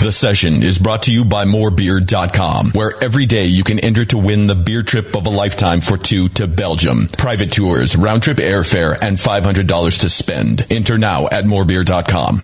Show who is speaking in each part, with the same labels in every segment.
Speaker 1: The session is brought to you by morebeer.com, where every day you can enter to win the beer trip of a lifetime for two to Belgium. Private tours, round trip airfare, and $500 to spend. Enter now at morebeer.com.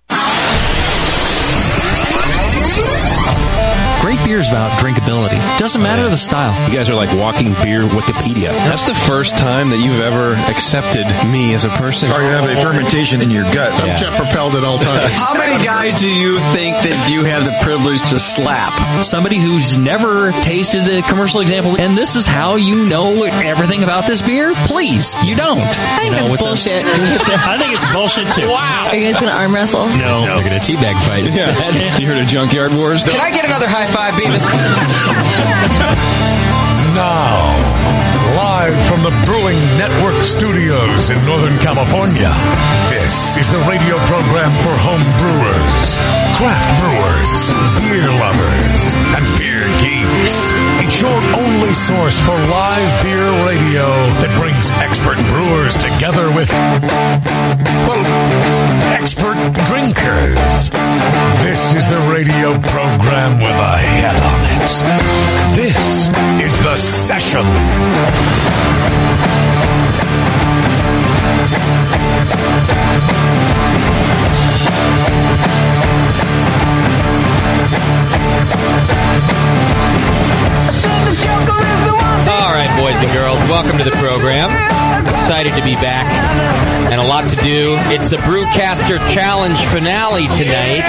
Speaker 2: Great beer is about drinkability. Doesn't matter the style.
Speaker 3: You guys are like walking beer Wikipedia.
Speaker 4: That's the first time that you've ever accepted me as a person.
Speaker 5: Or you have a fermentation in your gut.
Speaker 6: I'm jet propelled at all times.
Speaker 7: How many guys do you think that you have the privilege to slap?
Speaker 2: Somebody who's never tasted a commercial example, and this is how you know everything about this beer? Please, you don't.
Speaker 8: I think
Speaker 2: you know,
Speaker 8: it's bullshit.
Speaker 9: I think it's bullshit too.
Speaker 8: Wow. Are you guys gonna arm wrestle?
Speaker 9: No.
Speaker 2: They're gonna teabag fight instead.
Speaker 3: Yeah. you heard of Junkyard Wars?
Speaker 7: Can I get another high five, Beavis?
Speaker 10: now, live from the Brewing Network studios in Northern California, this is the radio program for home brewers, craft brewers, beer lovers, and beer geeks. It's your only source for live beer radio that brings expert brewers together with, well, expert drinkers. This is the radio program with a head on it. This is the session.
Speaker 11: All right, boys and girls, welcome to the program. Excited to be back and a lot to do. It's the Brewcaster Challenge finale tonight.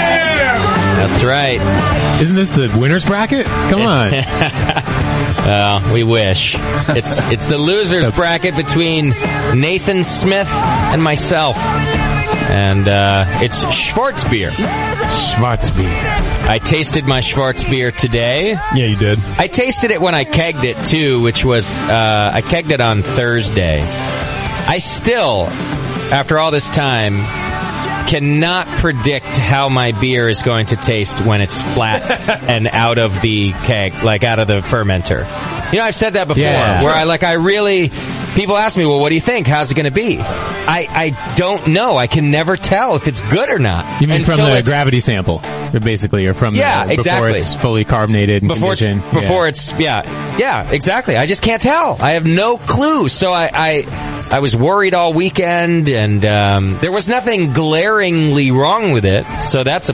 Speaker 11: That's right.
Speaker 3: Isn't this the winner's bracket? Come on.
Speaker 11: uh, we wish. It's it's the losers bracket between Nathan Smith and myself. And uh, it's Schwarzbier.
Speaker 3: Schwarzbier.
Speaker 11: I tasted my Schwarzbier today.
Speaker 3: Yeah, you did.
Speaker 11: I tasted it when I kegged it too, which was uh, I kegged it on Thursday. I still, after all this time, cannot predict how my beer is going to taste when it's flat and out of the keg, like out of the fermenter. You know, I've said that before,
Speaker 3: Yeah.
Speaker 11: where I like I really. People ask me, well, what do you think? How's it going to be? I, I don't know. I can never tell if it's good or not.
Speaker 3: You mean from
Speaker 11: until
Speaker 3: the
Speaker 11: it's-
Speaker 3: gravity sample, basically, or from
Speaker 11: Yeah,
Speaker 3: the, before
Speaker 11: exactly.
Speaker 3: it's fully carbonated and
Speaker 11: before it's,
Speaker 3: conditioned?
Speaker 11: before it's yeah yeah exactly i just can't tell i have no clue so i i, I was worried all weekend and um, there was nothing glaringly wrong with it so that's a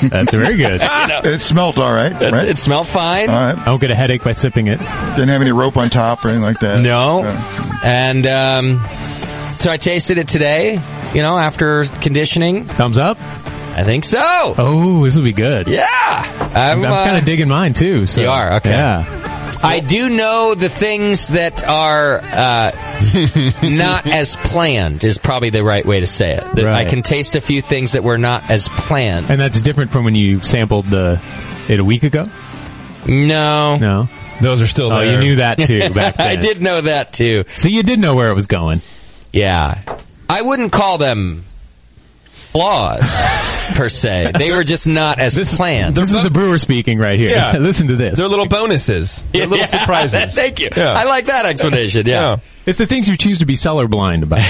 Speaker 3: That's very good.
Speaker 5: It smelt all right,
Speaker 11: That's-
Speaker 5: right?
Speaker 11: it smelled fine
Speaker 5: all right.
Speaker 3: I don't get a headache by sipping it.
Speaker 5: Didn't have any rope on top or anything like that.
Speaker 11: no
Speaker 5: Yeah.
Speaker 11: and um, so i tasted it today you know after conditioning
Speaker 3: Thumbs up.
Speaker 11: i think so
Speaker 3: Oh, this will be good.
Speaker 11: yeah
Speaker 3: I'm,
Speaker 11: i'm, uh,
Speaker 3: kind of digging mine too. So.
Speaker 11: You are? Okay.
Speaker 3: Yeah.
Speaker 11: I do know the things that are uh, not as planned is probably the right way to say it. That
Speaker 3: Right.
Speaker 11: I can taste a few things that were not as planned.
Speaker 3: And that's different from when you sampled the it a week ago.
Speaker 11: No,
Speaker 3: No,
Speaker 4: Those are still
Speaker 3: oh,
Speaker 4: there.
Speaker 3: you knew that too back then.
Speaker 11: I did know that too.
Speaker 3: So you did know where it was going.
Speaker 11: Yeah, I wouldn't call them flaws. per se. They were just not as planned.
Speaker 3: This is the brewer speaking right here.
Speaker 11: Yeah.
Speaker 3: Listen to this.
Speaker 11: They're
Speaker 3: little bonuses.
Speaker 11: They're little Yeah. surprises. Thank you. I like that explanation, yeah.
Speaker 3: It's the things you choose to be seller blind about.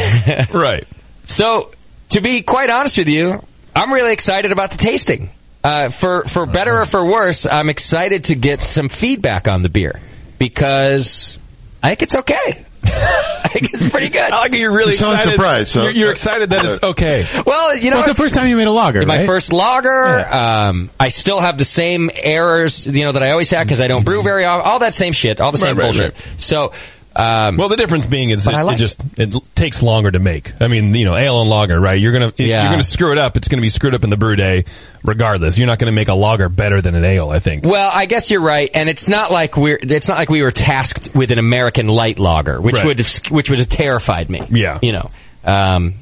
Speaker 11: right. So, to be quite honest with you, I'm really excited about the tasting. Uh, for for better or for worse, I'm excited to get some feedback on the beer because I think it's okay. I think it's pretty good. I
Speaker 12: like you're really
Speaker 5: You sound excited- surprised, so- uh, you're- you're excited that it's
Speaker 12: okay.
Speaker 11: Well, you know,
Speaker 3: it's the first time you made a lager,
Speaker 11: my
Speaker 3: right?
Speaker 11: first lager. Um, I still have the same errors, you know, that I always have because I don't brew very often. All that same shit, all the same
Speaker 12: Right, right,
Speaker 11: bullshit. So, um,
Speaker 12: well, the difference being is
Speaker 11: But
Speaker 12: it,
Speaker 11: I like
Speaker 12: it just it l- takes longer to make. I mean, you know, ale and lager, right? You're gonna if
Speaker 11: Yeah.
Speaker 12: you're gonna screw it up. It's gonna be screwed up in the brew day, regardless. You're not gonna make a lager better than an ale. I think.
Speaker 11: Well, I guess you're right, and it's not like we're it's not like we were tasked with an American light lager, which
Speaker 12: Right.
Speaker 11: would have, which would have terrified me.
Speaker 12: Yeah.
Speaker 11: you know, um,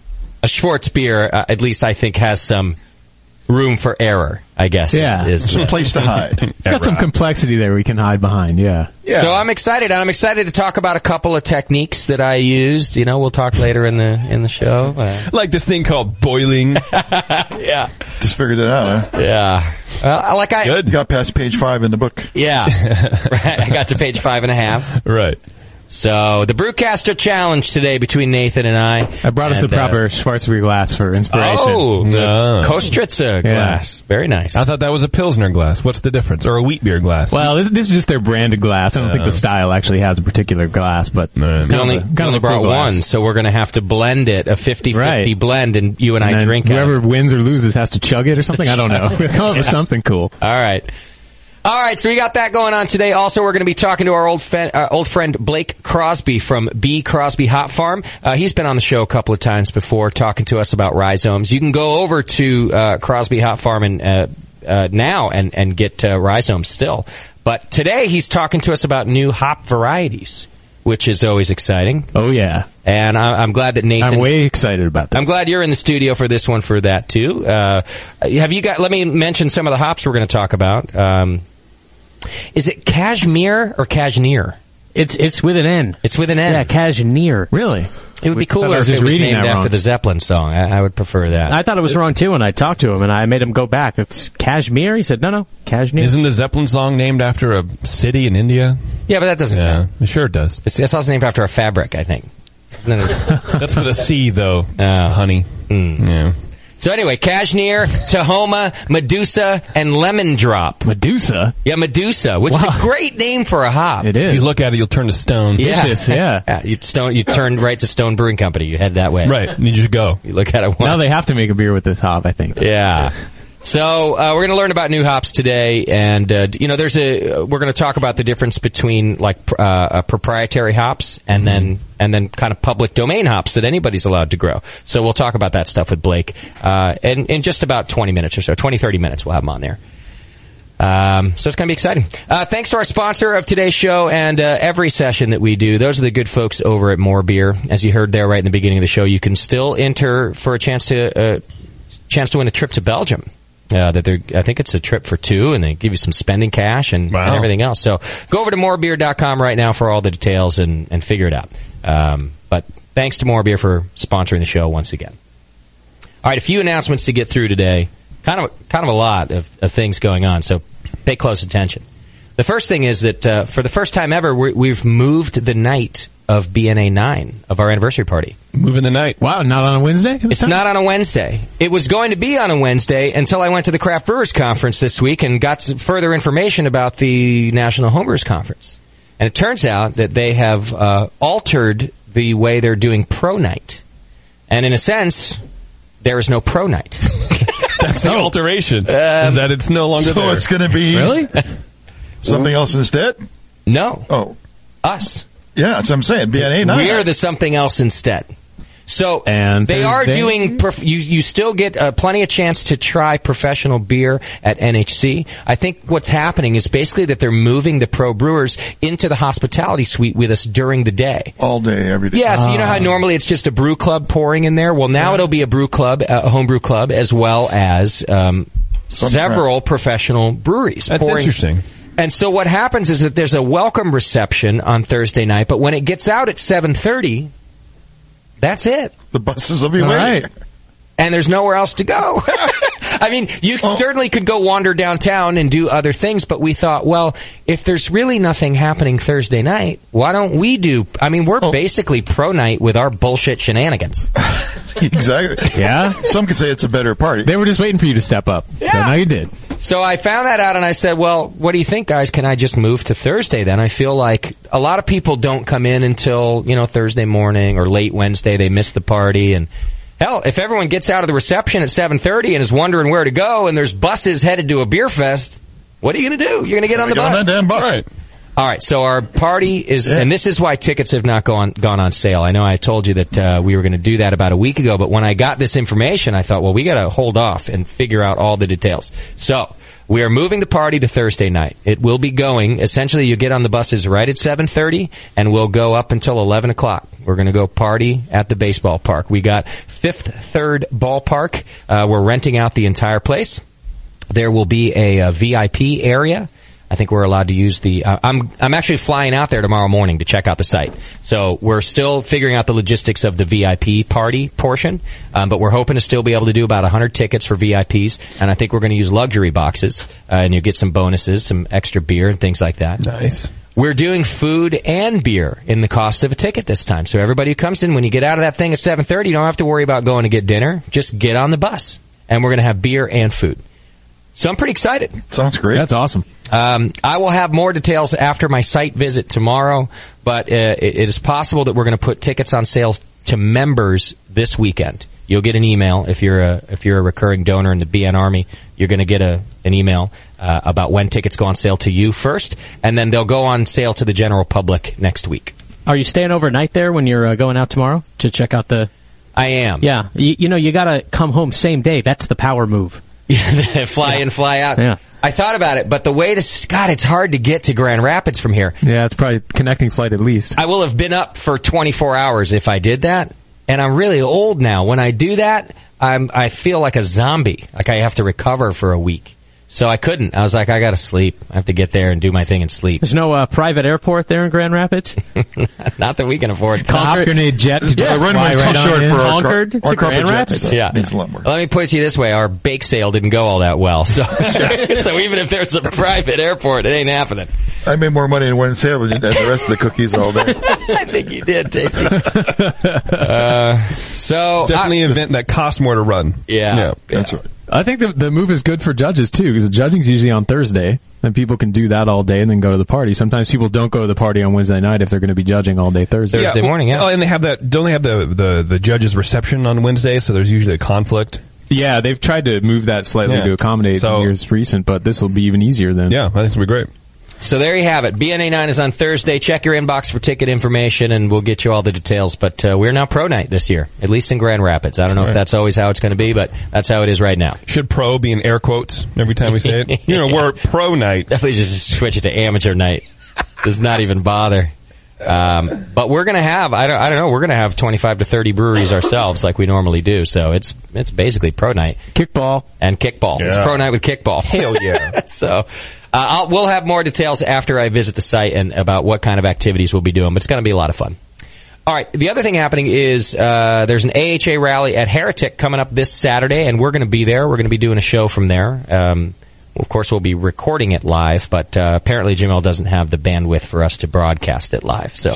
Speaker 11: a Schwartz beer, uh, at least I think, has some room for error. I guess. is-
Speaker 3: Yeah.
Speaker 11: is,
Speaker 3: Some place to
Speaker 5: hide.
Speaker 3: Got some complexity there we can hide behind. Yeah.
Speaker 11: So I'm excited. I'm excited to talk about a couple of techniques that I used. You know, we'll talk later in the in the show. Uh,
Speaker 12: Like this thing called boiling.
Speaker 11: yeah.
Speaker 5: Just figured it out,
Speaker 11: huh? Yeah. Well, Uh, like I
Speaker 5: Good. got past page five in the book.
Speaker 11: Yeah. right. I got to page five and a half.
Speaker 12: Right.
Speaker 11: So the Brewcaster challenge today between Nathan and I.
Speaker 3: I brought us
Speaker 11: And,
Speaker 3: the
Speaker 11: uh,
Speaker 3: proper Schwarzbier glass for inspiration.
Speaker 11: Oh, the
Speaker 12: No.
Speaker 11: Kostritza
Speaker 3: Yeah.
Speaker 11: glass. Very nice.
Speaker 12: I thought that was a pilsner glass. What's the difference? Or a wheat beer glass?
Speaker 3: Well, this- this is just their branded glass. I don't think the style actually has a particular glass, but it's
Speaker 11: You
Speaker 3: kind
Speaker 11: only,
Speaker 3: of a,
Speaker 11: you
Speaker 3: kind of
Speaker 11: only
Speaker 3: a cool
Speaker 11: brought
Speaker 3: glass.
Speaker 11: one, so we're going to have to blend it, a 50-50 blend, and you and, I
Speaker 3: then
Speaker 11: drink it.
Speaker 3: Whoever wins or loses has to chug it or something. I don't know. We'll come up with
Speaker 11: Yeah.
Speaker 3: something cool.
Speaker 11: All right. All right, so we got that going on today. Also, we're going to be talking to our old fen- uh, old friend Blake Crosby from B Crosby Hot Farm. Uh, he's been on the show a couple of times before, talking to us about rhizomes. You can go over to uh, Crosby Hot Farm and uh, uh, now and and get uh, rhizomes still. But today he's talking to us about new hop varieties, which is always exciting.
Speaker 3: Oh yeah,
Speaker 11: and I- I'm glad that Nathan.
Speaker 3: I'm way excited about that.
Speaker 11: I'm glad you're in the studio for this one for that too. Uh, have you got? Let me mention some of the hops we're going to talk about. Um, is it cashmere or cashmere?
Speaker 13: It's it's with an N.
Speaker 11: It's with an N.
Speaker 13: Yeah, Cashmere.
Speaker 3: Really?
Speaker 11: It would be cooler if it was named after the Zeppelin song. I, I would prefer that.
Speaker 13: I thought it was wrong too when I talked to him and I made him go back. It's Kashmir. He said, "No, no, Kashmir."
Speaker 12: Isn't the Zeppelin song named after a city in India?
Speaker 11: Yeah, but that doesn't.
Speaker 12: Yeah, it sure does.
Speaker 11: It's, it's also named after a fabric, I think. Uh,
Speaker 12: That's for the sea, though. honey. Yeah.
Speaker 11: hmm. So anyway, cashmere, Tahoma, Medusa, and lemon drop.
Speaker 3: Medusa.
Speaker 11: Yeah, Medusa, which is a great name for a hop.
Speaker 3: It is.
Speaker 12: If you look at it, you'll turn to stone.
Speaker 11: Yeah,
Speaker 3: yeah.
Speaker 11: You stone. You turned right to Stone Brewing Company. You head that way.
Speaker 12: Right. You just go.
Speaker 11: You look at it. Once.
Speaker 3: Now they have to make a beer with this hop. I think.
Speaker 11: Yeah. So uh, we're going to learn about new hops today, and uh, you know, there's a we're going to talk about the difference between like pr- uh, uh, proprietary hops and then and then kind of public domain hops that anybody's allowed to grow. So we'll talk about that stuff with Blake, uh, and in just about 20 minutes or so, 20 30 minutes, we'll have him on there. Um, so it's going to be exciting. Uh, thanks to our sponsor of today's show and uh, every session that we do. Those are the good folks over at More Beer. As you heard there right in the beginning of the show, you can still enter for a chance to uh, chance to win a trip to Belgium. Uh, that they're, I think it's a trip for two, and they give you some spending cash and, and
Speaker 12: Wow.
Speaker 11: everything else. So go over to morebeer.com right now for all the details and, and figure it out. Um, but thanks to More Beer for sponsoring the show once again. All right, a few announcements to get through today. Kind of, kind of a lot of, of things going on. So pay close attention. The first thing is that uh, for the first time ever, we we've moved the night of BNA nine of our anniversary party.
Speaker 12: Moving the night.
Speaker 3: Wow, not on a Wednesday?
Speaker 11: It's not on a Wednesday. It was going to be on a Wednesday until I went to the Craft Brewers Conference this week and got some further information about the National Homebrewers Conference. And it turns out that they have uh, altered the way they're doing pro night. And in a sense, there is no pro night.
Speaker 12: That's the alteration.
Speaker 11: Um,
Speaker 12: is that it's no longer
Speaker 5: so
Speaker 12: there.
Speaker 5: it's going to be
Speaker 12: Really?
Speaker 5: something else instead.
Speaker 11: No.
Speaker 5: Oh,
Speaker 11: us.
Speaker 5: Yeah, that's what I'm saying. BNA nine.
Speaker 11: We're the something else instead. So
Speaker 3: and
Speaker 11: they are
Speaker 5: Thursday?
Speaker 11: doing. Prof- you you still get uh, plenty of chance to try professional beer at NHC. I think what's happening is basically that they're moving the pro brewers into the hospitality suite with us during the day,
Speaker 5: all day, every day.
Speaker 11: Yeah, so you know
Speaker 5: Ah.
Speaker 3: Ah.
Speaker 11: how normally it's just a brew club pouring in there. Well, now it'll be a brew club, a homebrew club, as well as um, several professional breweries.
Speaker 12: That's interesting.
Speaker 11: And so what happens is that there's a welcome reception on Thursday night, but when it gets out at seven thirty, that's it.
Speaker 5: The buses will be
Speaker 11: All
Speaker 5: waiting.
Speaker 11: right. And there's nowhere else to go. I mean, you certainly could go wander downtown and do other things, but we thought, well, if there's really nothing happening Thursday night, why don't we do? I mean, we're basically pro night with our bullshit shenanigans.
Speaker 5: exactly.
Speaker 3: Yeah.
Speaker 5: Some could say it's a better party.
Speaker 3: They were just waiting for you to step up. So now you did.
Speaker 11: So I found that out and I said, well, what do you think, guys? Can I just move to Thursday then? I feel like a lot of people don't come in until, you know, Thursday morning or late Wednesday. They miss the party and hell, if everyone gets out of the reception at 7.30 and is wondering where to go and there's buses headed to a beer fest, what are you going to do? You're going to get on the
Speaker 5: Get on
Speaker 11: bus.
Speaker 5: that damn bus. Right.
Speaker 11: All right, so our party is, and this is why tickets have not gone gone on sale. I know I told you that uh, we were going to do that about a week ago, but when I got this information, I thought, well, we got to hold off and figure out all the details. So we are moving the party to Thursday night. It will be going. Essentially, you get on the buses right at seven thirty, and we'll go up until eleven o'clock. We're going to go party at the baseball park. We got Fifth Third Ballpark. Uh, we're renting out the entire place. There will be a, uh VIP area. I think we're allowed to use the. Uh, I'm I'm actually flying out there tomorrow morning to check out the site. So we're still figuring out the logistics of the VIP party portion, um, but we're hoping to still be able to do about 100 tickets for VIPs, and I think we're going to use luxury boxes, uh, and you get some bonuses, some extra beer, and things like that. Nice. We're doing food and beer in the cost of a ticket this time. So everybody who comes in, when you get out of that thing at 7:30, you don't have to worry about going to get dinner. Just get on the bus, and we're going to have beer and food. So I'm pretty excited.
Speaker 5: Sounds great.
Speaker 3: That's awesome.
Speaker 11: Um, I will have more details after my site visit tomorrow, but uh, it, it is possible that we're going to put tickets on sales to members this weekend. You'll get an email if you're a if you're a recurring donor in the BN Army. You're going to get a an email uh, about when tickets go on sale to you first, and then they'll go on sale to the general public next week.
Speaker 13: Are you staying overnight there when you're uh, going out tomorrow to check out the?
Speaker 11: I am.
Speaker 13: Yeah, you, you know you gotta come home same day. That's the power move.
Speaker 11: fly in, fly out.
Speaker 13: Yeah.
Speaker 11: I thought about it, but the way to God, it's hard to get to Grand Rapids from here.
Speaker 3: Yeah, it's probably connecting flight at least.
Speaker 11: I will have been up for 24 hours if I did that, and I'm really old now. When I do that, I'm I feel like a zombie, like I have to recover for a week. So I couldn't. I was like, I gotta sleep. I have to get there and do my thing and sleep.
Speaker 13: There's no uh, private airport there in Grand Rapids.
Speaker 11: Not that we can afford.
Speaker 13: Hop
Speaker 3: grenade jet.
Speaker 13: to Yeah, fly
Speaker 11: runway's
Speaker 13: right on in. Concord to
Speaker 11: carpet
Speaker 13: Grand
Speaker 11: jets.
Speaker 13: Rapids.
Speaker 11: Yeah.
Speaker 13: Needs a
Speaker 11: Let me put it to you this way: our bake sale didn't go all that well. So, so even if there's a private airport, it ain't happening.
Speaker 5: I made more money in one sale than than the rest of the cookies all day.
Speaker 11: I think you did, Tasty. Uh, so
Speaker 14: definitely an event that costs more to run.
Speaker 11: Yeah,
Speaker 5: that's right.
Speaker 3: I think the, the move is good for judges too, because the judging's usually on Thursday, and people can do that all day and then go to the party. Sometimes people don't go to the party on Wednesday night if they're going to be judging all day Thursday.
Speaker 14: Oh, and they have that. Don't they have the the the judges reception on Wednesday? So there's usually a conflict.
Speaker 3: Yeah, they've tried to move that slightly
Speaker 14: Yeah.
Speaker 3: to accommodate
Speaker 14: So-
Speaker 3: years recent, but this will be even easier then.
Speaker 14: Yeah, I think it'll be great.
Speaker 11: So there you have it. BNA nine is on Thursday. Check your inbox for ticket information, and we'll get you all the details. But uh, we're now pro night this year, at least in Grand Rapids. I don't know if
Speaker 14: Right.
Speaker 11: that's always how it's going to be, but that's how it is right now.
Speaker 14: Should pro be in air quotes every time we say it? You know, we're pro night.
Speaker 11: Definitely just switch it to amateur night. Does not even bother. Um, but we're going to have I don't, I don't know we're going to have twenty five to thirty breweries ourselves like we normally do. So it's it's basically pro night,
Speaker 3: kickball
Speaker 11: and kickball. It's
Speaker 3: Yeah.
Speaker 11: pro night with kickball.
Speaker 14: Hell yeah!
Speaker 11: so. Uh, I'll, we'll have more details after I visit the site and about what kind of activities we'll be doing, but it's going to be a lot of fun. All right. The other thing happening is uh, there's an AHA rally at Heretic coming up this Saturday, and we're going to be there. We're going to be doing a show from there. Um, of course, we'll be recording it live, but uh, apparently Jamel doesn't have the bandwidth for us to broadcast it live. So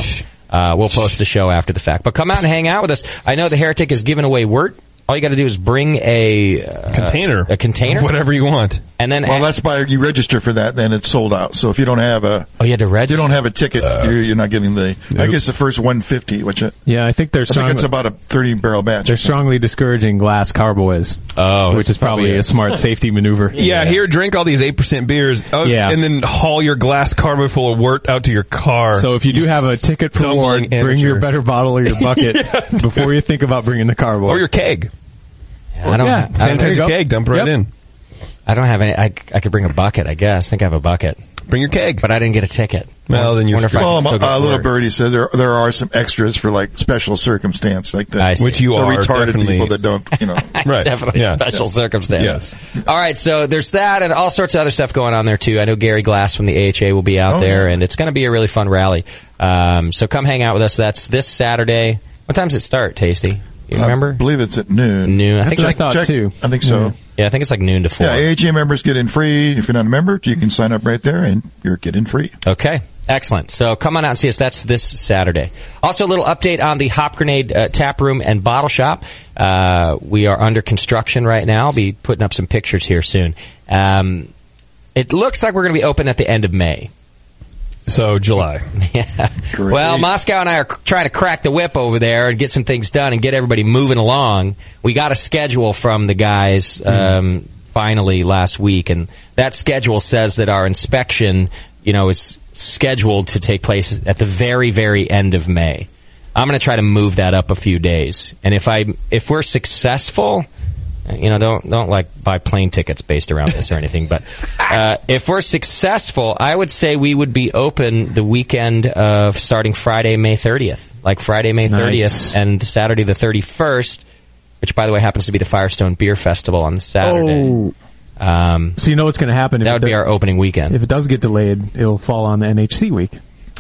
Speaker 11: uh, we'll post the show after the fact. But come out and hang out with us. I know the Heretic is giving away wort. All you got to do is bring a uh,
Speaker 14: Container.
Speaker 11: a container,
Speaker 14: Whatever you want.
Speaker 11: and then
Speaker 5: well, that's by you register for that, then it's sold out. So if you don't have a,
Speaker 11: oh, you had to register.
Speaker 5: You don't have a ticket, you're, you're not getting the. I guess the first 150, which I,
Speaker 3: Yeah, I think they're
Speaker 5: I
Speaker 3: strong.
Speaker 5: think it's about a 30 barrel batch.
Speaker 3: they're strongly discouraging glass carboys.
Speaker 11: Oh,
Speaker 3: which is probably,
Speaker 14: probably
Speaker 3: a
Speaker 14: it.
Speaker 3: smart safety maneuver.
Speaker 14: Yeah, here, drink all these 8% beers, oh,
Speaker 3: Yeah.
Speaker 14: and then haul your glass carbo full of wort out to your car.
Speaker 3: So if you do have a ticket for
Speaker 14: stumbling
Speaker 3: award, bring your
Speaker 14: amateur.
Speaker 3: better bottle or your bucket before you think about bringing the carboy
Speaker 14: Or your keg.
Speaker 11: I don't.
Speaker 3: Yeah,
Speaker 11: I don't
Speaker 14: sanitize your keg, dump it right
Speaker 11: Yep.
Speaker 14: in.
Speaker 11: I don't have any. I, I could bring a bucket, I guess. I think I have a bucket.
Speaker 14: Bring your keg.
Speaker 11: But I didn't get a ticket.
Speaker 14: Well, then you're
Speaker 11: Wonder if I can
Speaker 5: Well,
Speaker 11: still
Speaker 5: a
Speaker 11: get
Speaker 5: a little
Speaker 11: word.
Speaker 5: birdie said there there are some extras for like special circumstance like
Speaker 11: I
Speaker 5: that,
Speaker 11: see. Which you
Speaker 5: the
Speaker 11: are,
Speaker 5: retarded
Speaker 11: definitely.
Speaker 5: people that don't you know
Speaker 14: right
Speaker 11: Definitely special circumstances. All right, so there's that and all sorts of other stuff going on there too. I know Gary Glass from the AHA will be out
Speaker 5: Oh,
Speaker 11: there,
Speaker 5: yeah.
Speaker 11: and it's going to be a really fun rally. Um, so come hang out with us. That's this Saturday. What time does it start, Tasty? You remember?
Speaker 5: Uh, I believe it's at noon.
Speaker 11: Noon. I
Speaker 5: That's
Speaker 11: think
Speaker 5: what I
Speaker 11: it's-
Speaker 5: thought, Check- too. I think so.
Speaker 11: Yeah, I think it's like noon to four.
Speaker 5: Yeah, AHA members get in free. If you're not a member, you can sign up right there and you're getting free.
Speaker 11: Okay. Excellent. So come on out and see us. That's this Saturday. Also, a little update on the Hop Grenade uh, Tap Room and Bottle Shop. Uh, we are under construction right now. I'll be putting up some pictures here soon. Um, it looks like we're going to be open at the end of May.
Speaker 14: So July.
Speaker 11: Yeah. Well, Moscow and I are trying to crack the whip over there and get some things done and get everybody moving along. We got a schedule from the guys um, finally last week, and that schedule says that our inspection, you know, is scheduled to take place at the very, very end of May. I'm going to try to move that up a few days, and if I if we're successful, you know, don't don't like buy plane tickets based around this or anything. But uh, if we're successful, I would say we would be open the weekend of starting Friday, May 30th, like Friday, May 30th,
Speaker 13: Nice.
Speaker 11: and Saturday the 31st, which by the way happens to be the Firestone Beer Festival on Saturday.
Speaker 3: Oh.
Speaker 11: Um,
Speaker 3: so you know what's going to happen. If
Speaker 11: that
Speaker 3: it
Speaker 11: would be
Speaker 3: does-
Speaker 11: our opening weekend,
Speaker 3: If it does get delayed, it'll fall on the NHC week.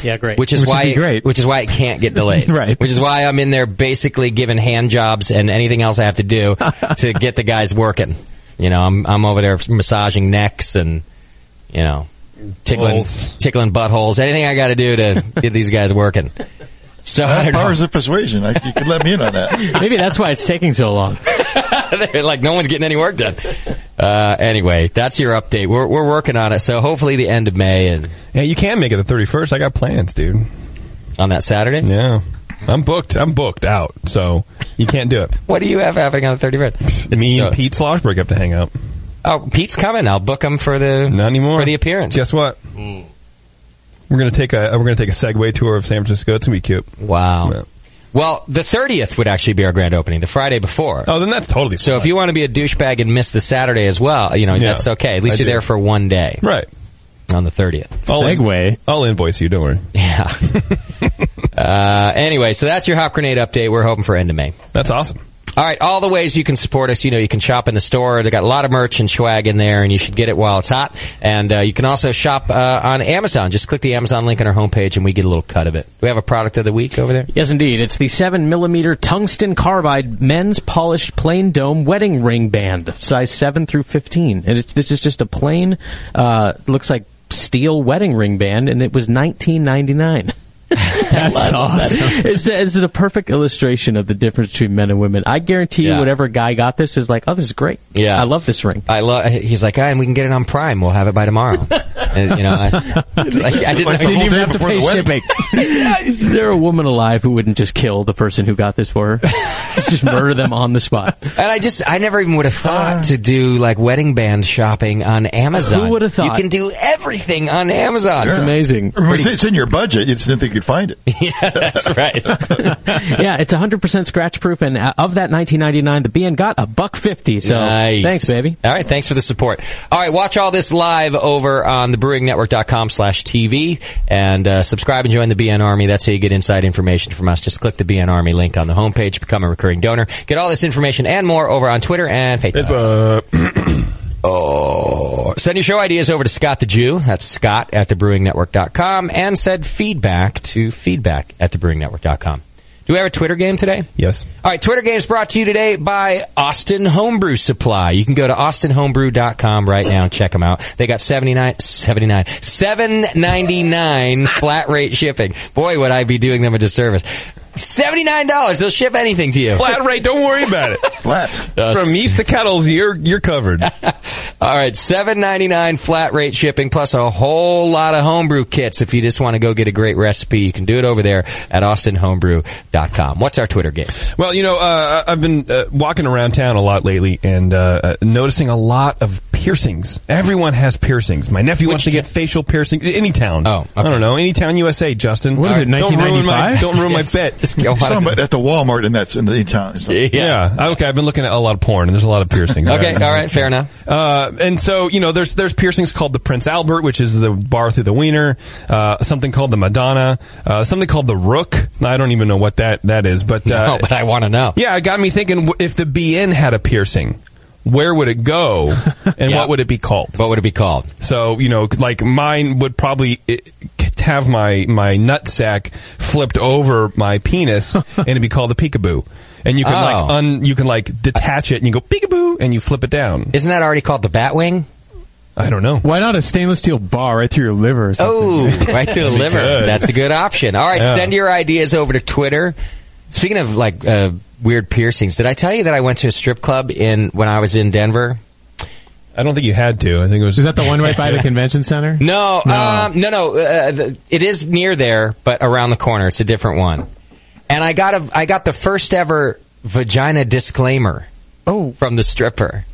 Speaker 13: Yeah, great.
Speaker 11: which is
Speaker 3: Which would
Speaker 11: why
Speaker 3: be great.
Speaker 11: which is why it can't get delayed,
Speaker 3: Right.
Speaker 11: Which is why I'm in there basically giving hand jobs and anything else I have to do to get the guys working. You know, I'm I'm over there massaging necks and you know tickling tickling buttholes, anything I got to do to get these guys working. So I don't know.
Speaker 5: Powers of persuasion. I, you could let me in on that.
Speaker 13: Maybe that's why it's taking so long.
Speaker 11: They're like no one's getting any work done. Uh, anyway, that's your update. We're we're working on it. So hopefully the end of May and
Speaker 14: Yeah, you can make it the 31st. I got plans, dude.
Speaker 11: On that Saturday?
Speaker 14: Yeah. I'm booked. I'm booked out. So you can't do it.
Speaker 11: what do you have happening on the 31st?
Speaker 14: Me
Speaker 11: It's, uh,
Speaker 14: and Pete Sloshberg have to hang out.
Speaker 11: Oh, Pete's coming. I'll book him for the
Speaker 14: not anymore
Speaker 11: for the appearance.
Speaker 14: Guess what? We're gonna take a we're gonna take a Segway tour of San Francisco. It's gonna be cute.
Speaker 11: Wow. Well, the 30th would actually be our grand opening, the Friday before.
Speaker 14: Oh, then that's totally
Speaker 11: So if you want to be a douchebag and miss the Saturday as well, you know,
Speaker 14: Yeah,
Speaker 11: that's okay. At
Speaker 14: I
Speaker 11: least you're
Speaker 14: do.
Speaker 11: there for one day.
Speaker 14: Right.
Speaker 11: On the 30th.
Speaker 14: Segway. I'll invoice you. Don't worry.
Speaker 11: Yeah. uh, anyway, so that's your Hop Grenade update. We're hoping for end of May.
Speaker 14: That's awesome.
Speaker 11: All right, all the ways you can support us. You know, you can shop in the store. They got a lot of merch and swag in there, and you should get it while it's hot. And uh, you can also shop uh, on Amazon. Just click the Amazon link on our homepage, and we get a little cut of it. Do we have a product of the week over there?
Speaker 13: Yes, indeed. It's the 7mm tungsten carbide men's polished plain dome wedding ring band, size 7 through 15. And it's, this is just a plain, uh, looks like steel wedding ring band, and it was 1999 That's awesome. It's, it's the perfect illustration of the difference between men and women. I guarantee you,
Speaker 11: Yeah.
Speaker 13: whatever guy got this is like, oh, this is great.
Speaker 11: Yeah, I
Speaker 13: love this ring.
Speaker 11: I love. He's like, ah, and we can get it on Prime. Well have it by tomorrow. And, Uh, you know, I, like, I didn't,
Speaker 13: Like the whole day before the wedding. is there a woman alive who wouldn't just kill the person who got this for her? just murder them on the spot.
Speaker 11: And I just, I never even would have thought to do like wedding band shopping on Amazon.
Speaker 13: Uh. Who would have
Speaker 11: You
Speaker 13: thought?
Speaker 11: can do everything on Amazon.
Speaker 5: Yeah. Or It's, it's in your budget. You just didn't think you'd find it.
Speaker 11: yeah, that's right.
Speaker 13: yeah, it's 100% scratch proof, and uh, of that 1999, the BN got a buck fifty. So
Speaker 11: Nice.
Speaker 13: thanks, baby.
Speaker 11: All right, thanks for the support. All right, watch all this live over on thebrewingnetwork.com slash TV and uh, subscribe and join the BN Army. That's how you get inside information from us. Just click the BN Army link on the homepage, become a recurring donor. Get all this information and more over on Twitter and Facebook. oh. Send your show ideas over to Scott the Jew. That's Scott at thebrewingnetwork.com and send feedback to feedback at thebrewingnetwork.com. Do we have a Twitter game today?
Speaker 14: Yes.
Speaker 11: All right, Twitter game is brought to you today by Austin Homebrew Supply. You can go to austinhomebrew.com right now and check them out. They got 79, 79, 799 flat rate shipping. Boy, would I be doing them a disservice. $79, they'll ship anything to you.
Speaker 14: Flat rate. Don't worry about it.
Speaker 5: Flat.
Speaker 14: From East to Kettles, you're you're covered.
Speaker 11: All right, seven ninety nine flat rate shipping plus a whole lot of homebrew kits. If you just want to go get a great recipe, you can do it over there at austinhomebrew.com. What's our Twitter game?
Speaker 14: Well, you know, uh, I- I've been uh, walking around town a lot lately and uh, uh, noticing a lot of piercings. Everyone has piercings. My nephew wants to get facial piercing. Any town. Oh, I don't know. Any town USA, Justin.
Speaker 5: What is it,
Speaker 14: Don't ruin my,
Speaker 5: 1995?
Speaker 14: don't ruin my bet.
Speaker 5: Somebody at the Walmart and that's in the town.
Speaker 11: Yeah.
Speaker 14: Okay. I've been looking at a lot of porn, and there's a lot of piercings.
Speaker 11: Okay, all right, fair enough.
Speaker 14: Uh, and so you know, there's there's piercings called the Prince Albert, which is the bar through the wiener. Uh, something called the Madonna. Uh, something called the Rook. I don't even know what that that is, but uh,
Speaker 11: No, but I want to know.
Speaker 14: Yeah, it got me thinking w- if the BN had a piercing. where would it go and what would it be called?
Speaker 11: What would it be called?
Speaker 14: So, you know, like mine would probably eh, have my, my nut sack flipped over my penis and it'd be called a peekaboo. And you can like
Speaker 11: Oh.
Speaker 14: un, you can like detach it and you go peekaboo and you flip it down.
Speaker 11: Isn't that already called the Batwing?
Speaker 14: I don't know.
Speaker 3: Why not a stainless steel bar right through your liver? Or something?
Speaker 11: Oh, right through
Speaker 3: That'd be
Speaker 11: the liver.
Speaker 3: good.
Speaker 11: That's a good option. All right,
Speaker 3: Yeah.
Speaker 11: send your ideas over to Twitter. Speaking of like uh, weird piercings, did I tell you that I went to a strip club in when I was in Denver?
Speaker 14: I don't think you had to. I think it was.
Speaker 3: Is that the one right by the convention center?
Speaker 11: No, no, um, no. no uh, the, it is near there, but around the corner. It's a different one. And I got a, I got the first ever vagina disclaimer.
Speaker 3: Oh,
Speaker 11: from the stripper.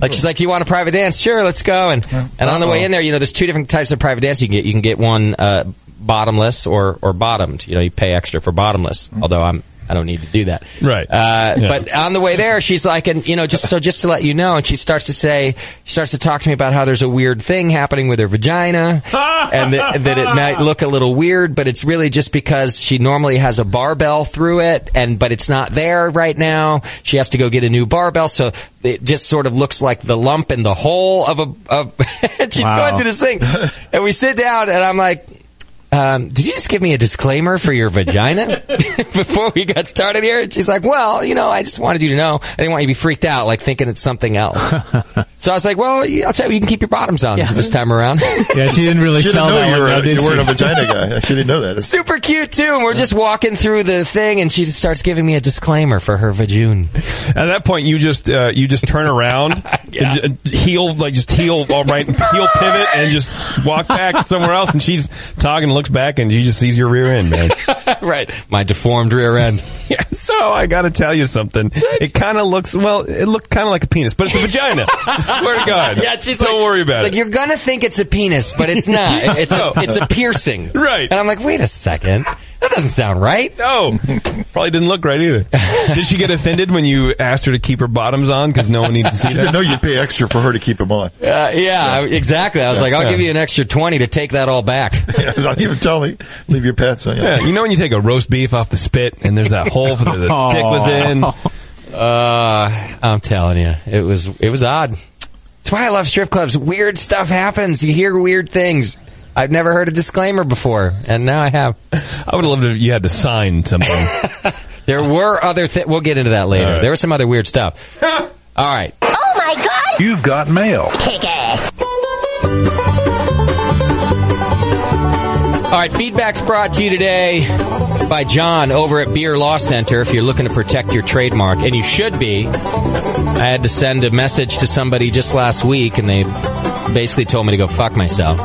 Speaker 11: Like she's like, "Do you want a private dance? Sure, let's go." And and on the way in there, you know, there's two different types of private dance you can get. You can get one uh, bottomless or or bottomed. You know, you pay extra for bottomless. Although I'm I don't need to do that.
Speaker 14: Mm-hmm. Right.
Speaker 11: Uh,
Speaker 14: Yeah.
Speaker 11: But on the way there, she's like, and you know, just so just to let you know, and she starts to say, she starts to talk to me about how there's a weird thing happening with her vagina, and that, that it might look a little weird, but it's really just because she normally has a barbell through it, and but it's not there right now. She has to go get a new barbell, so it just sort of looks like the lump in the hole of a. Of, and she's
Speaker 1: Wow.
Speaker 11: going through this thing, and we sit down, and I'm like. Um, did you just give me a disclaimer for your vagina before we got started here? And she's like, well, you know, I just wanted you to know. I didn't want you to be freaked out, like thinking it's something else. so I was like, well, yeah, I'll tell you, you can keep your bottoms on this time around.
Speaker 3: yeah, she didn't really
Speaker 5: She
Speaker 3: sell that
Speaker 5: didn't know you
Speaker 3: one,
Speaker 5: were,
Speaker 3: though,
Speaker 5: a,
Speaker 3: did
Speaker 5: you were
Speaker 3: she?
Speaker 5: a vagina guy. She didn't know that. It's-
Speaker 11: Super cute too, and we're just walking through the thing, and she just starts giving me a disclaimer for her vagina.
Speaker 14: At that point, you just uh, you just turn around, and j- uh, heel like just heel all right, heel pivot, and just walk back somewhere else. And she's talking, looks back, and she just sees your rear end, man.
Speaker 11: right, my deformed rear end.
Speaker 14: yeah. So I got to tell you something. It kind of looks well. It looked kind of like a penis, but it's a vagina. I swear to God.
Speaker 11: Yeah, she's
Speaker 14: Don't
Speaker 11: like-
Speaker 14: worry
Speaker 11: she's
Speaker 14: about
Speaker 11: like,
Speaker 14: it.
Speaker 11: You're gonna think it's a penis, but it's not. It's a,
Speaker 14: No.
Speaker 11: it's a piercing.
Speaker 14: Right.
Speaker 11: And I'm like, wait a second, that doesn't sound right.
Speaker 14: No, probably didn't look right either. Did she get offended when you asked her to keep her bottoms on because no one needs to see
Speaker 5: She
Speaker 14: that?
Speaker 5: didn't know you'd pay extra for her to keep him on.
Speaker 11: Uh, yeah, exactly. I was
Speaker 5: Yeah.
Speaker 11: like, I'll
Speaker 5: Yeah.
Speaker 11: give you an extra 20 to take that all back.
Speaker 5: Don't even tell me. Leave your pants on.
Speaker 14: Yeah, you know when you take a roast beef off the spit and there's that hole that the stick was in.
Speaker 11: Uh, I'm telling you, it was it was odd. That's why I love strip clubs. Weird stuff happens. You hear weird things. I've never heard a disclaimer before, and now I have.
Speaker 14: I would have loved if you had to sign something.
Speaker 11: there were other things. We'll get into that later. There was some other weird stuff. all right.
Speaker 15: Oh my god!
Speaker 11: You've got mail.
Speaker 15: Kick ass.
Speaker 11: All right, feedback's brought to you today by John over at Beer Law Center. If you're looking to protect your trademark, and you should be, I had to send a message to somebody just last week, and they basically told me to go fuck myself.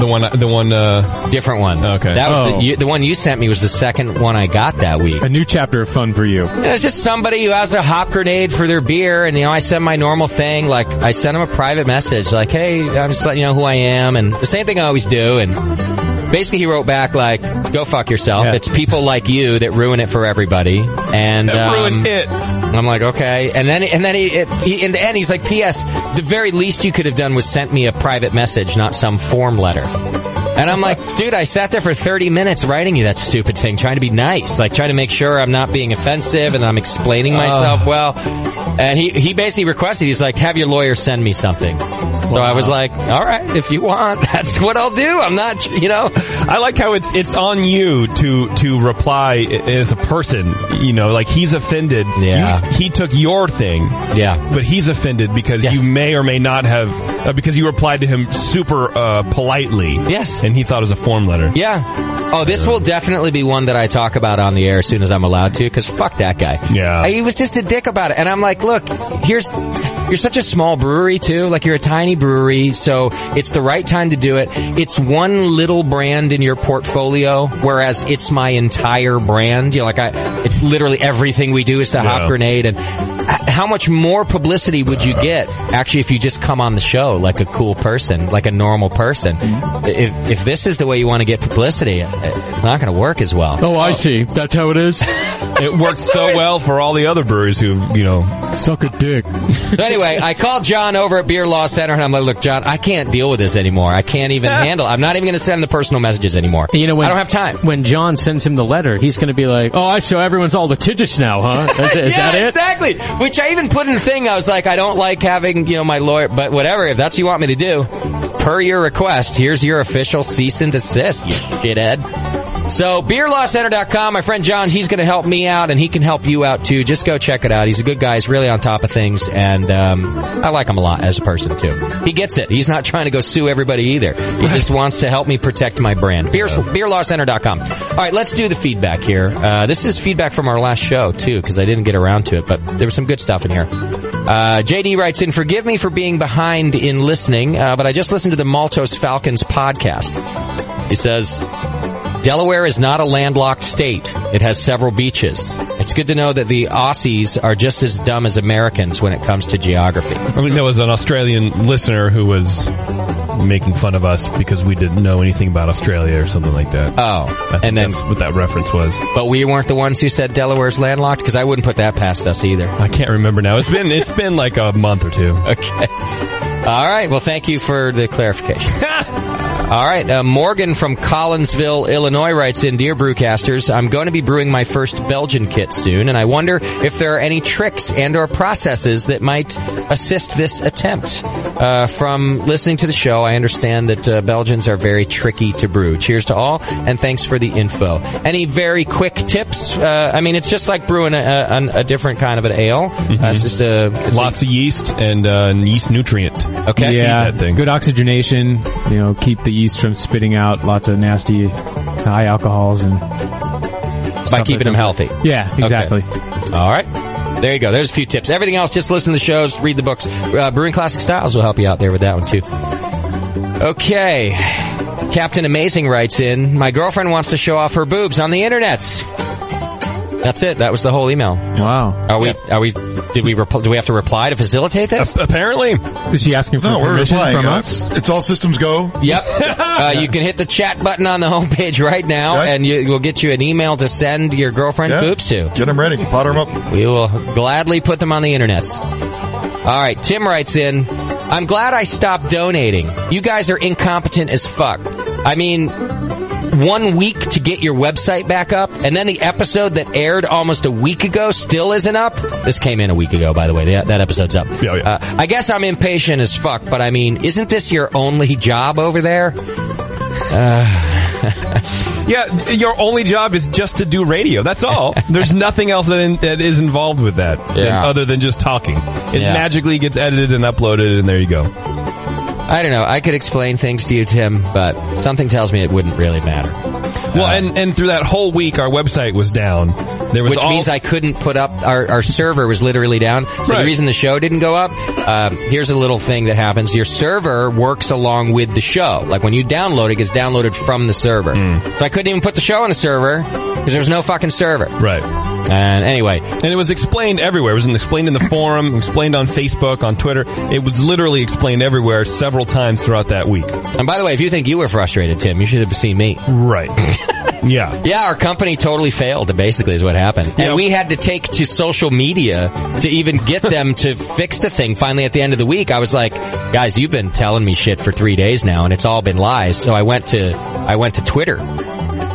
Speaker 14: The one, the one, uh,
Speaker 11: different one.
Speaker 14: Okay,
Speaker 11: that was
Speaker 3: Oh.
Speaker 11: the you, the one you sent me was the second one I got that week.
Speaker 3: A new chapter of fun for you.
Speaker 11: You know, it's just somebody who has a hop grenade for their beer, and you know, I send my normal thing. Like, I send them a private message, like, "Hey, I'm just letting you know who I am," and the same thing I always do. And basically, he wrote back like, "Go fuck yourself. It's people like you that ruin it for everybody." And
Speaker 14: That ruin
Speaker 11: um,
Speaker 14: it.
Speaker 11: I'm like, okay. And then, and then he, it, he, in the end, he's like, "P.S. The very least you could have done was sent me a private message, not some form letter." And I'm like, dude, I sat there for 30 minutes writing you that stupid thing, trying to be nice, like trying to make sure I'm not being offensive and I'm explaining myself well. And he, he basically requested, he's like, have your lawyer send me something. So I was like, all right, if you want, that's what I'll do. I'm not, you know.
Speaker 14: I like how it's it's on you to to reply i- as a person. You know, like he's offended. Yeah, he took your thing.
Speaker 11: Yeah,
Speaker 14: but he's offended because you may or may not have uh, because you replied to him super uh, politely.
Speaker 11: Yes,
Speaker 14: and he thought it was a form letter.
Speaker 11: Yeah. Oh, this will definitely be one that I talk about on the air as soon as I'm allowed to, because fuck that guy.
Speaker 14: Yeah.
Speaker 11: He was just a dick about it. And I'm like, look, here's, you're such a small brewery too. Like you're a tiny brewery, so it's the right time to do it. It's one little brand in your portfolio, whereas it's my entire brand. You know, like I, it's literally everything we do is the hop grenade. And h- how much more publicity would you get actually if you just come on the show like a cool person, like a normal person? If, if this is the way you want to get publicity, it- it's not going to work as well.
Speaker 3: Oh, I see. That's how it is.
Speaker 14: it worked so well for all the other breweries who, you know,
Speaker 3: suck a dick.
Speaker 11: So anyway, I called John over at Beer Law Center, and I'm like, "Look, John, I can't deal with this anymore. I can't even handle. I'm not even going to send the personal messages anymore.
Speaker 13: You know, when,
Speaker 11: I don't have time.
Speaker 13: When John sends him the letter, he's going to be like, "Oh, I so everyone's all litigious now, huh? Is, is
Speaker 11: yeah,
Speaker 13: that it?"
Speaker 11: Exactly. Which I even put in the thing. I was like, I don't like having you know my lawyer, but whatever. If that's what you want me to do, per your request, here's your official cease and desist. You shithead. So beerlawcenter.com. My friend John, he's going to help me out, and he can help you out too. Just go check it out. He's a good guy. He's really on top of things, and um, I like him a lot as a person too. He gets it. He's not trying to go sue everybody either. He just wants to help me protect my brand. Beer, beerlawcenter.com. All right, let's do the feedback here. Uh, this is feedback from our last show too, because I didn't get around to it, but there was some good stuff in here. Uh, JD writes in, "Forgive me for being behind in listening, uh, but I just listened to the Maltos Falcons podcast." He says. Delaware is not a landlocked state. It has several beaches. It's good to know that the Aussies are just as dumb as Americans when it comes to geography.
Speaker 14: I mean, there was an Australian listener who was making fun of us because we didn't know anything about Australia or something like that.
Speaker 11: Oh,
Speaker 14: and that's what that reference was.
Speaker 11: But we weren't the ones who said Delaware's landlocked because I wouldn't put that past us either.
Speaker 14: I can't remember now. It's been it's been like a month or two.
Speaker 11: Okay. All right. Well, thank you for the clarification. All right. Uh, Morgan from Collinsville, Illinois writes in Dear Brewcasters, I'm going to be brewing my first Belgian kit soon, and I wonder if there are any tricks and or processes that might assist this attempt. Uh, from listening to the show, I understand that uh, Belgians are very tricky to brew. Cheers to all, and thanks for the info. Any very quick tips? Uh, I mean, it's just like brewing a, a, a different kind of an ale.
Speaker 3: Mm-hmm.
Speaker 11: Uh, it's just a... It's
Speaker 14: Mm-hmm. Lots of yeast and uh, yeast nutrient.
Speaker 11: Okay.
Speaker 3: yeah,
Speaker 14: Feed that thing.
Speaker 3: good oxygenation. You know, keep the yeast from spitting out lots of nasty high alcohols and
Speaker 11: by
Speaker 3: stuff
Speaker 11: keeping
Speaker 3: that-
Speaker 11: them healthy.
Speaker 3: Yeah,
Speaker 11: Okay.
Speaker 3: exactly.
Speaker 11: All right. There you go. There's a few tips. Everything else, just listen to the shows, read the books. Uh, Brewing Classic Styles will help you out there with that one, too. Okay. Captain Amazing writes in My girlfriend wants to show off her boobs on the internets. That's it. That was the whole email.
Speaker 3: Wow.
Speaker 11: Are we, are we, did we, repl- do we have to reply to facilitate this?
Speaker 14: apparently.
Speaker 3: Is she asking for
Speaker 5: No, we're
Speaker 3: permission
Speaker 5: replying.
Speaker 3: from
Speaker 5: Uh,
Speaker 3: us?
Speaker 5: It's all systems go.
Speaker 11: Yep. Uh, you can hit the chat button on the homepage right now,
Speaker 5: Yeah.
Speaker 11: and you, we'll get you an email to send your girlfriend
Speaker 5: Yeah.
Speaker 11: boobs to.
Speaker 5: Get them ready. Pot them up.
Speaker 11: We will gladly put them on the internets. All right, Tim writes in, I'm glad I stopped donating. You guys are incompetent as fuck. I mean, one week to get your website back up, and then the episode that aired almost a week ago still isn't up. This came in a week ago, by the way. That, that episode's up. Yeah, yeah. Uh, I guess I'm impatient as fuck, but I mean, isn't this your only job over there? Uh,
Speaker 14: Yeah, your only job is just to do radio. That's all. There's nothing else that, in, that is involved with that
Speaker 11: Yeah.
Speaker 14: other than just talking. It
Speaker 11: Yeah.
Speaker 14: magically gets edited and uploaded, and there you go.
Speaker 11: I don't know. I could explain things to you, Tim, but something tells me it wouldn't really matter. Uh,
Speaker 14: Well, and, and through that whole week, our website was down. There was
Speaker 11: which
Speaker 14: all-
Speaker 11: means I couldn't put up our, our server was literally down. So the
Speaker 14: Right.
Speaker 11: reason the show didn't go up, um, here's a little thing that happens: your server works along with the show. Like when you download it, it gets downloaded from the server.
Speaker 14: Hmm.
Speaker 11: So I couldn't even put the show on the server because there's no fucking server. Uh,
Speaker 14: Right.
Speaker 11: And anyway,
Speaker 14: and it was explained everywhere. It was explained in the forum, explained on Facebook, on Twitter. It was literally explained everywhere several times throughout that week.
Speaker 11: and by the way, if you think you were frustrated, Tim, you should have seen me.
Speaker 14: Right. yeah.
Speaker 11: Yeah, our company totally failed. Basically, is what happened, and we had to take to social media to even get them to fix the thing. Finally, at the end of the week, I was like, "Guys, you've been telling me shit for three days now, and it's all been lies." So I went to I went to Twitter.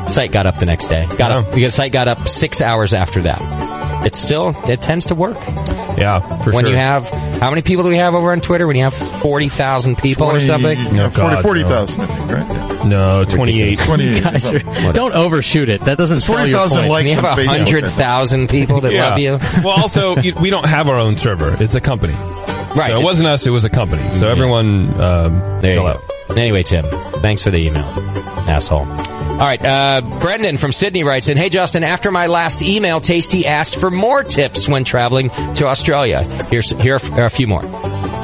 Speaker 11: Site got up the next day. Got up because site got up six hours after that. It still it tends to work
Speaker 14: Yeah, for
Speaker 11: when
Speaker 14: sure.
Speaker 11: you have how many people do we have over on Twitter? When you have forty thousand people or something?
Speaker 5: Yeah,
Speaker 14: Oh, God,
Speaker 5: 40 40,000, I think, right? Yeah.
Speaker 14: no, 28.
Speaker 5: 28.
Speaker 13: Guys, don't overshoot it. That doesn't sell your
Speaker 5: 40,000
Speaker 13: point.
Speaker 5: likes
Speaker 11: We
Speaker 5: on
Speaker 11: have
Speaker 5: Facebook.
Speaker 11: hundred thousand people that
Speaker 14: Yeah.
Speaker 11: love you.
Speaker 14: well, also you, we don't have our own server; it's a company.
Speaker 11: Right.
Speaker 14: So it wasn't us; it was a company. So everyone, um,
Speaker 11: There you
Speaker 14: chill
Speaker 11: go.
Speaker 14: out.
Speaker 11: Anyway, Tim, thanks for the email, asshole. All right, uh, Brendan from Sydney writes in, Hey Justin, after my last email, Tasty asked for more tips when traveling to Australia. Here's, here are f- are a few more.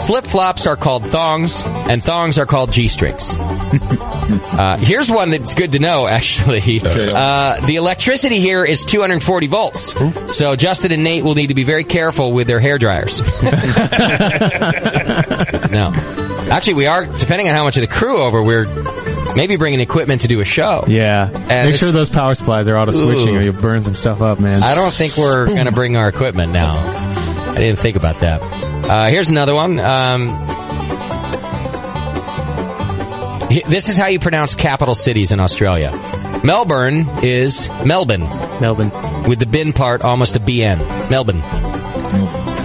Speaker 11: Flip flops are called thongs, and thongs are called G strings. Uh, here's one that's good to know, actually. Uh, the electricity here is 240 volts. So Justin and Nate will need to be very careful with their hair dryers. no. Actually, we are, depending on how much of the crew over, we're Maybe bringing equipment to do a show.
Speaker 3: Yeah. Make
Speaker 11: it's-
Speaker 3: sure those power supplies are auto switching
Speaker 11: Ooh.
Speaker 3: or you'll burn some stuff up, man.
Speaker 11: I don't think we're going to bring our equipment now. I didn't think about that. Uh, here's another one. Um, he- this is how you pronounce capital cities in Australia. Melbourne is Melbourne.
Speaker 13: Melbourne.
Speaker 11: With the bin part almost a BN. Melbourne.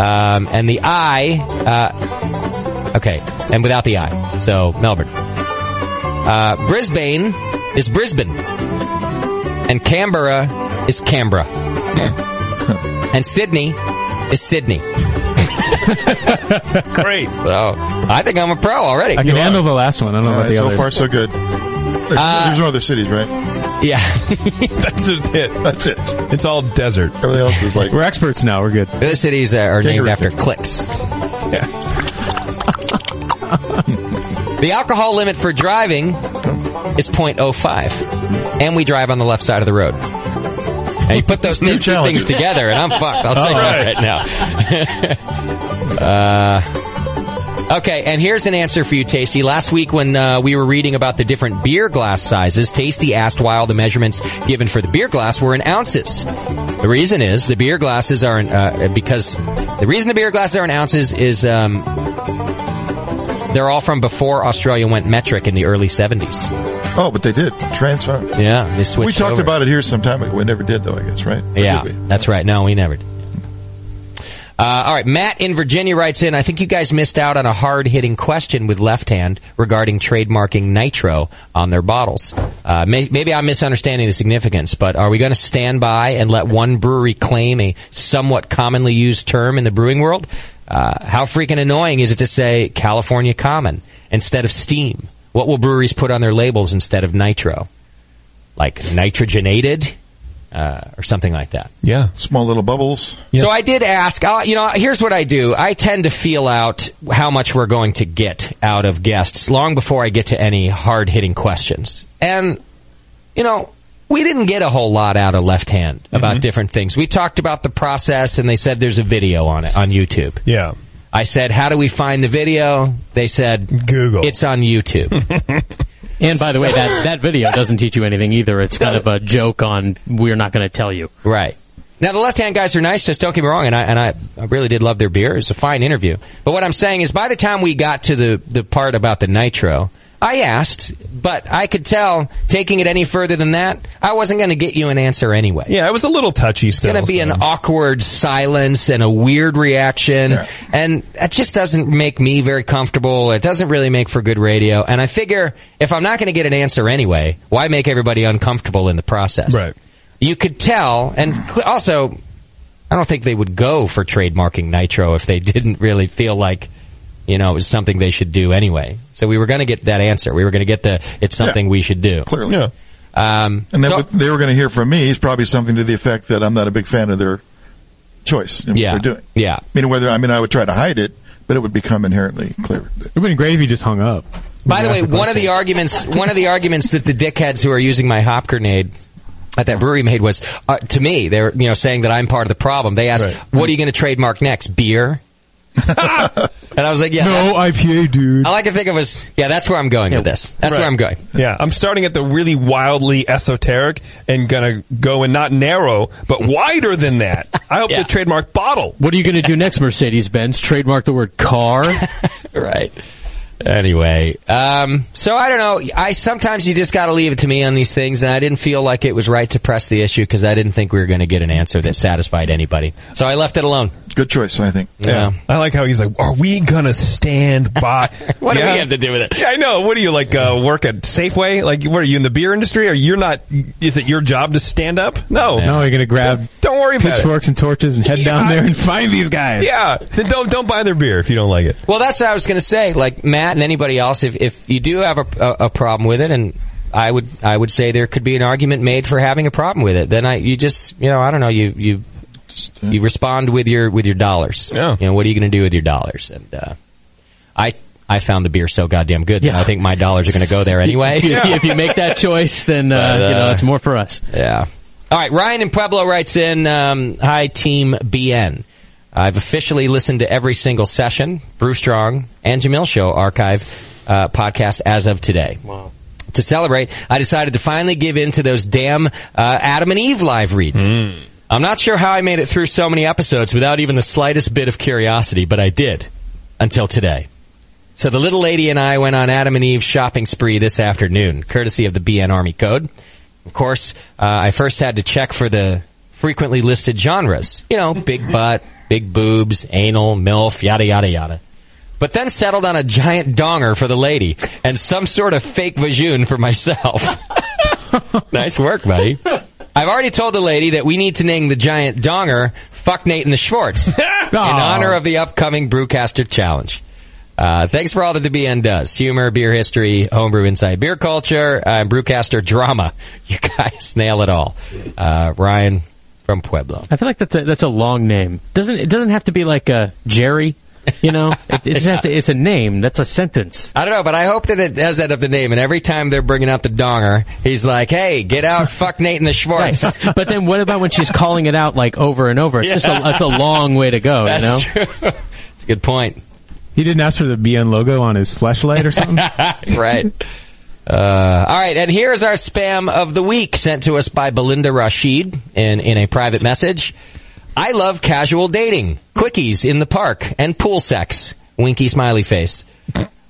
Speaker 11: Um, and the I, uh, okay, and without the I. So Melbourne. Uh, Brisbane is Brisbane and Canberra is Canberra, and Sydney is Sydney. Great. So I think I'm a pro already.
Speaker 3: I can handle the last one. I don't know about the
Speaker 5: so
Speaker 3: others.
Speaker 5: far, so good. There's,
Speaker 11: Uh,
Speaker 5: there's no other cities, right?
Speaker 11: Yeah.
Speaker 14: That's just it.
Speaker 5: That's it.
Speaker 14: It's all desert.
Speaker 5: Everything else is like.
Speaker 3: We're experts now. We're good.
Speaker 11: Those cities are, are named
Speaker 5: Kangaroo
Speaker 11: after
Speaker 5: thing.
Speaker 11: clicks. The alcohol limit for driving is 0.05, and we drive on the left side of the road. And you put those things, two things together, and I'm fucked. I'll tell you that right now. uh, okay, and here's an answer for you, Tasty. Last week, when uh, we were reading about the different beer glass sizes, Tasty asked why all the measurements given for the beer glass were in ounces. The reason is the beer glasses are in, uh, because the reason the beer glasses are in ounces is um, they're all from before Australia went metric in the early 70s.
Speaker 5: Oh, but they did transfer.
Speaker 11: Yeah, they
Speaker 5: We
Speaker 11: switched
Speaker 5: talked
Speaker 11: over.
Speaker 5: about it here some time ago. We never did, though. I guess, right? Or
Speaker 11: Yeah,
Speaker 5: did we?
Speaker 11: that's right. No, we never did. Uh, all right, Matt in Virginia writes in. I think you guys missed out on a hard-hitting question with Left Hand regarding trademarking nitro on their bottles. Uh, may, maybe I'm misunderstanding the significance, but are we going to stand by and let one brewery claim a somewhat commonly used term in the brewing world? Uh, how freaking annoying is it to say California Common instead of Steam? What will breweries put on their labels instead of nitro? Like nitrogenated uh, or something like that.
Speaker 14: Yeah.
Speaker 5: Small little bubbles.
Speaker 11: So I did ask, uh, you know, here's what I do. I tend to feel out how much we're going to get out of guests long before I get to any hard hitting questions. And, you know, we didn't get a whole lot out of left hand about different things. We talked about the process and they said there's a video on it on YouTube.
Speaker 14: Yeah.
Speaker 11: I said, how do we find the video? They said, Google. It's on YouTube.
Speaker 13: And by the way, that, that video doesn't teach you anything either. It's kind of a joke on we're not going to tell you.
Speaker 11: Right. Now the left hand guys are nice. Just don't get me wrong, and I and I, I really did love their beer. It was a fine interview. But what I'm saying is, by the time we got to the the part about the nitro, I asked, but I could tell taking it any further than that, I wasn't going to get you an answer anyway.
Speaker 14: Yeah, it was a little touchy
Speaker 11: It's
Speaker 14: still.
Speaker 11: going to be an awkward silence and a weird reaction, and that just doesn't make me very comfortable. It doesn't really make for good radio. And I figure if I'm not going to get an answer anyway, why make everybody uncomfortable in the process? Right. You could tell, and cl- also, I don't think they would go for trademarking Nitro if they didn't really feel like. You know, it was something they should do anyway. So we were going to get that answer. We were going to get the it's something we should do.
Speaker 5: Clearly.
Speaker 14: Yeah.
Speaker 11: Um,
Speaker 5: And then what they were going to hear from me is probably something to the effect that I'm not a big fan of their choice in
Speaker 11: Yeah.
Speaker 5: what they're doing.
Speaker 11: Yeah.
Speaker 5: I mean, whether I mean I would try to hide it, but it would become inherently clear.
Speaker 3: It would have been great if you just hung up.
Speaker 11: By the way, one of the arguments, one of the arguments that the dickheads who are using my hop grenade at that brewery made was, uh, to me, they were, you know, saying that I'm part of the problem. They asked, "What are you going to trademark next? Beer?" and I was like, "Yeah."
Speaker 3: no IPA, dude.
Speaker 11: I like to think of as, yeah, that's where I'm going with this. That's where I'm going.
Speaker 14: Yeah, I'm starting at the really wildly esoteric and gonna go and not narrow, but
Speaker 11: Mm.
Speaker 14: wider than that. I hope the trademark bottle.
Speaker 13: What are you going to do next, Mercedes Benz? Trademark the word car?
Speaker 11: right. Anyway, um, so I don't know. I sometimes you just got to leave it to me on these things, and I didn't feel like it was right to press the issue because I didn't think we were going to get an answer that satisfied anybody. So I left it alone.
Speaker 5: Good choice, I think.
Speaker 11: Yeah.
Speaker 14: I like how he's like, "Are we gonna stand by?"
Speaker 11: What do we
Speaker 14: Yeah.
Speaker 11: have to do with it?
Speaker 14: Yeah, I know. What do you like? Uh, work at Safeway? Like, what are you in the beer industry? Or you're not? Is it your job to stand up? No.
Speaker 3: No, you're going to grab
Speaker 14: Don't worry about it.
Speaker 3: pitchforks and torches and head down there and find these guys.
Speaker 14: Yeah. Then don't don't buy their beer if you don't like it.
Speaker 11: Well, that's what I was going to say. Like Matt and anybody else, if if you do have a, a, a problem with it, and I would I would say there could be an argument made for having a problem with it. Then I you just you know I don't know you you you respond with your with your dollars. Yeah. You know what are you going to do with your dollars? And uh, I I found the beer so goddamn good that I think my dollars are going to go there anyway.
Speaker 13: if, you, if you make that choice, then uh,
Speaker 11: But, uh,
Speaker 13: you know it's more for us.
Speaker 11: Yeah. All right, Ryan in Pueblo writes in, um, "Hi Team BN. I've officially listened to every single session, Brew Strong and Jamil Show archive uh, podcast as of today. Wow. to celebrate, I decided to finally give in to those damn uh, Adam and Eve live reads. I'm not sure how I made it through so many episodes without even the slightest bit of curiosity, but I did until today. So the little lady and I went on Adam and Eve shopping spree this afternoon, courtesy of the BN Army Code. Of course, uh, I first had to check for the frequently listed genres. You know, big butt, big boobs, anal, MILF, yada, yada, yada. But then settled on a giant donger for the lady and some sort of fake vajoon for myself. nice work, buddy. I've already told the lady that we need to name the giant donger Fuck Nate and the Schwartz in honor of the upcoming Brewcaster Challenge. Uh, thanks for all that the BN does. Humor, beer history, homebrew inside beer culture, uh, and brewcaster drama. You guys nail it all. Uh, Ryan from Pueblo.
Speaker 13: I feel like that's a that's a long name. Doesn't it doesn't have to be like a Jerry, you know? It, it just has to, it's a name. That's a sentence.
Speaker 11: I don't know, but I hope that it has that of the name. And every time they're bringing out the donger, he's like, "Hey, get out, fuck Nate and the Schwartz."
Speaker 13: But then what about when she's calling it out like over and over? It's just a,
Speaker 11: Yeah.
Speaker 13: it's a long way to go,
Speaker 11: That's
Speaker 13: you know?
Speaker 11: true. It's a good point.
Speaker 3: He didn't ask for the BN logo on his flashlight or something.
Speaker 11: right. Uh, all right, and here's our spam of the week sent to us by Belinda Rashid in, in a private message. I love casual dating, quickies in the park, and pool sex. Winky smiley face.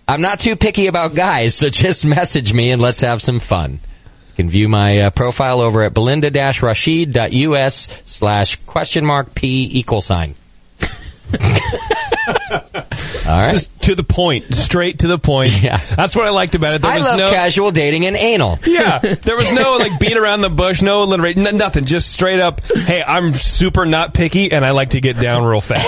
Speaker 11: I'm not too picky about guys, so just message me and let's have some fun. You can view my uh, profile over at belinda-rashid.us slash question mark p equal sign. All right.
Speaker 14: to the point, straight to the point. Yeah, that's what I liked about it. There
Speaker 11: I
Speaker 14: was
Speaker 11: love
Speaker 14: no
Speaker 11: casual dating and anal.
Speaker 14: Yeah, there was no like beat around the bush, no alliteration, n- nothing. Just straight up. Hey, I'm super not picky, and I like to get down real fast.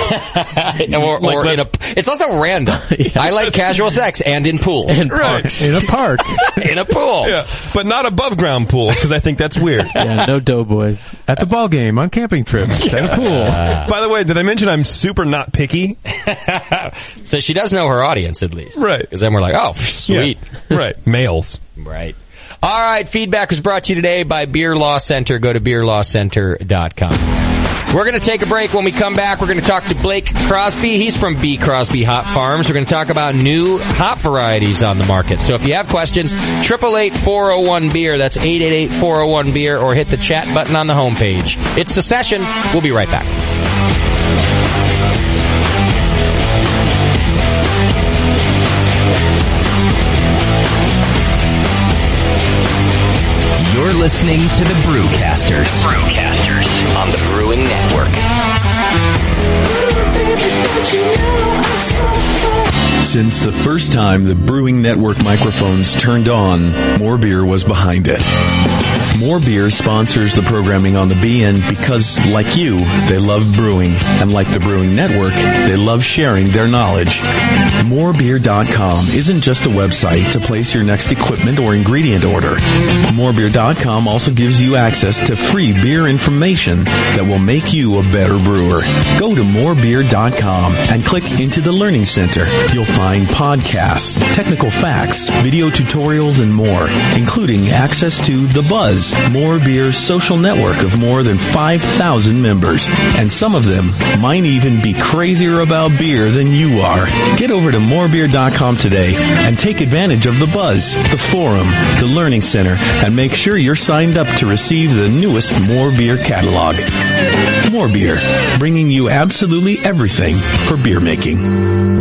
Speaker 11: or,
Speaker 14: Like,
Speaker 11: or in
Speaker 14: let's-
Speaker 11: a, it's also random. I like casual sex and in pools. In
Speaker 14: parks.
Speaker 3: In a park.
Speaker 11: in a pool.
Speaker 14: Yeah, but not above ground pools because I think that's weird.
Speaker 13: Yeah, no doughboys
Speaker 3: at the ball game on camping trips. At a pool.
Speaker 14: By the way, did I mention I'm super not picky?
Speaker 11: so she does know her audience at least.
Speaker 14: Right.
Speaker 11: Because then we're like, oh, sweet.
Speaker 14: Right. Males.
Speaker 11: Right. All right. Feedback was brought to you today by Beer Law Center. Go to beerlawcenter.com. We're going to take a break. When we come back, we're going to talk to Blake Crosby. He's from B. Crosby Hop Farms. We're going to talk about new hop varieties on the market. So if you have questions, 888-401-BEER. That's 888-401-BEER or hit the chat button on the homepage. It's the session. We'll be right back.
Speaker 10: You're listening to the Brewcasters. Brewcasters on the Brewing Network.
Speaker 1: Since the first time the Brewing Network microphones turned on, More Beer was behind it. More Beer sponsors the programming on the BN because, like you, they love brewing. And like the Brewing Network, they love sharing their knowledge. Morebeer.com isn't just a website to place your next equipment or ingredient order. Morebeer.com also gives you access to free beer information that will make you a better brewer. Go to morebeer.com and click into the Learning Center. You'll find podcasts, technical facts, video tutorials, and more, including access to The Buzz, More Beer's social network of more than 5,000 members. And some of them might even be crazier about beer than you are. Get over to morebeer.com today and take advantage of The Buzz, the forum, the Learning Center, and make sure you're signed up to receive the newest More Beer catalog. More Beer, bringing you absolutely everything for beer making.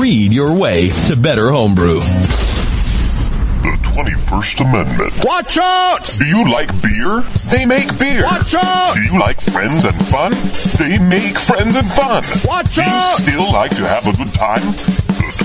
Speaker 10: read your way to better homebrew.
Speaker 16: The
Speaker 10: 21st Amendment. Watch out! Do you like beer? They make beer. Watch out! Do you like friends and fun? They make friends and fun. Watch out! Do you still like to have a good time? The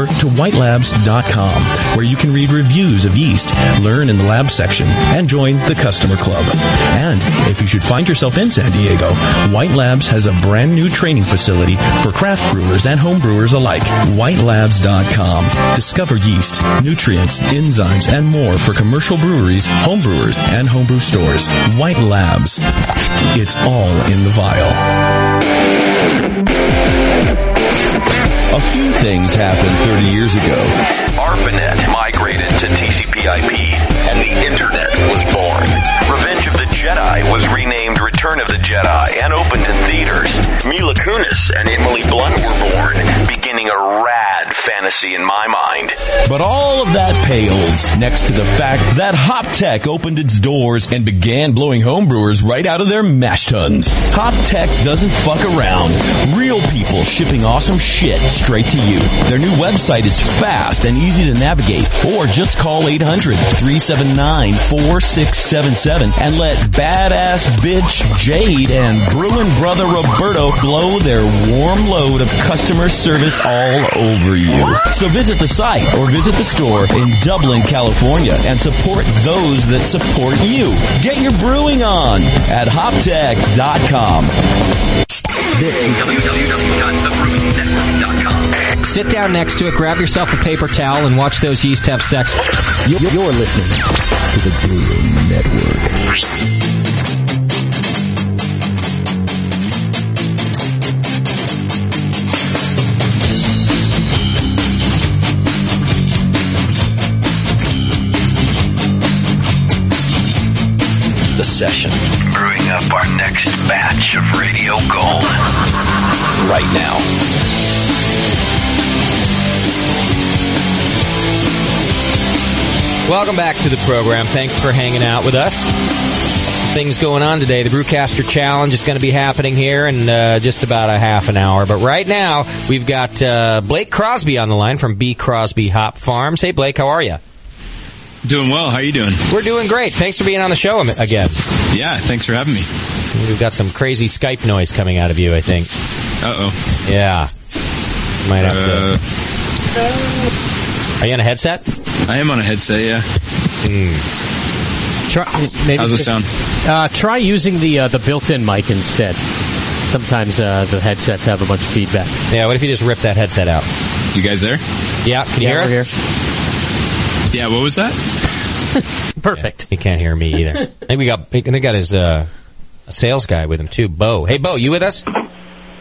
Speaker 1: to whitelabs.com where you can read reviews of yeast, learn in the lab section, and join the customer club. And if you should find yourself in San Diego, White Labs has a brand new training facility for craft brewers and home brewers alike. Whitelabs.com. Discover yeast, nutrients, enzymes, and more for commercial breweries, home brewers, and homebrew stores. White Labs. It's all in the vial.
Speaker 17: A few things happened 30 years ago.
Speaker 18: ARPANET migrated to TCP/IP, and the Internet was born. Revenge of the Jedi was renamed Return of the Jedi and opened in theaters. Mila Kunis and Emily Blunt were born, beginning a rad fantasy in my mind.
Speaker 17: But all of that pales next to the fact that HopTech opened its doors and began blowing homebrewers right out of their mash tuns. HopTech doesn't fuck around. Real people shipping awesome shit straight to you. Their new website is fast and easy to navigate, or just call 800-379-4677 and let badass bitch Jade and Bruin brother Roberto blow their warm load of customer service all over you. So visit the site or visit the store in Dublin, California and support those that support you. Get your brewing on at hoptech.com.
Speaker 18: This is www.thebrewingnetwork.com.
Speaker 19: Sit down next to it, grab yourself a paper towel, and watch those yeast have sex. You're listening to the Brewing Network.
Speaker 17: The session.
Speaker 18: Brewing up our next batch of radio gold.
Speaker 17: Right now.
Speaker 11: Welcome back to the program. Thanks for hanging out with us. Some Things going on today. The Brewcaster Challenge is going to be happening here in uh, just about a half an hour. But right now, we've got uh, Blake Crosby on the line from B. Crosby Hop Farms. Hey, Blake, how are you?
Speaker 6: Doing well. How you doing?
Speaker 11: We're doing great. Thanks for being on the show am- again.
Speaker 6: Yeah, thanks for having me.
Speaker 11: We've got some crazy Skype noise coming out of you, I think.
Speaker 6: Uh oh.
Speaker 11: Yeah. Might have
Speaker 6: Uh,
Speaker 11: to. Are you on a headset?
Speaker 6: I am on a headset. Yeah.
Speaker 13: Try, maybe
Speaker 6: How's it sound?
Speaker 13: Uh, try using the uh, the built-in mic instead. Sometimes uh, the headsets have a bunch of feedback.
Speaker 11: Yeah. What if you just rip that headset out?
Speaker 6: You guys there?
Speaker 11: Yeah. Can you
Speaker 13: Yeah,
Speaker 11: hear
Speaker 13: we're
Speaker 6: Yeah. What was that?
Speaker 11: Perfect. he can't hear me either. I think we got. I think they got his uh, sales guy with him too, Bo. Hey, Bo, you with us?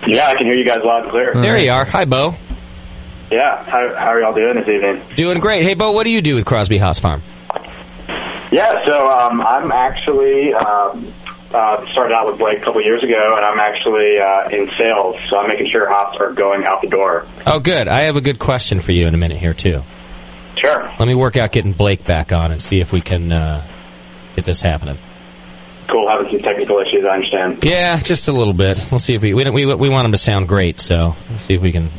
Speaker 20: Yeah, I can hear you guys loud and clear.
Speaker 11: There you are. Hi, Bo.
Speaker 20: Yeah, how, how are y'all doing this evening?
Speaker 11: Doing great. Hey, Bo, what do you do with Crosby House Farm?
Speaker 20: Yeah, so um, I'm actually um, uh, started out with Blake a couple years ago, and I'm actually uh, in sales, so I'm making sure hops are going out the door.
Speaker 11: Oh, good. I have a good question for you in a minute here too.
Speaker 20: Sure.
Speaker 11: Let me work out getting Blake back on and see if we can uh, get this happening.
Speaker 20: Cool. having some technical issues. I understand.
Speaker 11: Yeah, just a little bit. We'll see if we we don't- we, we want them to sound great, so let's see if we can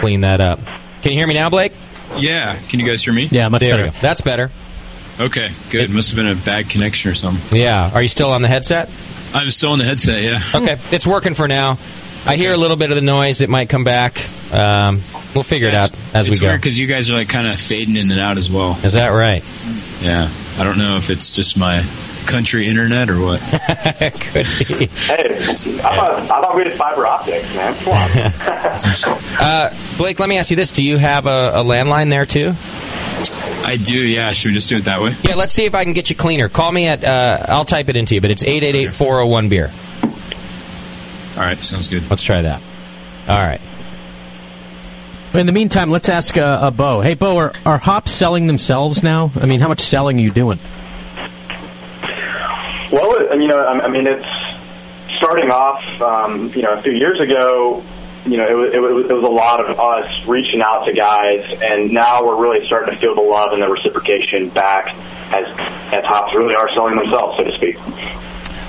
Speaker 11: clean that up. Can you hear me now, Blake?
Speaker 21: Yeah. Can you guys hear me?
Speaker 11: Yeah, much better. That's better.
Speaker 21: Okay, good. Must have been a bad connection or something.
Speaker 11: Yeah. Are you still on the headset?
Speaker 21: I'm still on the headset. Yeah.
Speaker 11: Okay, it's working for now. I hear a little bit of the noise. It might come back. Um, we'll figure it out as we
Speaker 21: it's
Speaker 11: go.
Speaker 21: because you guys are like kind of fading in and out as well.
Speaker 11: Is that right?
Speaker 21: Yeah. I don't know if it's just my country internet or what.
Speaker 11: Could be.
Speaker 20: Hey, I thought, I thought we had fiber optics, man. Come on.
Speaker 11: Uh, Blake, let me ask you this: Do you have a, a landline there too?
Speaker 21: I do. Yeah. Should we just do it that way?
Speaker 11: Yeah. Let's see if I can get you cleaner. Call me at. Uh, I'll type it into you, but it's eight eight eight four zero one beer.
Speaker 21: All right. Sounds good.
Speaker 11: Let's try that. All right.
Speaker 13: In the meantime, let's ask uh, uh, Bo. Hey, Bo, are, are hops selling themselves now? I mean, how much selling are you doing?
Speaker 20: Well, it- you know, I I mean, it's starting off. Um, you know, a few years ago, you know, it was, it, was, it was a lot of us reaching out to guys, and now we're really starting to feel the love and the reciprocation back as as hops really are selling themselves, so to speak.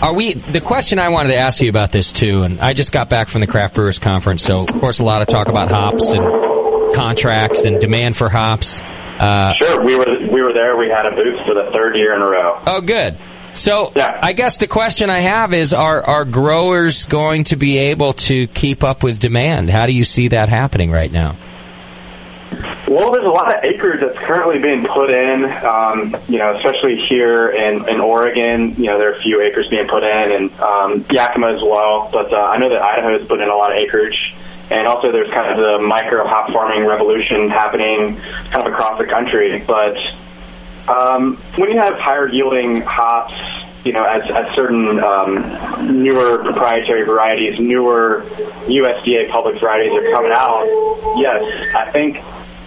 Speaker 11: Are we? The question I wanted to ask you about this too, and I just got back from the craft brewers conference, so of course a lot of talk about hops and contracts and demand for hops. Uh,
Speaker 20: Sure, we were we were there. We had a booth for the third year in a row.
Speaker 11: Oh, good. So I guess the question I have is: Are are growers going to be able to keep up with demand? How do you see that happening right now?
Speaker 20: Well, there's a lot of acreage that's currently being put in, um, you know, especially here in, in Oregon. You know, there are a few acres being put in, and um, Yakima as well. But uh, I know that Idaho's put in a lot of acreage. And also, there's kind of the micro hop farming revolution happening kind of across the country. But um, when you have higher yielding hops, you know, as, as certain um, newer proprietary varieties, newer USDA public varieties are coming out, yes, I think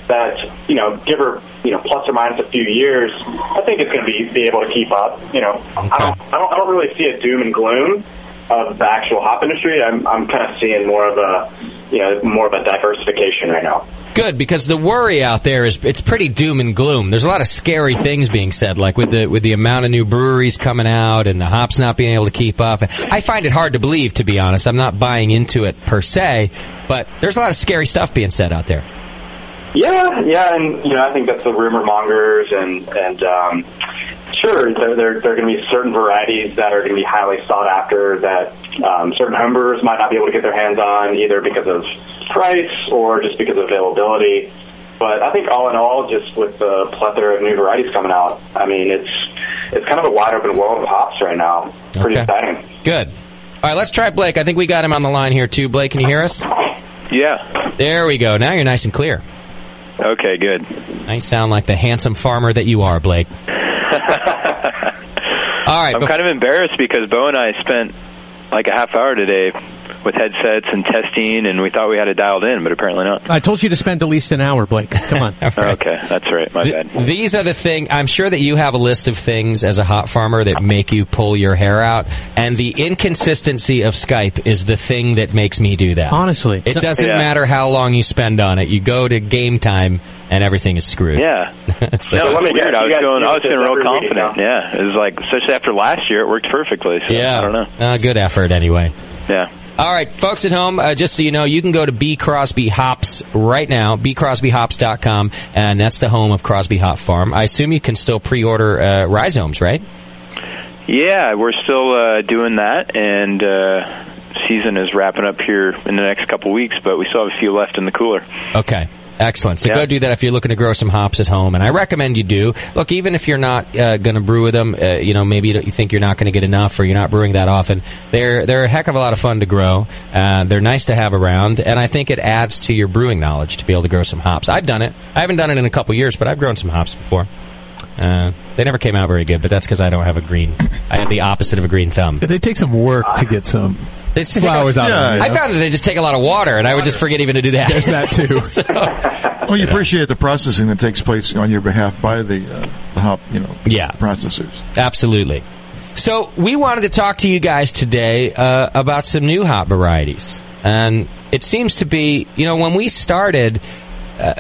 Speaker 20: that, you know, give or, you know, plus or minus a few years, I think it's going to be, be able to keep up. You know, I, don't, I, don't, I don't really see a doom and gloom of the actual hop industry. I'm, I'm kind of seeing more of a, you know, more of a diversification right now.
Speaker 11: Good, because the worry out there is it's pretty doom and gloom. There's a lot of scary things being said, like with the with the amount of new breweries coming out and the hops not being able to keep up. I find it hard to believe, to be honest. I'm not buying into it per se, but there's a lot of scary stuff being said out there.
Speaker 20: Yeah, yeah, and you know, I think that's the rumor mongers, and and um, sure, there there, there are going to be certain varieties that are going to be highly sought after that um, certain homebrewers might not be able to get their hands on either because of price or just because of availability. But I think all in all, just with the plethora of new varieties coming out, I mean, it's it's kind of a wide open world of hops right now. Pretty
Speaker 11: Okay.
Speaker 20: exciting.
Speaker 11: Good. All right, let's try Blake. I think we got him on the line here too. Blake, can you hear us?
Speaker 6: Yeah.
Speaker 11: There we go. Now you're nice and clear.
Speaker 6: Okay, good.
Speaker 11: Now you sound like the handsome farmer that you are, Blake. All right.
Speaker 6: I'm kind of embarrassed because Bo and I spent like a half hour today with headsets and testing, and we thought we had it dialed in, but apparently not.
Speaker 13: I told you to spend at least an hour, Blake. Come on.
Speaker 6: Okay, that's right. My bad.
Speaker 11: These are the thing. I'm sure that you have a list of things as a hot farmer that make you pull your hair out, and the inconsistency of Skype is the thing that makes me do that.
Speaker 13: Honestly,
Speaker 11: it doesn't
Speaker 6: Yeah.
Speaker 11: matter how long you spend on it. You go to game time, and everything is screwed.
Speaker 6: Yeah.
Speaker 11: It's
Speaker 6: No,
Speaker 11: like-
Speaker 6: it's weird. I was going. I was feeling real confident. Yeah, it was like, especially after last year, it worked perfectly. So
Speaker 11: Yeah.
Speaker 6: I don't know.
Speaker 11: Uh, good effort, anyway.
Speaker 6: Yeah.
Speaker 11: All right, folks at home, uh, just so you know, you can go to B Crosby Hops right now, bcrosbyhops.com, and that's the home of Crosby Hop Farm. I assume you can still pre-order uh, rhizomes, right?
Speaker 6: Yeah, we're still uh, doing that, and uh, season is wrapping up here in the next couple weeks, but we still have a few left in the cooler.
Speaker 11: Okay. Excellent. So go do that if you're looking to grow some hops at home, and I recommend you do. Look, even if you're not uh, going to brew with them, uh, you know maybe you don't- you think you're not going to get enough, or you're not brewing that often. They're they're a heck of a lot of fun to grow. Uh, they're nice to have around, and I think it adds to your brewing knowledge to be able to grow some hops. I've done it. I haven't done it in a couple years, but I've grown some hops before. Uh, they never came out very good, but that's because I don't have a green. I have the opposite of a green thumb.
Speaker 3: They take some work to get some
Speaker 11: They just take
Speaker 3: flowers
Speaker 11: a-
Speaker 3: out. of
Speaker 11: I
Speaker 3: them, you know?
Speaker 11: found that they just take a lot of water, and I would just forget even to do that.
Speaker 3: There's that too.
Speaker 5: Well, you appreciate the processing that takes place on your behalf by the, uh, the hop, you know,
Speaker 11: Yeah.
Speaker 5: processors.
Speaker 11: Absolutely. So we wanted to talk to you guys today uh, about some new hop varieties, and it seems to be you know when we started uh,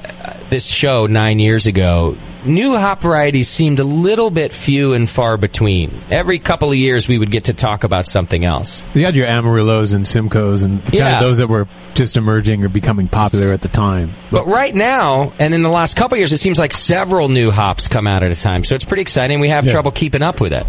Speaker 11: this show nine years ago, new hop varieties seemed a little bit few and far between. Every couple of years, we would get to talk about something else.
Speaker 3: You had your Amarillos and Simcoes and kind
Speaker 11: Yeah.
Speaker 3: of those that were just emerging or becoming popular at the time.
Speaker 11: But right now, and in the last couple of years, it seems like several new hops come out at a time. So it's pretty exciting. We have trouble keeping up with it.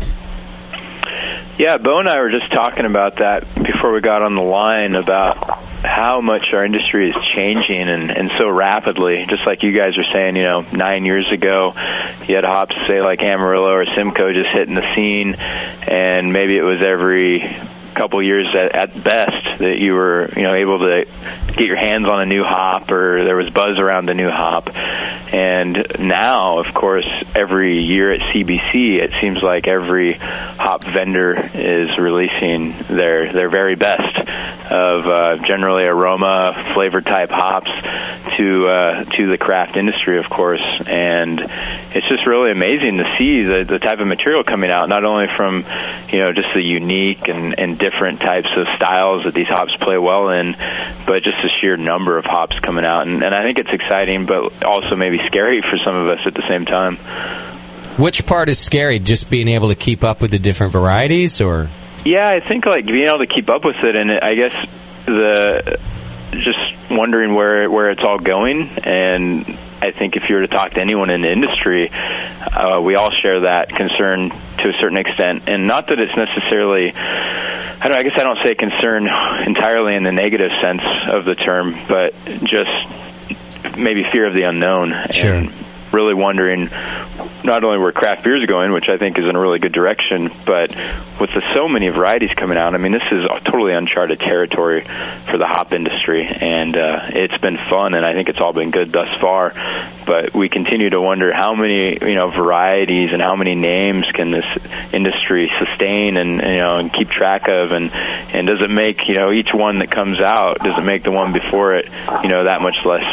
Speaker 6: Yeah, Bo and I were just talking about that before we got on the line about how much our industry is changing and, and so rapidly. Just like you guys are saying, you know, nine years ago, you had hops, say, like Amarillo or Simcoe just hitting the scene, and maybe it was every couple years at, at best that you were you know able to get your hands on a new hop or there was buzz around the new hop and now of course every year at CBC it seems like every hop vendor is releasing their their very best of uh, generally aroma flavor type hops to uh, to the craft industry of course and it's just really amazing to see the, the type of material coming out not only from you know just the unique and, and different types of styles that these hops play well in but just the sheer number of hops coming out and, and I think it's exciting but also maybe scary for some of us at the same time
Speaker 11: Which part is scary? Just being able to keep up with the different varieties, or
Speaker 6: Yeah, I think like being able to keep up with it, and I guess the just wondering where where it's all going, and I think if you were to talk to anyone in the industry, uh, we all share that concern to a certain extent, and not that it's necessarily. I don't. I guess I don't say concern entirely in the negative sense of the term, but just maybe fear of the unknown. And really wondering not only where craft beers are going, which I think is in a really good direction, but with the so many varieties coming out, I mean, this is totally uncharted territory for the hop industry, and uh, it's been fun, and I think it's all been good thus far. But we continue to wonder how many you know varieties and how many names can this industry sustain and you know and keep track of, and and does it make you know each one that comes out does it make the one before it you know that much less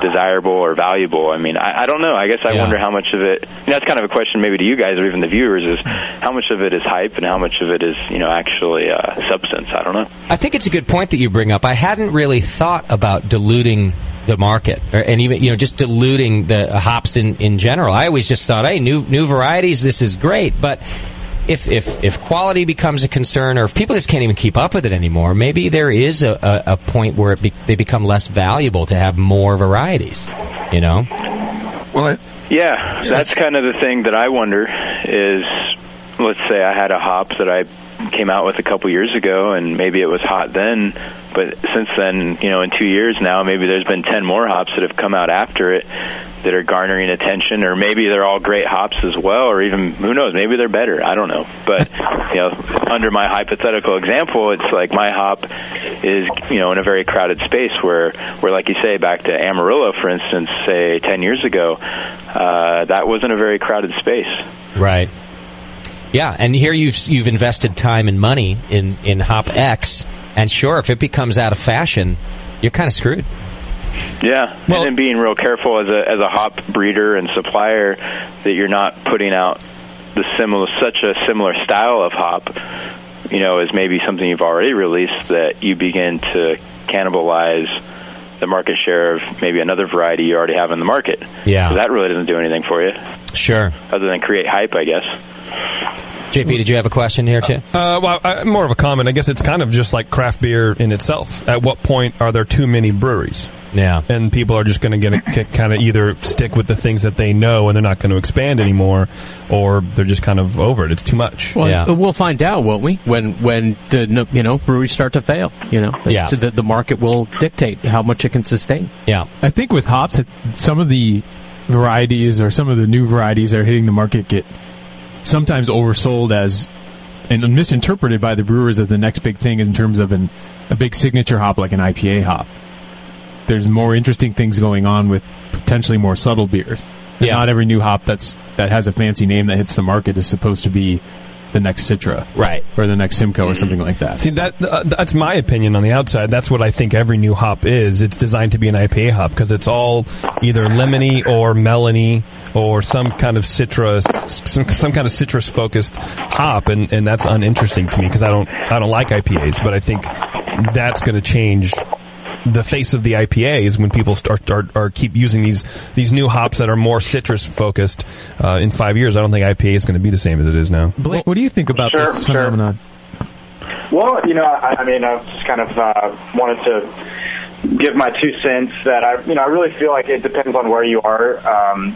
Speaker 6: desirable or valuable. I mean, I, I don't know. I guess I wonder how much of it. You know, that's kind of a question maybe to you guys or even the viewers is how much of it is hype and how much of it is you know actually uh, substance. I don't know.
Speaker 11: I think it's a good point that you bring up. I hadn't really thought about diluting the market, or, and even you know just diluting the hops in, in general. I always just thought, hey, new new varieties, this is great. But if if if quality becomes a concern, or if people just can't even keep up with it anymore, maybe there is a, a, a point where it be, they become less valuable to have more varieties. You know,
Speaker 5: Well,
Speaker 6: Yeah, that's kind of the thing that I wonder is let's say I had a hop that I came out with a couple years ago and maybe it was hot then, but since then, you know, in 2 years now, maybe there's been 10 more hops that have come out after it that are garnering attention or maybe they're all great hops as well or even who knows, maybe they're better. I don't know. But, you know, under my hypothetical example, it's like my hop is, you know, in a very crowded space where where like you say back to Amarillo for instance, say 10 years ago, uh, that wasn't a very crowded space.
Speaker 11: Right. Yeah, and here you've you've invested time and money in in Hop X, and sure, if it becomes out of fashion, you're kind of screwed.
Speaker 6: Yeah, and then being real careful as a as a hop breeder and supplier that you're not putting out the similar such a similar style of hop, you know, as maybe something you've already released that you begin to cannibalize the market share of maybe another variety you already have in the market.
Speaker 11: Yeah.
Speaker 6: so that really doesn't do anything for you
Speaker 11: Sure.
Speaker 6: other than create hype, I guess.
Speaker 11: JP, did you have a question here too?
Speaker 14: Uh, well, I, more of a comment. I guess it's kind of just like craft beer in itself. At what point are there too many breweries?
Speaker 11: Yeah,
Speaker 14: and people are just going to get kind of either stick with the things that they know and they're not going to expand anymore, or they're just kind of over it. It's too much.
Speaker 13: Well, uh, we'll find out, won't we? When when the you know breweries start to fail, you know,
Speaker 3: Yeah.
Speaker 13: So the, the market will dictate how much it can sustain.
Speaker 11: Yeah.
Speaker 3: I think with hops, it- some of the varieties or some of the new varieties that are hitting the market get sometimes oversold as and misinterpreted by the brewers as the next big thing in terms of an, a big signature hop like an IPA hop. There's more interesting things going on with potentially more subtle beers. And Not every new hop that's that has a fancy name that hits the market is supposed to be the next Citra,
Speaker 11: right,
Speaker 3: or the next Simcoe or something like that.
Speaker 14: See that uh, that's my opinion on the outside. That's what I think every new hop is. It's designed to be an IPA hop because it's all either lemony or melony or some kind of citrus, some, some kind of citrus focused hop, and, and that's uninteresting to me because I don't I don't like IPAs. But I think that's going to change the face of the IPA is when people start, start or keep using these these new hops that are more citrus focused. Uh, in five years, I don't think IPA is going to be the same as it is now.
Speaker 3: Blake, what do you think about
Speaker 14: Sure,
Speaker 3: this
Speaker 14: sure.
Speaker 3: phenomenon?
Speaker 20: Well, you know, I, I mean, I've just kind of uh, wanted to give my two cents that I, you know, I really feel like it depends on where you are um,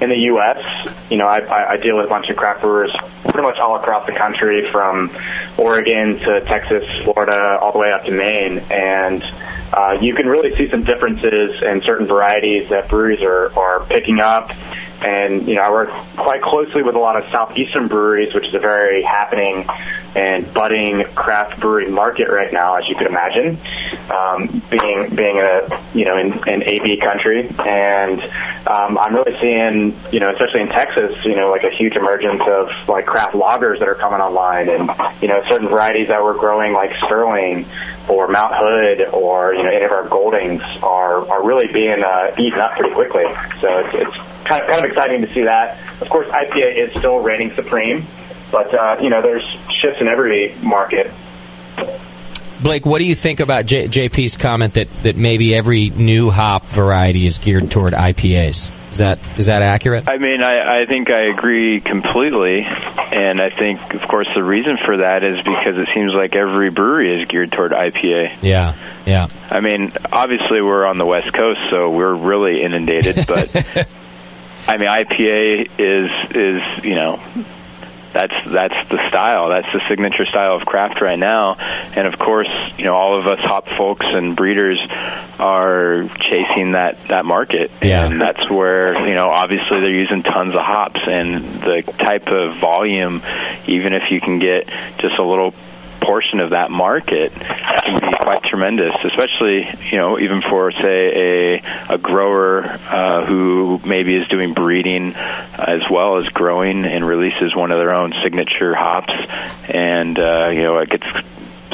Speaker 20: in the U.S. You know, I, I, I deal with a bunch of craft brewers pretty much all across the country, from Oregon to Texas, Florida, all the way up to Maine, and uh, you can really see some differences in certain varieties that breweries are, are picking up. And you know, I work quite closely with a lot of southeastern breweries, which is a very happening and budding craft brewing market right now, as you could imagine, um, being being a you know in, in AB country, and um, I'm really seeing you know especially in Texas, you know like a huge emergence of like craft lagers that are coming online, and you know certain varieties that we're growing like Sterling or Mount Hood or you know any of our Goldings are are really being uh, eaten up pretty quickly. So it's, it's kind of kind of exciting to see that. Of course, IPA is still reigning supreme. But uh, you know, there's shifts in every market.
Speaker 11: Blake, what do you think about J- JP's comment that, that maybe every new hop variety is geared toward IPAs? Is that is that accurate?
Speaker 6: I mean, I, I think I agree completely, and I think, of course, the reason for that is because it seems like every brewery is geared toward IPA.
Speaker 11: Yeah, yeah.
Speaker 6: I mean, obviously we're on the West Coast, so we're really inundated. But I mean, IPA is is you know that's that's the style, that's the signature style of craft right now. And of course, you know, all of us hop folks and breeders are chasing that that market,
Speaker 11: Yeah.
Speaker 6: and that's where you know obviously they're using tons of hops and the type of volume, even if you can get just a little portion of that market can be quite tremendous, especially you know even for say a a grower uh, who maybe is doing breeding as well as growing and releases one of their own signature hops, and uh, you know it gets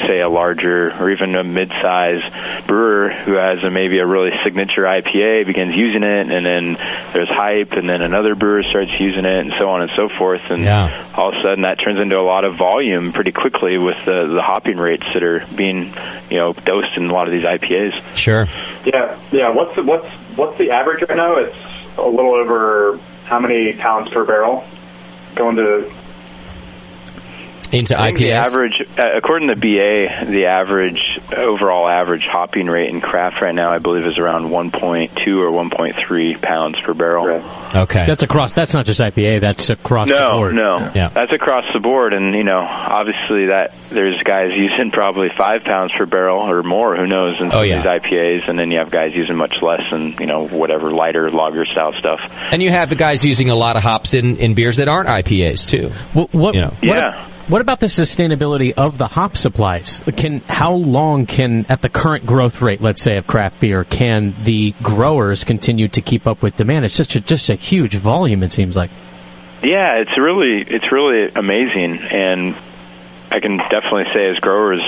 Speaker 6: say a larger or even a mid-size brewer who has a, maybe a really signature IPA begins using it and then there's hype and then another brewer starts using it and so on and so forth and
Speaker 11: Yeah.
Speaker 6: all of a sudden that turns into a lot of volume pretty quickly with the, the hopping rates that are being you know dosed in a lot of these IPAs.
Speaker 11: Sure.
Speaker 20: Yeah, yeah. What's the, what's what's the average right now? It's a little over how many pounds per barrel going to
Speaker 11: Into
Speaker 6: I think the
Speaker 11: IPAs?
Speaker 6: average, uh, according to BA, the average overall average hopping rate in craft right now, I believe, is around 1.2 or 1.3 pounds per barrel.
Speaker 11: Okay.
Speaker 13: That's across. That's not just IPA. That's across
Speaker 6: no,
Speaker 13: the board.
Speaker 6: No,
Speaker 13: Yeah.
Speaker 6: that's across the board, and you know, obviously that there's guys using probably five pounds per barrel or more. Who knows? In some
Speaker 11: Oh,
Speaker 6: of
Speaker 11: yeah.
Speaker 6: these IPAs, and then you have guys using much less, and you know, whatever lighter lager style stuff.
Speaker 11: And you have the guys using a lot of hops in, in beers that aren't IPAs too.
Speaker 13: What? what
Speaker 11: You know.
Speaker 6: Yeah.
Speaker 13: What about the sustainability of the hop supplies? Can how long can at the current growth rate, let's say, of craft beer, can the growers continue to keep up with demand? It's such a, just a huge volume. It seems like.
Speaker 6: Yeah, it's really it's really amazing, and I can definitely say as growers,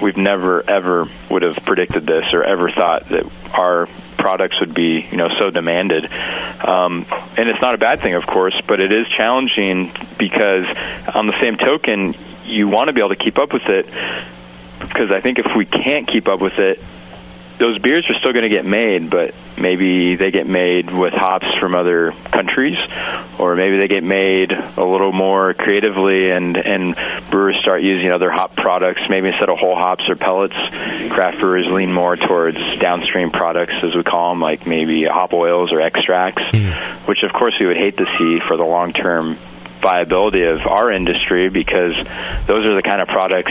Speaker 6: we've never ever would have predicted this or ever thought that our products would be you know so demanded. Um, and it's not a bad thing, of course, but it is challenging because on the same token, you want to be able to keep up with it because I think if we can't keep up with it, those beers are still going to get made, but maybe they get made with hops from other countries, or maybe they get made a little more creatively, and and brewers start using other hop products. Maybe instead of whole hops or pellets, craft brewers lean more towards downstream products, as we call them, like maybe hop oils or extracts, which of course we would hate to see for the long term viability of our industry because those are the kind of products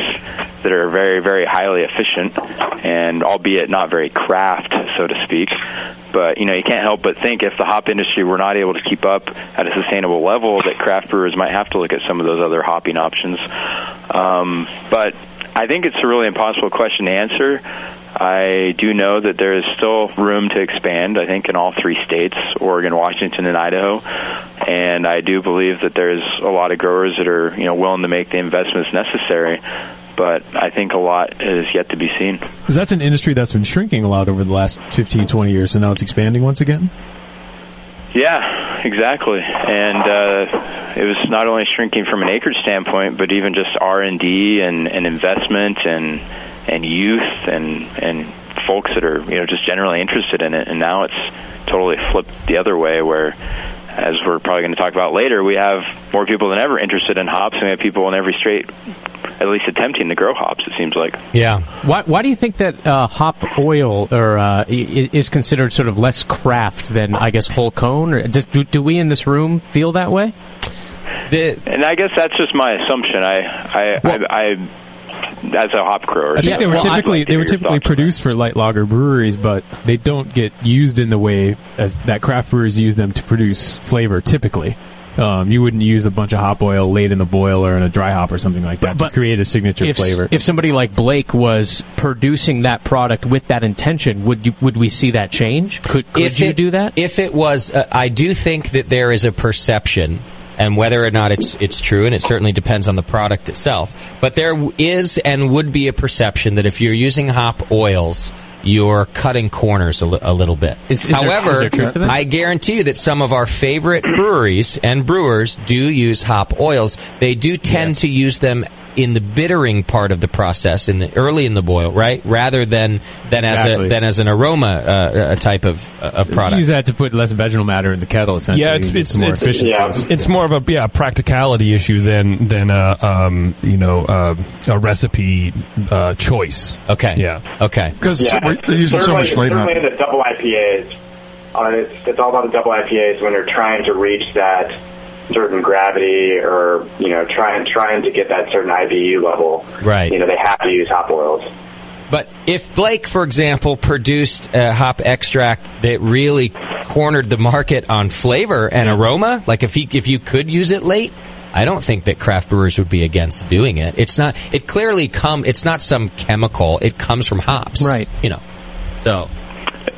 Speaker 6: that are very, very highly efficient and albeit not very craft, so to speak. But, you know, you can't help but think if the hop industry were not able to keep up at a sustainable level that craft brewers might have to look at some of those other hopping options. Um, but I think it's a really impossible question to answer. I do know that there is still room to expand, I think, in all three states Oregon, Washington, and Idaho. And I do believe that there's a lot of growers that are you know, willing to make the investments necessary. But I think a lot is yet to be seen.
Speaker 3: Because that's an industry that's been shrinking a lot over the last 15, 20 years, and now it's expanding once again.
Speaker 6: Yeah, exactly. And uh, it was not only shrinking from an acreage standpoint, but even just R and D and and investment and and youth and and folks that are you know just generally interested in it. And now it's totally flipped the other way, where as we're probably going to talk about later, we have more people than ever interested in hops, and we have people in every state at least attempting to grow hops. It seems like.
Speaker 13: Yeah. Why, why do you think that uh, hop oil or uh, i- i- is considered sort of less craft than I guess whole cone? Or do, do, do we in this room feel that way?
Speaker 6: and I guess that's just my assumption. I I I, I as a hop grower,
Speaker 3: I think they were typically they were typically produced for light lager breweries, but they don't get used in the way as that craft brewers use them to produce flavor. Typically, um, you wouldn't use a bunch of hop oil late in the boil or in a dry hop or something like that to create a signature
Speaker 13: If,
Speaker 3: flavor.
Speaker 13: if somebody like Blake was producing that product with that intention, would you, would we see that change? Could, could
Speaker 11: if
Speaker 13: you
Speaker 11: it,
Speaker 13: do that?
Speaker 11: If it was, uh, I do think that there is a perception, and whether or not it's it's true, and it certainly depends on the product itself. But there w- is and would be a perception that if you're using hop oils. You're cutting corners a li- a little bit.
Speaker 13: Is- is there-
Speaker 11: However,
Speaker 13: is there truth to this?
Speaker 11: I guarantee you that some of our favorite breweries and brewers do use hop oils. They do tend to use them in the bittering part of the process, in the early in the boil, right? Rather than than as a,
Speaker 3: Exactly.
Speaker 11: than as an aroma uh, a type of of product.
Speaker 3: Use that to put less vegetal matter in the kettle. Essentially,
Speaker 14: Yeah, it's
Speaker 3: and get
Speaker 14: it's
Speaker 3: some more
Speaker 14: it's,
Speaker 3: efficiencies.
Speaker 14: it's more of a yeah practicality issue than than a um, you know uh, a recipe uh, choice.
Speaker 11: Okay.
Speaker 14: Yeah.
Speaker 11: Okay.
Speaker 20: certainly, Certainly the double IPAs. Are, it's, it's all about the double IPAs when they're trying to reach that certain gravity or, you know, trying trying to get that certain IBU level.
Speaker 11: Right.
Speaker 20: You know, they have to use hop oils.
Speaker 11: But if Blake, for example, produced a hop extract that really cornered the market on flavor and aroma, like if he if you could use it late, I don't think that craft brewers would be against doing it. It's not. It clearly come. It's not some chemical. It comes from hops. Right. You know. So.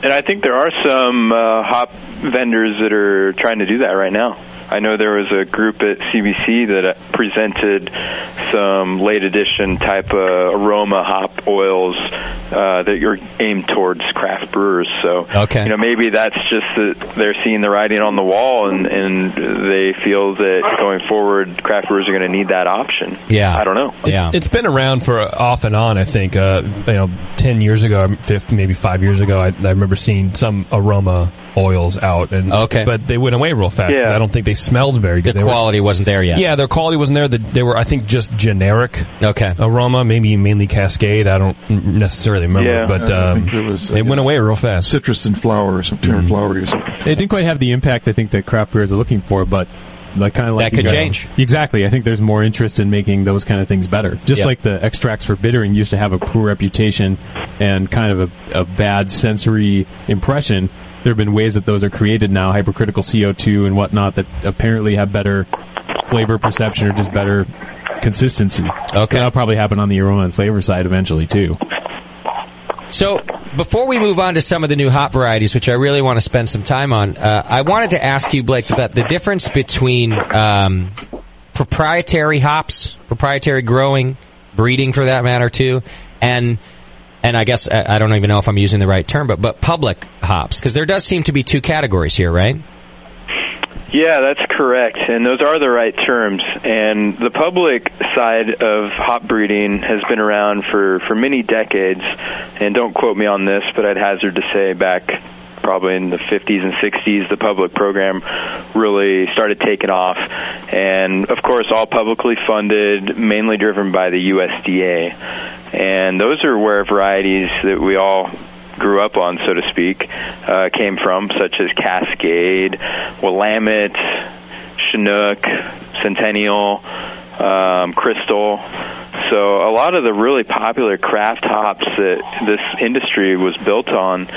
Speaker 6: And I think there are some uh, hop vendors that are trying to do that right now. I know there was a group at CBC that uh, presented some late edition type uh, aroma hop oils uh, that are aimed towards craft brewers. So
Speaker 11: Okay.
Speaker 6: you know maybe that's just that they're seeing the writing on the wall and, and they feel that going forward craft brewers are going to need that option.
Speaker 11: Yeah.
Speaker 6: I don't know.
Speaker 14: It's been around for uh, off and on. I think uh, you know, ten years ago, or fif- maybe five years ago, I, I remember seeing some aroma oils out, and
Speaker 11: Okay.
Speaker 14: but they went away real fast. 'cause
Speaker 11: Yeah.
Speaker 14: I don't think they smelled very good.
Speaker 11: The
Speaker 14: They were-
Speaker 11: quality wasn't there yet.
Speaker 14: Yeah, their quality wasn't there. The- They were, I think, just generic.
Speaker 11: Okay.
Speaker 14: Aroma, maybe mainly Cascade. I don't n- necessarily remember,
Speaker 5: Yeah.
Speaker 14: but
Speaker 5: I
Speaker 14: um,
Speaker 5: think it was, uh,
Speaker 14: it went away real fast.
Speaker 5: Citrus and flower or some turnip flower or something.
Speaker 3: Mm-hmm. It didn't quite have the impact I think that craft beers are looking for, but like kind of like
Speaker 5: That could
Speaker 3: you guys-
Speaker 5: change.
Speaker 3: Exactly. I think there's more interest in making those kind of things better. Just
Speaker 5: Yeah.
Speaker 3: like the extracts for bittering used to have a poor reputation and kind of a, a bad sensory impression. There have been ways that those are created now, hypercritical CO2 and whatnot, that apparently have better flavor perception or just better consistency. Okay, that'll probably happen on the aroma and flavor side eventually too.
Speaker 11: So before we move on to some of the new hop varieties, which I really want to spend some time on, uh, I wanted to ask you, Blake, about the difference between um, proprietary hops, proprietary growing, breeding for that matter too, and and I guess I, I don't even know if I'm using the right term, but but public hops, because there does seem to be two categories here, right?
Speaker 6: Yeah, that's correct. And those are the right terms. And the public side of hop breeding has been around for, for many decades. And don't quote me on this, but I'd hazard to say back probably in the 50s and 60s, the public program really started taking off. And of course, all publicly funded, mainly driven by the USDA. And those are where varieties that we all grew up on, so to speak, uh, came from, such as Cascade, Willamette, Chinook, Centennial, um, Crystal. So a lot of the really popular craft hops that this industry was built on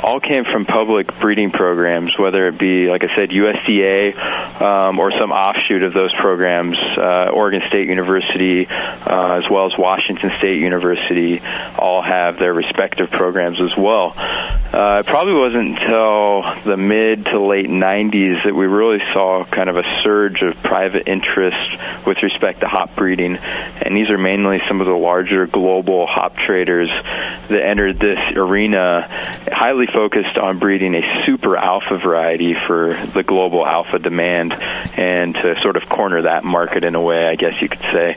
Speaker 6: all came from public breeding programs, whether it be, like I said, USDA um, or some offshoot of those programs, uh, Oregon State University, uh, as well as Washington State University, all have their respective programs as well. Uh, it probably wasn't until the mid to late 90s that we really saw kind of a surge of private interest with respect to hop breeding. And these are mainly some of the larger global hop traders that entered this arena highly focused on breeding a super alpha variety for the global alpha demand and to sort of corner that market in a way, I guess you could say.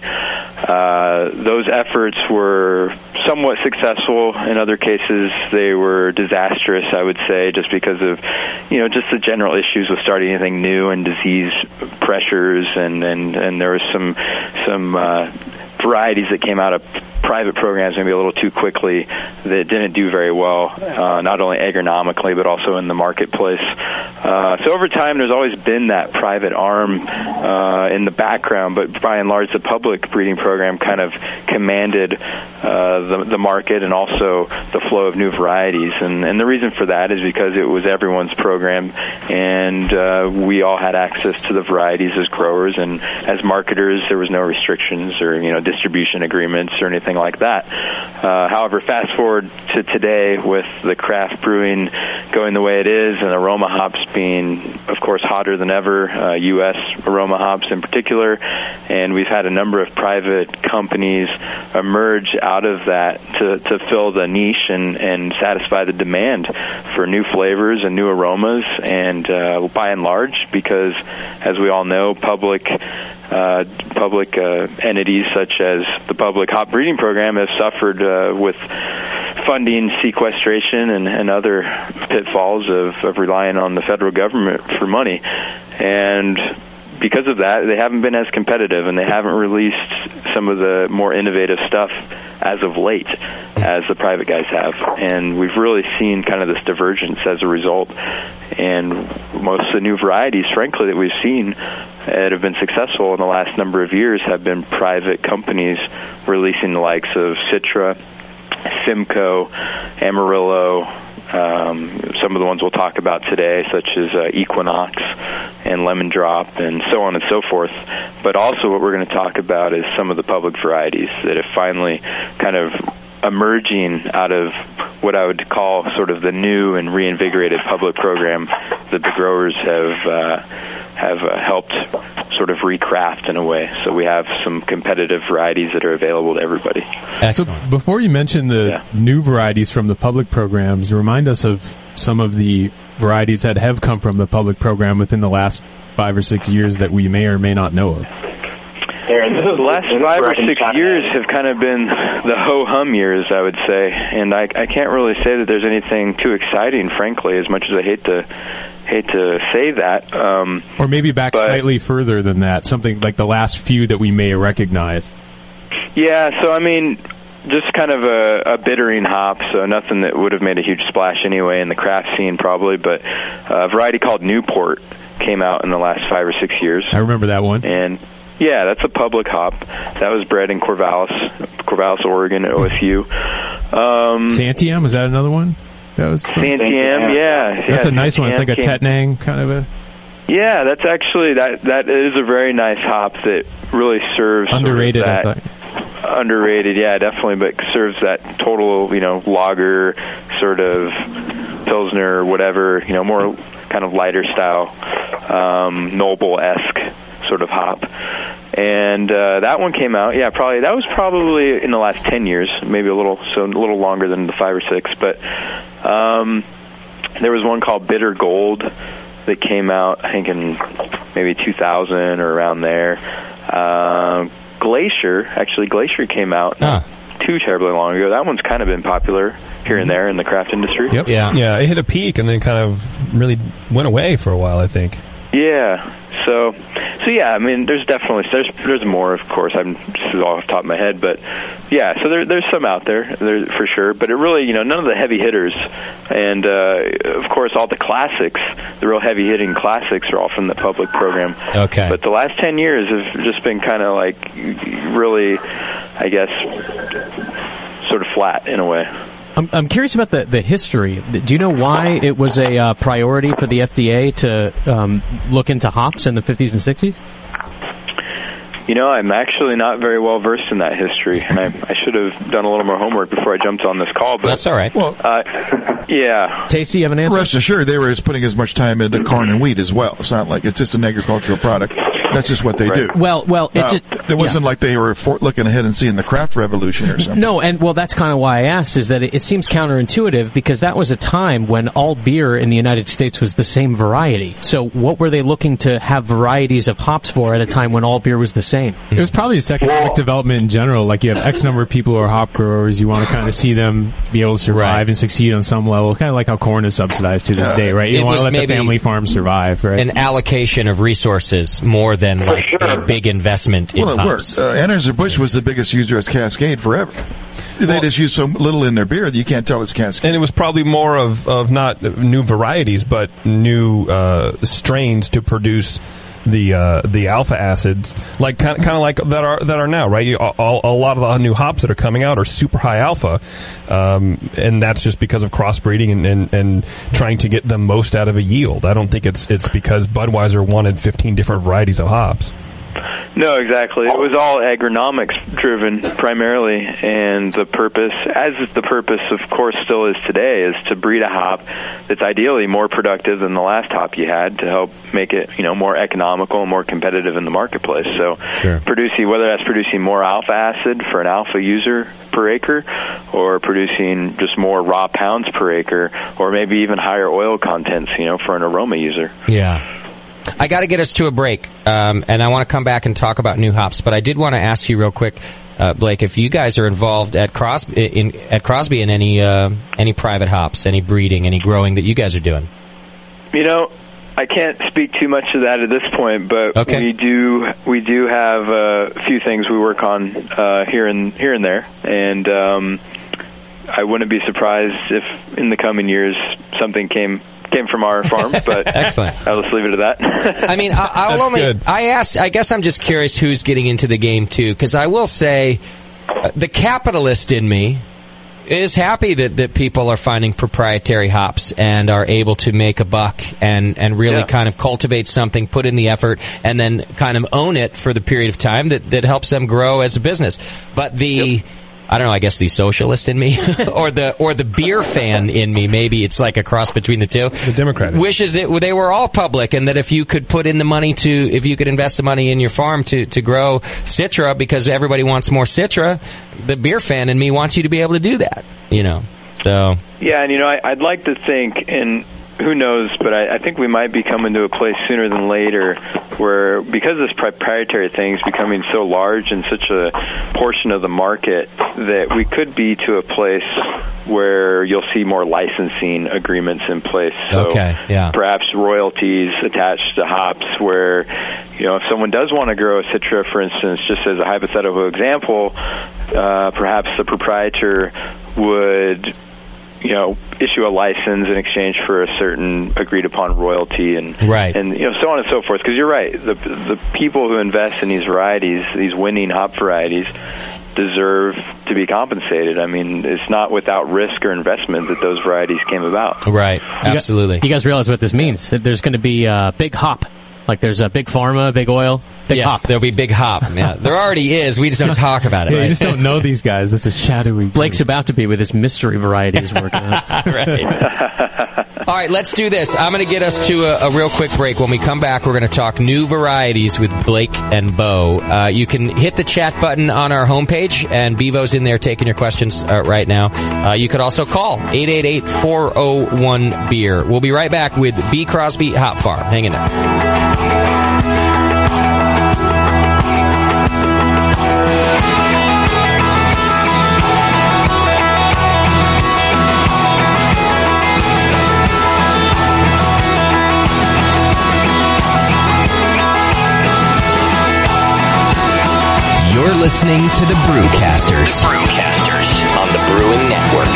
Speaker 6: Uh, those efforts were somewhat successful. In other cases, they were disastrous, I would say, just because of, you know, just the general issues with starting anything new and disease pressures, and and and there was some some. Uh, varieties that came out of private programs maybe a little too quickly that didn't do very well, uh, not only agronomically but also in the marketplace. Uh, so over time, there's always been that private arm uh, in the background, but by and large, the public breeding program kind of commanded uh, the, the market and also the flow of new varieties. And, and the reason for that is because it was everyone's program, and uh, we all had access to the varieties as growers and as marketers. There was no restrictions or you know distribution agreements or anything like that. Uh, however, fast forward to today with the craft brewing going the way it is and aroma hops being, of course, hotter than ever, uh, U.S. aroma hops in particular, and we've had a number of private companies emerge out of that to, to fill the niche and, and satisfy the demand for new flavors and new aromas, and uh, by and large, because as we all know, public uh, public uh, entities such as the public hop breeding program have suffered uh, with funding sequestration and, and other pitfalls of, of relying on the federal government for money. And because of that, they haven't been as competitive and they haven't released some of the more innovative stuff as of late as the private guys have. And we've really seen kind of this divergence as a result. And most of the new varieties, frankly, that we've seen that have been successful in the last number of years have been private companies releasing the likes of Citra, Simcoe, Amarillo, um, some of the ones we'll talk about today, such as uh, Equinox and Lemon Drop, and so on and so forth. But also, what we're going to talk about is some of the public varieties that have finally kind of emerging out of what I would call sort of the new and reinvigorated public program that the growers have uh, have uh, helped sort of recraft in a way. So we have some competitive varieties that are available to everybody.
Speaker 3: So before you mention the new varieties from the public programs, remind us of some of the varieties that have come from the public program within the last five or six years that we may or may not know of.
Speaker 20: Aaron, this
Speaker 6: The
Speaker 20: is
Speaker 6: last
Speaker 20: this is
Speaker 6: five or
Speaker 20: Brett in
Speaker 6: six
Speaker 20: Chapman.
Speaker 6: years have kind of been the ho hum years, I would say, and I, I can't really say that there's anything too exciting, frankly. As much as I hate to hate to say that, um,
Speaker 3: Or maybe back
Speaker 6: But-
Speaker 3: slightly further than that, something like the last few that we may recognize.
Speaker 6: Yeah, so I mean, just kind of a, a bittering hop, so nothing that would have made a huge splash anyway in the craft scene probably, but a variety called Newport came out in the last five or six years.
Speaker 3: I remember that one.
Speaker 6: And yeah, that's a public hop. That was bred in Corvallis, Corvallis, Oregon, at OSU. Um,
Speaker 3: Santiam, is that another one? That was
Speaker 6: Santiam, yeah.
Speaker 3: That's
Speaker 6: yeah,
Speaker 3: a nice one. It's
Speaker 6: Santiam
Speaker 3: like a
Speaker 6: came-
Speaker 3: Tetnang kind of a
Speaker 6: yeah, that's actually that that is a very nice hop that really serves sort of
Speaker 3: underrated. I
Speaker 6: that-
Speaker 3: thought.
Speaker 6: underrated, yeah, definitely, but serves that total, you know, lager sort of pilsner, whatever, you know, more kind of lighter style, um, noble esque sort of hop. And uh, that one came out, yeah, probably that was probably in the last ten years, maybe a little, so a little longer than the five or six, but. Um, there was one called Bitter Gold that came out, I think, in maybe 2000 or around there. Um Glacier, actually, Glacier came out not too terribly long ago. That one's kind of been popular here and there in the craft industry.
Speaker 14: Mm-hmm. Yep. Yeah. Yeah. It hit a peak and then kind of really went away for a while. I think.
Speaker 6: Yeah. So, so yeah. I mean, there's definitely there's there's more, of course. I'm this is all off the top of my head, but yeah. So there there's some out there, there for sure. But it really, you know, none of the heavy hitters, and uh, of course, all the classics, the real heavy hitting classics, are all from the public program.
Speaker 11: Okay.
Speaker 6: But the last ten years have just been kind of like really, I guess, sort of flat in a way.
Speaker 13: I'm, I'm curious about the, the history. Do you know why it was a uh, priority for the FDA to um, look into hops in the 50s and 60s?
Speaker 6: You know, I'm actually not very well versed in that history, and I, I should have done a little more homework before I jumped on this call. But
Speaker 5: That's all right. Well-
Speaker 6: uh, yeah,
Speaker 13: Tasty, you have an answer?
Speaker 5: Rest assured, they were as- putting as much time into corn and wheat as well. It's not like it's just an agricultural product. That's just what they do.
Speaker 13: Well, well, it
Speaker 5: Now,
Speaker 13: just-
Speaker 5: it wasn't like they were for- looking ahead and seeing the craft revolution or something.
Speaker 13: No, and well, that's kind of why I asked is that it, it seems counterintuitive because that was a time when all beer in the United States was the same variety. So what were they looking to have varieties of hops for at a time when all beer was the same?
Speaker 3: It was probably just economic development in general. Like you have X number of people who are hop growers. You want to kind of see them be able to survive and succeed on some level. Kind of like how corn is subsidized to this
Speaker 11: Yeah.
Speaker 3: day, right? You
Speaker 11: It
Speaker 3: don't want
Speaker 11: was
Speaker 3: to let the
Speaker 11: maybe
Speaker 3: family farm survive, right?
Speaker 11: An allocation of resources more than like a big investment in
Speaker 5: Well, it
Speaker 11: hops.
Speaker 5: worked. Uh, Anheuser-Busch was the biggest user of Cascade forever. They just use so little in their beer that you can't tell it's Cascade.
Speaker 14: And it was probably more of, of not new varieties, but new uh, strains to produce the uh, the alpha acids, like kind of, kind of like that are that are now, right? You, all, a lot of the new hops that are coming out are super high alpha, um, and that's just because of crossbreeding and, and, and trying to get the most out of a yield. I don't think it's it's because Budweiser wanted fifteen different varieties of hops.
Speaker 6: No, exactly. It was all agronomics driven primarily, and the purpose, as the purpose, of course, still is today, is to breed a hop that's ideally more productive than the last hop you had to help make it, you know, more economical and more competitive in the marketplace. So, producing whether that's producing more alpha acid for an alpha user per acre, or producing just more raw pounds per acre, or maybe even higher oil contents, you know, for an aroma user.
Speaker 11: Yeah. I got to get us to a break, um, and I want to come back and talk about new hops. But I did want to ask you real quick, uh, Blake, if you guys are involved at Crosby in, at Crosby in any uh, any private hops, any breeding, any growing that you guys are doing.
Speaker 6: You know, I can't speak too much to that at this point, but
Speaker 11: Okay.
Speaker 6: we do we do have uh, a few things we work on uh, here and here and there, and um, I wouldn't be surprised if in the coming years something came came from our farm. But
Speaker 11: excellent,
Speaker 6: I'll just leave it at that.
Speaker 11: I mean, I, I'll only. I asked. I guess I'm just curious who's getting into the game too, because I will say, uh, the capitalist in me is happy that, that people are finding proprietary hops and are able to make a buck and and really kind of cultivate something, put in the effort, and then kind of own it for the period of time that that helps them grow as a business. But the I don't know. I guess the socialist in me, or the or the beer fan in me, maybe it's like a cross between the two. The
Speaker 14: Democrat
Speaker 11: wishes it they were all public, and that if you could put in the money to, if you could invest the money in your farm to to grow citra, because everybody wants more citra. The beer fan in me wants you to be able to do that. You know, so
Speaker 6: Yeah, and you know, I, I'd like to think, and who knows, but I, I think we might be coming to a place sooner than later where, because this proprietary thing is becoming so large and such a portion of the market, that we could be to a place where you'll see more licensing agreements in place. So
Speaker 11: Okay, yeah.
Speaker 6: perhaps royalties attached to hops where you know if someone does want to grow a citra for instance just as a hypothetical example uh, perhaps the proprietor would you know issue a license in exchange for a certain agreed upon royalty and
Speaker 11: Right.
Speaker 6: and you know so on and so forth because you're right the the people who invest in these varieties these winning hop varieties deserve to be compensated i mean it's not without risk or investment that those varieties came about
Speaker 11: right,
Speaker 13: You gu-
Speaker 11: absolutely.
Speaker 13: You, guys realize what this means? That There's going to be uh, big hop, like there's a big pharma, big oil, big hop.
Speaker 11: There'll be big hop. Yeah, there already is. We just don't talk about it.
Speaker 13: Yeah, you
Speaker 11: right?
Speaker 13: just don't
Speaker 3: know these guys. That's a shadowy.
Speaker 13: Blake's about to be with his mystery varieties working. out.
Speaker 11: All right, let's do this. I'm going to get us to a, a real quick break. When we come back, we're going to talk new varieties with Blake and Bo. Uh, you can hit the chat button on our homepage, and Bevo's in there taking your questions uh, right now. Uh, you could also call 888-401-BEER. We'll be right back with B. Crosby Hop Farm. Hang in there.
Speaker 22: You're listening to the Brewcasters. Brewcasters on the Brewing Network.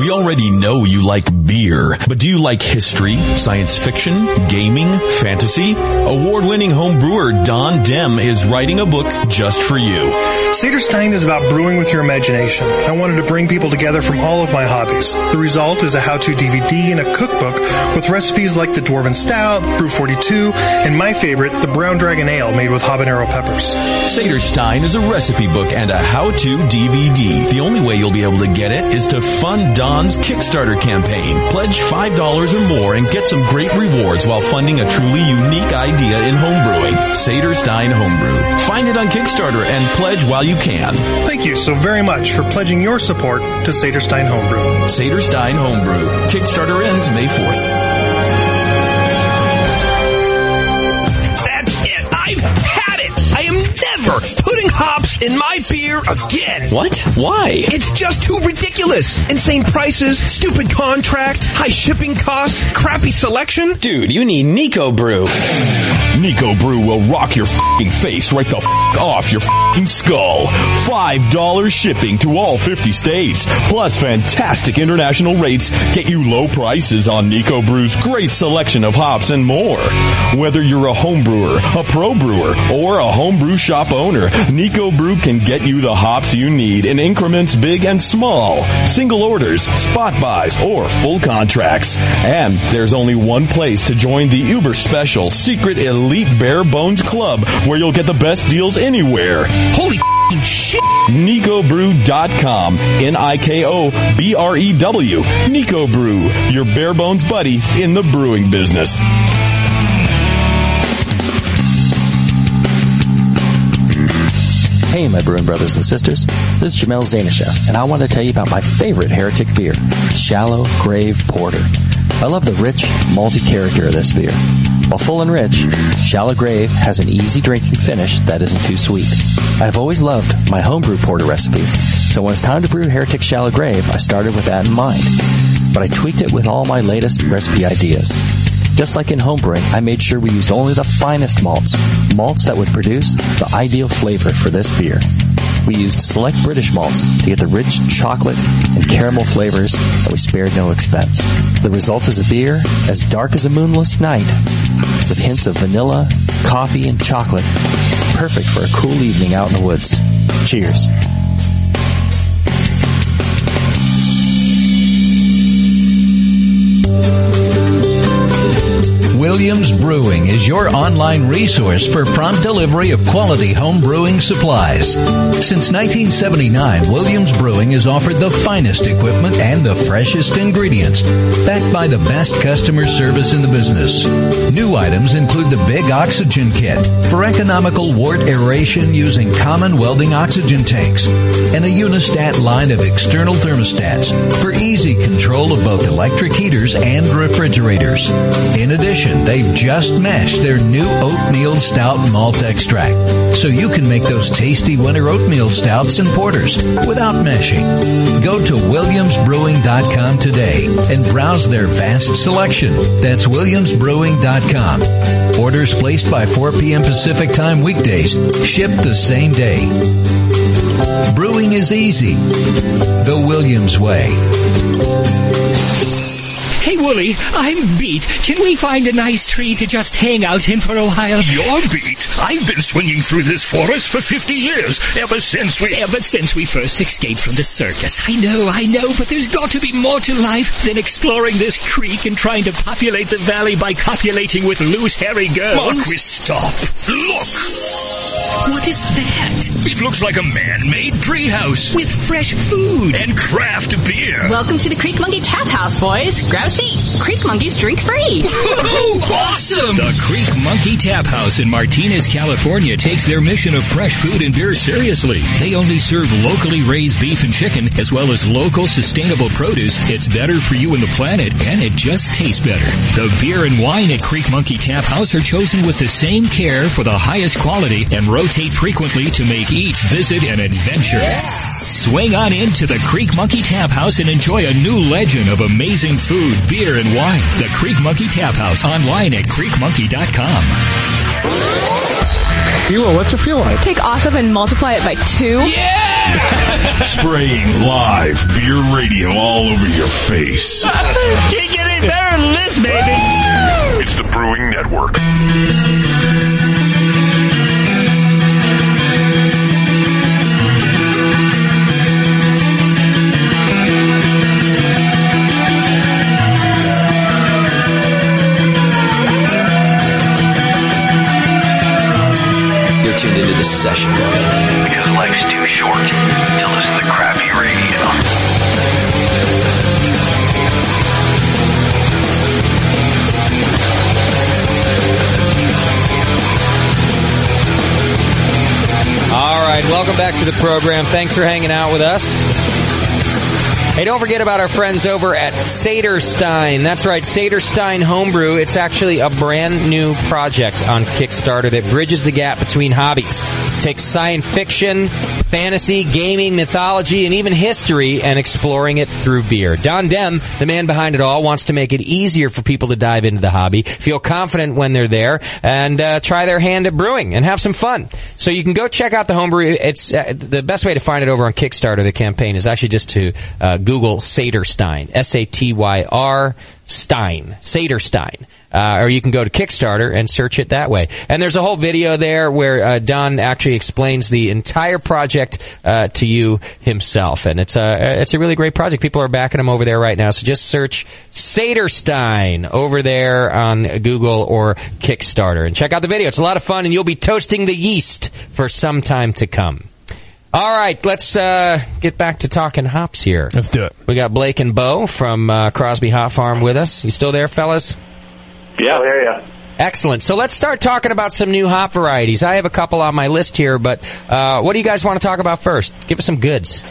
Speaker 1: We already know you like
Speaker 23: beer. But do you like history, science fiction, gaming, fantasy? Award-winning home brewer Don Dem is writing a book just for you.
Speaker 24: Cedarstein is about brewing with your imagination. I wanted to bring people together from all of my hobbies. The result is a how-to DVD and a cookbook with recipes like the Dwarven Stout, Brew 42, and my favorite, the Brown Dragon Ale made with habanero peppers.
Speaker 23: Saderstein is a recipe book and a how-to DVD. The only way you'll be able to get it is to fund Don's Kickstarter campaign. Pledge $5 or more and get some great rewards while funding a truly unique idea in homebrewing. Saderstein Homebrew. Find it on Kickstarter and pledge while you can.
Speaker 24: Thank you so very much for pledging your support to Saderstein Homebrew.
Speaker 23: Saderstein Homebrew. Kickstarter ends May 4th.
Speaker 14: That's it. I've had it. I am never putting hops in my beer again. What? Why? It's just too ridiculous. Insane prices, stupid contract, high shipping costs, crappy selection.
Speaker 23: Dude, you need Nico Brew.
Speaker 1: Nico Brew will rock your fing face right the f- off your fing skull. $5 shipping to all 50 states, plus fantastic international rates get you low prices on Nico Brew's great selection of hops and more. Whether you're a home brewer, a pro brewer, or a homebrew shop owner, Nico Brew can get you the hops you need in increments big and small, single orders, spot buys, or full contracts. And there's only one place to join the uber special secret elite bare bones club where you'll get the best deals anywhere. Holy f***ing shit! E NicoBrew.com. N-I-K-O-B-R-E-W. Nico Brew, E your bare bones buddy in the brewing business.
Speaker 2: Hey, my brewing brothers and sisters. This is Jamel Zanishev, and I want to tell you about my favorite heretic beer, Shallow Grave Porter. I love the rich, malty character of this beer. While full and rich, Shallow Grave has an easy drinking finish that isn't too sweet. I've always loved my homebrew porter recipe, so when it's time to brew Heretic Shallow Grave, I started with that in mind. But I tweaked it with all my latest recipe ideas. Just like in homebrewing, I made sure we used only the finest malts, malts that would produce the ideal flavor for this beer. We used select British malts to get the rich chocolate and caramel flavors that we spared no expense. The result is a beer as dark as a moonless night, with hints of vanilla, coffee, and chocolate, perfect for a cool evening out in the woods. Cheers.
Speaker 21: Williams Brewing is your online resource for prompt delivery of quality home brewing supplies. Since 1979, Williams Brewing has offered the finest equipment and the freshest ingredients, backed by the best customer service in the business. New items include the Big Oxygen Kit for economical wart aeration using common welding oxygen tanks, and the Unistat line of external thermostats for easy control of both electric heaters and refrigerators. In addition, they've just mashed their new oatmeal stout malt extract, so you can make those tasty winter oatmeal stouts and porters without meshing. Go to williamsbrewing.com today and browse their vast selection. That's williamsbrewing.com. Orders placed by 4 p.m. Pacific time weekdays ship the same day. Brewing is easy. The Williams way.
Speaker 14: Hey, Wooly, I'm beat. Can we find a nice tree to just hang out in for a while?
Speaker 25: You're beat. I've been swinging through this forest for 50 years, ever since we...
Speaker 14: Ever since we first escaped from the circus. I know, I know, but there's got to be more to life than exploring this creek and trying to populate the valley by copulating with loose, hairy girls.
Speaker 25: Marquis, stop. Look!
Speaker 14: What is that?
Speaker 25: It looks like a man-made treehouse.
Speaker 14: With fresh food.
Speaker 25: And craft beer.
Speaker 10: Welcome to the Creek Monkey Tap House, boys. Grab a seat. Creek Monkeys drink free.
Speaker 14: awesome!
Speaker 25: The Creek Monkey Tap House in Martinez, California takes their mission of fresh food and beer seriously. They only serve locally raised beef and chicken as well as local sustainable produce. It's better for you and the planet and it just tastes better. The beer and wine at Creek Monkey Tap House are chosen with the same care for the highest quality and rotate frequently to make each visit an adventure. Swing on into the Creek Monkey Tap House and enjoy a new legend of amazing food, beer, and wine. The Creek Monkey Tap House online at creekmonkey.com.
Speaker 24: Ewa, what's it feel like?
Speaker 12: Take awesome and multiply it by two. Yeah!
Speaker 10: Spraying live beer radio all over your face.
Speaker 15: Can't get any better than this, baby.
Speaker 10: It's the Brewing Network.
Speaker 22: You're tuned into the session.
Speaker 26: Because life's too short to listen to crappy radio.
Speaker 11: All right, welcome back to the program. Thanks for hanging out with us. Hey, don't forget about our friends over at Saterstein. That's right, Saterstein Homebrew. It's actually a brand new project on Kickstarter that bridges the gap between hobbies. Takes science fiction, fantasy, gaming, mythology, and even history and exploring it through beer. Don Dem, the man behind it all, wants to make it easier for people to dive into the hobby, feel confident when they're there, and uh, try their hand at brewing and have some fun. So you can go check out the homebrew. It's uh, the best way to find it over on Kickstarter. The campaign is actually just to uh, Google Saterstein, S A T Y R Stein, Saterstein. Uh, or you can go to Kickstarter and search it that way. And there's a whole video there where uh, Don actually explains the entire project uh, to you himself, and it's a it's a really great project. People are backing him over there right now, so just search Saterstein over there on Google or Kickstarter and check out the video. It's a lot of fun, and you'll be toasting the yeast for some time to come. All right, let's uh, get back to talking hops here. Let's do it. We got Blake and Bo from uh, Crosby Hop Farm with us. You still there, fellas?
Speaker 20: Oh, Yeah, there you.
Speaker 11: Excellent. So let's start talking about some new hop varieties. I have a couple on my list here, but uh, what do you guys want to talk about first? Give us some goods.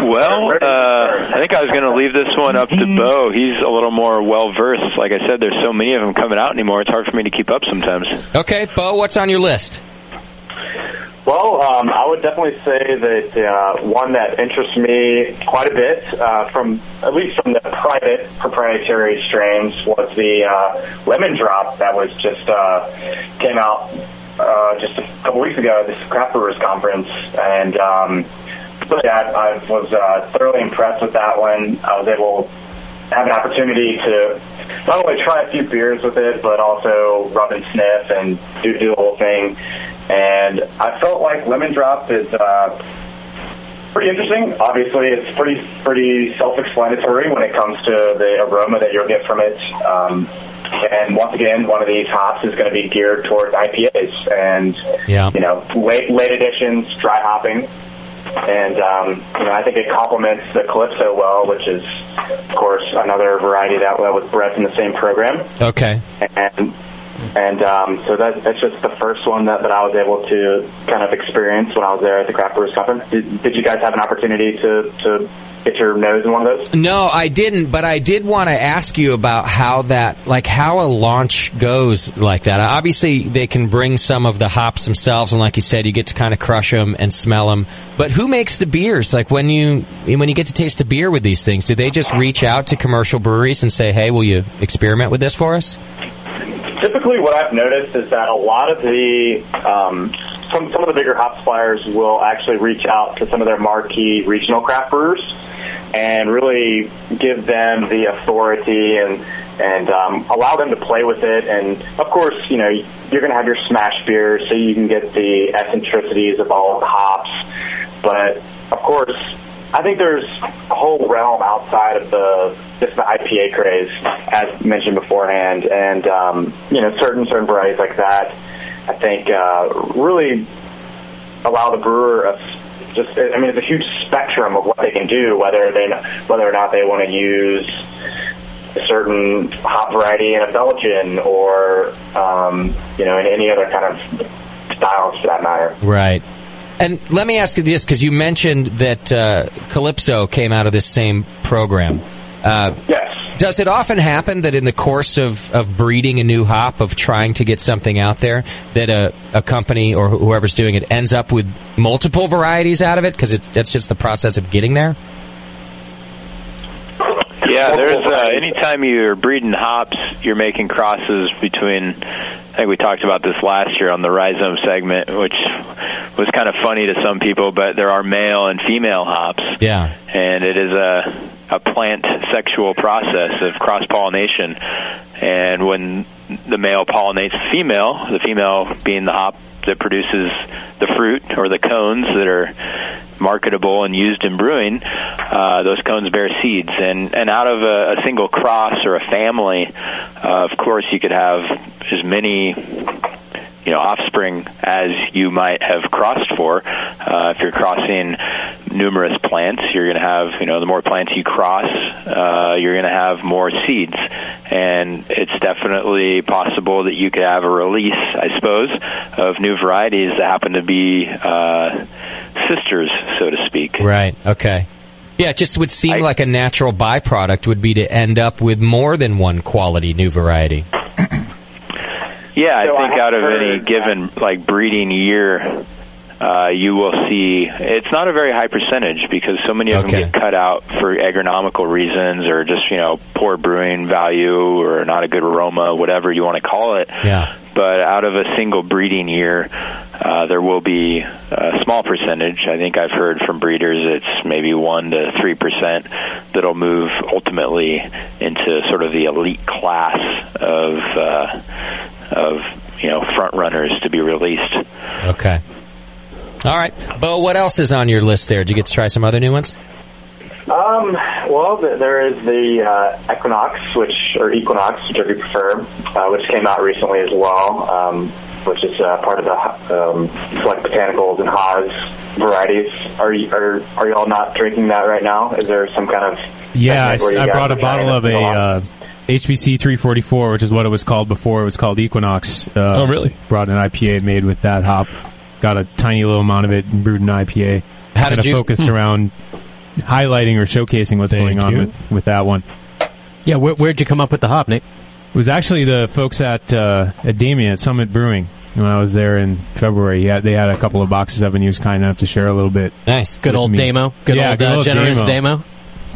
Speaker 6: Well, uh, I think I was going to leave this one up to Bo. He's a little more well versed. Like I said, there's so many of them coming out anymore. It's hard for me to keep up sometimes.
Speaker 11: Okay, Bo, what's on your list?
Speaker 20: Well, um, I would definitely say that uh, one that interests me quite a bit, uh, from at least from the private proprietary strains, was the uh, lemon drop that was just uh, came out uh, just a couple weeks ago at this craft brewers conference, and um, really I, I was uh, thoroughly impressed with that one. I was able to have an opportunity to not only try a few beers with it, but also rub and sniff and do, do the whole thing. And I felt like Lemon Drop is uh, pretty interesting. Obviously, it's pretty pretty self-explanatory when it comes to the aroma that you'll get from it. Um, and once again, one of these hops is going to be geared towards IPAs and
Speaker 11: Yeah.
Speaker 20: you know late late additions, dry hopping. And um, you know, I think it complements the Calypso well, which is, of course, another variety that was bred from the same program
Speaker 11: Okay.
Speaker 20: and and um, so that, that's just the first one that, that I was able to kind of experience when I was there at the Craft Brewers Conference. Did, did you guys have an opportunity to, to get your nose in one of those?
Speaker 11: No, I didn't, but I did want to ask you about how that, like how a launch goes like that. Uh, Obviously, they can bring some of the hops themselves, and like you said, you get to kind of crush them and smell them. But who makes the beers? Like when you when you get to taste a beer with these things, do they just reach out to commercial breweries and say, "Hey, will you experiment with this for us?"
Speaker 20: Typically, what I've noticed is that a lot of the um, some some of the bigger hop suppliers will actually reach out to some of their marquee regional craft brewers and really give them the authority and and um, allow them to play with it. And of course, you know you're going to have your smash beers, so you can get the eccentricities of all the hops. But of course, I think there's a whole realm outside of the just the IPA craze, as mentioned beforehand, and um, you know certain certain varieties like that. I think uh, really allow the brewer a just I mean it's a huge spectrum of what they can do, whether they whether or not they want to use a certain hop variety in a Belgian or um, you know in any other kind of styles for that matter.
Speaker 11: Right. And let me ask you this, because you mentioned that uh, Calypso came out of this same program. Uh,
Speaker 20: yes.
Speaker 11: Does it often happen that in the course of, of breeding a new hop, of trying to get something out there, that a, a company or wh- whoever's doing it ends up with multiple varieties out of it? Because that's just the process of getting there?
Speaker 6: Yeah, there's uh, anytime you're breeding hops, you're making crosses between I think we talked about this last year on the rhizome segment, which was kind of funny to some people, but there are male and female hops,
Speaker 11: Yeah.
Speaker 6: and it is a a plant sexual process of cross pollination. And when the male pollinates the female, the female being the hop that produces the fruit or the cones that are marketable and used in brewing, uh, those cones bear seeds. And, and out of a, a single cross or a family, uh, of course, you could have as many you know offspring as you might have crossed for. Uh, if you're crossing numerous plants, you're going to have you know the more plants you cross, uh, you're going to have more seeds, and it's definitely possible that you could have a release, I suppose, of new varieties that happen to be uh, sisters, so to speak.
Speaker 11: Right. Okay. Yeah, it just would seem like a natural byproduct would be to end up with more than one quality new variety.
Speaker 6: Yeah, I think out of any given like breeding year, uh, you will see it's not a very high percentage because so many of them get cut out for agronomical reasons or just you know poor brewing value or not a good aroma, whatever you want to call it.
Speaker 11: Yeah.
Speaker 6: But out of a single breeding year, uh, there will be a small percentage. I think I've heard from breeders it's maybe one to three percent that'll move ultimately into sort of the elite class of uh, of you know front runners to be released.
Speaker 11: Okay. All right. Bo, what else is on your list there? Did you get to try some other new ones?
Speaker 20: Um, well, th- there is the uh, Equinox, which or Equinox, whichever you prefer, uh, which came out recently as well, um, which is uh, part of the um, select botanicals and Haas varieties. Are you are are you all not drinking that right now? Is there some kind of
Speaker 3: Yeah, I,
Speaker 20: segment where you
Speaker 3: I
Speaker 20: guys
Speaker 3: brought a
Speaker 20: are
Speaker 3: bottle
Speaker 20: trying to
Speaker 3: of a
Speaker 20: go on?
Speaker 3: uh, HBC 344, which is what it was called before. It was called Equinox. Uh, oh, really? Brought an IPA made with that hop. Got a tiny little amount of it and brewed an IPA.
Speaker 11: How
Speaker 3: Kinda
Speaker 11: did you-
Speaker 3: focused
Speaker 11: Hmm.
Speaker 3: around highlighting or showcasing what's going on
Speaker 13: you.
Speaker 3: with, with that one. Yeah, where, where'd you come up with the hop, Nick? It was actually the folks at uh, at Damien at Summit Brewing when I was there in February. Yeah, they had a couple of boxes of it. and He was kind enough to share a little bit.
Speaker 11: Nice,
Speaker 13: Good old Damo. Good old, uh, generous Damo.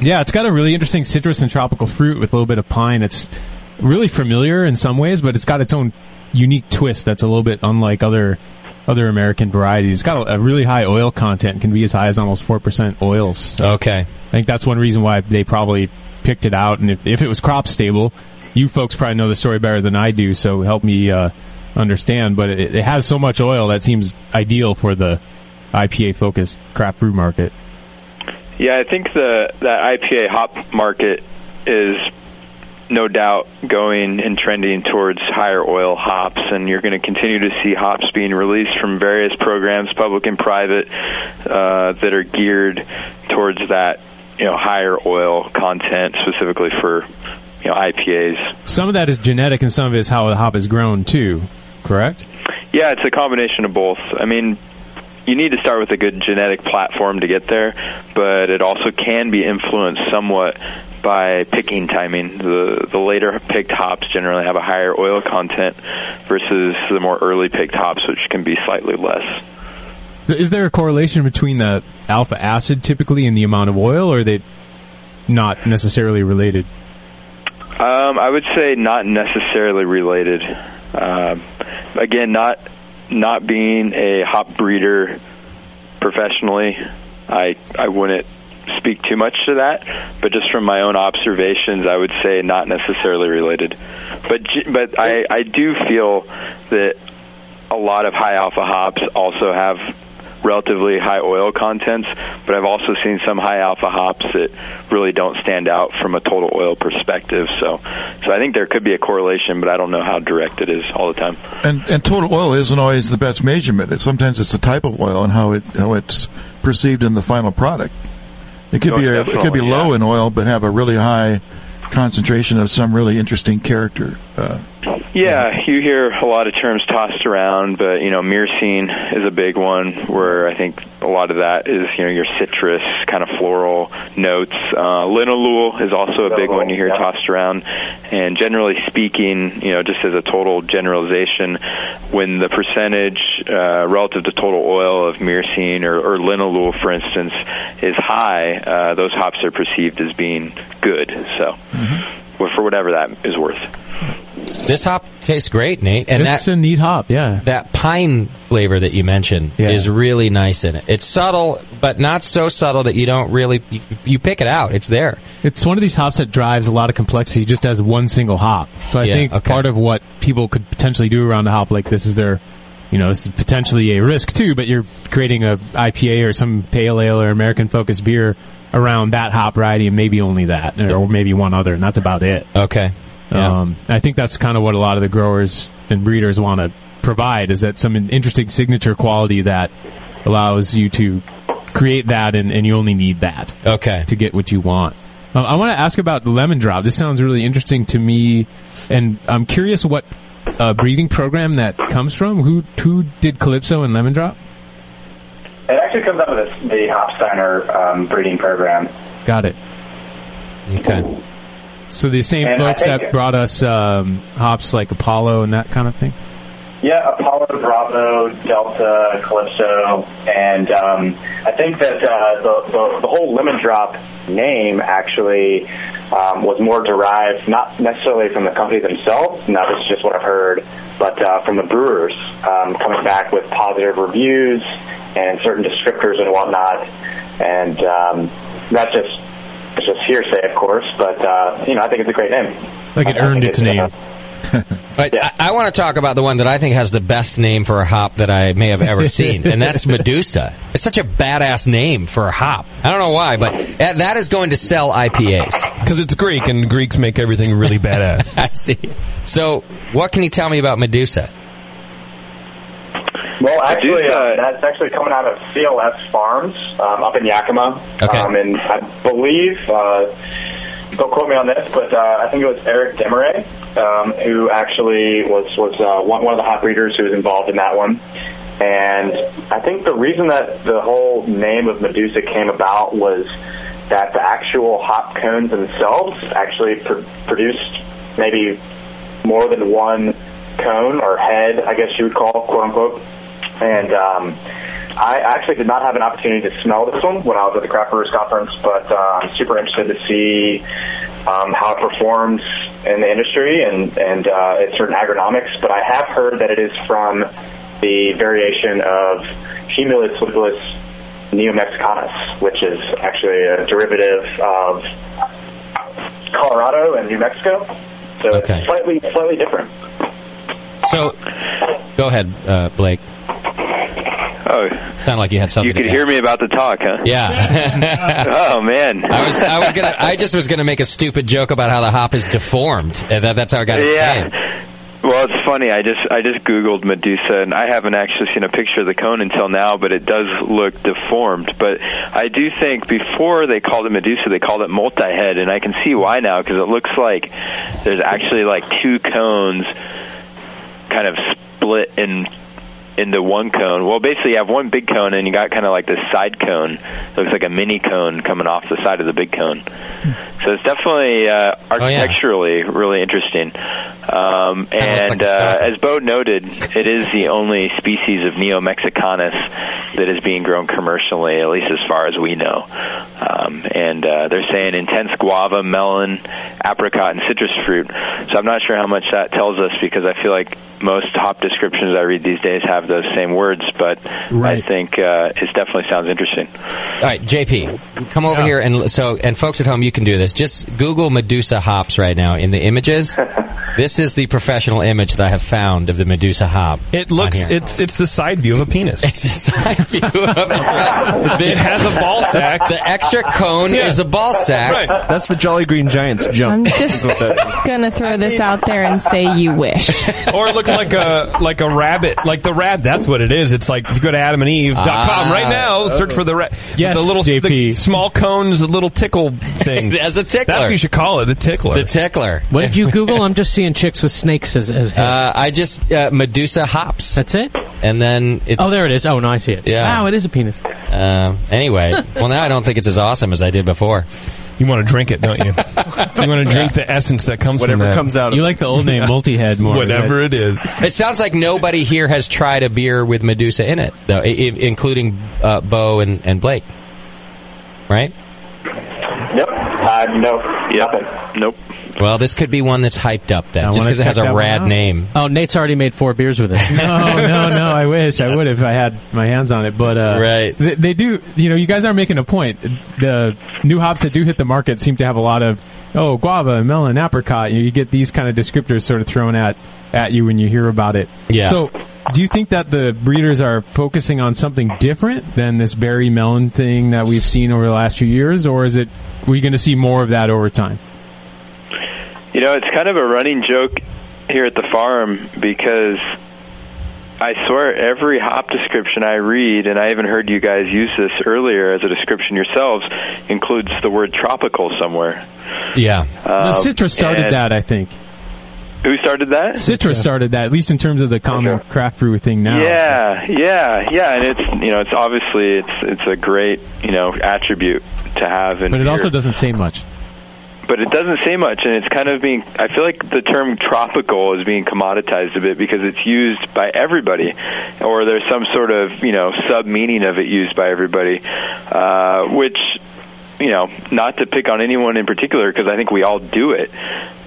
Speaker 3: Yeah, it's got a really interesting citrus and tropical fruit with a little bit of pine. It's really familiar in some ways, but it's got its own unique twist that's a little bit unlike other other American varieties. It's got a, a really high oil content, can be as high as almost four percent oils.
Speaker 11: Okay,
Speaker 3: I think that's one reason why they probably picked it out. And if, if it was crop stable, you folks probably know the story better than I do, so help me uh, understand. But it, it has so much oil that seems ideal for the IPA focused craft brew market.
Speaker 6: Yeah, I think the that IPA hop market is no doubt going and trending towards higher oil hops, and you're going to continue to see hops being released from various programs, public and private, uh, that are geared towards that you know higher oil content, specifically for you know IPAs.
Speaker 3: Some of that is genetic, and some of it is how the hop is grown too. Correct.
Speaker 6: Yeah, it's a combination of both. I mean, you need to start with a good genetic platform to get there, but it also can be influenced somewhat by picking timing. The the later picked hops generally have a higher oil content versus the more early picked hops which can be slightly less.
Speaker 3: Is there a correlation between the alpha acid typically and the amount of oil, or are they not necessarily related?
Speaker 6: Um, I would say not necessarily related. Um, again, not not being a hop breeder professionally, I I wouldn't speak too much to that. But just from my own observations, I would say not necessarily related. But j- but I I do feel that a lot of high alpha hops also have relatively high oil contents, but I've also seen some high alpha hops that really don't stand out from a total oil perspective. So, so I think there could be a correlation, but I don't know how direct it is all the time.
Speaker 5: And and total oil isn't always the best measurement. It, sometimes it's the type of oil and how it how it's perceived in the final product. It could
Speaker 6: Oh,
Speaker 5: be a, it could be
Speaker 6: definitely,
Speaker 5: low in oil, but have a really high concentration of some really interesting character. Uh,
Speaker 6: Yeah, you hear a lot of terms tossed around, but you know, myrcene is a big one where I think a lot of that is you know your citrus kind of floral notes. Uh, linalool is also a big one you hear tossed around, and generally speaking, you know, just as a total generalization, when the percentage uh, relative to total oil of myrcene or, or linalool, for instance, is high, uh, those hops are perceived as being good. So, for whatever that is worth.
Speaker 11: This hop tastes great, Nate. And
Speaker 3: it's
Speaker 11: that,
Speaker 3: a neat hop, yeah.
Speaker 11: that pine flavor that you mentioned is really nice in it. It's subtle, but not so subtle that you don't really you, you pick it out. It's there.
Speaker 3: It's one of these hops that drives a lot of complexity just as one single hop. So I
Speaker 11: Yeah,
Speaker 3: think part of what people could potentially do around a hop like this is they're, you know, this is potentially a risk too, but you're creating a IPA or some pale ale or American focused beer around that hop variety and maybe only that or maybe one other and that's about it.
Speaker 11: Okay. Yeah.
Speaker 3: Um, I think that's kind of what a lot of the growers and breeders want to provide is that some interesting signature quality that allows you to create that and, and you only need that.
Speaker 11: Okay.
Speaker 3: To get what you want. Um, I want to ask about the lemon drop. This sounds really interesting to me and I'm curious what uh, breeding program that comes from. Who, who did Calypso and lemon drop?
Speaker 20: It actually comes out of the, the Hopsteiner um, breeding program.
Speaker 3: Got it. Okay. So the same
Speaker 20: And I
Speaker 3: folks
Speaker 20: think-
Speaker 3: that brought us um, hops like Apollo and that kind of thing.
Speaker 20: Yeah, Apollo, Bravo, Delta, Calypso, and um, I think that uh, the, the, the whole Lemon Drop name actually um, was more derived not necessarily from the company themselves, and that was just what I've heard, but uh, from the brewers um, coming back with positive reviews and certain descriptors and whatnot, and um, that's just it's just hearsay, of course, but uh, you know I think it's a great name.
Speaker 3: Like it earned its name.
Speaker 11: But I, I want to talk about the one that I think has the best name for a hop that I may have ever seen, and that's Medusa. It's such a badass name for a hop. I don't know why, but that that is going to sell IPAs
Speaker 14: because it's Greek and Greeks make everything really badass.
Speaker 11: I see. So, what can you tell me about Medusa?
Speaker 20: Well, actually, uh, that's actually coming out of CLS Farms um, up in Yakima.
Speaker 11: Okay.
Speaker 20: Um, and I believe, uh, don't quote me on this, but uh, I think it was Eric Demaray um, who actually was, was uh, one, one of the hot breeders who was involved in that one. And I think the reason that the whole name of Medusa came about was that the actual hop cones themselves actually pr- produced maybe more than one cone or head, I guess you would call, quote unquote. And um, I actually did not have an opportunity to smell this one when I was at the Craft Brewers Conference, but uh, I'm super interested to see um, how it performs in the industry and, and uh, its certain agronomics. But I have heard that it is from the variation of Humulus lupulus neomexicanus, which is actually a derivative of Colorado and New Mexico. So
Speaker 11: Okay.
Speaker 20: it's slightly, slightly different.
Speaker 11: So, go ahead, uh, Blake.
Speaker 6: Oh,
Speaker 11: sound like you had something.
Speaker 6: You could
Speaker 11: to add.
Speaker 6: hear me about to talk, huh?
Speaker 11: Yeah.
Speaker 6: oh man.
Speaker 11: I was I was gonna I just was gonna make a stupid joke about how the hop is deformed. And that, that's how I got it.
Speaker 6: Yeah. Well, it's funny. I just I just googled Medusa, and I haven't actually seen a picture of the cone until now, but it does look deformed. But I do think before they called it Medusa, they called it multi-head, and I can see why now because it looks like there's actually like two cones, kind of split in into one cone. Well, basically you have one big cone, and you got kind of like this side cone. looks like a mini cone coming off the side of the big cone. So it's definitely uh, architecturally really interesting. Um, and uh, as Bo noted, it is the only species of Neo mexicanus that is being grown commercially, at least as far as we know. Um, and uh, they're saying intense guava, melon, apricot, and citrus fruit. So I'm not sure how much that tells us because I feel like most hop descriptions I read these days have those same words, but I think uh, it definitely sounds interesting.
Speaker 11: All right, JP, come over here and so and folks at home, you can do this. Just Google Medusa hops right now in the images. this is the professional image that I have found of the Medusa hop.
Speaker 14: It looks
Speaker 11: on here.
Speaker 14: it's it's the side view of a penis.
Speaker 11: It's the side view of a
Speaker 14: It has a ball sack.
Speaker 11: The extra cone is a ball sack.
Speaker 27: That's the Jolly Green Giants jump.
Speaker 12: I'm just
Speaker 27: is what that is.
Speaker 12: gonna throw this out there and say you wish.
Speaker 14: or it looks like a like a rabbit, like the rab. That's what it is. It's like if you go to adamandeve.com
Speaker 11: Ah.
Speaker 14: right now. Search for the ra-
Speaker 11: Yes,
Speaker 14: the little The small cones, the little tickle thing
Speaker 11: As a tickler.
Speaker 14: That's what you should call it, the tickler.
Speaker 11: The tickler.
Speaker 13: What did you Google? I'm just seeing chicks with snakes as, as heads.
Speaker 11: Uh, I just uh, Medusa hops.
Speaker 13: That's it.
Speaker 11: And then it's
Speaker 13: oh, there it is. Oh, no, I see it.
Speaker 11: Yeah.
Speaker 13: Wow, it is a penis.
Speaker 11: Uh, anyway, well now I don't think it's as awesome as I did before.
Speaker 14: You want to drink it, don't you? you want to drink the essence that comes
Speaker 11: Whatever
Speaker 14: from that.
Speaker 11: comes out of- You like the old name,
Speaker 3: multi-head, more,
Speaker 14: Whatever it is.
Speaker 11: It sounds like nobody here has tried a beer with Medusa in it, though, i- i- including uh, Bo and, and Blake. Right?
Speaker 20: Nope. Uh, no. Nothing. Nope.
Speaker 11: Well, this could be one that's hyped up then,
Speaker 13: I
Speaker 11: just
Speaker 13: wanna
Speaker 11: because it has
Speaker 13: check
Speaker 11: a
Speaker 13: that one
Speaker 11: rad
Speaker 13: out.
Speaker 11: name.
Speaker 13: Oh, Nate's already made four beers with it.
Speaker 3: no, Oh, no, no. I wish I would if I had my hands on it. But uh,
Speaker 11: right,
Speaker 3: they, they do. You know, you guys are making a point. The new hops that do hit the market seem to have a lot of oh, guava, melon, apricot. You, you get these kind of descriptors sort of thrown at at you when you hear about it.
Speaker 11: Yeah.
Speaker 3: So, do you think that the breeders are focusing on something different than this berry melon thing that we've seen over the last few years, or is it we going to see more of that over time?
Speaker 6: You know, it's kind of a running joke here at the farm because I swear every hop description I read, and I even heard you guys use this earlier as a description yourselves, includes the word tropical somewhere.
Speaker 11: Yeah.
Speaker 3: the
Speaker 6: Um,
Speaker 3: Citra started
Speaker 6: and-
Speaker 3: that, I think.
Speaker 6: Who started that?
Speaker 3: Citra started that, at least in terms of the common craft brew thing now.
Speaker 6: Yeah, yeah, yeah, and it's you know it's obviously it's it's a great you know attribute to have, in
Speaker 3: But it
Speaker 6: beer.
Speaker 3: also doesn't say much.
Speaker 6: but it doesn't say much, and it's kind of being. I feel like the term tropical is being commoditized a bit because it's used by everybody, or there's some sort of you know sub meaning of it used by everybody, uh, which you know not to pick on anyone in particular because I think we all do it.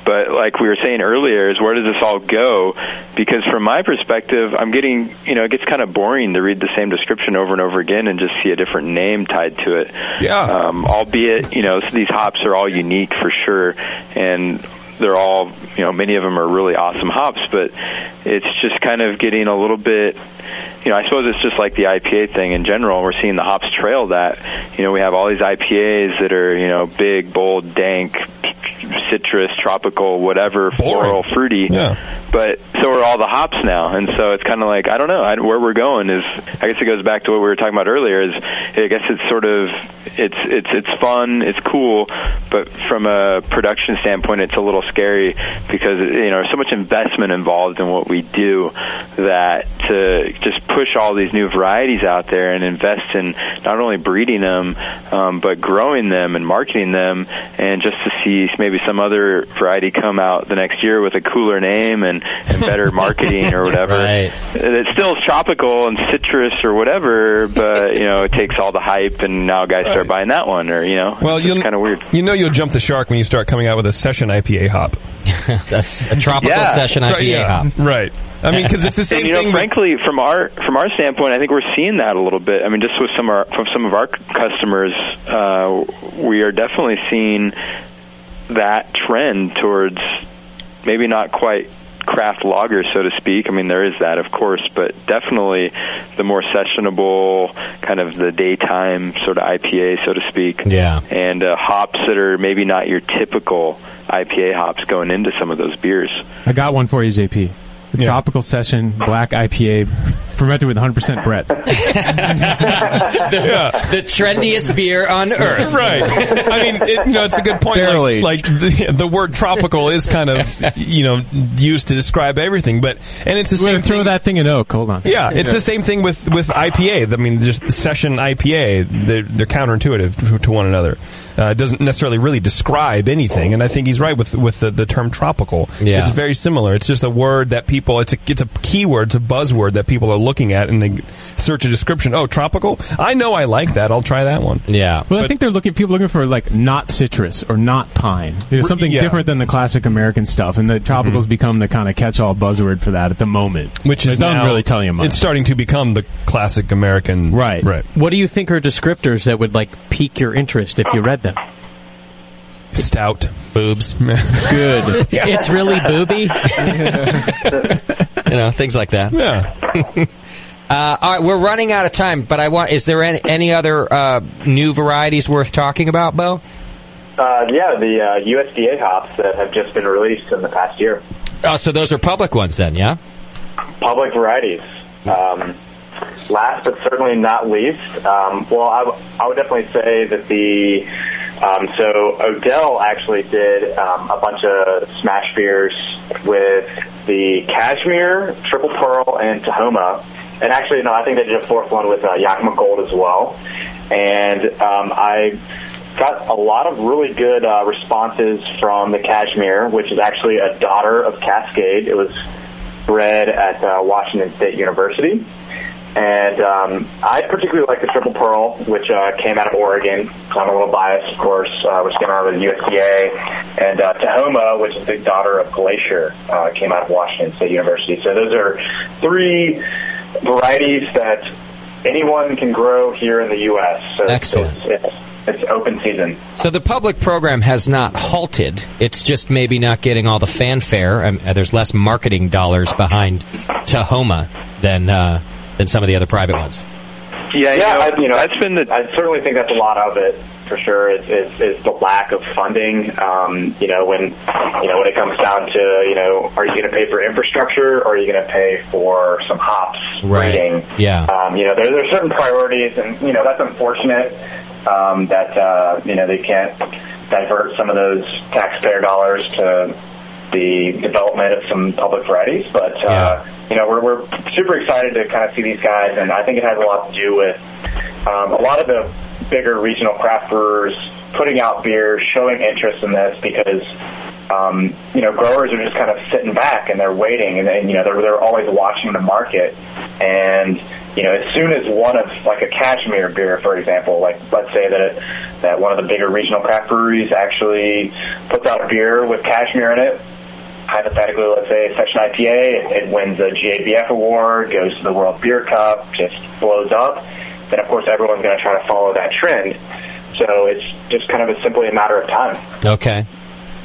Speaker 6: But like we were saying earlier, is where does this all go? Because from my perspective, I'm getting you know it gets kind of boring to read the same description over and over again and just see a different name tied to it.
Speaker 14: Yeah.
Speaker 6: Um, albeit, you know, these hops are all unique for sure, and they're all, you know, many of them are really awesome hops, but it's just kind of getting a little bit, you know, I suppose it's just like the IPA thing in general. We're seeing the hops trail that. You know, we have all these IPAs that are, you know, big, bold, dank, citrus, tropical, whatever, floral, fruity. But so are all the hops now, and so it's kind of like I don't know I, where we're going. Is I guess it goes back to what we were talking about earlier. Is I guess it's sort of it's it's it's fun, it's cool, but from a production standpoint, it's a little scary because you know there's so much investment involved in what we do that to just push all these new varieties out there and invest in not only breeding them um, but growing them and marketing them, and just to see maybe some other variety come out the next year with a cooler name and, and better marketing or whatever.
Speaker 11: Right.
Speaker 6: And It still is tropical and citrus or whatever, but you know it takes all the hype, and now guys start buying that one, or you know,
Speaker 14: Well,
Speaker 6: it's
Speaker 14: you'll
Speaker 6: kind of weird.
Speaker 14: You know you'll jump the shark when you start coming out with a session IPA hop.
Speaker 11: a, tropical session
Speaker 14: Right,
Speaker 11: IPA
Speaker 14: yeah.
Speaker 11: hop.
Speaker 14: Right. I mean, because it's the same
Speaker 6: and, you know,
Speaker 14: thing. with-
Speaker 6: Frankly, from our from our standpoint, I think we're seeing that a little bit. I mean, just with some of our, from some of our customers, uh, we are definitely seeing that trend towards maybe not quite craft lager, so to speak. I mean, there is that, of course, but definitely the more sessionable kind of the daytime sort of IPA, so to speak.
Speaker 11: Yeah.
Speaker 6: And uh, hops that are maybe not your typical IPA hops going into some of those beers.
Speaker 3: I got one for you, JP. The Tropical Session Black IPA, fermented with 100% Brett.
Speaker 11: the, the trendiest beer on earth.
Speaker 14: right. I mean, it, you know, it's a good point. Like, like the, the word tropical is kind of you know used to describe everything, but and it's the same.
Speaker 3: Throw that thing in oak. Hold on.
Speaker 14: Yeah, it's the same thing with with IPA. I mean, just session IPA. They're, they're counterintuitive to, to one another. Uh, it doesn't necessarily really describe anything, and I think he's right with with the, the term tropical.
Speaker 11: Yeah.
Speaker 14: it's very similar. It's just a word that people. It's a it's a keyword. It's a buzzword that people are looking at, and they search a description. Oh, tropical. I know I like that. I'll try that one.
Speaker 11: Yeah.
Speaker 3: Well, I think they're looking people looking for like not citrus or not pine. You know, something
Speaker 14: yeah. Mm-hmm.
Speaker 3: different than the classic American stuff, and the tropicals become the kind of catch-all buzzword for that at the moment.
Speaker 14: Which
Speaker 3: It
Speaker 14: is
Speaker 3: doesn't
Speaker 14: now-
Speaker 3: really tell you much.
Speaker 14: It's starting to become the classic American. Right. Right.
Speaker 13: What do you think are descriptors that would like pique your interest if you read them?
Speaker 14: Stout,
Speaker 11: boobs,
Speaker 14: good.
Speaker 13: It's really booby.
Speaker 11: you know, things like that.
Speaker 14: Yeah.
Speaker 11: Uh, all right, we're running out of time, but I want—is there any, any other uh, new varieties worth talking about, Bo?
Speaker 20: Uh, yeah, the uh, USDA hops that have just been released in the past year.
Speaker 11: Oh, so those are public ones, then? Yeah.
Speaker 20: public varieties. Um, last but certainly not least, um, well, I, w- I would definitely say that the um, so Odell actually did um, a bunch of smash beers with the Cashmere, Triple Pearl, and Tahoma. And actually, no, I think they did a fourth one with uh, Yakima Gold as well. And um, I got a lot of really good uh, responses from the Cashmere, which is actually a daughter of Cascade. It was bred at uh, Washington State University. And um, I particularly like the Triple Pearl, which uh, came out of Oregon. So I'm a little biased, of course, uh, which came out of the USDA. And uh, Tahoma, which is the daughter of Glacier, uh, came out of Washington State University. So those are three varieties that anyone can grow here in the U.S. So it's-
Speaker 11: Excellent.
Speaker 20: It's, it's, it's open season.
Speaker 11: So the public program has not halted. It's just maybe not getting all the fanfare. Um, uh, there's less marketing dollars behind Tahoma than uh, than some of the other private ones.
Speaker 20: Yeah, yeah. I, you know, that's been the. I certainly think that's a lot of it for sure. Is is, is the lack of funding? Um, you know, when you know when it comes down to you know, are you going to pay for infrastructure or are you going to pay for some hops
Speaker 11: Right.
Speaker 20: breeding?
Speaker 11: Yeah.
Speaker 20: Um, you know, there, there are certain priorities, and you know that's unfortunate um, that uh, you know they can't divert some of those taxpayer dollars to the development of some public varieties. But uh, you know, we're, we're super excited to kind of see these guys, and I think it has a lot to do with um, a lot of the bigger regional craft brewers putting out beer, showing interest in this because. Um, you know, growers are just kind of sitting back and they're waiting, and, and you know they're they're always watching the market. And you know, as soon as one of like a cashmere beer, for example, like let's say that it, that one of the bigger regional craft breweries actually puts out a beer with cashmere in it, hypothetically, let's say it's such an IPA, it, it wins a GABF award, goes to the World Beer Cup, just blows up, then of course everyone's going to try to follow that trend. So it's just kind of a, simply a matter of time.
Speaker 11: Okay.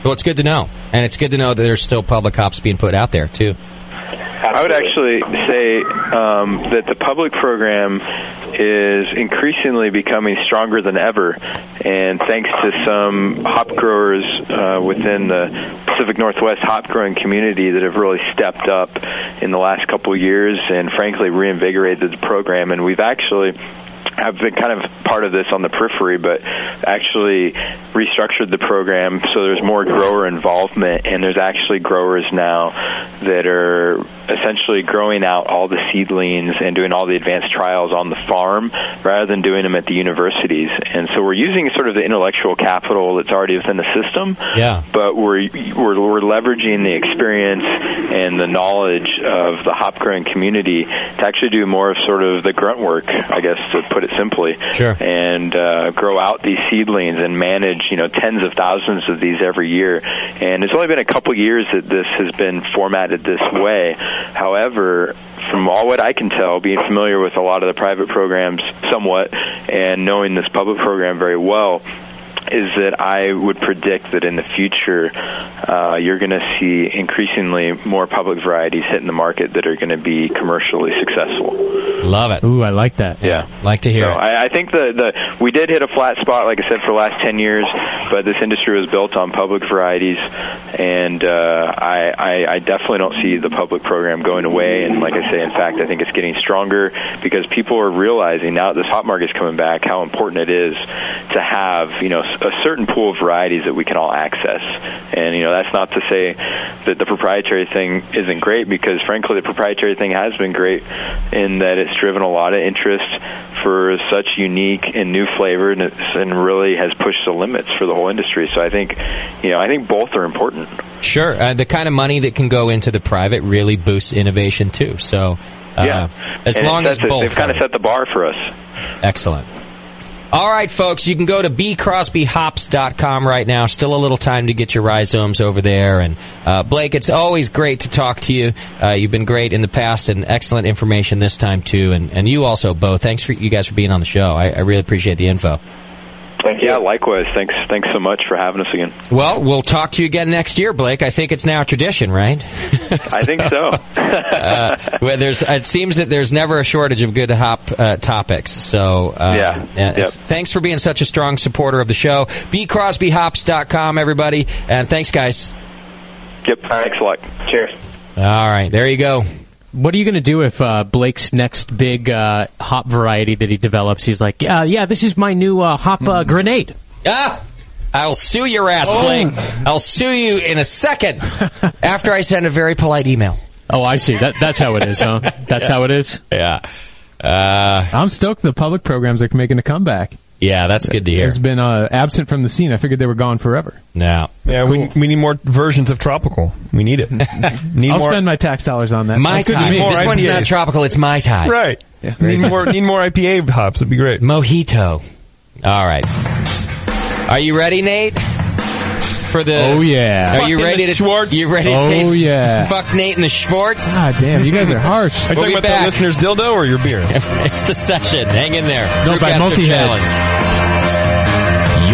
Speaker 11: Well, it's good to know, and it's good to know that there's still public hops being put out there too.
Speaker 6: I would actually say um, that the public program is increasingly becoming stronger than ever, and thanks to some hop growers uh, within the Pacific Northwest hop growing community that have really stepped up in the last couple of years, and frankly reinvigorated the program. And we've actually I've been kind of part of this on the periphery, but actually restructured the program so there's more grower involvement, and there's actually growers now that are essentially growing out all the seedlings and doing all the advanced trials on the farm rather than doing them at the universities. And so we're using sort of the intellectual capital that's already within the system,
Speaker 11: Yeah.
Speaker 6: but we're, we're we're leveraging the experience and the knowledge of the hop growing community to actually do more of sort of the grunt work, I guess to put it simply,
Speaker 11: Sure.
Speaker 6: and uh, grow out these seedlings and manage you know tens of thousands of these every year. And it's only been a couple years that this has been formatted this way. However, from all what I can tell, being familiar with a lot of the private programs somewhat, and knowing this public program very well, is that I would predict that in the future uh, you're going to see increasingly more public varieties hitting the market that are going to be commercially successful.
Speaker 11: Love it.
Speaker 3: Ooh, I like that.
Speaker 6: Yeah,
Speaker 11: like to hear.
Speaker 6: So
Speaker 11: it.
Speaker 6: I, I think the, the we did hit a flat spot, like I said, for the last ten years. But this industry was built on public varieties, and uh, I, I I definitely don't see the public program going away. And like I say, in fact, I think it's getting stronger because people are realizing now that this hot market's coming back how important it is to have you know a certain pool of varieties that we can all access. And you know that's not to say that the proprietary thing isn't great because frankly the proprietary thing has been great in that it's driven a lot of interest for such unique and new flavor and, it's, and really has pushed the limits for the whole industry. So I think you know I think both are important.
Speaker 11: Sure. Uh, the kind of money that can go into the private really boosts innovation too. So, uh,
Speaker 6: yeah,
Speaker 11: as
Speaker 6: And it
Speaker 11: long as
Speaker 6: sets it-
Speaker 11: both
Speaker 6: they've kind of set the bar for us.
Speaker 11: Excellent. All right, folks, you can go to bcrosbyhops.com right now. Still a little time to get your rhizomes over there. And uh, Blake, it's always great to talk to you. Uh, you've been great in the past and excellent information this time, too. And, and you also, Bo. Thanks for you guys for being on the show. I, I really appreciate the info.
Speaker 6: Thank you. Yeah, likewise. Thanks thanks so much for having us again.
Speaker 11: Well, we'll talk to you again next year, Blake. I think it's now a tradition, right?
Speaker 6: I think so.
Speaker 11: uh, well, there's, it seems that there's never a shortage of good hop uh, topics. So uh,
Speaker 6: Yeah.
Speaker 11: and
Speaker 6: Yep.
Speaker 11: thanks for being such a strong supporter of the show. BCrosbyHops.com, everybody, and thanks, guys.
Speaker 6: Yep. Thanks a lot. Cheers.
Speaker 11: All right, there you go.
Speaker 13: What are you going to do if uh, Blake's next big uh, hop variety that he develops? He's like, uh, yeah, this is my new uh, hop uh, grenade.
Speaker 11: Ah, I'll sue your ass,
Speaker 13: Oh.
Speaker 11: Blake. I'll sue you in a second after I send a very polite email.
Speaker 13: Oh, I see. That that's how it is, huh? That's how it is.
Speaker 11: Yeah. Uh,
Speaker 3: I'm stoked the public programs are making a comeback.
Speaker 11: Yeah, that's good to hear.
Speaker 28: Has been uh, absent from the scene. I figured they were gone forever.
Speaker 11: Yeah.
Speaker 3: Yeah, we, we need more versions of tropical. We need it. need
Speaker 28: I'll
Speaker 3: more.
Speaker 28: spend my tax dollars on that.
Speaker 11: My time. This one's not tropical. It's my time.
Speaker 3: Right. Need more. Need more IPA hops. It'd be great.
Speaker 11: Mojito. All right. Are you ready, Nate? For the
Speaker 28: Oh, yeah.
Speaker 11: Are you
Speaker 28: Fucking
Speaker 11: ready
Speaker 28: the
Speaker 11: to You ready to
Speaker 28: Oh,
Speaker 11: taste?
Speaker 28: yeah.
Speaker 11: Fuck Nate and the Schwartz.
Speaker 28: God damn, you guys are harsh.
Speaker 11: We'll be back.
Speaker 3: listener's dildo or your beer?
Speaker 11: it's the session. Hang in there.
Speaker 29: No, by
Speaker 11: Brewcaster
Speaker 29: multi-head.
Speaker 11: Challenge.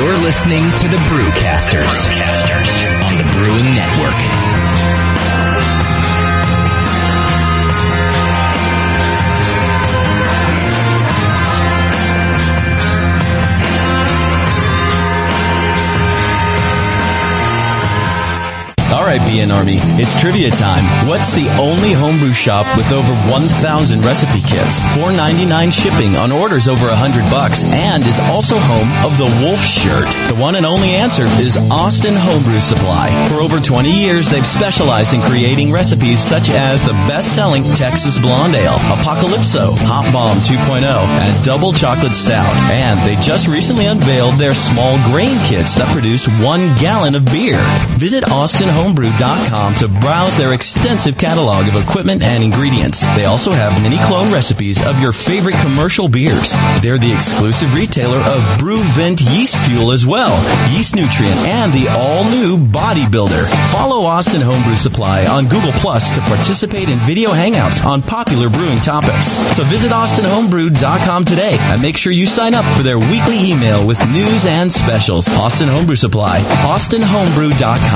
Speaker 29: You're listening to the Brewcasters on the Brewing Network.
Speaker 1: All right, BN Army, it's trivia time. What's the only homebrew shop with over 1,000 recipe kits, $4.99 shipping on orders over 100 bucks, and is also home of the Wolf shirt? The one and only answer is Austin Homebrew Supply. For over 20 years, they've specialized in creating recipes such as the best-selling Texas Blonde Ale, Apocalypso, Hot Bomb 2.0, and Double Chocolate Stout. And they just recently unveiled their small grain kits that produce one gallon of beer. Visit AustinHomebrew.com to browse their extensive catalog of equipment and ingredients. They also have mini clone recipes of your favorite commercial beers. They're the exclusive retailer of BrewVent yeast fuel as well, yeast nutrient, and the all-new bodybuilder. Follow Austin Homebrew Supply on Google Plus to participate in video hangouts on popular brewing topics. So visit AustinHomebrew.com today and make sure you sign up for their weekly email with news and specials. Austin Homebrew Supply, AustinHomebrew.com.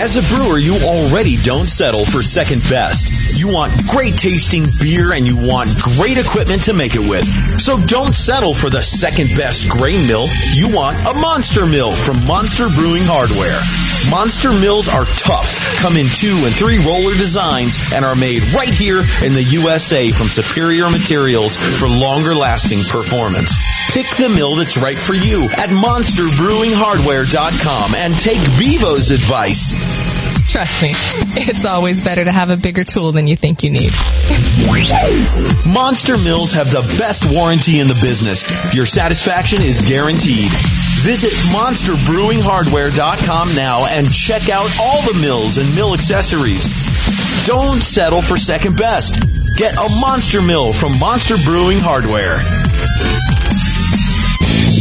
Speaker 30: As a brewer, you already don't settle for second best. You want great tasting beer and you want great equipment to make it with. So don't settle for the second best grain mill. You want a monster mill from Monster Brewing Hardware. Monster mills are tough, come in two and three roller designs, and are made right here in the USA from superior materials for longer lasting performance. Pick the mill that's right for you at monsterbrewinghardware.com and take Bevo's advice.
Speaker 12: Trust me, it's always better to have a bigger tool than you think you need.
Speaker 30: Monster Mills have the best warranty in the business. Your satisfaction is guaranteed. Visit monsterbrewinghardware.com now and check out all the mills and mill accessories. Don't settle for second best. Get a Monster Mill from Monster Brewing Hardware.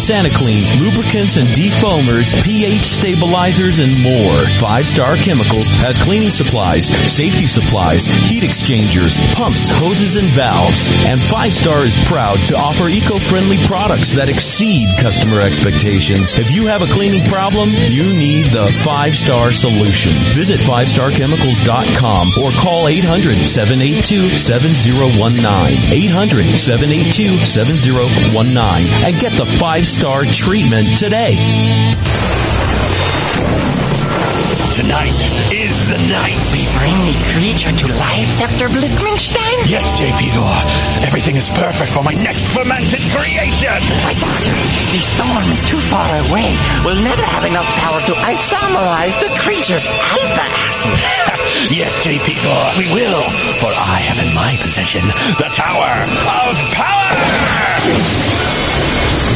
Speaker 1: SaniClean, lubricants and defoamers, pH stabilizers, and more. Five Star Chemicals has cleaning supplies, safety supplies, heat exchangers, pumps, hoses, and valves. And Five Star is proud to offer eco-friendly products that exceed customer expectations. If you have a cleaning problem, you need the Five Star solution. Visit 5starchemicals.com or call 800-782-7019. 800-782-7019 and get the Five Star treatment today.
Speaker 10: Tonight is the night. We bring the creature to life, Dr. Blitzmingstein? Yes, J.P. Gore. Everything is perfect for my next fermented creation. My daughter, the storm is too far away. We'll never have enough power to isomerize the creature's alpha acid. Yes, J.P. Gore, we will. For I have in my possession the Tower of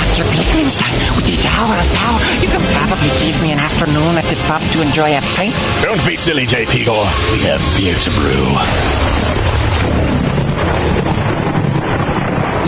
Speaker 10: Dr. Blitzmingstein, with the Tower of Power, you can probably give me an afternoon at the pub to enjoy a pint. Don't be silly, J.P. Gore. We have beer to brew.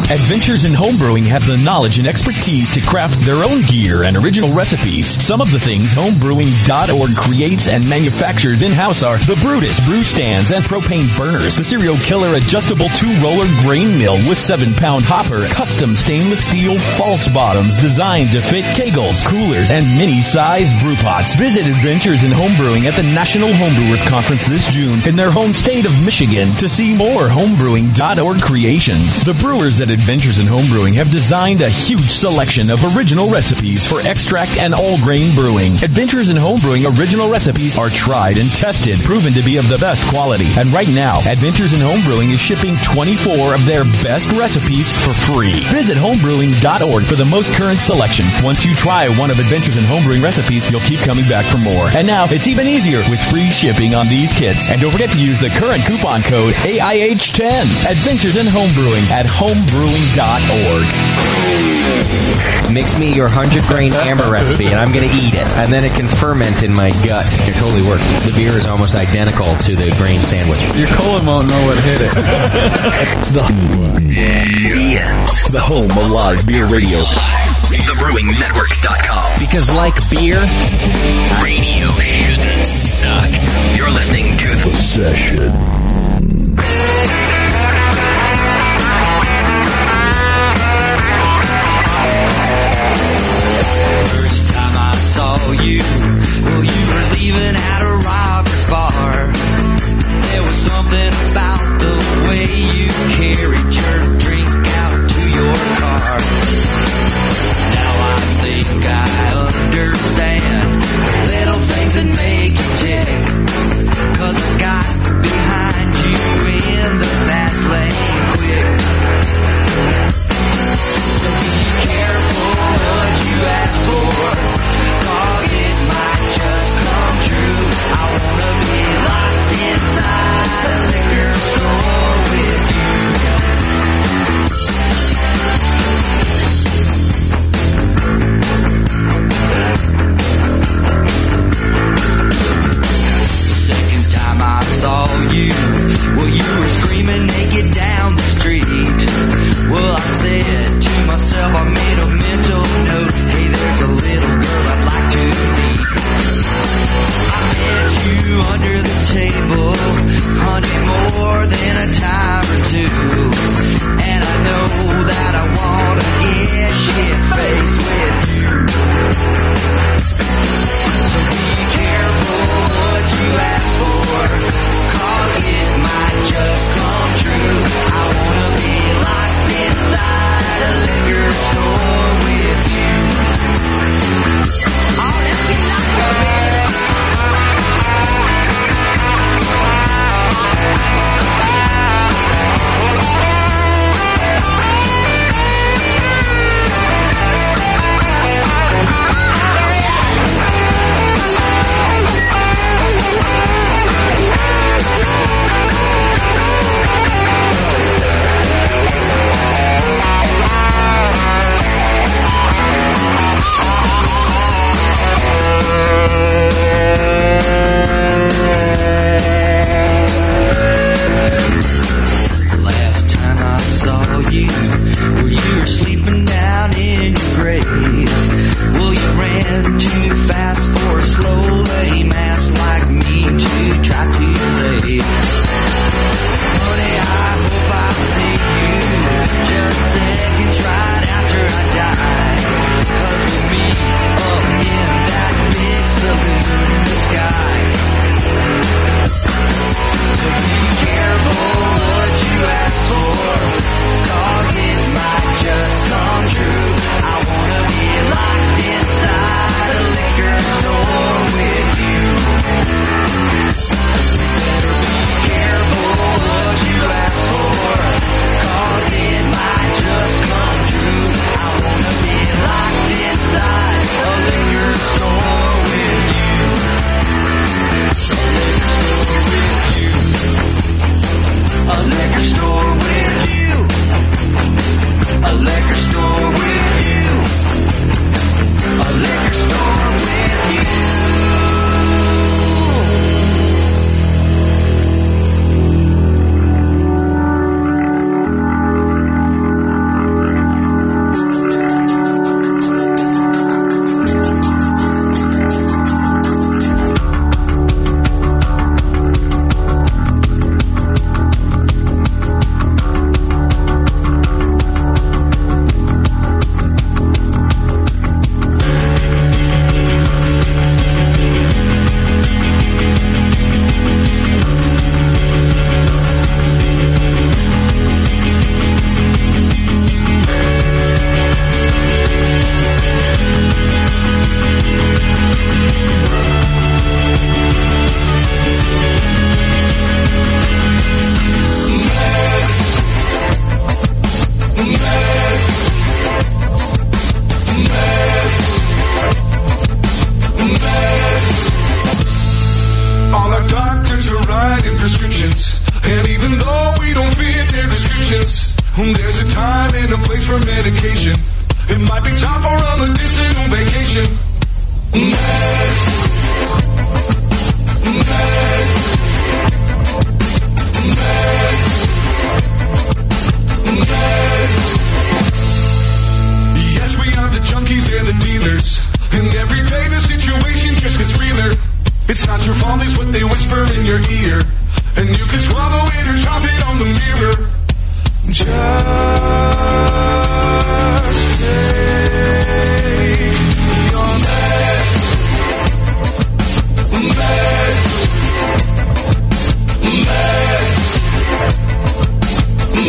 Speaker 1: Adventures in Homebrewing have the knowledge and expertise to craft their own gear and original recipes. Some of the things homebrewing.org creates and manufactures in-house are the Brutus brew stands and propane burners, the serial killer adjustable two-roller grain mill with seven-pound hopper, custom stainless steel false bottoms designed to fit kegels, coolers, and mini-size brew pots. Visit Adventures in Homebrewing at the National Homebrewers Conference this June in their home state of Michigan to see more homebrewing.org creations. The brewers at Adventures in Homebrewing have designed a huge selection of original recipes for extract and all grain brewing. Adventures in Homebrewing original recipes are tried and tested, proven to be of the best quality. And right now, Adventures in Homebrewing is shipping 24 of their best recipes for free. Visit homebrewing.org for the most current selection. Once you try one of Adventures in Homebrewing recipes, you'll keep coming back for more. And now, it's even easier with free shipping on these kits. And don't forget to use the current coupon code AIH10. Adventures in Homebrewing at homebrewing.org.
Speaker 11: Mix me your 100 grain amber recipe and I'm going to eat it. And then it can ferment in my gut. It totally works. The beer is almost identical to the grain sandwich.
Speaker 31: Your colon won't know what hit it.
Speaker 1: the, the home of live beer radio.
Speaker 32: TheBrewingNetwork.com.
Speaker 11: Because like beer,
Speaker 32: radio shouldn't suck. You're listening to The Session.
Speaker 10: First time I saw you, well, you were leaving at a robber's bar. There was something about the way you carried your drink out to your car. Now I think I understand the little things that make you tick. Cause I got behind
Speaker 33: Hmm, There's a time and a place for medication. It might be time for a medicinal vacation. Meds. Meds. Meds. Meds. Yes, we are the junkies and the dealers. And every day the situation just gets realer. It's not your fault, it's what they whisper in your ear. And you can swallow it or drop it on the mirror. Just take your meds. Meds. Meds.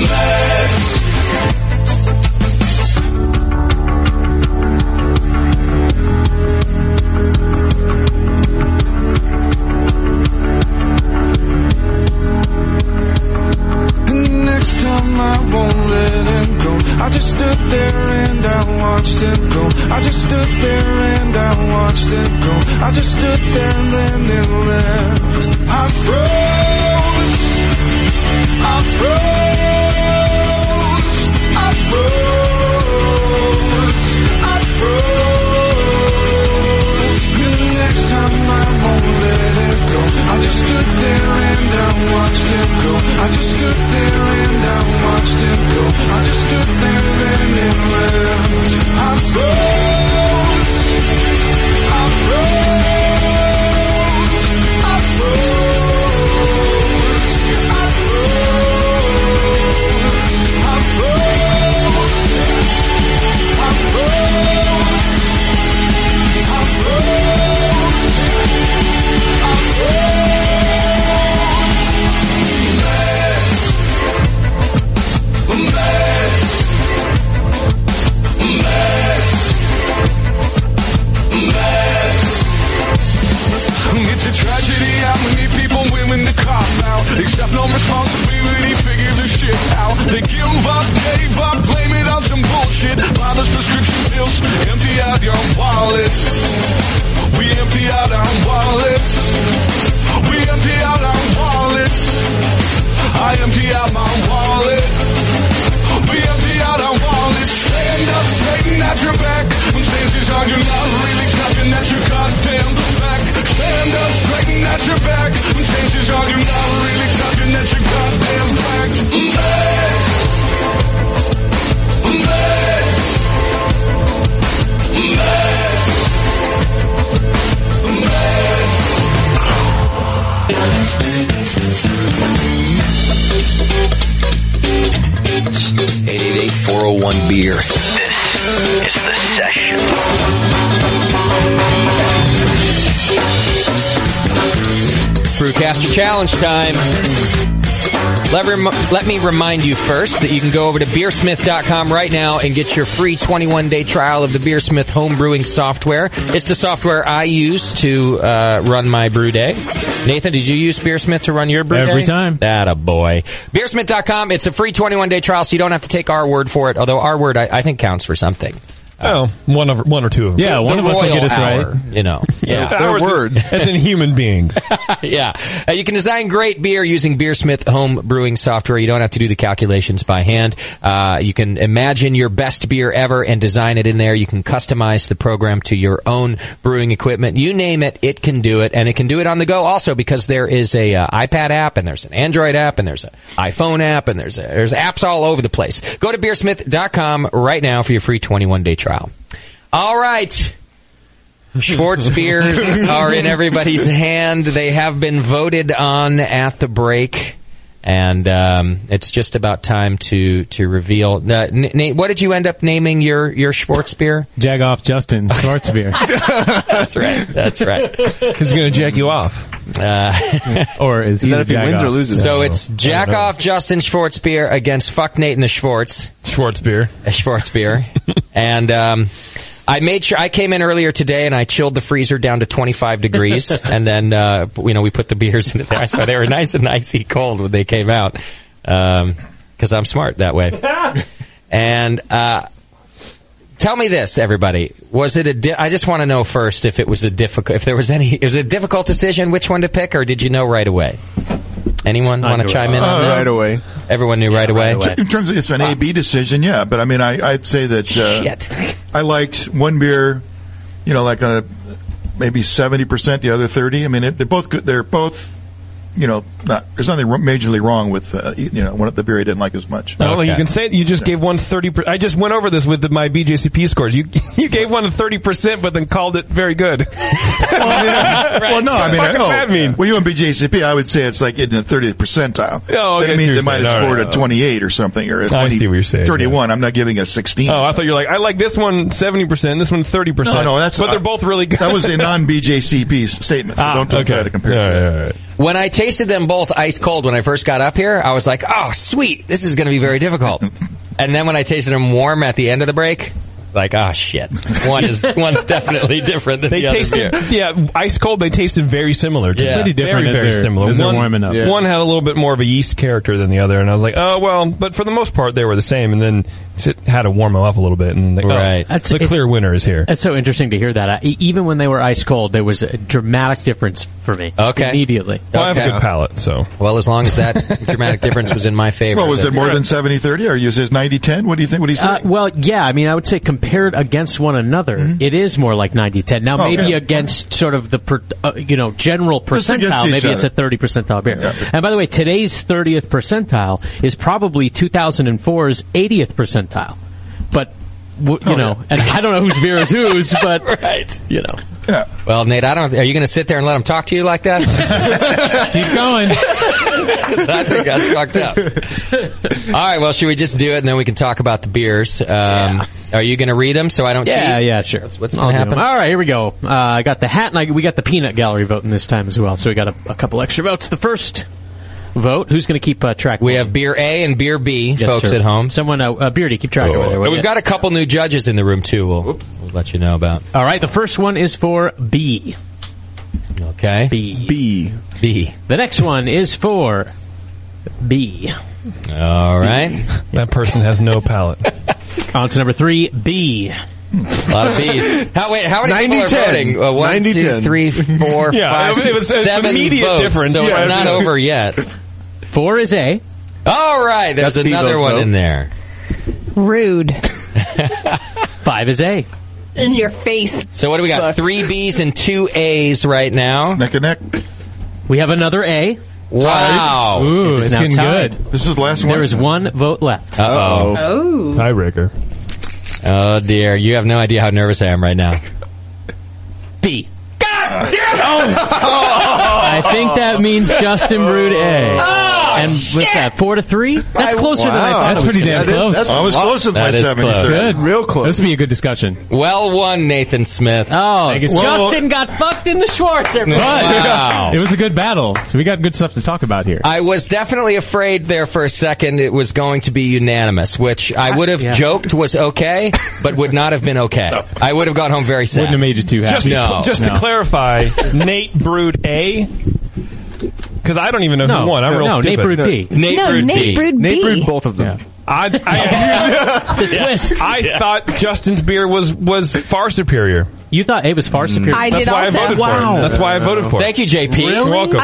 Speaker 33: Meds.
Speaker 34: And next time I won't let him go. I just stood there and I watched him go. I just stood there and I watched him go. I just stood there and then it left. I froze. I froze. I froze. I froze. And next time I won't let him go. I just stood there and I watched him go. I just stood there and I watched him go. I just stood there then it left. I froze. I froze. I froze. I froze. I froze. I froze. I
Speaker 33: It's a tragedy how many people willing to cop out. Accept no responsibility, figure this shit out. They give up, gave up, blame it on some bullshit. Father's prescription pills, empty out your wallet. We empty out our wallets. We empty out our wallets. I empty out my wallet. We empty out our wallets. Stand up, straighten out your back. When chances are you're not really clapping at your goddamn back. Stand up, straighten out your back. When chances are you're not really clapping at your goddamn back. Mess. Mess. Mess.
Speaker 26: It's 888-401 beer. This is the session.
Speaker 11: It's Brewcaster Challenge time. Let, rem- let me remind you first that you can go over to beersmith.com right now and get your free 21 day trial of the Beersmith home brewing software. It's the software I use to uh, run my brew day. Nathan, did you use Beersmith to run your brew
Speaker 3: Every
Speaker 11: day?
Speaker 3: time.
Speaker 11: That a boy. Beersmith.com. It's a free 21 day trial, so you don't have to take our word for it, although our word I, I think counts for something.
Speaker 14: Oh, one of one or two of them.
Speaker 11: The- the royal hour, You know,
Speaker 14: Ours is- as in human beings.
Speaker 11: yeah. Uh, you can design great beer using Beersmith home brewing software. You don't have to do the calculations by hand. Uh, you can imagine your best beer ever and design it in there. You can customize the program to your own brewing equipment. You name it, it can do it, and it can do it on the go also because there is a uh, iPad app and there's an Android app and there's an iPhone app and there's a, there's apps all over the place. Go to beersmith.com right now for your free 21 day trial. All right. Schwartz beers are in everybody's hand. They have been voted on at the break, and um, it's just about time to to reveal. Uh, N- Nate, what did you end up naming your your Schwartz beer?
Speaker 3: Jagoff Justin Schwartz beer.
Speaker 11: That's right. That's right.
Speaker 14: Because he's going to jack you off.
Speaker 11: Uh,
Speaker 3: or is, he the jagoff?
Speaker 11: So it's jack off Justin Schwartz beer against fuck Nate and the Schwartz. Uh,
Speaker 14: Schwartz beer.
Speaker 11: Schwartz beer. and um, I made sure I came in earlier today and I chilled the freezer down to 25 degrees, and then uh, you know we put the beers in there, so they were nice and icy cold when they came out. Because I'm smart that way. And uh, tell me this, everybody: was it a? Di- I just want to know first if it was a difficult, if there was any, it was a difficult decision which one to pick, or did you know right away? Anyone want to chime in on
Speaker 27: Uh,
Speaker 11: that?
Speaker 27: right away?
Speaker 11: Everyone knew right, away.
Speaker 5: In terms of it's an A B decision, yeah. But I mean, I, I'd say that uh, I liked one beer, you know, like a maybe seventy percent, the other thirty. I mean, it, they're both good. They're both, you know, not, there's nothing wr- majorly wrong with uh, you know one of the beer I didn't like as much.
Speaker 14: Well, you can say it. You just gave one thirty. Per- I just went over this with the, my BJCP scores. You you gave one thirty percent, but then called it very good.
Speaker 5: Well, no, I
Speaker 14: What the
Speaker 5: mean,
Speaker 14: fuck
Speaker 5: oh,
Speaker 14: does that mean?
Speaker 5: well, you and BJCP, I would say it's like in the 30th percentile.
Speaker 14: Oh, okay,
Speaker 5: that means
Speaker 14: you're
Speaker 5: they might
Speaker 14: saying,
Speaker 5: have
Speaker 14: all
Speaker 5: scored
Speaker 14: right.
Speaker 5: a 28 or something, or a
Speaker 14: I see what you're saying,
Speaker 5: 31. I'm not giving a 16.
Speaker 14: Oh, I thought you were like, I like this one 70%, this one 30%.
Speaker 5: no, no, that's
Speaker 14: But they're both really good.
Speaker 5: That was a non-BJCP statement, so
Speaker 14: ah,
Speaker 5: don't, don't try to compare.
Speaker 11: When I tasted them both ice cold when I first got up here, I was like, "Oh, sweet, this is going to be very difficult." and then when I tasted them warm at the end of the break, like, "Oh shit, one is one's definitely different than
Speaker 14: They
Speaker 11: the
Speaker 14: tasted,
Speaker 11: other." Beer.
Speaker 14: yeah, ice cold. They tasted very similar. To
Speaker 11: Yeah.
Speaker 14: me.
Speaker 11: Pretty different
Speaker 14: very,
Speaker 11: as
Speaker 14: very
Speaker 11: they're-
Speaker 14: similar.
Speaker 11: as they're
Speaker 14: one,
Speaker 11: warming up. Yeah.
Speaker 14: one had a little bit more of a yeast character than the other, and I was like, oh well. But for the most part, they were the same. And then it had to warm them up a little bit, and like, oh,
Speaker 13: That's-
Speaker 14: the
Speaker 13: it's-
Speaker 14: clear winner is here.
Speaker 13: That's so interesting to hear that. I, e- even when they were ice cold, there was a dramatic difference for me.
Speaker 11: Okay.
Speaker 13: Immediately.
Speaker 11: Well, I have a Okay. good
Speaker 14: palate, so.
Speaker 11: Well, as long as that dramatic difference was in my favor,
Speaker 5: Well, was
Speaker 11: then-
Speaker 5: it more than 70-30, or you says 90-10? What do you think? What do you say?
Speaker 13: Uh, well, yeah. I mean, I would say compared against one another, it is more like 90-10. Now,
Speaker 5: Mm-hmm. Oh,
Speaker 13: maybe
Speaker 5: yeah.
Speaker 13: against sort of the per, uh, you know general
Speaker 5: Just against
Speaker 13: percentile,
Speaker 5: each
Speaker 13: maybe it's
Speaker 5: other.
Speaker 13: a thirty percentile beer. And by the way, today's thirtieth percentile is probably 2004's eightieth percentile. But w-
Speaker 5: Oh,
Speaker 13: you know, and I don't know whose beer is whose, but you know.
Speaker 11: Well, Nate, I don't. Are you going to sit there and let them talk to you like that? Keep
Speaker 13: going.
Speaker 11: I think that's fucked up. All right. Well, should we just do it and then we can talk about the beers? Um, Are you going to read them so I don't?
Speaker 13: Yeah,
Speaker 11: cheat?
Speaker 13: yeah, sure.
Speaker 11: What's, what's
Speaker 13: I'll
Speaker 11: going
Speaker 13: do
Speaker 11: to
Speaker 13: them.
Speaker 11: happen?
Speaker 13: All right, here we go. Uh, I got the hat, and I, we got the peanut gallery voting this time as well. So we got a, a couple extra votes. The first vote. Who's going to keep uh, track? We
Speaker 11: have beer A and beer B, folks at
Speaker 13: home. Someone, uh, uh, Beardy, keep track. of it.
Speaker 11: And we've got a couple new judges in the room too. We'll, we'll let you know about.
Speaker 13: All right, the first one is for B.
Speaker 11: Okay.
Speaker 13: B.
Speaker 11: B. B.
Speaker 13: The next one is for B.
Speaker 11: All right.
Speaker 14: That person has no palate.
Speaker 13: On to number three, B. A
Speaker 11: lot of B's. How, wait, how many people are voting? Uh, one, two, three, four,
Speaker 13: Yeah,
Speaker 11: five,
Speaker 13: it was- it was- it's
Speaker 11: seven
Speaker 13: immediate
Speaker 11: votes,
Speaker 13: difference.
Speaker 11: So
Speaker 13: Yeah.
Speaker 11: it's not over yet.
Speaker 13: Four is A.
Speaker 11: All right. There's
Speaker 13: That's B
Speaker 11: another
Speaker 13: votes,
Speaker 11: one
Speaker 13: though.
Speaker 11: in there.
Speaker 12: Rude.
Speaker 13: Five is A.
Speaker 12: In your face.
Speaker 11: So what do we got? Three B's and two A's right now.
Speaker 5: Neck and neck.
Speaker 13: We have another A.
Speaker 11: Wow.
Speaker 13: It is now tied.
Speaker 5: This is the last one.
Speaker 13: There is one vote left.
Speaker 11: Uh-oh.
Speaker 12: Oh.
Speaker 14: Tiebreaker.
Speaker 11: Oh dear, you have no idea how nervous I am right now.
Speaker 13: B.
Speaker 11: Oh.
Speaker 13: I think that means Justin Brood
Speaker 5: Oh.
Speaker 13: A. and what's that? Four to three? That's closer than Oh, I thought.
Speaker 3: That's
Speaker 13: it was
Speaker 3: pretty
Speaker 13: gonna
Speaker 3: damn
Speaker 13: be.
Speaker 3: close.
Speaker 11: That is close.
Speaker 3: Good, real close. This would be a good discussion.
Speaker 11: Well won, Nathan Smith.
Speaker 13: Oh,
Speaker 3: Thank you, sir.
Speaker 13: Justin got fucked in the Schwartz.
Speaker 3: But
Speaker 13: everybody.
Speaker 11: Wow.
Speaker 3: it was a good battle, so we got good stuff to talk about here.
Speaker 11: I was definitely afraid there for a second it was going to be unanimous, which I would have
Speaker 3: Yeah.
Speaker 11: joked was okay, but would not have been okay. I would have gone home very sad.
Speaker 3: Wouldn't have made you too
Speaker 14: Just,
Speaker 3: happy.
Speaker 14: to,
Speaker 11: No,
Speaker 14: just
Speaker 11: no.
Speaker 14: to clarify, Nate brewed A. Because I don't even know
Speaker 11: No,
Speaker 14: who won. I'm
Speaker 11: no,
Speaker 14: real
Speaker 11: no, Nate
Speaker 14: stupid.
Speaker 11: brewed B. Nate No, brewed Nate B. brewed Nate B. brewed both
Speaker 14: of them. I, I,
Speaker 13: it's a twist.
Speaker 14: I
Speaker 13: Yeah.
Speaker 14: thought Justin's beer was was far superior. Hmm.
Speaker 13: You thought A was far superior.
Speaker 14: That's why I voted
Speaker 13: Oh.
Speaker 14: for it. That's why I voted for it.
Speaker 11: Thank you, JP.
Speaker 14: You're welcome.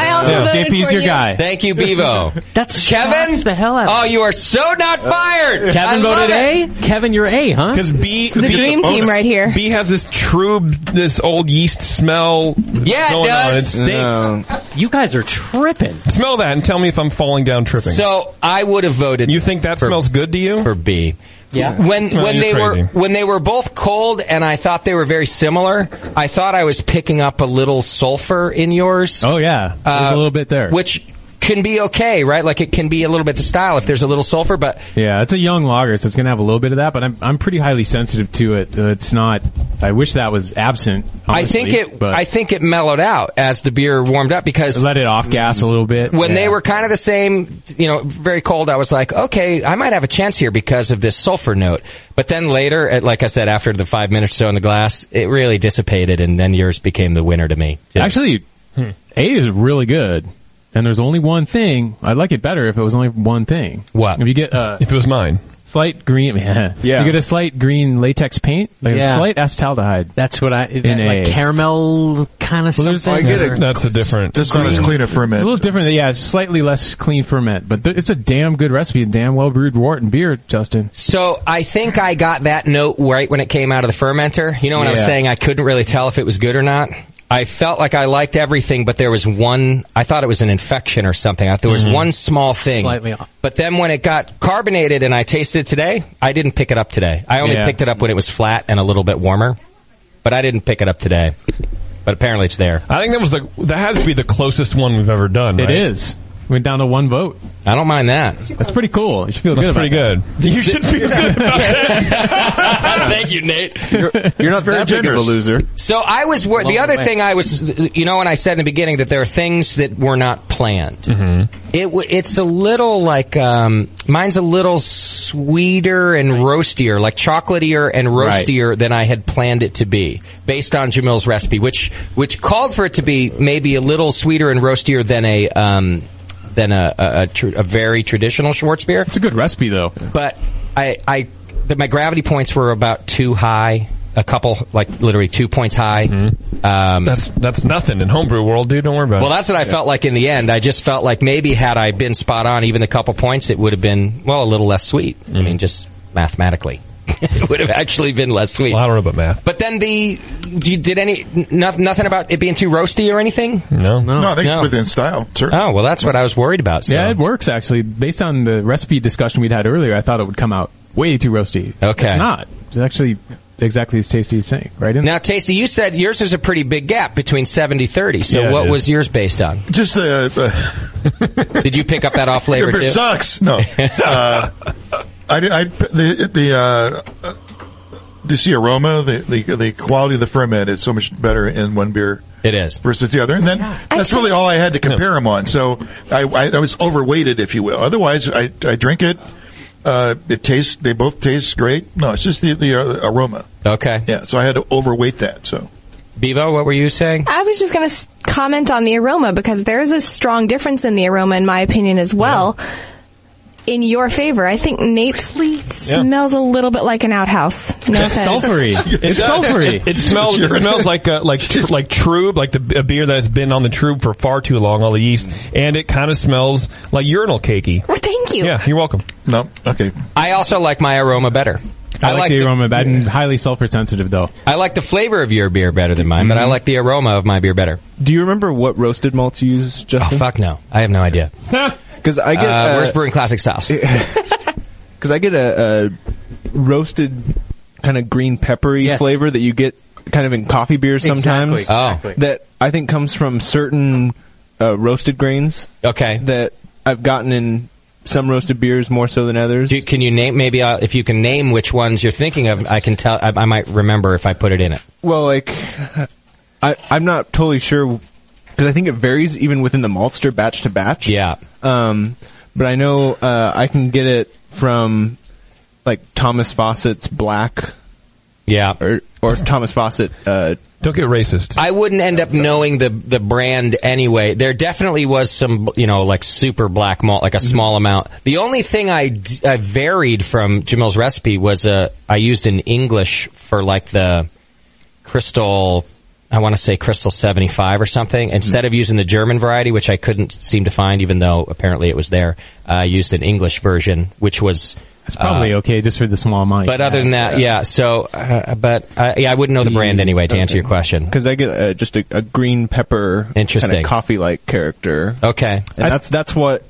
Speaker 11: JP's your guy. Thank you, Bevo.
Speaker 13: That's
Speaker 11: Kevin.
Speaker 13: the hell out. of
Speaker 11: Oh,
Speaker 13: it.
Speaker 11: you are so not fired.
Speaker 13: Kevin
Speaker 11: I love
Speaker 13: voted
Speaker 11: it.
Speaker 13: A. Kevin, you're A, huh?
Speaker 14: Because B,
Speaker 12: The
Speaker 14: B-
Speaker 12: dream team right here.
Speaker 14: B has this true, this old yeast smell.
Speaker 11: Yeah, it
Speaker 14: going
Speaker 11: does.
Speaker 14: On. It stinks.
Speaker 13: You guys are tripping.
Speaker 14: Smell that and tell me if I'm falling down tripping.
Speaker 11: So I would have voted.
Speaker 14: You think that smells good to you?
Speaker 11: For B.
Speaker 13: Yeah.
Speaker 11: When
Speaker 14: No,
Speaker 11: when
Speaker 14: you're
Speaker 11: they
Speaker 14: crazy.
Speaker 11: were when they were both cold and I thought they were very similar, I thought I was picking up a little sulfur in yours. Uh,
Speaker 3: Oh yeah, there's a little bit there.
Speaker 11: Which can be okay, right? Like it can be a little bit to style if there's a little sulfur, but
Speaker 3: Yeah, it's a young lager, so it's going to have a little bit of that, but I'm, I'm pretty highly sensitive to it. Uh, it's not, I wish that was absent.
Speaker 11: I think
Speaker 3: honestly,
Speaker 11: it
Speaker 3: but
Speaker 11: I think it mellowed out as the beer warmed up because
Speaker 3: let it off gas a little bit.
Speaker 11: when they
Speaker 3: Yeah.
Speaker 11: were kind of the same, you know, very cold, I was like, okay, I might have a chance here because of this sulfur note. But then later, at, like I said, after the five minutes or so in the glass, it really dissipated and then yours became the winner to me.
Speaker 3: Actually, A is really good, and there's only one thing. I'd like it better if it was only one thing.
Speaker 11: What?
Speaker 3: If you get, uh,
Speaker 14: if it was mine.
Speaker 3: Slight green, yeah.
Speaker 13: Yeah.
Speaker 3: You get a slight green latex paint, like
Speaker 13: Yeah.
Speaker 3: a slight acetaldehyde.
Speaker 13: That's what I
Speaker 3: in
Speaker 13: like
Speaker 3: a
Speaker 13: caramel kind of
Speaker 3: Well,
Speaker 13: something. or-
Speaker 14: a different.
Speaker 5: That's not as clean a ferment.
Speaker 3: A little different. Yeah, it's slightly less clean ferment, but th- it's a damn good recipe. A damn well brewed wort and beer, Justin.
Speaker 11: So I think I got that note right when it came out of the fermenter. You know when I was
Speaker 3: Yeah.
Speaker 11: saying I couldn't really tell if it was good or not? I felt like I liked everything, but there was one, I thought it was an infection or something. I- There was
Speaker 13: Mhm.
Speaker 11: one small thing.
Speaker 13: Slightly off.
Speaker 11: But then when it got carbonated and I tasted it today, I didn't pick it up today. I only
Speaker 13: Yeah.
Speaker 11: picked it up when it was flat and a little bit warmer, but I didn't pick it up today. But apparently it's there.
Speaker 14: I think that was the that has to be the closest one we've ever done.
Speaker 11: It
Speaker 14: It
Speaker 3: is. Went down to one vote.
Speaker 11: I don't mind that.
Speaker 3: That's pretty cool. You should feel
Speaker 14: That's
Speaker 3: good.
Speaker 14: pretty
Speaker 3: about
Speaker 14: good. You should feel good
Speaker 11: about that. Thank you, Nate.
Speaker 27: not
Speaker 11: You're,
Speaker 27: very that big of a generous. loser.
Speaker 11: So I was wor- the
Speaker 27: Long
Speaker 11: other
Speaker 27: way.
Speaker 11: thing I was, you know, when I said in the beginning that there are things that were not planned.
Speaker 14: Mm-hmm.
Speaker 3: Mm-hmm.
Speaker 11: It w- it's a little like um, mine's a little sweeter and roastier, like chocolatier and
Speaker 13: Right.
Speaker 11: roastier than I had planned it to be, based on Jamil's recipe, which which called for it to be maybe a little sweeter and roastier than a. Um, than a a, a, tr- a very traditional Schwartz beer. It's
Speaker 3: a good recipe though.
Speaker 11: But I I the, my gravity points were about too high, a couple like literally two points high.
Speaker 3: Mm-hmm.
Speaker 11: Um,
Speaker 14: that's that's nothing in homebrew world, dude. Don't worry about it.
Speaker 11: well, that's what I
Speaker 14: Yeah.
Speaker 11: felt like in the end. I just felt like maybe had I been spot on, even a couple points, it would have been well a little less sweet. I
Speaker 3: Mm-hmm.
Speaker 11: mean, just mathematically, it would have actually been less sweet.
Speaker 14: I don't know about math.
Speaker 11: But then the do you- did any no, nothing about it being too roasty or anything?
Speaker 14: No,
Speaker 5: no, I think
Speaker 11: No.
Speaker 5: it's within style.
Speaker 11: Oh well, that's what I was worried about. So.
Speaker 3: Yeah, it works actually. Based on the recipe discussion we'd had earlier, I thought it would come out way too roasty.
Speaker 11: Okay.
Speaker 3: it's not. It's actually exactly as tasty as saying. Right?
Speaker 11: Now, Tasty, you said yours is a pretty big gap between 70-30. So
Speaker 3: Yeah, it
Speaker 11: what
Speaker 3: is.
Speaker 11: was yours based on?
Speaker 5: Just uh, the.
Speaker 11: Did you pick up that off
Speaker 5: Your
Speaker 11: flavor
Speaker 5: beer
Speaker 11: too?
Speaker 5: sucks. No, uh, I, did- I the the uh, just the aroma, the, the the quality of the ferment is so much better in one beer.
Speaker 11: It is
Speaker 5: versus the other, and then that's really all I had to compare them on. So I, I, I was overweighted, if you will. Otherwise, I I drink it. Uh, it tastes. They both taste great. No, it's just the the uh, aroma.
Speaker 11: Okay.
Speaker 5: Yeah. So I had to overweight that. So.
Speaker 11: Bevo, what were you saying?
Speaker 12: I was just going to comment on the aroma because there is a strong difference in the aroma, in my opinion, as well. In your favor, I think Nate's
Speaker 14: Yeah.
Speaker 12: smells a little bit like an outhouse. No
Speaker 14: That's
Speaker 12: offense.
Speaker 14: sulfury.
Speaker 3: It's sulfury.
Speaker 14: It, it smells. It smells like uh, like tr- like trube, like the a beer that's been on the trube for far too long, all the yeast, and it kind of smells like urinal cakey.
Speaker 12: Well, thank you.
Speaker 14: Yeah, you're welcome.
Speaker 5: No, okay.
Speaker 11: I also like my aroma better.
Speaker 3: I, like, the aroma, but I'm highly sulfur sensitive though.
Speaker 11: I like the flavor of your beer better than mine, but
Speaker 3: Mm-hmm.
Speaker 11: I like the aroma of my beer better.
Speaker 27: Do you remember what roasted malts you use, Justin?
Speaker 11: Oh, fuck no. I have no idea.
Speaker 27: Because I get.
Speaker 11: Uh,
Speaker 27: uh,
Speaker 11: worst brewing classic styles.
Speaker 27: Because I get a, a roasted kind of green peppery
Speaker 11: Yes.
Speaker 27: flavor that you get kind of in coffee beers sometimes.
Speaker 11: Exactly, Oh. exactly.
Speaker 27: That I think comes from certain uh, roasted grains.
Speaker 11: Okay.
Speaker 27: That I've gotten in some roasted beers more so than others.
Speaker 11: Do, can you name, maybe uh, if you can name which ones you're thinking of, I can tell, I, I might remember if I put it in it.
Speaker 27: Well, like, I, I'm not totally sure because I think it varies even within the maltster batch to batch.
Speaker 11: Yeah.
Speaker 27: Um, but I know uh, I can get it from like Thomas Fawcett's Black.
Speaker 11: Yeah.
Speaker 27: Or or Thomas Fawcett. Uh,
Speaker 14: Don't get racist.
Speaker 11: I wouldn't end up knowing the the brand anyway. There definitely was some, you know, like super black malt,
Speaker 3: Mm-hmm.
Speaker 11: like a small amount. The only thing I, d- I varied from Jamil's recipe was uh, I used an English for like the crystal. I want to say crystal seventy five or something.
Speaker 3: Mm-hmm.
Speaker 11: Instead of using the German variety, which I couldn't seem to find, even though apparently it was there, I used an English version, which was.
Speaker 3: It's probably
Speaker 11: uh,
Speaker 3: okay just for the small amount.
Speaker 11: But other than that, yeah. So, uh, but uh, yeah, I wouldn't know the brand anyway. To answer your question,
Speaker 27: because E. I get uh, just a, a green pepper,
Speaker 11: Interesting.
Speaker 27: coffee like character.
Speaker 11: Okay,
Speaker 27: and that's that's what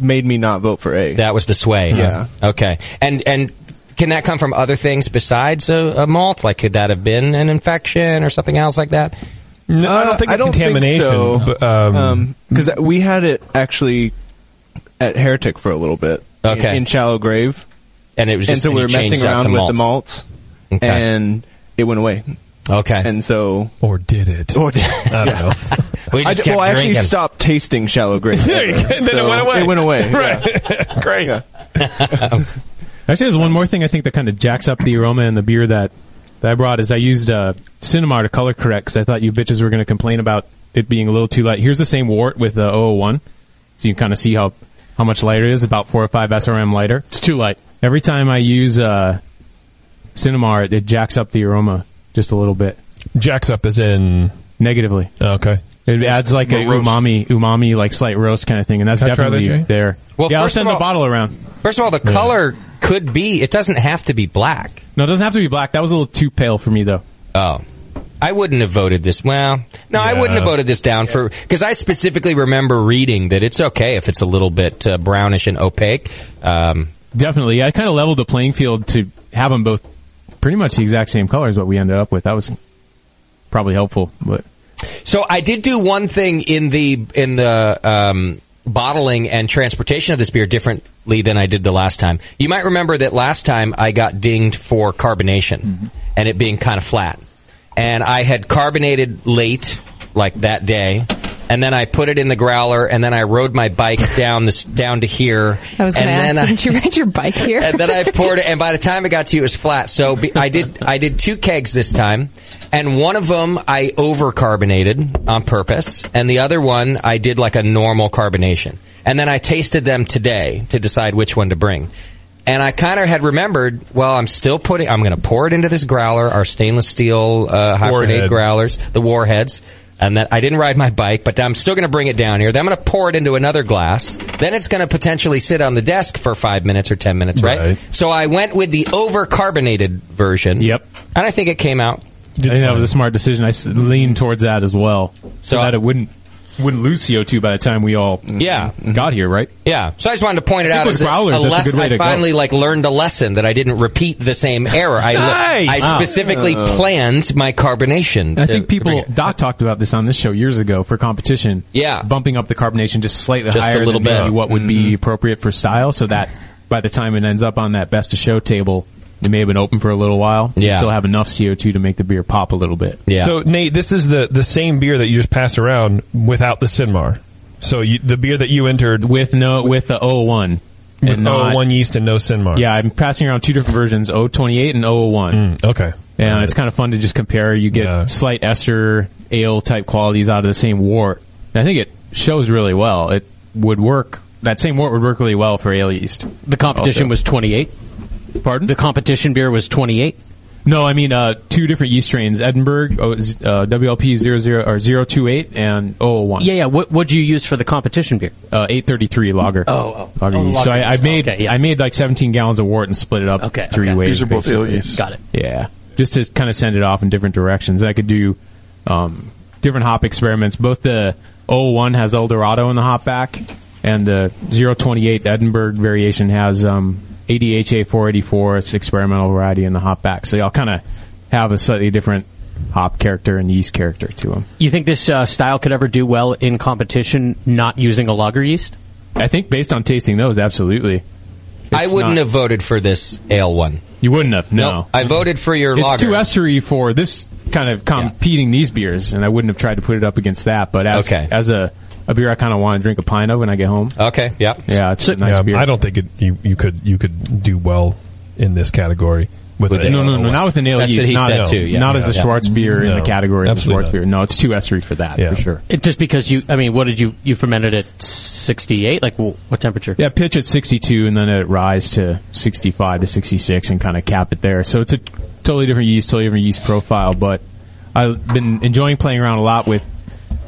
Speaker 27: made me not vote for A.
Speaker 11: That was the sway.
Speaker 27: Yeah.
Speaker 11: Okay. And and can that come from other things besides a, a malt? Like could that have been an infection or something else like that?
Speaker 14: No,
Speaker 27: Uh, I don't think so.
Speaker 11: um,
Speaker 27: because we had it actually at Heretic for a little bit.
Speaker 11: Okay.
Speaker 27: In, in Shallow Grave,
Speaker 11: And it was just-
Speaker 27: so we
Speaker 11: you
Speaker 27: were
Speaker 11: changed
Speaker 27: messing
Speaker 11: that
Speaker 27: around
Speaker 11: to
Speaker 27: with
Speaker 11: malt.
Speaker 27: the malts,
Speaker 11: Okay.
Speaker 27: and it went away.
Speaker 11: Okay.
Speaker 27: And so,
Speaker 14: or did it?
Speaker 27: Or did
Speaker 14: I don't know.
Speaker 11: We just
Speaker 27: I, d-
Speaker 11: kept
Speaker 27: well, I actually
Speaker 11: drinking.
Speaker 27: stopped tasting Shallow Grave.
Speaker 14: There you go. Then it
Speaker 27: So
Speaker 14: went away.
Speaker 27: It went away.
Speaker 14: Right. Great.
Speaker 3: Actually, there's one more thing I think that kind of jacks up the aroma in the beer that, that I brought is I used uh, Cinemar to color correct because I thought you bitches were going to complain about it being a little too light. Here's the same wart with uh, the 001, so you can kind of see how, how much lighter it is, about 4 or 5 SRM lighter. It's too light. Every time I use uh, Cinemar, it, it jacks up the aroma just a little bit.
Speaker 14: Jacks up as in
Speaker 3: negatively.
Speaker 14: okay.
Speaker 3: It adds like a
Speaker 14: More roast.
Speaker 3: umami, umami like slight roast kind of thing, and that's
Speaker 14: Can I try that
Speaker 3: definitely
Speaker 14: too?
Speaker 3: there.
Speaker 11: Well,
Speaker 3: yeah, I'll
Speaker 11: first
Speaker 3: send
Speaker 11: of
Speaker 3: the
Speaker 11: all-
Speaker 3: bottle around.
Speaker 11: First of all, the
Speaker 3: Yeah.
Speaker 11: color could be. It doesn't have to be black.
Speaker 3: No, it doesn't have to be black. That was a little too pale for me though.
Speaker 11: Oh. I wouldn't have voted this. Well, no, I wouldn't have voted this down for because I specifically remember reading that it's okay if it's a little bit uh, brownish and opaque. Um,
Speaker 3: Definitely, I kind of leveled the playing field to have them both pretty much the exact same color is what we ended up with. That was probably helpful, but
Speaker 11: So I did do one thing in the in the um, bottling and transportation of this beer differently than I did the last time. You might remember that last time I got dinged for carbonation and it being kind of flat, and I had carbonated late, like that day. And then I put it in the growler, and then I rode my bike down this down to here.
Speaker 12: I was going to
Speaker 11: and
Speaker 12: ask,
Speaker 11: then uh, I-
Speaker 12: didn't you ride your bike here?
Speaker 11: and then I poured it, and by the time it got to you, it was flat. So be, I did I did two kegs this time, and one of them I overcarbonated on purpose, and the other one I did like a normal carbonation. And then I tasted them today to decide which one to bring. And I kind of had remembered, well, I'm still putting, I'm going to pour it into this growler, our stainless steel uh, high
Speaker 14: Warhead.
Speaker 11: grade growlers, the warheads. And that I didn't ride my bike, but I'm still going to bring it down here. Then I'm going to pour it into another glass. Then it's going to potentially sit on the desk for five minutes or ten minutes, right? So I went with the overcarbonated version. Yep. And I think it came out.
Speaker 3: I think that was a smart decision. I s- leaned towards that as well, so, that it wouldn't wouldn't lose CO two by the time we all
Speaker 11: Mm-hmm. Yeah.
Speaker 3: got here, right?
Speaker 11: Yeah. So I just wanted to point it
Speaker 3: I think
Speaker 11: out
Speaker 3: with
Speaker 11: as a,
Speaker 3: growlers,
Speaker 11: a
Speaker 3: that's a
Speaker 11: less-
Speaker 3: good way
Speaker 11: I
Speaker 3: to go.
Speaker 11: finally like learned a lesson that I didn't repeat the same error. I,
Speaker 3: Nice!
Speaker 11: I
Speaker 3: Ah.
Speaker 11: specifically
Speaker 3: Oh.
Speaker 11: planned my carbonation.
Speaker 3: I
Speaker 11: to
Speaker 3: think
Speaker 11: bring
Speaker 3: people
Speaker 11: it.
Speaker 3: Doc talked about this on this show years ago for competition.
Speaker 11: Yeah.
Speaker 3: bumping up the carbonation just slightly
Speaker 11: Just a
Speaker 3: higher
Speaker 11: little
Speaker 3: than maybe
Speaker 11: bit. Mm-hmm.
Speaker 3: what would be appropriate for style, so that by the time it ends up on that best of show table, it may have been open for a little while. You
Speaker 14: Yeah.
Speaker 3: still have enough CO two to make the beer pop a little bit.
Speaker 14: So Nate, this is the the same beer that you just passed around without the Sinmar. So you, the beer that you entered
Speaker 3: with no with the 01
Speaker 14: with
Speaker 3: and not-
Speaker 14: 01 yeast and no Sinmar.
Speaker 3: Yeah, I'm passing around two different versions, 028 and 001.
Speaker 14: okay.
Speaker 3: And it's kind of fun to just compare. You get slight ester ale type qualities out of the same wort. And I think it shows really well. It would work. That same wort would work really well for ale yeast.
Speaker 13: The competition was 28.
Speaker 3: Pardon?
Speaker 13: The competition beer was 28.
Speaker 3: No, I mean uh, two different yeast strains: Edinburgh oh, it's, uh, WLP 00 or 028 and 001.
Speaker 13: Yeah, yeah. What would you use for the competition beer?
Speaker 3: Uh, 833 lager. Oh, oh.
Speaker 13: Oh,
Speaker 3: so I, I
Speaker 13: lager.
Speaker 3: made I made like 17 gallons of wort and split it up
Speaker 13: Okay,
Speaker 3: three
Speaker 13: okay.
Speaker 3: ways.
Speaker 13: These are both
Speaker 3: basically.
Speaker 13: ale yeast. Got it.
Speaker 3: Yeah, just to kind of send it off in different directions. And I could do um, different hop experiments. Both the 01 has El Dorado in the hop back, and the 028 Edinburgh variation has um, ADHA 484. It's experimental variety in the hop back. So y'all kind of have a slightly different hop character and yeast character to them.
Speaker 13: You think this uh, style could ever do well in competition not using a lager yeast?
Speaker 3: I think based on tasting those, absolutely.
Speaker 11: I
Speaker 3: It's
Speaker 11: wouldn't
Speaker 3: not-
Speaker 11: have voted for this ale one.
Speaker 3: You wouldn't have. No,
Speaker 11: I voted for your
Speaker 3: it's
Speaker 11: lager.
Speaker 3: too estery for this kind of competing these beers, and I wouldn't have tried to put it up against that. But as
Speaker 11: Okay.
Speaker 3: as a, a beer, I kind of want to drink a pint of when I get home.
Speaker 14: Oh,
Speaker 11: Okay. Yeah.
Speaker 3: Yeah, it's a nice
Speaker 14: Yeah,
Speaker 3: beer.
Speaker 14: I don't think it, you you could you could do well in this category with,
Speaker 3: With
Speaker 14: an
Speaker 3: no, no,
Speaker 14: ale.
Speaker 3: no, not with an ale
Speaker 14: That's what
Speaker 3: yeast,
Speaker 14: he
Speaker 3: not,
Speaker 14: said,
Speaker 3: no,
Speaker 14: too, yeah.
Speaker 3: not as
Speaker 14: Yeah.
Speaker 3: a Schwarz beer in
Speaker 14: No,
Speaker 3: the category of the
Speaker 14: absolutely
Speaker 3: Schwarz
Speaker 14: not.
Speaker 3: beer. No, it's too estery for that for sure.
Speaker 13: It, just because you, I mean, what did you, you fermented at 68? Like, wh- what temperature?
Speaker 3: Yeah, pitch at 62 and then it rise to 65 to 66 and kind of cap it there. So it's a totally different yeast, totally different yeast profile. But I've been enjoying playing around a lot with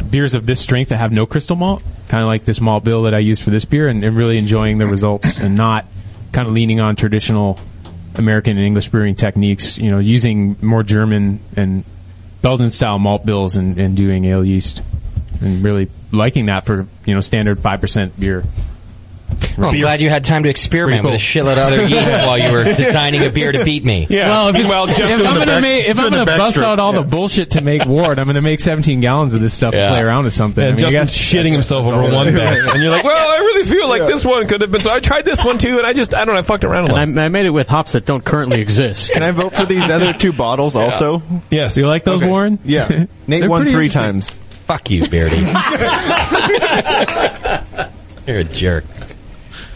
Speaker 3: beers of this strength that have no crystal malt, kind of like this malt bill that I used for this beer, and, and really enjoying the results and not kind of leaning on traditional American and English brewing techniques. You know, using more German and Belgian style malt bills and, and doing ale yeast, and really liking that for you know standard five percent beer.
Speaker 11: Well, I'm glad you had time to experiment with a
Speaker 3: Pretty cool.
Speaker 11: shitload of other yeast while you were designing a beer to beat me.
Speaker 3: Well, if, it's, if I'm gonna make, if I'm gonna bust out all the bullshit to make Ward, I'm gonna make 17 gallons of this stuff and play around with something.
Speaker 14: And
Speaker 3: I mean, you
Speaker 14: Justin's
Speaker 3: guys-
Speaker 14: shitting himself
Speaker 3: that's
Speaker 14: over
Speaker 3: all
Speaker 14: one
Speaker 3: it is.
Speaker 14: bag, and you're like, "Well, I really feel like
Speaker 3: Yeah.
Speaker 14: this one could have been." So I tried this one too, and I just I don't know, I fucked around a lot.
Speaker 13: And I, I made it with hops that don't currently exist.
Speaker 27: Can I vote for these other two bottles also?
Speaker 14: Yes.
Speaker 3: You like those, Warren?
Speaker 27: Yeah. Nate
Speaker 3: They're
Speaker 27: won
Speaker 3: pretty
Speaker 27: three
Speaker 3: interesting.
Speaker 27: times.
Speaker 11: Fuck you, Beardy. You're a jerk.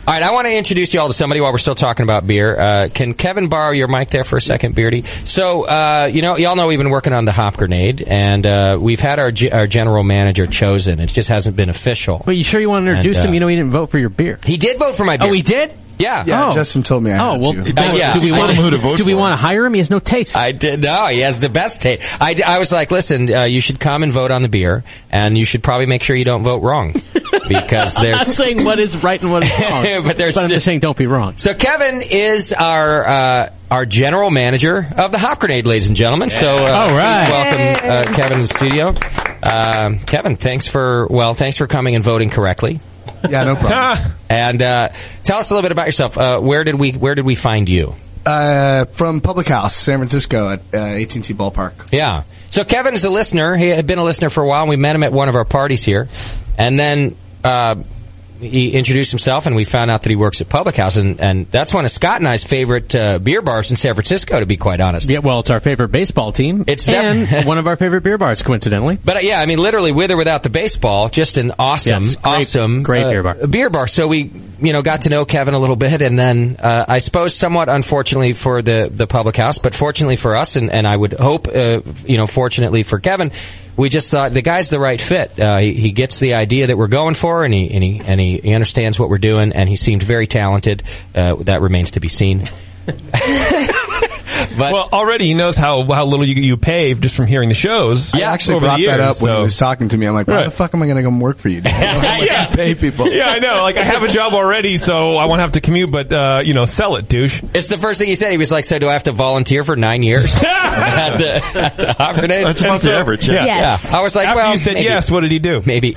Speaker 11: All right, I want to introduce you all to somebody while we're still talking about beer. Uh, can Kevin borrow your mic there for a second, Beardy? So, uh, you know, y'all know we've been working on the Hop Grenade, and uh, we've had our, ge- our general manager chosen. It just hasn't been official.
Speaker 13: But you sure you want to introduce
Speaker 11: And, uh,
Speaker 13: him? You know, he didn't vote for your beer.
Speaker 11: He did vote for my beer.
Speaker 13: Oh, he did?
Speaker 11: Yeah.
Speaker 35: Yeah,
Speaker 11: Oh.
Speaker 35: Justin told me I
Speaker 11: Oh,
Speaker 35: had
Speaker 11: well,
Speaker 35: to.
Speaker 11: uh, yeah.
Speaker 35: Do we want to
Speaker 11: do we
Speaker 13: want to hire him? He has no taste.
Speaker 11: I did. No, he has the best taste. I, I was like, listen, uh, you should come and vote on the beer, and you should probably make sure you don't vote wrong because
Speaker 13: I'm not
Speaker 11: there's
Speaker 13: saying what is right and what is wrong,
Speaker 11: But there's
Speaker 13: I'm just saying don't be wrong.
Speaker 11: So Kevin is our uh, our general manager of the Hop Grenade, ladies and gentlemen. So uh,
Speaker 13: All right.
Speaker 11: please welcome
Speaker 13: Yay.
Speaker 11: uh, Kevin to the studio. Um, Kevin, thanks for well, thanks for coming and voting correctly.
Speaker 35: Yeah, no problem.
Speaker 11: and uh, tell us a little bit about yourself. Uh, where did we where did we find you?
Speaker 35: Uh, from Public House, San Francisco, at uh, AT&T Ballpark.
Speaker 11: Yeah. So Kevin's a listener. He had been a listener for a while. and We met him at one of our parties here, and then uh, he introduced himself, and we found out that he works at Public House, and, and that's one of Scott and I's favorite uh, beer bars in San Francisco, to be quite honest.
Speaker 13: Yeah, well, it's our favorite baseball team.
Speaker 11: It's
Speaker 13: and one of our favorite beer bars, coincidentally.
Speaker 11: But uh, yeah, I mean, literally with or without the baseball, just an awesome,
Speaker 13: Yes, great-
Speaker 11: awesome, uh,
Speaker 13: great beer bar.
Speaker 11: Beer bar. So we, you know, got to know Kevin a little bit, and then uh, I suppose somewhat unfortunately for the the public house, but fortunately for us, and, and I would hope, uh, you know, fortunately for Kevin, we just thought the guy's the right fit. Uh, he, he gets the idea that we're going for, and he and he and he, he understands what we're doing, and he seemed very talented. Uh, that remains to be seen.
Speaker 14: well, already he knows how how little you you pay just from hearing the shows.
Speaker 35: I actually
Speaker 14: over the
Speaker 35: brought
Speaker 14: years,
Speaker 35: that up when
Speaker 14: so-
Speaker 35: he was talking to me. I'm like, why
Speaker 14: Right.
Speaker 35: the fuck am I going to come work for you? dude? I don't know how much you pay people.
Speaker 14: yeah, I know. Like I have a job already, so I won't have to commute. But uh, you know, sell it, douche.
Speaker 11: It's the first thing he said. He was like, "So do I have to volunteer for nine years?" at the, at the Hop Grenade?
Speaker 14: That's about the
Speaker 11: So-
Speaker 14: average, yeah. Yes.
Speaker 11: I was like,
Speaker 14: After
Speaker 11: "Well,
Speaker 14: you said
Speaker 11: maybe-
Speaker 14: yes, what did he do?
Speaker 11: Maybe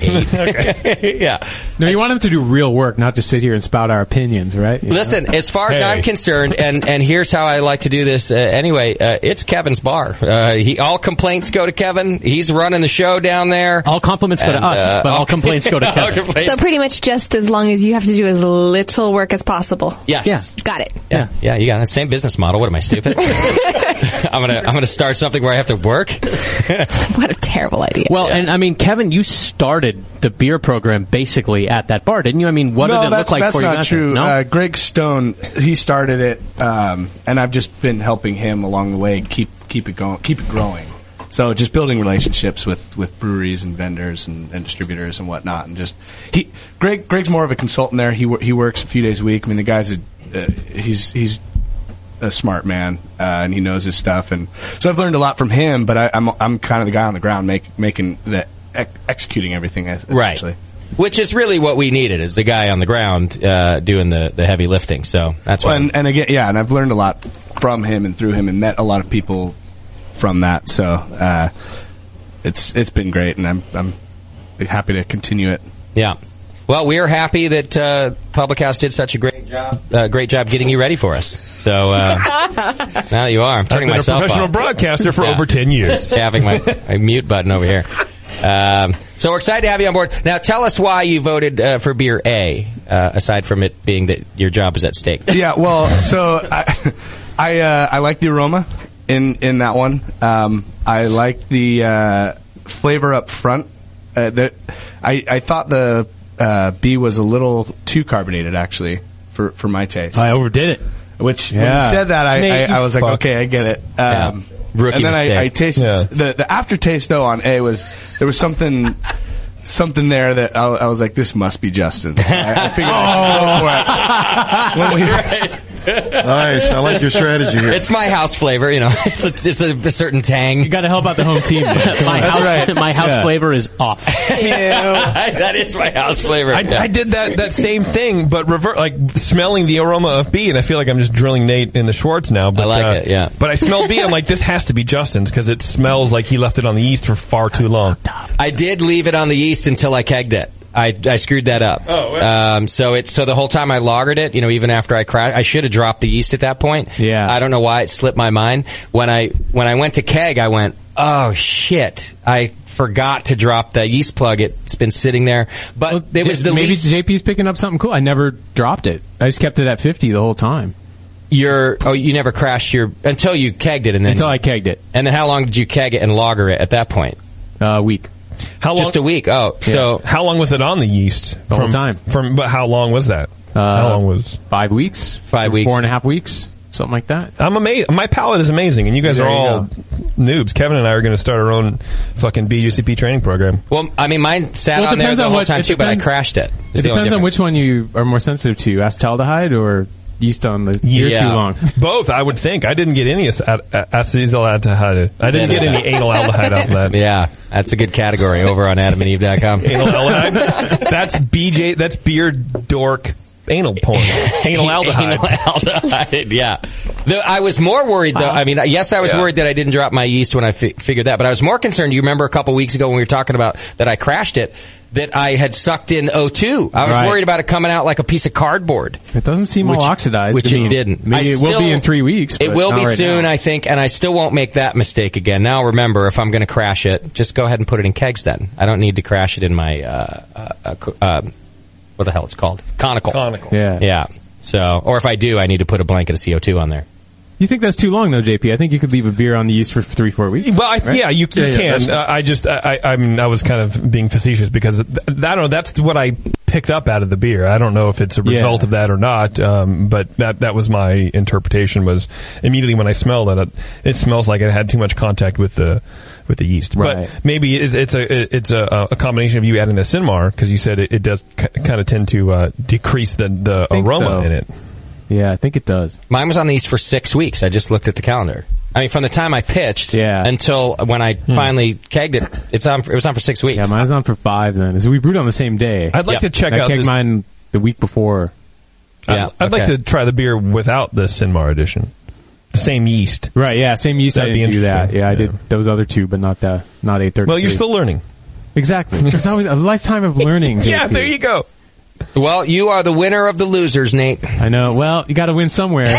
Speaker 11: eight. yeah.
Speaker 3: No, you want him to do real work, not just sit here and spout our opinions, right? You know?
Speaker 11: Listen, as far as
Speaker 3: Hey.
Speaker 11: I'm concerned, and, and here's how I like to do this. Uh, anyway, uh, it's Kevin's bar. Uh, he all complaints go to Kevin. He's running the show down there. uh, All
Speaker 13: compliments
Speaker 12: go to us, but all
Speaker 13: complaints go to Kevin.
Speaker 12: So pretty much just as long as you have to do as little work as possible.
Speaker 11: Yes. Yeah.
Speaker 12: Got it.
Speaker 11: Yeah, yeah, you got the same business model. What am I stupid? I'm gonna I'm gonna start something where I have to work.
Speaker 12: what a terrible idea.
Speaker 13: Well, and I mean, Kevin, you started the beer program basically at that bar, didn't you? I mean, what
Speaker 35: no,
Speaker 13: did it
Speaker 35: that's,
Speaker 13: look like
Speaker 35: that's
Speaker 13: for you?
Speaker 35: not
Speaker 13: guys?
Speaker 35: true.
Speaker 13: No?
Speaker 35: Uh, Greg Stone, he started it, um, and I've just been helping him along the way keep keep it going, keep it growing. So just building relationships with, with breweries and vendors and, and distributors and whatnot, and just he Greg Greg's more of a consultant there. He wor- he works a few days a week. I mean, the guy's a uh, he's he's a smart man uh, and he knows his stuff, and so I've learned a lot from him. But I, I'm I'm kind of the guy on the ground make, making the ec- executing everything es-
Speaker 11: Right.
Speaker 35: essentially.
Speaker 11: Which is really what we needed is the guy on the ground uh, doing the, the heavy lifting. So that's
Speaker 35: Well,
Speaker 11: why
Speaker 35: and, and again, yeah, and I've learned a lot from him and through him, and met a lot of people from that. So uh, it's it's been great, and I'm I'm happy to continue it.
Speaker 11: Yeah. Well, we are happy that uh, Public House did such a great job, uh, great job getting you ready for us. So uh, now you are. I'm turning
Speaker 14: been a
Speaker 11: myself
Speaker 14: professional
Speaker 11: off.
Speaker 14: broadcaster for over 10 years.
Speaker 11: Having my, my mute button over here. Um, so we're excited to have you on board. Now, tell us why you voted uh, for beer A, uh, aside from it being that your job is at stake.
Speaker 35: yeah, well, so I I, uh, I like the aroma in in that one. Um, I like the uh, flavor up front. Uh, that I I thought the uh, B was a little too carbonated actually for for my taste.
Speaker 3: I overdid it.
Speaker 35: Which When
Speaker 3: yeah.
Speaker 35: you said that, I,
Speaker 3: Nate,
Speaker 35: I, I
Speaker 3: you
Speaker 35: was like,
Speaker 3: fuck.
Speaker 35: okay, I get it. Um,
Speaker 3: Yeah. Rookie
Speaker 35: and then
Speaker 3: mistake.
Speaker 35: I, I tasted
Speaker 3: Yeah.
Speaker 35: the the aftertaste though on A was there was something something there that I, I was like, this must be Justin's. I, I
Speaker 5: Oh.
Speaker 35: figured I should go for it. When we-
Speaker 5: Nice. I like your strategy here.
Speaker 11: It's my house flavor, you know. It's a, it's a certain tang. You
Speaker 13: got to help out the home team. my house, my house flavor is off.
Speaker 11: that is my house flavor.
Speaker 14: I,
Speaker 11: Yeah.
Speaker 14: I did that that same thing, but revert like smelling the aroma of bee, and I feel like I'm just drilling Nate in the Schwartz now. But,
Speaker 11: I like
Speaker 14: uh,
Speaker 11: it, yeah.
Speaker 14: But I smell bee. I'm like, this has to be Justin's because it smells like he left it on the yeast for far too long.
Speaker 11: I did leave it on the yeast until I kegged it. I, I screwed that up. Oh, um, so it so the whole time I lagered it, you know, even after I crashed, I should have dropped the yeast at that point. Yeah, I don't know why it slipped my mind when I when I went to keg. I went, oh shit, I forgot to drop the yeast plug. It's been sitting there, but it was the
Speaker 3: maybe
Speaker 11: least.
Speaker 3: JP's picking up something cool. I never dropped it. I just kept it at fifty the whole time.
Speaker 11: Your oh, you never crashed your until you kegged it, and then
Speaker 3: Until I kegged it. Uh,
Speaker 11: And then how long did you keg it and lager it at that point?
Speaker 3: A week.
Speaker 14: How long?
Speaker 11: Just a week. Oh, so
Speaker 14: how long was it on the yeast?
Speaker 3: The whole
Speaker 14: From-
Speaker 3: time.
Speaker 14: From but how long was that? how long was
Speaker 3: Uh, five weeks?
Speaker 11: Five
Speaker 14: weeks.
Speaker 3: Four and a half weeks. Something like that.
Speaker 14: I'm amazed. My palate is amazing, and you guys
Speaker 3: There
Speaker 14: are
Speaker 3: you
Speaker 14: all noobs. Kevin and I are going to start our own fucking BGCP training program.
Speaker 11: Well, I mean, mine sat
Speaker 14: Well, it
Speaker 11: on there
Speaker 14: depends
Speaker 11: the
Speaker 14: on
Speaker 11: whole
Speaker 14: what-
Speaker 11: time
Speaker 14: it
Speaker 11: too, but I
Speaker 14: depends-
Speaker 11: crashed it.
Speaker 3: It
Speaker 11: It's the only
Speaker 3: depends on
Speaker 11: difference.
Speaker 3: which one you are more sensitive to: acetaldehyde or yeast on the year too long.
Speaker 14: Both, I would think. I didn't get any ac- a- a- acetaldehyde. I didn't get any analdehyde off that.
Speaker 11: Yeah, that's a good category over on adamandeve.com.
Speaker 14: Analdehyde. That's BJ. That's beer dork anal porn. Analdehyde.
Speaker 11: Analdehyde, yeah. Though I was more worried, though. I mean, yes, I was worried that I didn't drop my yeast when I fi- figured that, but I was more concerned. You remember a couple weeks ago when we were talking about that I crashed it, that I had sucked in O2. I was
Speaker 3: Right.
Speaker 11: worried about it coming out like a piece of cardboard.
Speaker 3: It doesn't seem
Speaker 11: Which-
Speaker 3: all oxidized,
Speaker 11: which
Speaker 3: I
Speaker 11: it
Speaker 3: mean,
Speaker 11: didn't.
Speaker 3: Maybe
Speaker 11: I
Speaker 3: it will be
Speaker 11: still-
Speaker 3: in three weeks.
Speaker 11: It
Speaker 3: but
Speaker 11: will
Speaker 3: not
Speaker 11: be
Speaker 3: right
Speaker 11: soon,
Speaker 3: now.
Speaker 11: I think, and I still won't make that mistake again. Now, remember, if I'm going to crash it, just go ahead and put it in kegs. Then I don't need to crash it in my uh, uh, uh, co- uh, what the hell it's called conical. Conical.
Speaker 3: Yeah.
Speaker 11: yeah. So, or if I do, I need to put a blanket of CO2 on there.
Speaker 3: You think that's too long, though, JP? I think you could leave a beer on the yeast for three, four weeks.
Speaker 14: Well, I,
Speaker 3: right?
Speaker 14: yeah, you, you can. Uh, I just, I, I, I mean, I was kind of being facetious because th- I don't know. That's what I picked up out of the beer. I don't know if it's a result of that or not, um, but that that was my interpretation. Was immediately when I smelled it, it, it smells like it had too much contact with the with the yeast.
Speaker 3: Right.
Speaker 14: But maybe it, it's a it's a, a combination of you adding the Sinmar because you said it, it does c- kind of tend to uh, decrease the the
Speaker 3: think
Speaker 14: aroma
Speaker 3: so.
Speaker 14: in it.
Speaker 3: Yeah, I think it does.
Speaker 11: Mine was on the yeast for six weeks. I just looked at the calendar. I mean, from the time I pitched until when I finally kegged it, it's on. It was on for six weeks.
Speaker 3: Hmm. Yeah, mine's on for five then. So we brewed on the same day.
Speaker 14: I'd like to check
Speaker 3: I
Speaker 14: out
Speaker 3: kegged
Speaker 14: this-
Speaker 3: mine the week before. Uh,
Speaker 14: I'd, I'd like
Speaker 3: okay.
Speaker 14: to try the beer without the Sinmar edition. The same yeast.
Speaker 3: Right, yeah, same yeast.
Speaker 14: That'd
Speaker 3: I
Speaker 14: be
Speaker 3: didn't do that.
Speaker 14: interesting.
Speaker 3: Yeah, I did those other two, but not the not eight thirty.
Speaker 14: Well, you're still learning.
Speaker 3: Exactly. There's always a lifetime of learning. JP.
Speaker 14: go.
Speaker 11: Well, you are the winner of the losers, Nate.
Speaker 3: I know. Well, Oh, you got to win somewhere.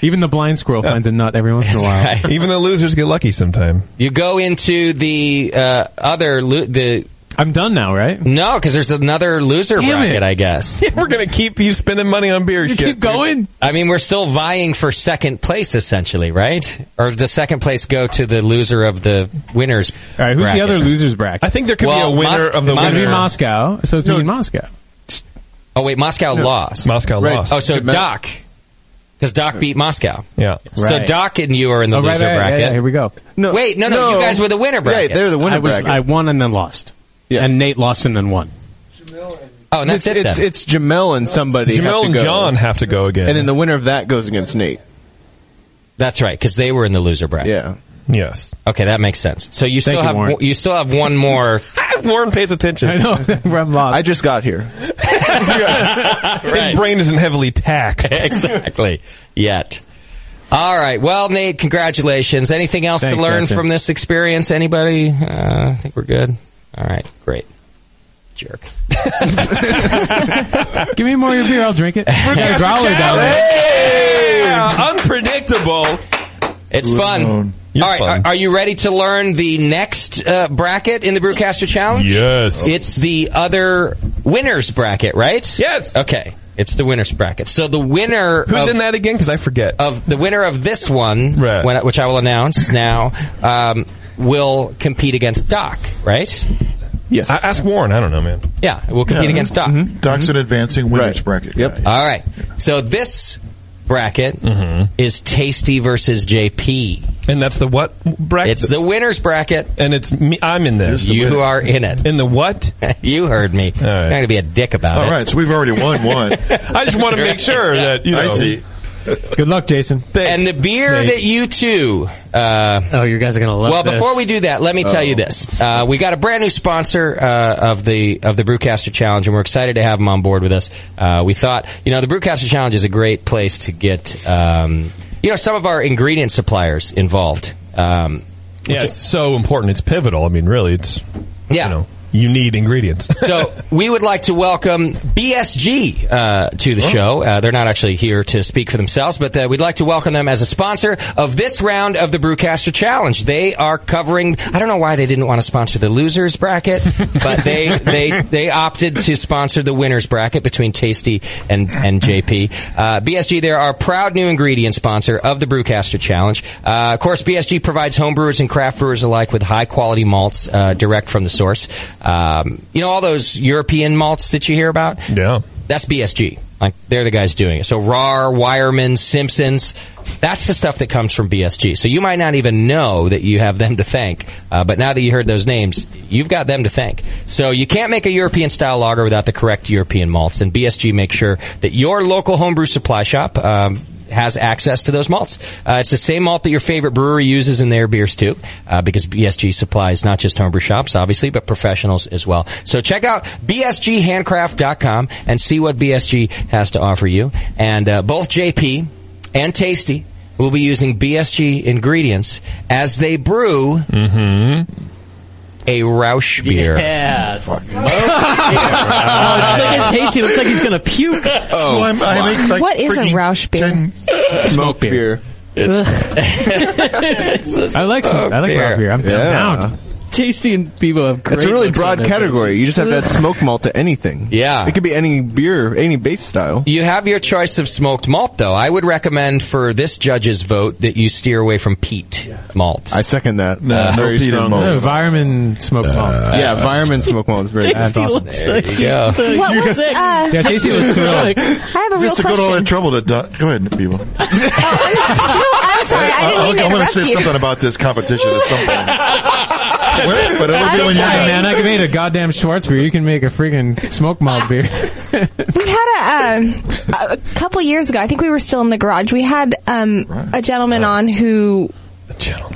Speaker 3: Even the blind squirrel finds a nut every once in a while.
Speaker 14: Even the losers get lucky sometime.
Speaker 11: You go into the uh, other lo- the.
Speaker 3: I'm done now, right?
Speaker 11: No, because there's another loser bracket, I guess.
Speaker 14: We're gonna keep you spending money on beer. You keep
Speaker 3: going.
Speaker 11: I mean, we're still vying for second place, essentially, right? Or does second place go to the loser of the winners? All
Speaker 3: right, who's the other losers bracket?
Speaker 14: I think there
Speaker 11: could be Well, a winner Mos- of the
Speaker 3: Must be
Speaker 11: winner.
Speaker 3: Moscow. So it's me in Moscow.
Speaker 11: Oh wait, Moscow
Speaker 3: No.
Speaker 11: lost.
Speaker 14: Moscow
Speaker 3: Right. lost.
Speaker 11: Oh, so
Speaker 3: Did Mos-
Speaker 11: Doc, because Doc beat Moscow.
Speaker 14: Yeah.
Speaker 11: So
Speaker 3: Right.
Speaker 11: Doc and you are in the
Speaker 3: Oh, right,
Speaker 11: loser
Speaker 3: right,
Speaker 11: bracket.
Speaker 3: yeah, yeah, here we go.
Speaker 11: No, wait, no, no, you guys were the winner bracket.
Speaker 3: I was- I won and then lost. Yeah. And Nate lost and then won.
Speaker 11: Oh, and that's
Speaker 27: it's,
Speaker 11: it then.
Speaker 27: It's, it's Jamel and somebody.
Speaker 14: Jamel
Speaker 27: have to
Speaker 14: and
Speaker 27: go.
Speaker 14: John have to go again.
Speaker 27: and then the winner of that goes against Nate.
Speaker 11: That's right, because they were in the loser bracket.
Speaker 27: Yeah.
Speaker 14: Yes.
Speaker 11: Okay, that makes sense. So you still
Speaker 27: Thank you,
Speaker 11: have
Speaker 27: Warren.
Speaker 11: you still have one more.
Speaker 14: Warren pays attention.
Speaker 3: I know. I'm lost.
Speaker 27: I just got here.
Speaker 14: His brain isn't heavily taxed.
Speaker 11: exactly. Yet. All right. Well, Nate, congratulations. Anything else
Speaker 14: Thanks,
Speaker 11: to learn
Speaker 14: Justin.
Speaker 11: from this experience? Anybody? Uh, I think we're good. All right. Great. Jerk.
Speaker 3: Give me more of your beer. I'll drink it. I got a growler down there.
Speaker 14: unpredictable.
Speaker 11: It's fun. All right, Are, are you ready to learn the next uh, bracket in the Brewcaster Challenge?
Speaker 14: Yes.
Speaker 11: It's the other winners bracket, right?
Speaker 14: Yes.
Speaker 11: Okay. It's the winners bracket. So the winner
Speaker 14: Who's
Speaker 11: of-
Speaker 14: in that again? Because I forget.
Speaker 11: of the winner of this one, when- which I will announce now, um, will compete against Doc, right?
Speaker 27: Yes.
Speaker 14: I, ask Warren. I don't know, man.
Speaker 11: Yeah, we'll compete
Speaker 5: Yeah. Mm-hmm.
Speaker 11: against Doc. Mm-hmm.
Speaker 5: Doc's an advancing winners bracket. Yep.
Speaker 11: All right. So this bracket is Tasty versus JP,
Speaker 14: Mm-hmm. and that's the what bracket?
Speaker 11: It's the winners bracket,
Speaker 14: and it's me. I'm in this.
Speaker 11: You are in it.
Speaker 14: In the what?
Speaker 11: you heard me. All right. I'm not gonna be a dick about it.
Speaker 5: All right, so we've already won one.
Speaker 14: I just want to make sure that you know.
Speaker 5: I see.
Speaker 3: Good luck, Jason.
Speaker 11: And the beer
Speaker 14: Thanks.
Speaker 11: that you two. Uh,
Speaker 13: oh, you guys are gonna love.
Speaker 11: well,
Speaker 13: this.
Speaker 11: before we do that, let me tell
Speaker 13: Oh.
Speaker 11: you this: uh, we got a brand new sponsor uh, of the of the Brewcaster Challenge, and we're excited to have him on board with us. Uh, we thought, you know, the Brewcaster Challenge is a great place to get, um, you know, some of our ingredient suppliers involved. Um,
Speaker 14: Yeah, it's so important. It's pivotal. I mean, really, it's
Speaker 11: yeah.
Speaker 14: You, know, you need ingredients.
Speaker 11: so we would like to welcome BSG uh, to the show. Uh, they're not actually here to speak for themselves, but uh, we'd like to welcome them as a sponsor of this round of the Brewcaster Challenge. They are covering. I don't know why they didn't want to sponsor the losers bracket, but they they they opted to sponsor the winners bracket between Tasty and and JP. Uh, BSG, they're our proud new ingredient sponsor of the Brewcaster Challenge. Uh, of course, BSG provides homebrewers and craft brewers alike with high quality malts uh, direct from the source. Um, you know all those European malts that you hear about?
Speaker 14: Yeah,
Speaker 11: that's BSG. Like they're the guys doing it. So RAR, Wireman, Simpsons, that's the stuff that comes from BSG. So you might not even know that you have them to thank, uh, but now that you heard those names, you've got them to thank. So you can't make a European style lager without the correct European malts, and BSG makes sure that your local homebrew supply shop. Um, has access to those malts. Uh, it's the same malt that your favorite brewery uses in their beers too, uh, because BSG supplies not just homebrew shops, obviously, but professionals as well. So check out bsghandcraft.com and see what BSG has to offer you. And uh, both JP and Tasty will be using BSG ingredients as they brew a Roush beer.
Speaker 36: Yes.
Speaker 11: Oh,
Speaker 36: oh,
Speaker 11: it's making Tasty
Speaker 36: looks like he's
Speaker 13: gonna puke.
Speaker 36: Oh,
Speaker 5: I'm- I
Speaker 36: fuck.
Speaker 5: make, like,
Speaker 12: what is a Roush beer?
Speaker 27: Smoke beer.
Speaker 3: I like smoke. I like
Speaker 27: beer.
Speaker 3: rock beer. I'm
Speaker 27: Yeah.
Speaker 3: down.
Speaker 13: Tasty and Bebo have great.
Speaker 27: It's a really
Speaker 13: looks on
Speaker 27: broad
Speaker 13: their
Speaker 27: category.
Speaker 13: faces.
Speaker 27: You just have to add smoke malt to anything.
Speaker 11: Yeah.
Speaker 27: It could be any beer, any base style.
Speaker 11: You have your choice of smoked malt, though. I would recommend for this judge's vote that you steer away from peat malt.
Speaker 27: I second that.
Speaker 11: No,
Speaker 5: Uh,
Speaker 3: Uh,
Speaker 11: no peat in malt.
Speaker 3: No, Environment smoke malt.
Speaker 27: yeah, environment smoke malt is very
Speaker 3: Tasty looks
Speaker 27: That's awesome.
Speaker 3: like- There you go.
Speaker 12: What was uh,
Speaker 5: Yeah, Tasty was thrilled.
Speaker 12: I have a real
Speaker 5: Just to
Speaker 12: question.
Speaker 5: go to all that trouble to do- go ahead, people.
Speaker 12: I'm sorry, I didn't mean to
Speaker 5: want
Speaker 12: interrupt
Speaker 5: to say
Speaker 12: you.
Speaker 5: something about this competition at some point. Where- but it'll be when you're
Speaker 3: Hey, man, I can make a goddamn Schwartz beer. You can make a freaking smoke malt beer.
Speaker 12: We had a, um, a couple years ago. I think we were still in the garage. We had um, a gentleman on who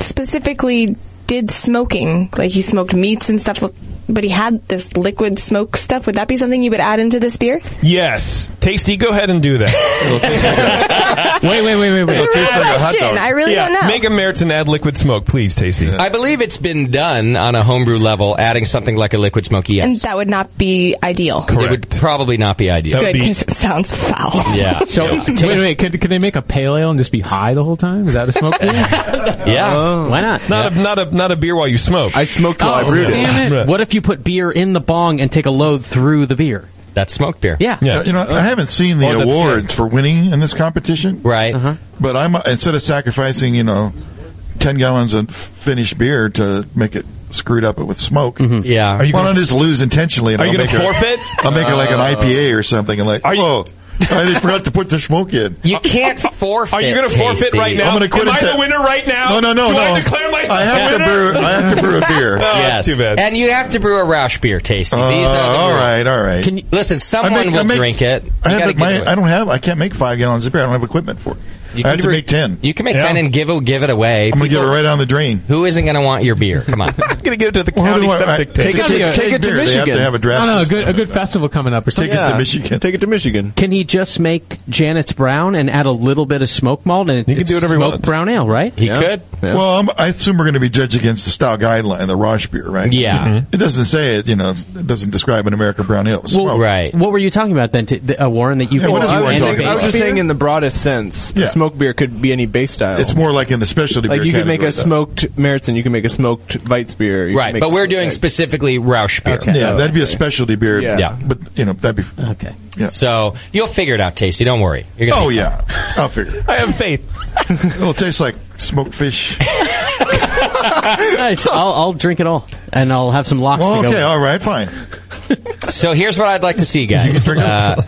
Speaker 12: specifically did smoking, like he smoked meats and stuff. But he had this liquid smoke stuff. Would that be something you would add into this beer?
Speaker 14: Yes, tasty. Go ahead and do that.
Speaker 3: wait, wait, wait, wait, wait.
Speaker 12: It's a real question. I really
Speaker 14: yeah,
Speaker 12: don't know.
Speaker 14: Make a Meriton add liquid smoke, please, tasty.
Speaker 11: I believe it's been done on a homebrew level, adding something like a liquid smoky. Yes.
Speaker 12: And that would not be ideal.
Speaker 11: It would probably not be ideal.
Speaker 12: Good, because it sounds foul.
Speaker 11: Yeah.
Speaker 3: So,
Speaker 11: Yeah.
Speaker 3: wait, wait, wait. Could, could they make a pale ale and just be high the whole time? Is that a smoke beer?
Speaker 11: Yeah.
Speaker 13: Why not?
Speaker 14: Oh. Not a not a not a beer while you smoke.
Speaker 27: I smoked
Speaker 13: Oh, damn it. What if you put beer in the bong and take a load through the beer?
Speaker 11: That's smoked beer.
Speaker 13: Yeah.
Speaker 5: Uh, You know, I haven't seen the
Speaker 13: Oh, that's
Speaker 5: awards for winning in this competition.
Speaker 11: Right.
Speaker 14: Uh-huh.
Speaker 5: But I'm instead of sacrificing, you know, 10 gallons of finished beer to make it screwed up with smoke.
Speaker 14: Mm-hmm.
Speaker 11: Yeah.
Speaker 5: Are you Why don't I just lose intentionally and
Speaker 14: Are you
Speaker 5: I'll
Speaker 14: gonna
Speaker 5: make it-
Speaker 14: forfeit?
Speaker 5: I'll make it like an
Speaker 14: Uh,
Speaker 5: IPA or something and like,
Speaker 14: Are you-
Speaker 5: whoa, I just forgot to put the smoke in.
Speaker 11: You can't forfeit.
Speaker 14: Are you going to forfeit
Speaker 5: Tasty.
Speaker 14: right now?
Speaker 5: I'm gonna quit
Speaker 14: Am I
Speaker 5: it.
Speaker 14: the winner right now?
Speaker 5: No, no, no,
Speaker 14: Do
Speaker 5: no.
Speaker 14: I declare myself
Speaker 5: I have to
Speaker 14: winner?
Speaker 5: brew- I have to brew a beer.
Speaker 14: Oh, that's too bad.
Speaker 11: And you have to brew a Roush beer, tasty. These
Speaker 5: Uh,
Speaker 11: are the
Speaker 5: all
Speaker 11: rules.
Speaker 5: right, all right.
Speaker 11: Can you, listen, someone
Speaker 5: I make-
Speaker 11: will
Speaker 5: I make-
Speaker 11: drink it. You
Speaker 5: I,
Speaker 11: gotta
Speaker 5: have
Speaker 11: give
Speaker 5: to, my,
Speaker 11: it away.
Speaker 5: I don't have. I can't make five gallons of beer. I don't have equipment for it. I have to
Speaker 11: brew-
Speaker 5: make ten.
Speaker 11: You can make ten and give it, give it away.
Speaker 5: I'm gonna give it right down the drain.
Speaker 11: Who isn't going to want your beer? Come on.
Speaker 14: I'm going to give it to the
Speaker 5: Well,
Speaker 14: county
Speaker 5: do I- I-
Speaker 14: septic
Speaker 5: take
Speaker 14: tank.
Speaker 5: it to- It's gotta be a- take it to Michigan. They have to have a draft
Speaker 3: I don't know, a good,
Speaker 5: system
Speaker 3: a good festival coming up or something.
Speaker 5: Michigan.
Speaker 27: Take it to Michigan.
Speaker 13: Can he just make Janet's brown and add a little bit of smoke malt and it, it's smoked brown ale, right?
Speaker 5: Well, I'm, I assume we're going to be judged against the style guideline, the Rosh beer, right?
Speaker 13: Yeah.
Speaker 14: Mm-hmm.
Speaker 13: Mhm.
Speaker 5: It doesn't say it. You know, it doesn't describe an American brown ale. It's smoked.
Speaker 13: What were you talking about then, t- the, uh, Warren? That you
Speaker 5: Yeah,
Speaker 13: can
Speaker 5: what is
Speaker 13: do
Speaker 5: Warren
Speaker 13: any
Speaker 5: talking
Speaker 13: base
Speaker 5: about? I was just
Speaker 13: beer?
Speaker 27: saying in the broadest sense,
Speaker 5: Yeah.
Speaker 27: smoke beer could be any base style.
Speaker 5: It's more like in the specialty.
Speaker 27: Like
Speaker 5: beer
Speaker 27: you could make a
Speaker 5: category, though.
Speaker 27: smoked Meritzen, you can make a smoked Weitz beer. you can
Speaker 11: right,
Speaker 27: make-
Speaker 11: but we're doing specifically Roush beer.
Speaker 5: Yeah, that'd be a specialty beer.
Speaker 11: Yeah. Yeah.
Speaker 5: but you know that'd be
Speaker 13: okay.
Speaker 11: So you'll figure it out, Tasty. Don't worry. You're gonna
Speaker 5: Oh
Speaker 11: be fine.
Speaker 5: yeah, I'll figure. it.
Speaker 14: I have faith.
Speaker 5: It'll taste like smoked fish.
Speaker 13: Nice. I'll, I'll drink it all, and I'll have some locks. to
Speaker 5: Well,
Speaker 13: go
Speaker 5: okay,
Speaker 13: with.
Speaker 5: all right, fine.
Speaker 11: So here's what I'd like to see, guys. Uh,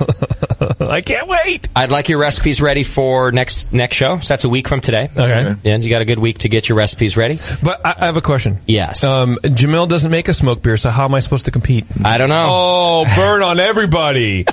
Speaker 14: I can't wait.
Speaker 11: I'd like your recipes ready for next next show. So that's a week from today.
Speaker 14: Okay.
Speaker 11: And you got a good week to get your recipes ready.
Speaker 14: But I, I have a question.
Speaker 11: Yes.
Speaker 14: Um, Jamil doesn't make a smoke beer, so how am I supposed to compete?
Speaker 11: I don't know.
Speaker 14: Oh, burn on everybody.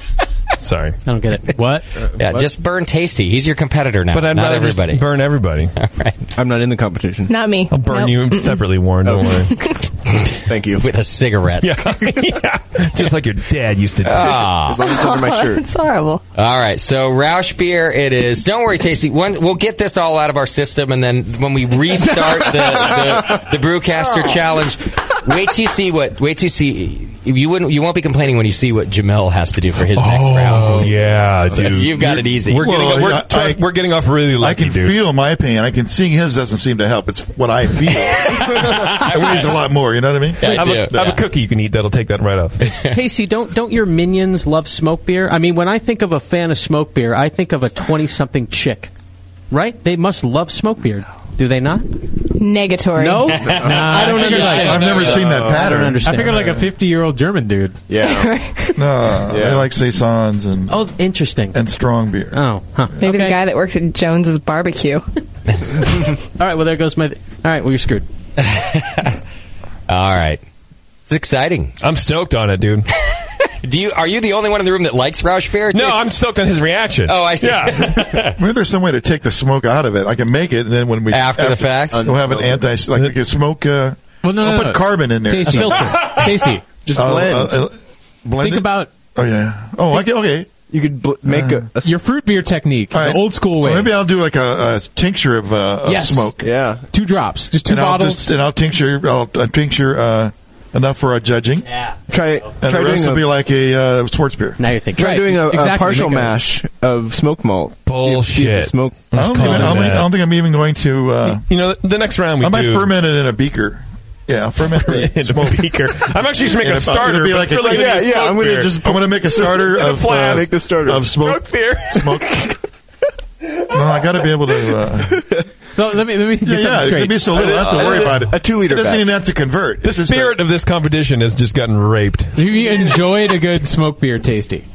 Speaker 14: Sorry. I
Speaker 13: don't get it. What?
Speaker 11: Yeah, just burn Tasty. He's your competitor now.
Speaker 14: But I'd
Speaker 11: not
Speaker 14: rather just
Speaker 11: everybody.
Speaker 14: burn everybody. All
Speaker 11: right.
Speaker 27: I'm not in the competition.
Speaker 12: Not me.
Speaker 14: I'll burn
Speaker 12: Nope.
Speaker 14: you separately, Warren. Don't worry.
Speaker 27: Thank you.
Speaker 11: With a cigarette.
Speaker 14: Yeah. Yeah. Just like your dad used to do.
Speaker 11: Ah.
Speaker 12: It's horrible.
Speaker 11: All right, so Roush beer, it is. Don't worry, Tasty. One, we'll get this all out of our system, and then when we restart the the, the Brewcaster
Speaker 14: Oh.
Speaker 11: challenge, wait till you see what. Wait till you see. You wouldn't. You won't be complaining when you see what Jamel has to do for his next round.
Speaker 14: Oh yeah, dude.
Speaker 11: You've got it easy.
Speaker 14: We're getting, we're, we're getting off really
Speaker 5: I
Speaker 14: lucky,
Speaker 5: can
Speaker 14: dude.
Speaker 5: feel my pain. I can seeing his doesn't seem to help. It's what I feel. it weighs a lot more. You know what I mean?
Speaker 14: I have, a, I have a cookie you can eat that'll take that right off.
Speaker 13: Casey, don't don't your minions love smoke beer? I mean, when I think of a fan of smoke beer, I think of a twenty-something chick, right? They must love smoke beer, do they not?
Speaker 12: Negatory.
Speaker 3: No,
Speaker 12: I don't
Speaker 5: understand. I've never seen that pattern.
Speaker 3: I, understand.
Speaker 5: I figured
Speaker 3: like a fifty-year-old German dude.
Speaker 5: Yeah. no, I like saisons and
Speaker 3: oh, interesting
Speaker 5: and strong beer.
Speaker 3: Oh, huh.
Speaker 12: Maybe the guy that works at Jones's barbecue.
Speaker 3: All right. Well, there goes my. All right. Well, you're screwed.
Speaker 11: All right. It's exciting.
Speaker 14: I'm stoked on it, dude.
Speaker 11: Do you are you the only one in the room that likes Roush beer?
Speaker 14: No, I'm stoked on his reaction.
Speaker 11: Oh, I see.
Speaker 5: Maybe there's some way to take the smoke out of it. I can make it, and then when we
Speaker 11: After the fact?
Speaker 5: we'll have an anti like we can smoke. Uh,
Speaker 3: well, no,
Speaker 5: I'll
Speaker 3: no,
Speaker 5: put
Speaker 3: no.
Speaker 5: carbon in there.
Speaker 3: Tasty filter. Tasty. Just blend.
Speaker 5: blend
Speaker 3: Think
Speaker 5: it?
Speaker 3: about.
Speaker 5: Oh yeah. Oh, I get, okay.
Speaker 3: You could
Speaker 5: make a-
Speaker 3: your fruit beer technique,
Speaker 5: All
Speaker 3: the
Speaker 5: right.
Speaker 3: old school way.
Speaker 5: Well, maybe I'll do like a, a tincture of, uh, of
Speaker 3: Yes.
Speaker 5: smoke.
Speaker 3: Yeah. Two drops, just two
Speaker 5: and
Speaker 3: bottles.
Speaker 5: I'll just, and I'll tincture. I'll, uh tincture uh, enough for our judging. Yeah.
Speaker 27: Try.
Speaker 5: And
Speaker 27: try
Speaker 5: the rest
Speaker 27: doing
Speaker 5: will
Speaker 27: a-
Speaker 5: be like a uh, Schwartz beer.
Speaker 3: Now you're thinking.
Speaker 27: Try doing a, a partial mash of smoke malt. See if the Smoke.
Speaker 5: I don't, even, I, don't, I don't think I'm even going to. Uh,
Speaker 14: You know, the next round we
Speaker 5: I might
Speaker 14: do-
Speaker 5: ferment it in a beaker. Yeah, I'll ferment the
Speaker 14: In a
Speaker 5: smoke.
Speaker 14: beaker. I'm actually just making a
Speaker 5: It'll
Speaker 14: starter,
Speaker 5: Be
Speaker 14: but
Speaker 5: like
Speaker 14: it's really gonna be a smoke
Speaker 5: I'm gonna
Speaker 14: beer.
Speaker 5: just. I'm gonna make a starter
Speaker 14: In a
Speaker 5: of
Speaker 14: flask. Make
Speaker 5: the starter of smoke
Speaker 14: beer.
Speaker 5: Smoke. no, I got to be able to. Uh,
Speaker 3: So let me let me get
Speaker 5: yeah,
Speaker 3: something
Speaker 5: yeah, it
Speaker 3: straight.
Speaker 5: could be so little. I don't have to
Speaker 14: Uh,
Speaker 5: worry about it. It doesn't even have to convert.
Speaker 14: The spirit of this competition has just gotten raped.
Speaker 3: Do you enjoyed a good smoke beer, tasty?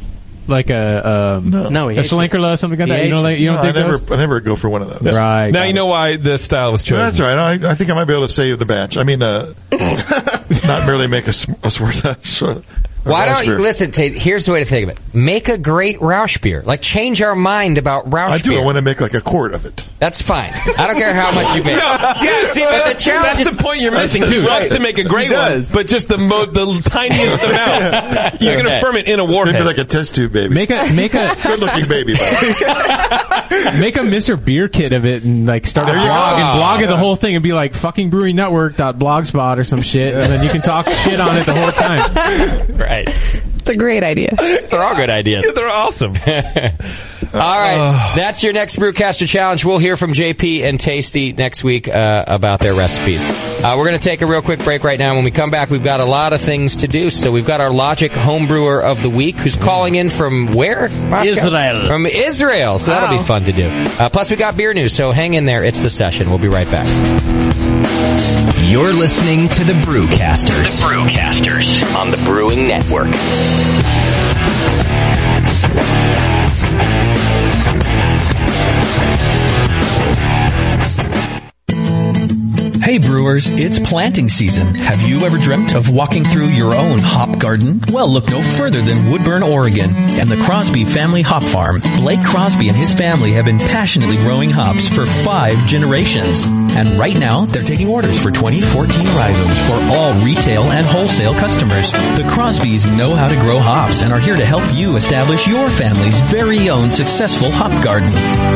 Speaker 3: Like a um,
Speaker 5: no,
Speaker 3: a
Speaker 14: he hates it.
Speaker 3: Schlenkerla, something like
Speaker 14: He
Speaker 3: that. You
Speaker 14: hates
Speaker 3: don't like you don't
Speaker 5: No,
Speaker 3: think
Speaker 5: I never.
Speaker 3: those?
Speaker 5: I never go for one of those.
Speaker 3: Right.
Speaker 14: Now you know why the style was
Speaker 5: No,
Speaker 14: chosen.
Speaker 5: that's all right. I, I think I might be able to save the batch. I mean, uh, not merely make a, sm- a Schwartz. a
Speaker 11: Why
Speaker 5: Schwartz
Speaker 11: don't you
Speaker 5: beer.
Speaker 11: listen? Tate, here's the way to think of it: make a great Roush beer. Like change our mind about Roush.
Speaker 5: I do.
Speaker 11: Beer.
Speaker 5: I want to make like a quart of it.
Speaker 11: That's fine. I don't care how much you make.
Speaker 14: No, yeah, see,
Speaker 11: but
Speaker 14: that-
Speaker 11: the challenge
Speaker 14: that's
Speaker 11: is
Speaker 14: the point you're missing
Speaker 5: That's
Speaker 14: too.
Speaker 5: right.
Speaker 14: Wants to make a great
Speaker 5: He
Speaker 14: one,
Speaker 5: does.
Speaker 14: but just the mo- the tiniest amount. You're gonna firm it in a
Speaker 5: Maybe like
Speaker 14: warhead.
Speaker 5: a test tube baby.
Speaker 3: Make a make a
Speaker 5: good looking baby. by the way.
Speaker 3: make a Mr. Beer kit of it and like start a
Speaker 5: There you
Speaker 3: blog
Speaker 5: go. Ah.
Speaker 3: and blog it the whole thing and be like fucking brewing network dot blogspot or some shit and then you can talk shit on it the whole time.
Speaker 1: Ah.
Speaker 11: Right.
Speaker 12: it's a great idea.
Speaker 11: They're all good ideas.
Speaker 14: they're awesome.
Speaker 11: All right, that's your next Brewcaster challenge. We'll hear from JP and Tasty next week uh, about their recipes. Uh, we're going to take a real quick break right now. When we come back, we've got a lot of things to do. So we've got our Logic Homebrewer of the Week, who's calling in from where? Moscow?
Speaker 3: Israel.
Speaker 11: From Israel. So that'll be
Speaker 3: Wow.
Speaker 11: fun to do. Uh, plus, we got beer news. So hang in there. It's the session. We'll be right back.
Speaker 1: You're listening to the Brewcasters. Brewcasters on the Brewing Network. Hey brewers, it's planting season. Have you ever dreamt of walking through your own hop garden? Well, look no further than Woodburn, Oregon and the Crosby Family Hop Farm. Blake Crosby and his family have been passionately growing hops for five generations. And right now, they're taking orders for 2014 rhizomes for all retail and wholesale customers. The Crosbys know how to grow hops and are here to help you establish your family's very own successful hop garden.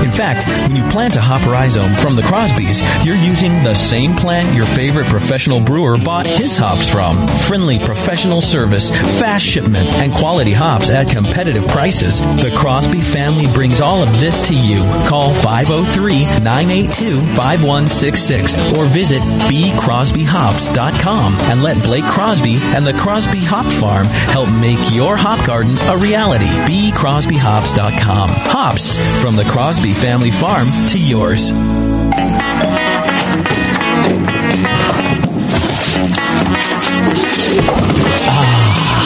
Speaker 1: In fact, when you plant a hop rhizome from the Crosbys, you're using the same plant your favorite professional brewer bought his hops from. Friendly professional service, fast shipment, and quality hops at competitive prices. The Crosby family brings all of this to you. Call 503-982-5166 or visit bcrosbyhops.com and let Blake Crosby and the Crosby Hop Farm help make your hop garden a reality. bcrosbyhops.com. Hops from the Crosby family farm to yours.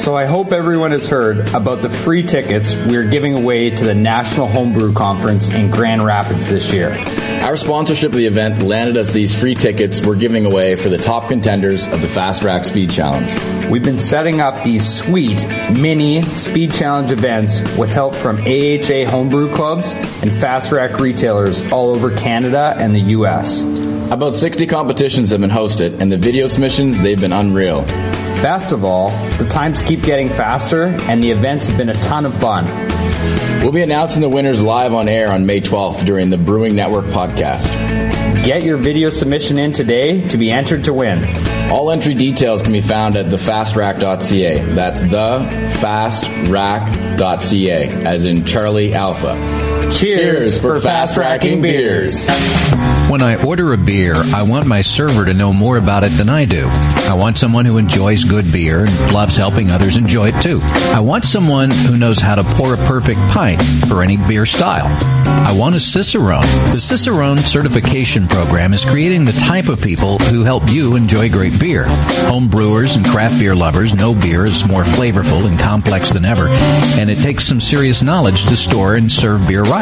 Speaker 37: So I hope everyone has heard about the free tickets we're giving away to the National Homebrew Conference in Grand Rapids this year.
Speaker 38: Our sponsorship of the event landed us these free tickets we're giving away for the top contenders of the Fast Rack Speed Challenge.
Speaker 37: We've been setting up these sweet mini speed challenge events with help from AHA homebrew clubs and fast rack retailers all over Canada and the US.
Speaker 38: About 60 competitions have been hosted, and the video submissions, they've been unreal.
Speaker 37: Best of all, the times keep getting faster and the events have been a ton of fun.
Speaker 38: We'll be announcing the winners live on air on May 12th during the Brewing Network podcast.
Speaker 37: Get your video submission in today to be entered to win.
Speaker 38: All entry details can be found at thefastrack.ca. That's thefastrack.ca, as in Charlie Alpha. Cheers, for fast racking beers.
Speaker 21: When I order a beer, I want my server to know more about it than I do. I want someone who enjoys good beer and loves helping others enjoy it too. I want someone who knows how to pour a perfect pint for any beer style. I want a Cicerone. The Cicerone certification program is creating the type of people who help you enjoy great beer. Home brewers and craft beer lovers know beer is more flavorful and complex than ever, and it takes some serious knowledge to store and serve beer right.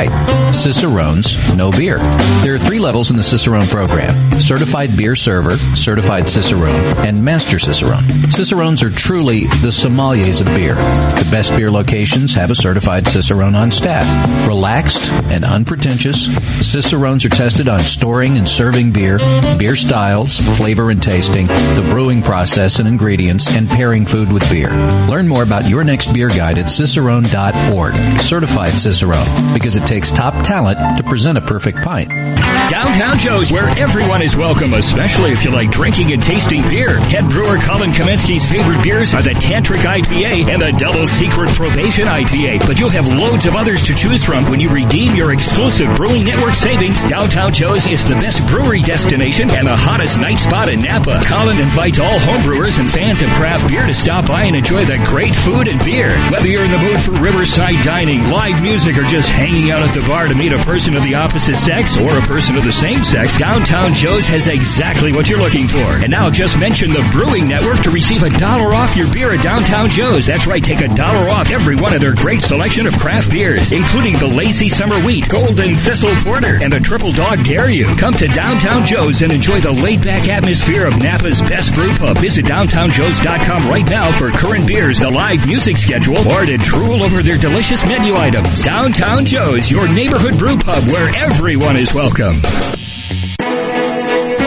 Speaker 21: Cicerone's No Beer. There are three levels in the Cicerone program certified beer server, certified Cicerone, and master Cicerone. Cicerones are truly the sommeliers of beer. The best beer locations have a certified Cicerone on staff. Relaxed and unpretentious, Cicerones are tested on storing and serving beer, beer styles, flavor and tasting, the brewing process and ingredients, and pairing food with beer. Learn more about your next beer guide at cicerone.org. Certified Cicerone, because it takes top talent to present a perfect pint.
Speaker 25: Downtown Joe's, where everyone is welcome, especially if you like drinking and tasting beer. Head brewer Colin Kaminsky's favorite beers are the Tantric IPA and the Double Secret Probation IPA. But you'll have loads of others to choose from when you redeem your exclusive Brewing Network savings. Downtown Joe's is the best brewery destination and the hottest night spot in Napa. Colin invites all homebrewers and fans of craft beer to stop by and enjoy the great food and beer. Whether you're in the mood for riverside dining, live music, or just hanging out at the bar to meet a person of the opposite sex or a person of the same sex, Downtown Joe's has exactly what you're looking for. And now just mention the Brewing Network to receive a dollar off your beer at Downtown Joe's. That's right, take a dollar off every one of their great selection of craft beers, including the Lazy Summer Wheat, Golden Thistle Porter, and the Triple Dog Dare You. Come to Downtown Joe's and enjoy the laid-back atmosphere of Napa's best brew pub. Visit downtownjoes.com right now for current beers, the live music schedule, or to drool over their delicious menu items. Downtown Joe's, your neighborhood brew pub where everyone is welcome.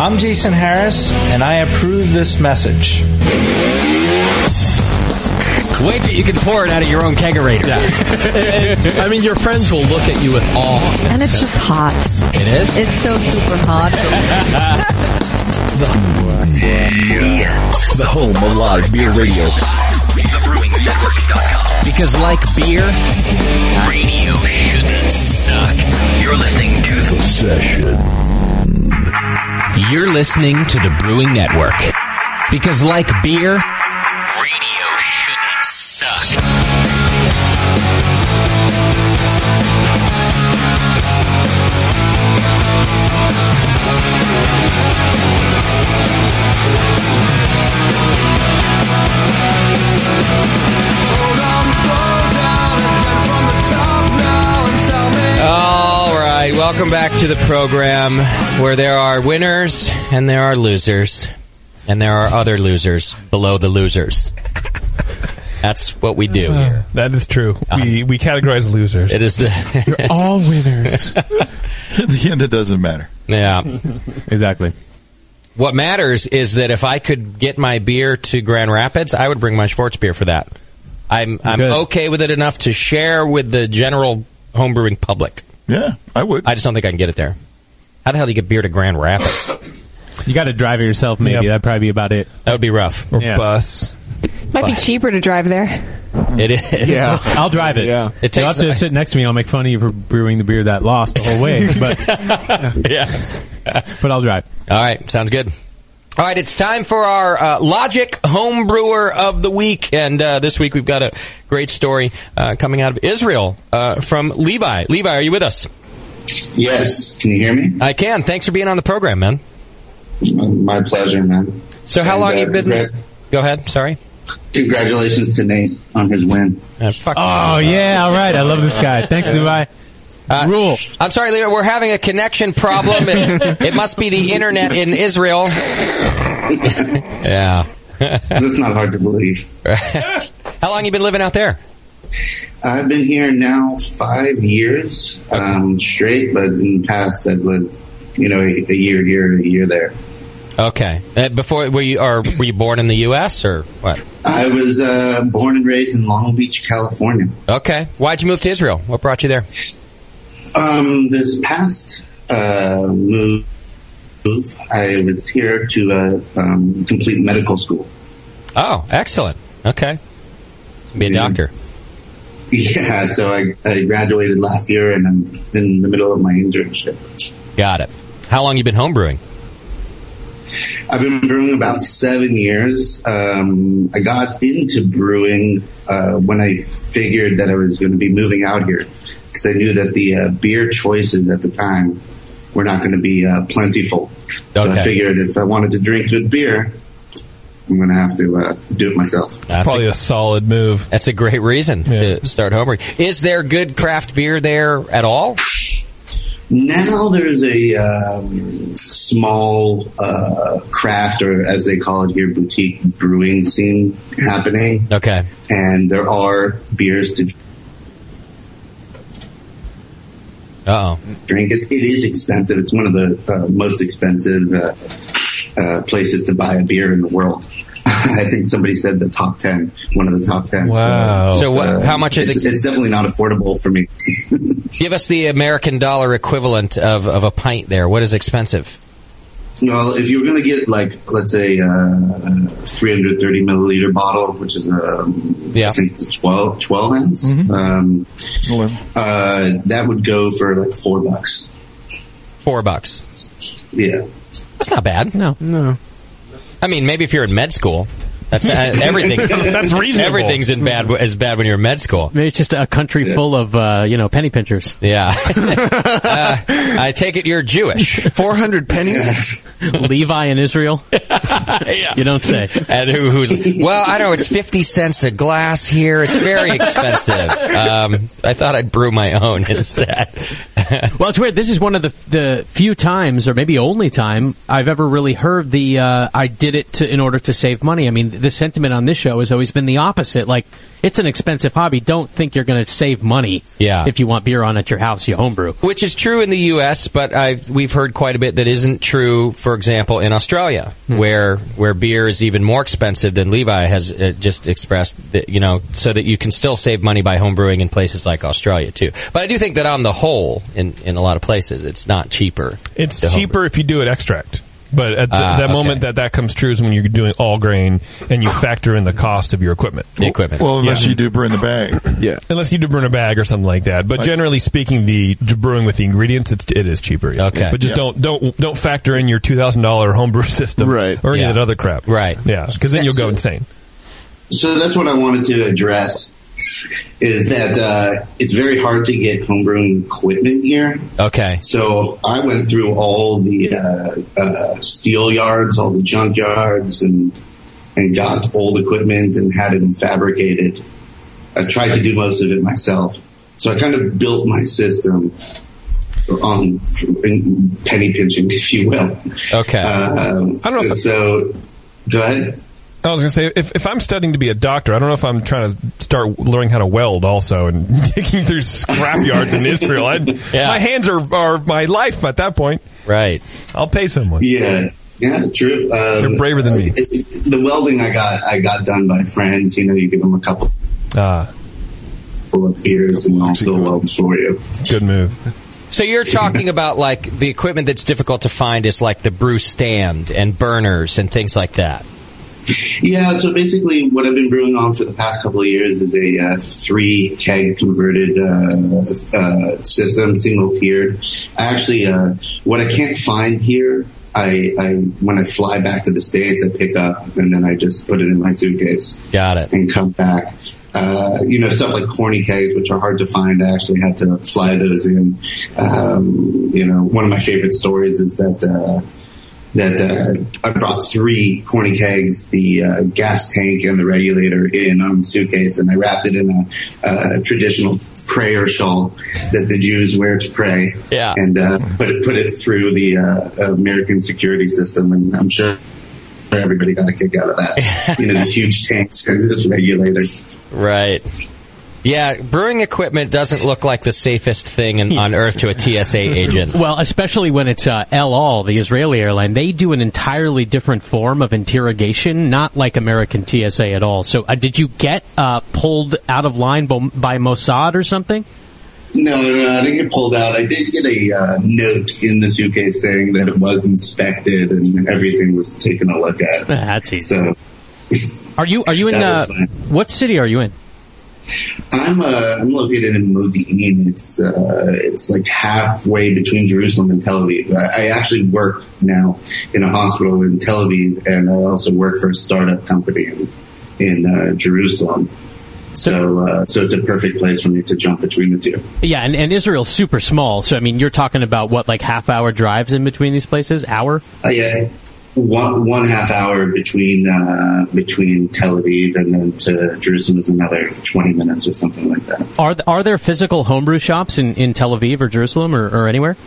Speaker 39: I'm Jason Harris, and I approve this message.
Speaker 12: E.
Speaker 11: Wait till you can pour it out of your own kegerator.
Speaker 10: I mean, your friends will look at you with awe.
Speaker 12: And it's just hot.
Speaker 10: It is?
Speaker 12: It's so super hot.
Speaker 40: The home of live beer radio.
Speaker 10: Because like beer, radio shouldn't suck. You're listening to The Session. You're listening to the Brewing Network. Because like beer, radio shouldn't suck.
Speaker 11: All right, welcome back to the program where there are winners and there are losers, and there are other losers below the losers. That's what we do here.
Speaker 14: That is true. We we categorize losers.
Speaker 11: It is the
Speaker 14: You're all winners.
Speaker 5: In the end, it doesn't matter.
Speaker 11: yeah.
Speaker 3: Exactly.
Speaker 11: What matters is that if I could get my beer to Grand Rapids, I would bring my Schwartz beer for that. I'm I'm
Speaker 5: Good.
Speaker 11: okay with it enough to share with the general homebrewing public.
Speaker 5: Yeah, I would.
Speaker 11: I just don't think I can get it there. How the hell do you get beer to Grand Rapids?
Speaker 3: You got to drive it yourself, maybe. That'd probably be about it.
Speaker 11: That would be rough.
Speaker 14: Or bus.
Speaker 12: Might be cheaper to drive there.
Speaker 11: It is.
Speaker 12: Yeah.
Speaker 3: I'll drive it. Yeah.
Speaker 11: It
Speaker 3: You'll have
Speaker 11: takes-
Speaker 3: to sit next to me. I'll make fun of you for brewing the beer that lost the whole way. But
Speaker 11: yeah.
Speaker 3: but I'll drive.
Speaker 11: All right, sounds good. All right, it's time for our uh, Logic Home Brewer of the Week. And uh, this week we've got a great story uh, coming out of Israel uh, from Levi. Levi, are you with us?
Speaker 41: Yes. Can you hear me?
Speaker 11: I can. Thanks for being on the program, man.
Speaker 41: My pleasure, man.
Speaker 11: So, how
Speaker 41: And,
Speaker 11: long
Speaker 41: uh,
Speaker 11: you been?
Speaker 41: congrat-
Speaker 11: Go ahead. Sorry.
Speaker 41: Congratulations to Nate on his win.
Speaker 11: Uh,
Speaker 3: Oh yeah, all right. I love this guy. Thanks, Levi. Rule.
Speaker 11: Uh, I'm sorry, Levi. We're having a connection problem. It, it must be the internet in Israel. yeah.
Speaker 41: That's not hard to believe.
Speaker 11: How long you been living out there?
Speaker 41: I've been here now five years um, straight, but in the past I've lived, you know, a, a year here and a year there.
Speaker 11: Okay. Uh, before were you or were you born in the U.S. or what?
Speaker 41: I was uh, born and raised in Long Beach, California.
Speaker 11: Okay. Why'd you move to Israel? What brought you there?
Speaker 41: Um, this past uh, move, move, I was here to uh, um, complete medical school.
Speaker 11: Oh, excellent. Okay. Be a doctor.
Speaker 41: Yeah, so I, I graduated last year and I'm in the middle of my internship.
Speaker 11: Got it. How long you been homebrewing?
Speaker 41: I've been brewing about seven years. Um, I got into brewing uh, when I figured that I was going to be moving out here because I knew that the uh, beer choices at the time were not going to be uh, plentiful. So I
Speaker 11: Okay.
Speaker 41: figured if I wanted to drink good beer, I'm going to have to uh, do it myself.
Speaker 14: probably a solid move.
Speaker 11: That's a great reason to start homebrewing. Is there good craft beer there at all?
Speaker 41: Now there's a um, small uh, craft, or as they call it here, boutique brewing scene happening.
Speaker 11: Okay.
Speaker 41: And there are beers to
Speaker 11: Uh-oh.
Speaker 41: drink. It, it is expensive. It's one of the uh, most expensive uh, uh, places to buy a beer in the world. I think somebody said the top 10, one of the top 10.
Speaker 11: Wow. So what- how much is
Speaker 41: it's,
Speaker 11: it-
Speaker 41: It's definitely not affordable for me.
Speaker 11: Give us the American dollar equivalent of, of a pint there. What is expensive?
Speaker 41: Well, if you were going to get like, let's say, uh, a 330 milliliter bottle, which is, um, I think it's a 12, 12 ounce,
Speaker 11: Mm-hmm.
Speaker 41: um, uh, that would go for like four bucks.
Speaker 11: Four bucks.
Speaker 41: Yeah.
Speaker 11: That's not bad. No.
Speaker 41: No.
Speaker 11: I mean, maybe if you're in med school. That's uh, everything.
Speaker 13: That's reasonable.
Speaker 11: Everything's in bad is bad when you're in med school.
Speaker 13: Maybe it's just a country full of uh, you know penny pinchers.
Speaker 11: Yeah. Uh, I take it you're Jewish.
Speaker 13: 400 pennies? Levi in Israel?
Speaker 11: yeah.
Speaker 13: You don't say.
Speaker 11: And who, who's, well, I know it's 50 cents a glass here. It's very expensive. Um, I thought I'd brew my own instead.
Speaker 13: well, it's weird. This is one of the the few times, or maybe only time, I've ever really heard the uh, "I did it to, in order to save money." I mean, the sentiment on this show has always been the opposite. Like, it's an expensive hobby. Don't think you're going to save money.
Speaker 11: Yeah.
Speaker 13: If you want beer on at your house, you homebrew.
Speaker 11: Which is true in the U.S., but I, we've heard quite a bit that isn't true, for example, in Australia, where where beer is even more expensive than Levi has uh, just expressed, that, you know, so that you can still save money by homebrewing in places like Australia, too. But I do think that on the whole, in, in a lot of places, it's not cheaper.
Speaker 14: It's
Speaker 11: to homebrew.
Speaker 14: cheaper if you do it extract. But at the,
Speaker 11: Ah,
Speaker 14: that
Speaker 11: okay.
Speaker 14: moment that that comes true is when you're doing all grain and you factor in the cost of your equipment.
Speaker 11: The equipment.
Speaker 5: Well, unless
Speaker 14: Yeah.
Speaker 5: you do burn the bag.
Speaker 14: Yeah. Unless you do burn a bag or something like that. But
Speaker 5: Like-
Speaker 14: generally speaking, the the brewing with the ingredients, it's, it is cheaper. yeah.
Speaker 5: Okay.
Speaker 14: But just
Speaker 5: Yeah.
Speaker 14: don't don't don't factor in your two thousand dollar homebrew system, right? Or any
Speaker 41: Yeah.
Speaker 14: of that other crap, right? Yeah, because then you'll go insane.
Speaker 41: So that's what I wanted to address is that uh, it's very hard to get homebrewing equipment here.
Speaker 11: Okay.
Speaker 41: So I went through all the uh, uh, steel yards, all the junk yards, and and got old equipment and had it fabricated. I tried to do most of it myself. So I kind of built my system on in penny pinching, if you will.
Speaker 11: Okay.
Speaker 41: Um, I don't know. so Uh, go ahead.
Speaker 14: I was going to say, if, if I'm studying to be a doctor, I don't know if I'm trying to start learning how to weld also and digging through scrap yards in Israel. I'd, My hands are, are my life at that point.
Speaker 11: Right.
Speaker 14: I'll pay someone.
Speaker 41: Yeah, yeah, true. Um,
Speaker 14: You're braver than me.
Speaker 41: the welding I got, I got done by friends. You know, you give them a couple,
Speaker 14: Ah.
Speaker 41: couple of beers, and they'll they'll weld for you.
Speaker 14: Good move.
Speaker 11: So you're talking about like the equipment that's difficult to find is like the brew stand and burners and things like that.
Speaker 41: Yeah, so basically, what I've been brewing on for the past couple of years is a uh, three keg converted uh, uh, system, single tiered. I actually, uh, what I can't find here, I, I when I fly back to the states, I pick up and then I just put it in my suitcase.
Speaker 11: Got it.
Speaker 41: And come back. Uh, you know, stuff like corny kegs, which are hard to find. I actually had to fly those in. Um, you know, one of my favorite stories is that. Uh, that uh, I brought three corny kegs, the uh, gas tank, and the regulator in on the suitcase, and I wrapped it in a, uh, traditional prayer shawl that the Jews wear to pray.
Speaker 11: Yeah,
Speaker 41: and uh, put it put it through the uh, American security system, and I'm sure everybody got a kick out of that. you know, these huge tanks and this regulator.
Speaker 11: Right. Yeah, brewing equipment doesn't look like the safest thing in, on earth to a TSA agent.
Speaker 13: Well, especially when it's uh, El Al, the Israeli airline, they do an entirely different form of interrogation, not like American TSA at all. So, uh, did you get uh, pulled out of line by, by Mossad or something?
Speaker 41: No, no, no, I didn't get pulled out. I did get a uh, note in the suitcase saying that it was inspected and everything was taken a look at.
Speaker 13: That's easy.
Speaker 41: So
Speaker 13: Are you are you in
Speaker 41: That
Speaker 13: uh,
Speaker 41: was fine.
Speaker 13: what city are you in?
Speaker 41: I'm uh, I'm located in Modi'in. It's uh, it's like halfway between Jerusalem and Tel Aviv. I, I actually work now in a hospital in Tel Aviv, and I also work for a startup company in, in uh, Jerusalem. So uh, so it's a perfect place for me to jump between the two.
Speaker 13: Yeah, and, and Israel's super small. So I mean, you're talking about what like half hour drives in between these places? Hour?
Speaker 41: Uh, yeah, one one half hour between uh, between Tel Aviv and then to Jerusalem is another twenty minutes or something like that.
Speaker 13: Are th- are there physical homebrew shops in, in Tel Aviv or Jerusalem or, or anywhere?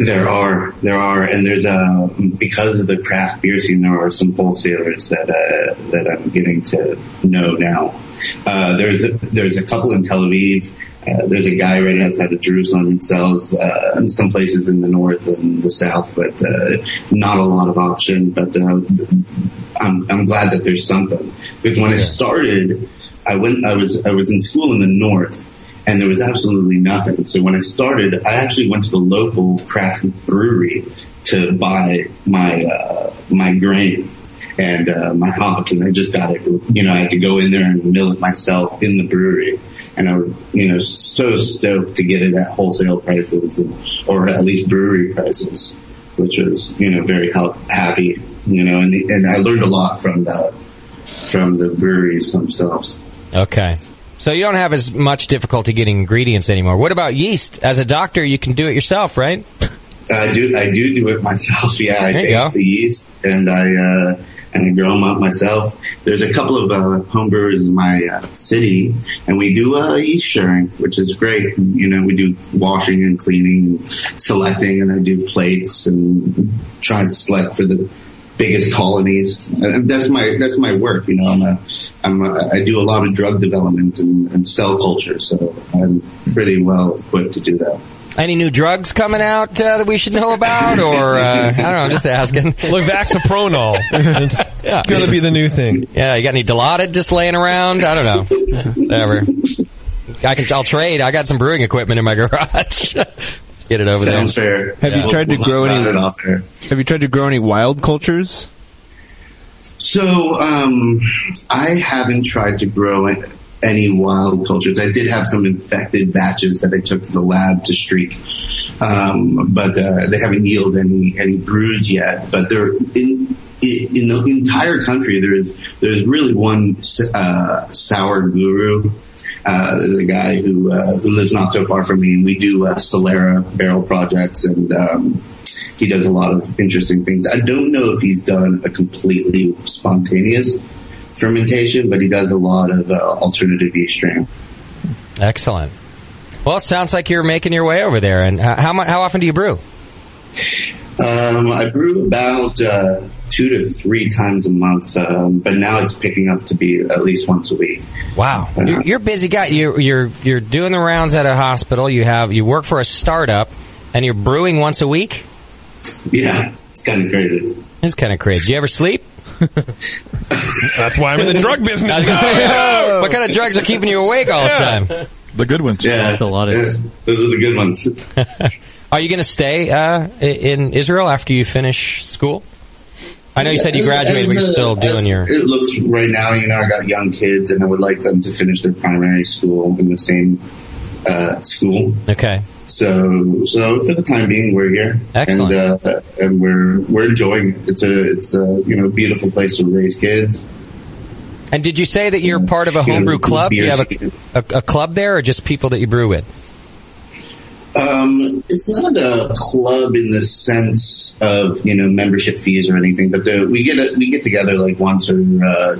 Speaker 41: There are, there are, and there's uh, because of the craft beer scene, there are some wholesalers that uh, that I'm getting to know now. Uh, there's a, there's a couple in Tel Aviv. Uh, there's a guy right outside of Jerusalem that sells uh, in some places in the north and the south, but uh, not a lot of option. But uh, th- I'm I'm glad that there's something because when I started, I went I was I was in school in the north and there was absolutely nothing. So when I started, I actually went to the local craft brewery to buy my uh, my grain and uh, my hops, and I just got it. You know, I had to go in there and mill it myself in the brewery, and I was you know so stoked to get it at wholesale prices and, or at least brewery prices, which was you know very help, happy. You know, and and I learned a lot from the from the breweries themselves.
Speaker 11: Okay. So you don't have as much difficulty getting ingredients anymore. What about yeast? As a doctor, you can do it yourself, right?
Speaker 41: Uh, I do. I do do it myself. Yeah, I
Speaker 11: There you
Speaker 41: bake
Speaker 11: go.
Speaker 41: the yeast and I uh, and I grow them up myself. There's a couple of uh, home brewers in my uh, city, and we do uh, yeast sharing, which is great. You know, we do washing and cleaning, and selecting, and I do plates and try to select for the biggest colonies. And that's my that's my work. You know, I'm a I'm a, I do a lot of drug development and, and cell culture, so I'm pretty well equipped to do that.
Speaker 11: Any new drugs coming out uh, that we should know about? Or, uh, I don't know, I'm just asking. Look,
Speaker 14: Vaxapronol. It's
Speaker 11: yeah.
Speaker 14: going to be the new thing.
Speaker 11: Yeah, you got any Dilaudid just laying around? I don't know. Whatever. I can, I'll trade. I got some brewing equipment in my garage. Get it over
Speaker 41: Sounds
Speaker 11: there.
Speaker 41: fair.
Speaker 27: Have you
Speaker 11: Yeah.
Speaker 27: tried to grow
Speaker 41: not
Speaker 27: any?
Speaker 41: cut
Speaker 27: Have you tried to grow any wild cultures?
Speaker 41: So um, I haven't tried to grow any wild cultures. I did have some infected batches that I took to the lab to streak, um, but uh, they haven't yielded any any brews yet. But they're in. In in the entire country, there is there is really one uh, sour guru, uh, the guy who uh, who lives not so far from me, and we do uh, Solera barrel projects and um, he does a lot of interesting things. I don't know if he's done a completely spontaneous fermentation, but he does a lot of uh, alternative yeast strain.
Speaker 11: Excellent. Well, it sounds like you're making your way over there. And how, how, mu- how often do you brew?
Speaker 41: Um, I brew about uh, two to three times a month, um, but now it's picking up to be at least once a week. Uh,
Speaker 11: Wow, you're, you're a busy guy. You're you're you're doing the rounds at a hospital. You have you work for a startup, and you're brewing once a week.
Speaker 41: Yeah, it's kind of crazy.
Speaker 11: It's kind of crazy. Do you ever sleep?
Speaker 14: That's why I'm in the drug business.
Speaker 11: what kind of drugs are keeping you awake all the time?
Speaker 42: The good ones.
Speaker 41: Yeah,
Speaker 11: a lot of
Speaker 41: those are the good ones.
Speaker 11: Are you going to stay uh, i- in Israel after you finish school? I know you said you
Speaker 41: As-
Speaker 11: graduated,
Speaker 41: as
Speaker 11: but you're
Speaker 41: the-
Speaker 11: still doing
Speaker 41: as
Speaker 11: your.
Speaker 41: It looks right now, you know, I got young kids, and I would like them to finish their primary school in the same uh, school.
Speaker 11: Okay.
Speaker 41: So, so for the time being, we're here,
Speaker 11: Excellent.
Speaker 41: and, uh, and we're we're enjoying. It. It's a it's a you know beautiful place to raise kids.
Speaker 11: And did you say that you're part of a
Speaker 41: you know,
Speaker 11: homebrew club? Do you
Speaker 41: beer
Speaker 11: have a, a, a club there, or just people that you brew with?
Speaker 41: Um, it's not a club in the sense of you know membership fees or anything, but the, we get a, we get together like once or uh,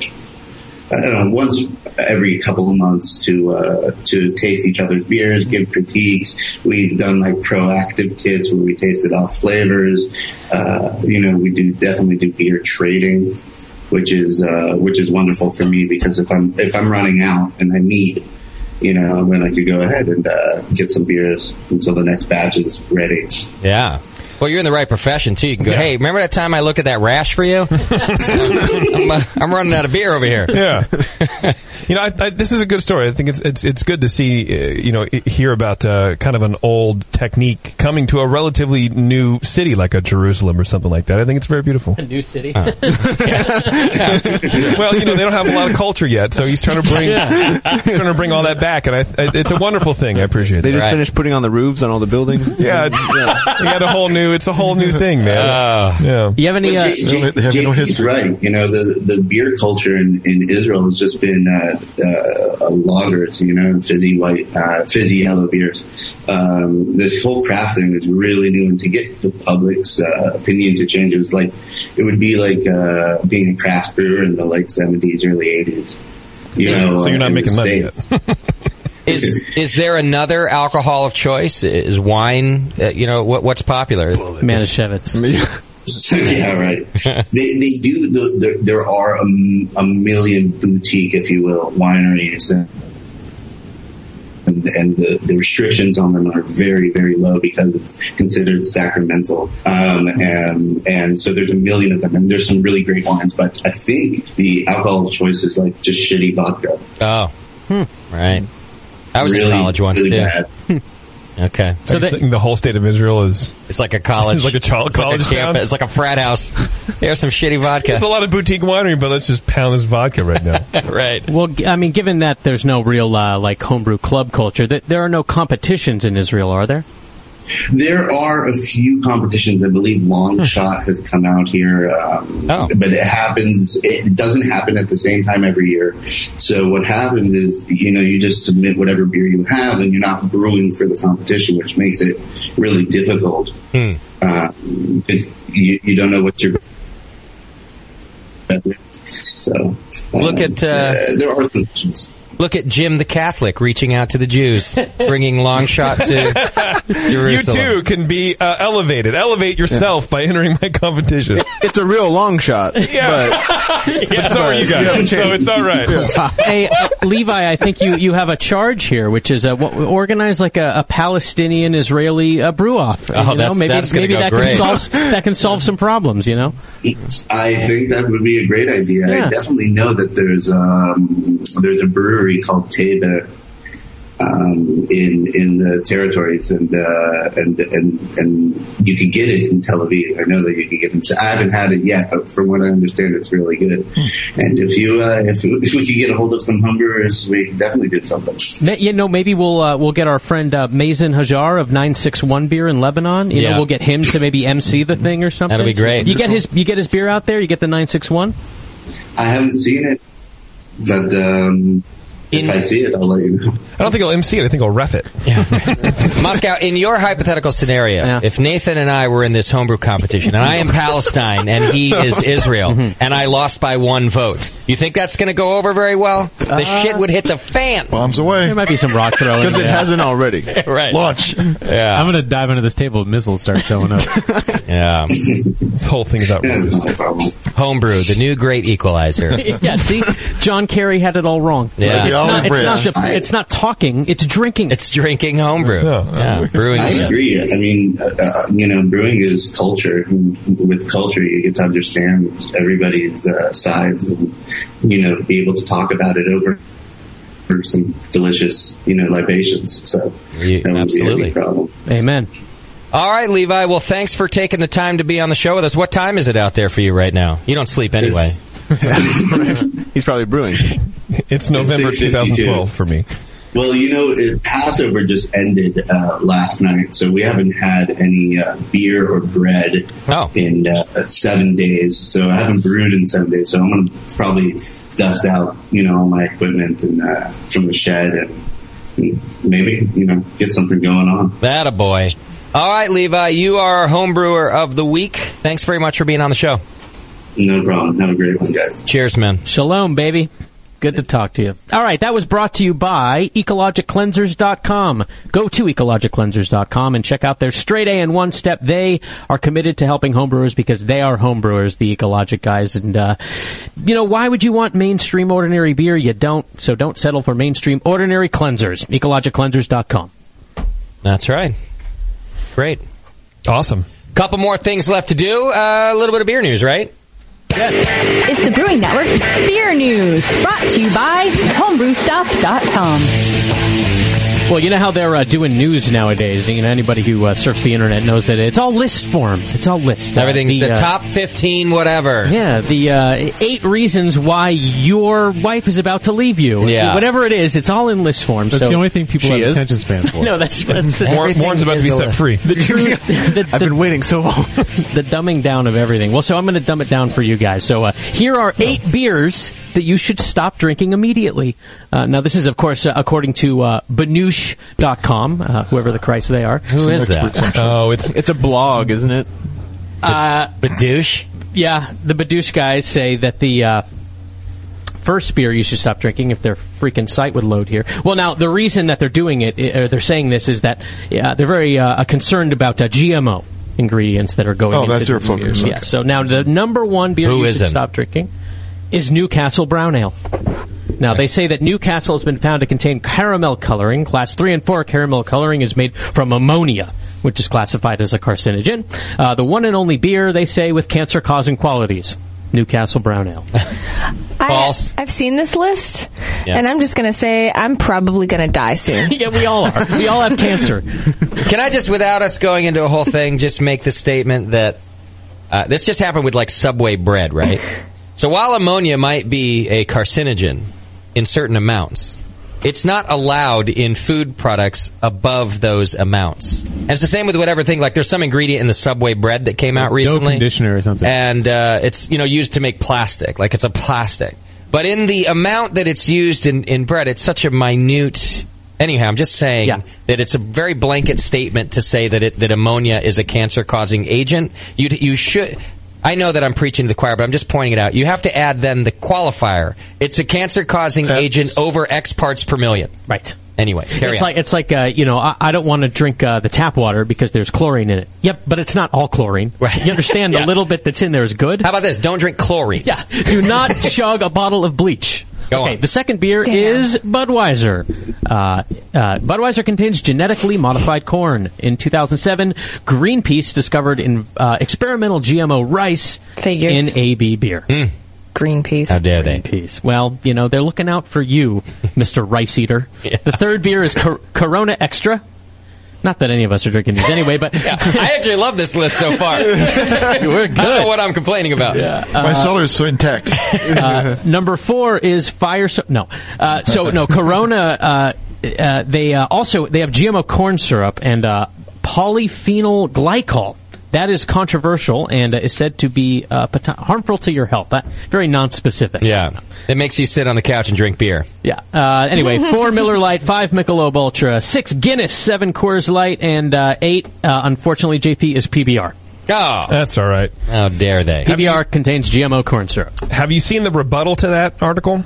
Speaker 41: I don't know once every couple of months to uh, to taste each other's beers, give critiques. We've done like proactive kits where we tasted all flavors. Uh, you know, we do definitely do beer trading, which is uh, which is wonderful for me because if I'm if I'm running out and I need you know, and then I could go ahead and uh, get some beers until the next batch is ready.
Speaker 11: Yeah. Well, you're in the right profession too. You can go. Hey, remember that time I looked at that rash for you? I'm, uh, I'm running out of beer over here.
Speaker 14: Yeah. you know, I, I, this is a good story. I think it's it's, it's good to see, uh, you know, i- hear about uh, kind of an old technique coming to a relatively new city like a Jerusalem or something like that. I think it's very beautiful.
Speaker 13: A new city.
Speaker 14: Uh. well, you know, they don't have a lot of culture yet, so he's trying to bring he's trying to bring all that back, and I, I, it's a wonderful thing. I appreciate it.
Speaker 27: They just finished putting on the roofs on all the buildings.
Speaker 14: Yeah, it's, you got a whole new. It's a whole new thing, man. yeah.
Speaker 13: Uh, You have any?
Speaker 41: But
Speaker 13: Uh,
Speaker 41: J- J- JP's right. You know, the, the beer culture in, in Israel has just been uh, uh, a lagers, you know, fizzy white, uh, fizzy yellow beers. Um, this whole craft thing is really new, and to get the public's uh, opinion to change, it was like it would be like uh, being a craft brewer in the late seventies, early eighties. You know,
Speaker 11: So you're not
Speaker 41: uh, in the
Speaker 11: making money yet.
Speaker 41: States.
Speaker 11: Is is there another alcohol of choice? Is wine? Uh, you know what what's popular?
Speaker 13: Manischewitz.
Speaker 41: yeah, right. they, they do. The, there, there are a, m- a million boutique, if you will, wineries, and and, and the, the restrictions on them are very, very low because it's considered sacramental. Um, and and so there's a million of them, and there's some really great wines. But I think the alcohol choice is like just shitty vodka.
Speaker 11: Oh, right. I was
Speaker 41: Really,
Speaker 11: in college once
Speaker 41: really
Speaker 11: too.
Speaker 41: bad.
Speaker 11: Okay,
Speaker 14: So Are you saying the whole state of Israel is
Speaker 11: it's like a college,
Speaker 14: It's like a child-
Speaker 11: it's like
Speaker 14: college
Speaker 11: camp-
Speaker 14: town?
Speaker 11: it's like a frat house. Here's some shitty vodka.
Speaker 14: There's a lot of boutique winery, but let's just pound this vodka right now.
Speaker 11: right.
Speaker 13: Well, g- I mean, given that there's no real uh, like homebrew club culture, that there are no competitions in Israel, are there?
Speaker 41: There are a few competitions. I believe Long Shot has come out here, um, but it happens. It doesn't happen at the same time every year. So what happens is, you know, you just submit whatever beer you have, and you're not brewing for the competition, which makes it really difficult
Speaker 43: Hmm.
Speaker 41: because you, you don't know what you're. So
Speaker 11: Look at, uh,
Speaker 41: there are competitions.
Speaker 11: Look at Jim the Catholic reaching out to the Jews, bringing long shot to
Speaker 14: You
Speaker 11: Jerusalem.
Speaker 14: too can be uh, elevated. Elevate yourself by entering my competition.
Speaker 27: It's a real long shot.
Speaker 14: Yeah. But, so are you
Speaker 27: Yeah.
Speaker 14: guys. So it's all right.
Speaker 13: hey, uh, Levi, I think you, you have a charge here, which is uh, what, organize like a, a Palestinian Israeli uh, brew off.
Speaker 11: Oh, that's-
Speaker 13: maybe
Speaker 11: that's gonna
Speaker 13: maybe
Speaker 11: go
Speaker 13: that
Speaker 11: great.
Speaker 13: can solve that can solve some problems. You know,
Speaker 41: I think that would be a great idea.
Speaker 13: Yeah.
Speaker 41: I definitely know that there's um, there's a brewery called Teba um, in in the territories, and uh, and and and you could get it in Tel Aviv. I know that you could get it. I haven't had it yet, but from what I understand, it's really good. And if you uh, if, if we could get a hold of some homebrewers, we could definitely do something.
Speaker 13: Ma- you know, maybe we'll uh, we'll get our friend uh, Mazen Hajar of Nine Six One Beer in Lebanon. You
Speaker 11: Yeah.
Speaker 13: know, we'll get him to maybe MC the thing or something.
Speaker 11: That'll be great.
Speaker 13: You get his you get his beer out there. You get the Nine Six One.
Speaker 41: I haven't seen it, but um,
Speaker 6: if I see it, I'll let you know.
Speaker 14: I don't think I'll MC it. I think I'll ref it.
Speaker 11: Moscow, in your hypothetical scenario, if Nathan and I were in this homebrew competition, and I am Palestine and he is Israel, and I lost by one vote, you think that's going to go over very well? The
Speaker 2: Uh,
Speaker 11: shit would hit the fan.
Speaker 5: Bombs away. There
Speaker 13: might be some rock throwing.
Speaker 11: 'Cause it hasn't
Speaker 27: already.
Speaker 11: right.
Speaker 5: Launch.
Speaker 11: Yeah.
Speaker 3: I'm gonna dive under this table. Missiles start showing up.
Speaker 11: yeah.
Speaker 14: this whole thing is outrageous.
Speaker 11: Homebrew, the new great equalizer.
Speaker 13: yeah, see, John Carey had it all wrong.
Speaker 11: Yeah.
Speaker 13: It's,
Speaker 11: The
Speaker 13: not,
Speaker 11: olive
Speaker 13: it's, not
Speaker 11: branch.
Speaker 13: the- it's not talking; it's drinking.
Speaker 11: It's drinking homebrew. Yeah, brewing.
Speaker 6: I agree. I mean, uh, uh, you know, brewing is culture. And With culture, you get to understand everybody's uh, sides and, you know, be able to talk about it over over some delicious, you know, libations. So, that wouldn't be
Speaker 11: absolutely.
Speaker 6: any problem.
Speaker 13: Amen.
Speaker 11: All right, Levi. Well, thanks for taking the time to be on the show with us. What time is it out there for you right now? You don't sleep anyway.
Speaker 27: He's probably brewing.
Speaker 14: It's November
Speaker 6: 6:52.
Speaker 14: 2012 for me.
Speaker 6: Well, you know, it, Passover just ended uh, last night, so we haven't had any uh, beer or bread in uh, seven days. So I haven't brewed in seven days. So I'm gonna probably dust out, you know, all my equipment and uh, from the shed and, and maybe you know get something going on.
Speaker 11: That a boy. All right, Levi. You are our homebrewer of the week. Thanks very much for being on the show.
Speaker 6: No problem. Have a great one, guys.
Speaker 11: Cheers, man.
Speaker 13: Shalom, baby. Good to talk to you. All right, that was brought to you by EcologicCleansers.com. Go to EcologicCleansers.com and check out their straight A and one step. They are committed to helping homebrewers because they are homebrewers, the Ecologic guys. And, uh, you know, why would you want mainstream ordinary beer? You don't. So don't settle for mainstream ordinary cleansers. EcologicCleansers.com.
Speaker 11: That's right. Great.
Speaker 14: Awesome.
Speaker 11: Couple more things left to do. Uh, a little bit of beer news, right?
Speaker 43: It's the Brewing Network's Beer News, brought to you by HomebrewStuff.com.
Speaker 13: Well, you know how they're uh, doing news nowadays. You know, anybody who uh, surfs the internet knows that it's all list form. It's all list. Uh,
Speaker 11: Everything's the,
Speaker 13: uh,
Speaker 11: top 15, whatever.
Speaker 13: Yeah, the uh, eight reasons why your wife is about to leave you.
Speaker 11: Yeah.
Speaker 13: whatever it is, it's all in list form.
Speaker 3: That's
Speaker 13: so-
Speaker 3: the only thing people have attention span for.
Speaker 13: No, that's that's
Speaker 3: Warren- Warren's about to be set free.
Speaker 13: uh, The truth, I've been waiting so long. the dumbing down of everything. Well, so I'm going to dumb it down for you guys. So uh, here are eight beers that you should stop drinking immediately. Uh, now, this is of course uh, according to uh, Banoosh.com, uh, whoever the Christ they are. Who
Speaker 27: is that?
Speaker 14: Oh, it's
Speaker 27: it's a blog, isn't it?
Speaker 13: Uh,
Speaker 11: Badoosh.
Speaker 13: Yeah, the Badoosh guys say that the uh, first beer you should stop drinking if their freaking site would load here. Well, now the reason that they're doing it, i- or they're saying this, is that uh, they're very uh, concerned about uh, GMO ingredients that are going.
Speaker 5: Oh,
Speaker 13: into
Speaker 5: that's their
Speaker 13: the
Speaker 5: focus,
Speaker 13: Beers.
Speaker 5: okay.
Speaker 13: Yeah. So now the number one beer
Speaker 11: Who
Speaker 13: you should
Speaker 11: isn't?
Speaker 13: stop drinking is Newcastle Brown Ale. Now they say that Newcastle has been found to contain caramel coloring. Class three and four caramel coloring is made from ammonia, which is classified as a carcinogen. Uh, the one and only beer they say with cancer-causing qualities. Newcastle Brown Ale.
Speaker 11: False.
Speaker 12: I, have seen this list,
Speaker 13: Yeah.
Speaker 12: and I'm just gonna say I'm probably gonna die soon.
Speaker 13: yeah, we all are. We all have cancer.
Speaker 11: Can I just, without us going into a whole thing, just make the statement that uh, this just happened with like Subway bread, right? So while ammonia might be a carcinogen in certain amounts, it's not allowed in food products above those amounts. And it's the same with whatever thing. Like there's some ingredient in the Subway bread that came out recently,
Speaker 3: conditioner or something.
Speaker 11: and uh, it's you know used to make plastic. Like it's a plastic, but in the amount that it's used in in bread, it's such a minute. Anyhow, I'm just saying that it's a very blanket statement to say that it, that ammonia is a cancer causing agent. You you should. I know that I'm preaching to the choir, but I'm just pointing it out. You have to add then the qualifier. It's a cancer causing agent over X parts per million.
Speaker 13: Right.
Speaker 11: Anyway, carry
Speaker 13: it's
Speaker 11: on.
Speaker 13: like it's like uh, you know I, I don't want to drink uh, the tap water because there's chlorine in it. Yep, but it's not all chlorine. Right. You understand the little bit that's in there is good. How
Speaker 11: about this? Don't drink chlorine.
Speaker 13: Yeah. Do not chug a bottle of bleach. okay. The second beer is Budweiser. Uh, uh, Budweiser contains genetically modified corn. In 2007, Greenpeace discovered in uh, experimental GMO rice
Speaker 12: Figures.
Speaker 13: in AB beer.
Speaker 11: Hmm.
Speaker 12: Greenpeace.
Speaker 11: How dare they?
Speaker 13: Greenpeace. Well, you know, they're looking out for you, Mr. Rice Eater. The third beer is Cor- Corona Extra. Not that any of us are drinking these anyway, but
Speaker 11: I actually love this list so far. We're good. I don't know what I'm complaining about.
Speaker 13: uh-huh.
Speaker 5: My cellar is so intact.
Speaker 13: uh, number four is fire. So- no, uh, so no Corona. Uh, uh, they uh, also they have GMO corn syrup and uh, polyphenol glycol. That is controversial and uh, is said to be uh, pot- harmful to your health. Uh, very nonspecific.
Speaker 11: Yeah. It makes you sit on the couch and drink beer.
Speaker 13: Yeah. Uh, anyway, four Miller Lite, five Michelob Ultra, six Guinness, seven Coors Light, and uh, eight. Uh, unfortunately, JP is PBR.
Speaker 11: Oh,
Speaker 14: that's all right.
Speaker 11: How dare they?
Speaker 13: PBR contains GMO corn syrup.
Speaker 14: Have you seen the rebuttal to that article?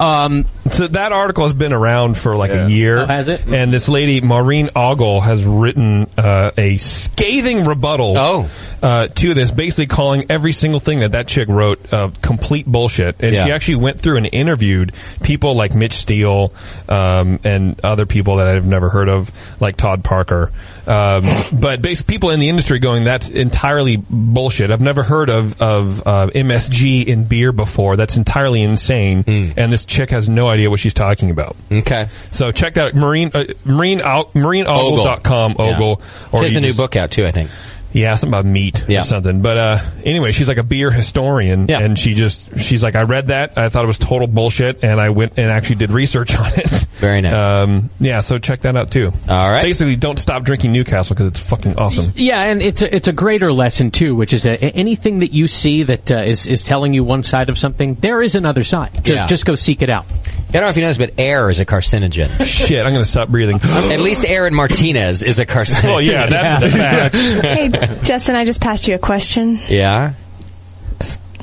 Speaker 13: Um,
Speaker 14: so that article has been around for like a year.
Speaker 13: has it?
Speaker 14: And this lady, Maureen Ogle, has written uh, a scathing rebuttal oh. uh, to this, basically calling every single thing that that chick wrote uh, complete bullshit. And
Speaker 11: Yeah.
Speaker 14: she actually went through and interviewed people like Mitch Steele um, and other people that I've never heard of, like Todd Parker. Um, but basically, people in the industry going, that's entirely bullshit. I've never heard of, of uh, MSG in beer before. That's entirely insane. And this chick has no idea what she's talking about.
Speaker 11: Hmm. Okay.
Speaker 14: So check that out. Marine, uh, marine, Ogle- marineogle.com,
Speaker 11: Ogle.
Speaker 14: Ogle.
Speaker 11: Yeah. She has
Speaker 14: you
Speaker 11: a new
Speaker 14: just-
Speaker 11: book out, too, I think.
Speaker 14: yeah, something about meat
Speaker 11: Yeah.
Speaker 14: or something. But uh, anyway, she's like a beer historian, and she just she's like, I read that, I thought it was total bullshit, and I went and actually did research on it.
Speaker 11: Very nice.
Speaker 14: Um, yeah, so check that out too.
Speaker 11: All right.
Speaker 14: Basically, don't stop drinking Newcastle because it's fucking awesome.
Speaker 13: Yeah, and it's a, it's a greater lesson too, which is that a- anything that you see that uh, is is telling you one side of something, there is another side. Ju-
Speaker 11: Yeah.
Speaker 13: Just go seek it out.
Speaker 11: I don't know if you noticed, but air is a carcinogen.
Speaker 14: Shit, I'm going to stop breathing.
Speaker 11: At least Aaron Martinez is a carcinogen.
Speaker 14: Oh, yeah, that's a fact.
Speaker 12: hey, Justin, I just passed you a question.
Speaker 11: Yeah.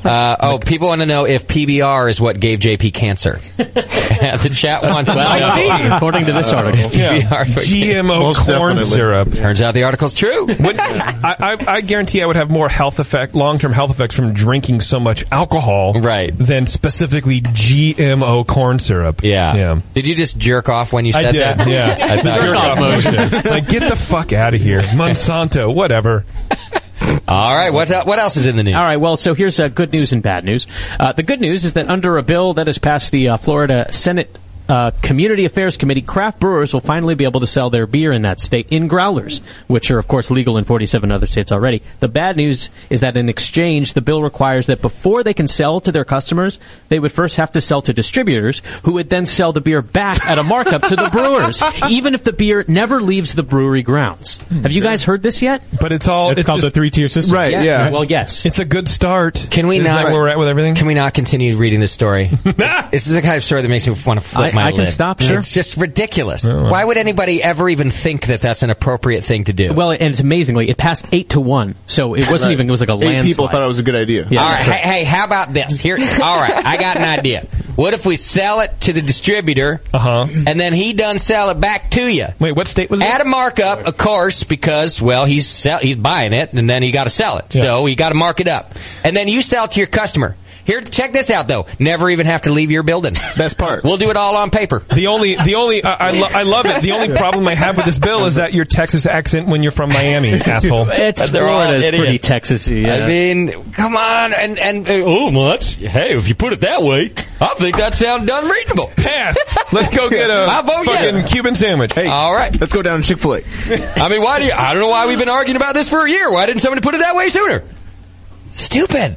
Speaker 11: Uh, oh, people want to know if PBR is what gave JP cancer. the chat wants to
Speaker 13: Well, I
Speaker 11: know. Uh,
Speaker 13: think, according to this article.
Speaker 11: PBR is what gave-
Speaker 14: GMO corn syrup.
Speaker 11: Turns out the article's true.
Speaker 14: When, I, I, I guarantee I would have more health effect, long term health effects from drinking so much alcohol, right. Than specifically GMO corn syrup.
Speaker 11: Yeah.
Speaker 14: yeah.
Speaker 11: Did you just jerk off when you
Speaker 14: I
Speaker 11: said
Speaker 14: did,
Speaker 11: that?
Speaker 14: yeah.
Speaker 11: I
Speaker 14: The
Speaker 11: thought you
Speaker 14: jerk off
Speaker 11: did.
Speaker 14: motion. like, get the fuck out of here, Monsanto, whatever.
Speaker 11: All right, what's up? What else is in the news?
Speaker 13: All right, well, so here's uh, good news and bad news. Uh, the good news is that under a bill that has passed the uh, Florida Senate uh, Community Affairs Committee, craft brewers will finally be able to sell their beer in that state in growlers, which are, of course, legal in 47 other states already. The bad news is that in exchange, the bill requires that before they can sell to their customers, they would first have to sell to distributors, who would then sell the beer back at a markup to the brewers, even if the beer never leaves the brewery grounds. Have you guys heard this yet?
Speaker 14: But it's all
Speaker 3: It's, called
Speaker 14: just-
Speaker 3: the three tier system,
Speaker 14: Right, Yeah. yeah.
Speaker 13: Well, yes.
Speaker 14: It's a good start.
Speaker 11: Can we
Speaker 14: Isn't
Speaker 11: not?
Speaker 14: that where we're at with everything.
Speaker 11: Can we not continue reading this story? this is the kind of story that makes me want to flip
Speaker 13: I-
Speaker 11: my
Speaker 13: I
Speaker 11: lid.
Speaker 13: can stop, sure.
Speaker 11: It's just ridiculous.
Speaker 14: Oh,
Speaker 13: Yeah, well.
Speaker 11: Why would anybody ever even think that that's an appropriate thing to do?
Speaker 13: Well, and it's amazingly, it passed eight to one, so it wasn't
Speaker 11: Right.
Speaker 13: even. It was like a
Speaker 11: Eight
Speaker 13: landslide.
Speaker 11: people thought
Speaker 13: it was a good idea.
Speaker 11: All right. Hey, hey, how about this? Here. All right. I got an idea. What if we sell it to the distributor,
Speaker 14: uh-huh.
Speaker 11: and then he done sell it back to you?
Speaker 14: Wait, what state was it?
Speaker 11: At a markup, of course, because well, he's sell- he's buying it, and then he got to sell it, so he got to mark it up, and then you sell it to your customer. Here, check this out though. Never even have to leave your building. Best part. We'll do it all on paper.
Speaker 14: The only, the only, I, I, lo- I love it. The only problem I have with this bill is that your Texas accent when you're from Miami, asshole.
Speaker 13: It's
Speaker 11: They're all
Speaker 13: Florida's pretty
Speaker 11: idiots.
Speaker 13: Texasy. Yeah.
Speaker 11: I mean, come on, and and uh, oh, well, that's hey, if you put it that way, I think that sounds unreasonable.
Speaker 14: Pass. Let's go get a
Speaker 11: I vote yes.
Speaker 14: fucking Cuban sandwich. Hey,
Speaker 11: All right.
Speaker 14: let's go down to Chick Fil A.
Speaker 11: I mean, why do you, I don't know why we've been arguing about this for a year. Why didn't somebody put it that way sooner? Stupid.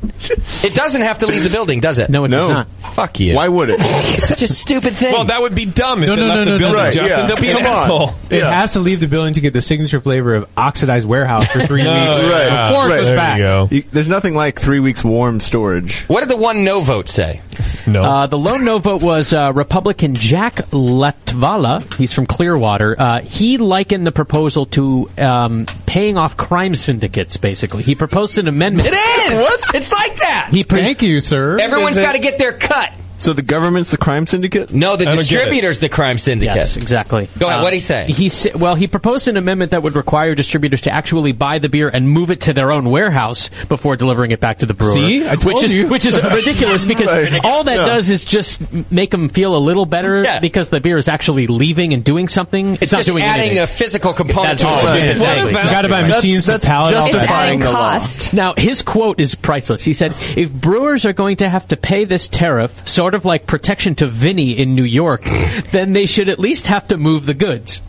Speaker 11: It doesn't have to leave the building, does it?
Speaker 13: No, it does No. not.
Speaker 11: Fuck you. Why
Speaker 14: would it?
Speaker 11: Such a stupid thing.
Speaker 14: Well, that would be dumb if
Speaker 3: No,
Speaker 14: it
Speaker 3: no,
Speaker 14: left
Speaker 3: no,
Speaker 14: the
Speaker 3: no,
Speaker 14: building,
Speaker 3: no, no.
Speaker 14: Justin. Don't be an asshole.
Speaker 3: It has to leave the building to get the signature flavor of oxidized warehouse for three
Speaker 11: Oh,
Speaker 3: weeks
Speaker 11: yeah.
Speaker 3: before
Speaker 11: Right,
Speaker 3: it goes
Speaker 11: there you
Speaker 3: back.
Speaker 14: go.
Speaker 33: there's nothing like three weeks warm storage.
Speaker 11: What did the one no vote say?
Speaker 14: No.
Speaker 13: Uh, the lone no vote was uh, Republican Jack Latvala. He's from Clearwater. Uh, he likened the proposal to um, paying off crime syndicates. Basically, he proposed an amendment.
Speaker 11: It is. It's like that.
Speaker 13: He pre-
Speaker 3: Thank you, sir.
Speaker 11: Everyone's
Speaker 13: Is it-
Speaker 11: got to get their cut.
Speaker 33: So the government's the crime syndicate?
Speaker 11: No, the distributor's the crime syndicate.
Speaker 13: Yes, exactly.
Speaker 11: Go ahead.
Speaker 13: Uh,
Speaker 11: What would he say?
Speaker 13: He sa- well, he proposed an amendment that would require distributors to actually buy the beer and move it to their own warehouse before delivering it back to the brewer.
Speaker 3: See? I
Speaker 13: which
Speaker 3: told
Speaker 13: is
Speaker 3: you.
Speaker 13: which is ridiculous because
Speaker 3: Right.
Speaker 13: all that
Speaker 3: Yeah.
Speaker 13: does is just m- make them feel a little better because the beer is actually leaving and doing something. It's,
Speaker 11: It's
Speaker 13: not
Speaker 11: just
Speaker 13: doing
Speaker 11: adding
Speaker 13: anything.
Speaker 11: a physical component
Speaker 13: That's
Speaker 11: to
Speaker 13: all it
Speaker 11: it.
Speaker 13: is.
Speaker 11: What
Speaker 13: Exactly.
Speaker 11: about-
Speaker 13: Forgot about
Speaker 11: That's-
Speaker 13: machines
Speaker 11: that's
Speaker 13: to pallet all
Speaker 11: justifying
Speaker 13: that.
Speaker 11: It's adding the law. cost.
Speaker 13: Now his quote is priceless. He said, "If brewers are going to have to pay this tariff, sort of like protection to Vinny in New York, then they should at least have to move the goods."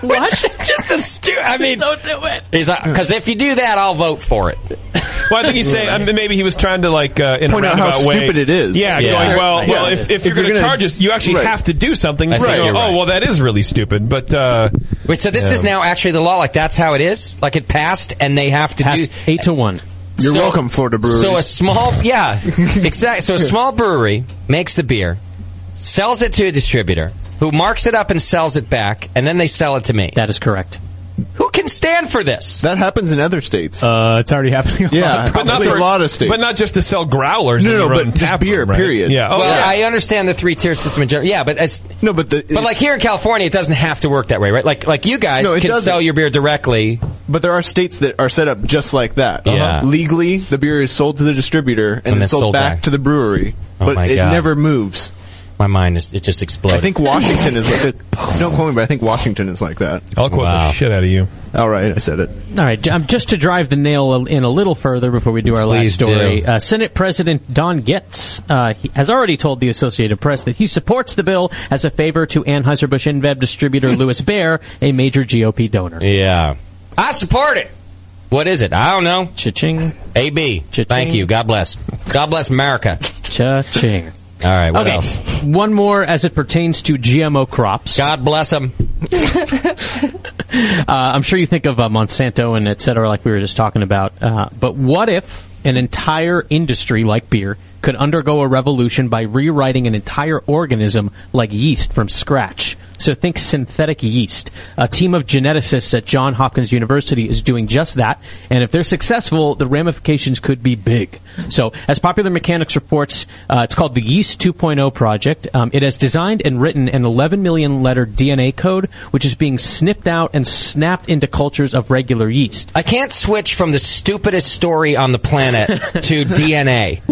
Speaker 11: What? It's just, just a stu- I mean, don't do it. He's like, because if you do that, I'll vote for it.
Speaker 14: Well, I think um, he's saying I mean, maybe he was trying to like uh, in
Speaker 11: Point
Speaker 14: a
Speaker 11: out how
Speaker 14: roundabout way.
Speaker 11: stupid it is.
Speaker 14: Yeah,
Speaker 11: Yeah.
Speaker 14: going well.
Speaker 11: Yeah.
Speaker 14: Well, if, if,
Speaker 11: If
Speaker 14: you're,
Speaker 11: you're
Speaker 14: going to
Speaker 11: gonna-
Speaker 14: charge us, you actually
Speaker 11: Right.
Speaker 14: have to do something.
Speaker 11: I think
Speaker 14: Right.
Speaker 11: you're right.
Speaker 14: Oh, well, that is really stupid. But uh,
Speaker 11: wait, so this is now actually the law. Like that's how it is. Like it passed, and they have to do
Speaker 13: eight to one.
Speaker 27: You're welcome, Florida brewery.
Speaker 11: So a small, yeah, exactly. So a small brewery makes the beer, sells it to a distributor who marks it up and sells it back, and then they sell it to me.
Speaker 13: That is correct.
Speaker 11: Who can stand for this?
Speaker 27: That happens in other states.
Speaker 3: Uh, it's already happening.
Speaker 27: Yeah,
Speaker 14: but not
Speaker 27: probably
Speaker 14: for,
Speaker 27: a lot of states.
Speaker 14: But not just to sell growlers.
Speaker 27: No,
Speaker 14: in
Speaker 27: no,
Speaker 14: your
Speaker 27: but
Speaker 14: own
Speaker 27: just
Speaker 14: tap
Speaker 27: beer,
Speaker 14: room, right?
Speaker 27: period.
Speaker 14: Yeah. Oh,
Speaker 11: well,
Speaker 14: yeah.
Speaker 11: I understand the three tier system in general. Yeah, but it's
Speaker 27: no, but the,
Speaker 11: but like here in California, it doesn't have to work that way, right? Like like you guys
Speaker 27: No, it
Speaker 11: can
Speaker 27: doesn't.
Speaker 11: sell your beer directly.
Speaker 27: But there are states that are set up just like that.
Speaker 14: Uh-huh.
Speaker 11: Yeah.
Speaker 27: Legally, the beer is sold to the distributor and,
Speaker 11: And
Speaker 27: then
Speaker 11: then
Speaker 27: sold,
Speaker 11: sold
Speaker 27: back,
Speaker 11: back.
Speaker 27: to the brewery.
Speaker 11: Oh
Speaker 27: but
Speaker 11: my
Speaker 27: it
Speaker 11: God.
Speaker 27: never moves.
Speaker 11: My mind is it just exploded.
Speaker 27: I think Washington is like that. Don't quote me, but I think Washington is like that.
Speaker 14: I'll quote the shit out of you.
Speaker 27: All right, I said it.
Speaker 13: All right, j- um, just to drive the nail a- in a little further before we do our last
Speaker 27: Please
Speaker 13: story,
Speaker 27: do.
Speaker 13: uh, Senate President Don Getz uh, he has already told the Associated Press that he supports the bill as a favor to Anheuser-Busch InBev distributor Lewis Baer, a major GOP donor.
Speaker 11: Yeah. I support it. What is it? I don't know. Cha-ching. AB. Thank you. God bless. God bless America.
Speaker 13: Cha-ching. All
Speaker 11: right. What
Speaker 13: okay,
Speaker 11: else?
Speaker 13: one more as it pertains to GMO crops.
Speaker 11: God bless them.
Speaker 13: uh, I'm sure you think of uh, Monsanto and et cetera, like we were just talking about. Uh, but what if an entire industry like beer could undergo a revolution by rewriting an entire organism like yeast from scratch? So think synthetic yeast. A team of geneticists at Johns Hopkins University is doing just that, and if they're successful, the ramifications could be big. So, as Popular Mechanics reports, uh, it's called the Yeast 2.0 project. Um, it has designed and written an 11 million letter DNA code, which is being snipped out and snapped into cultures of regular yeast.
Speaker 11: I can't switch from the stupidest story on the planet to DNA.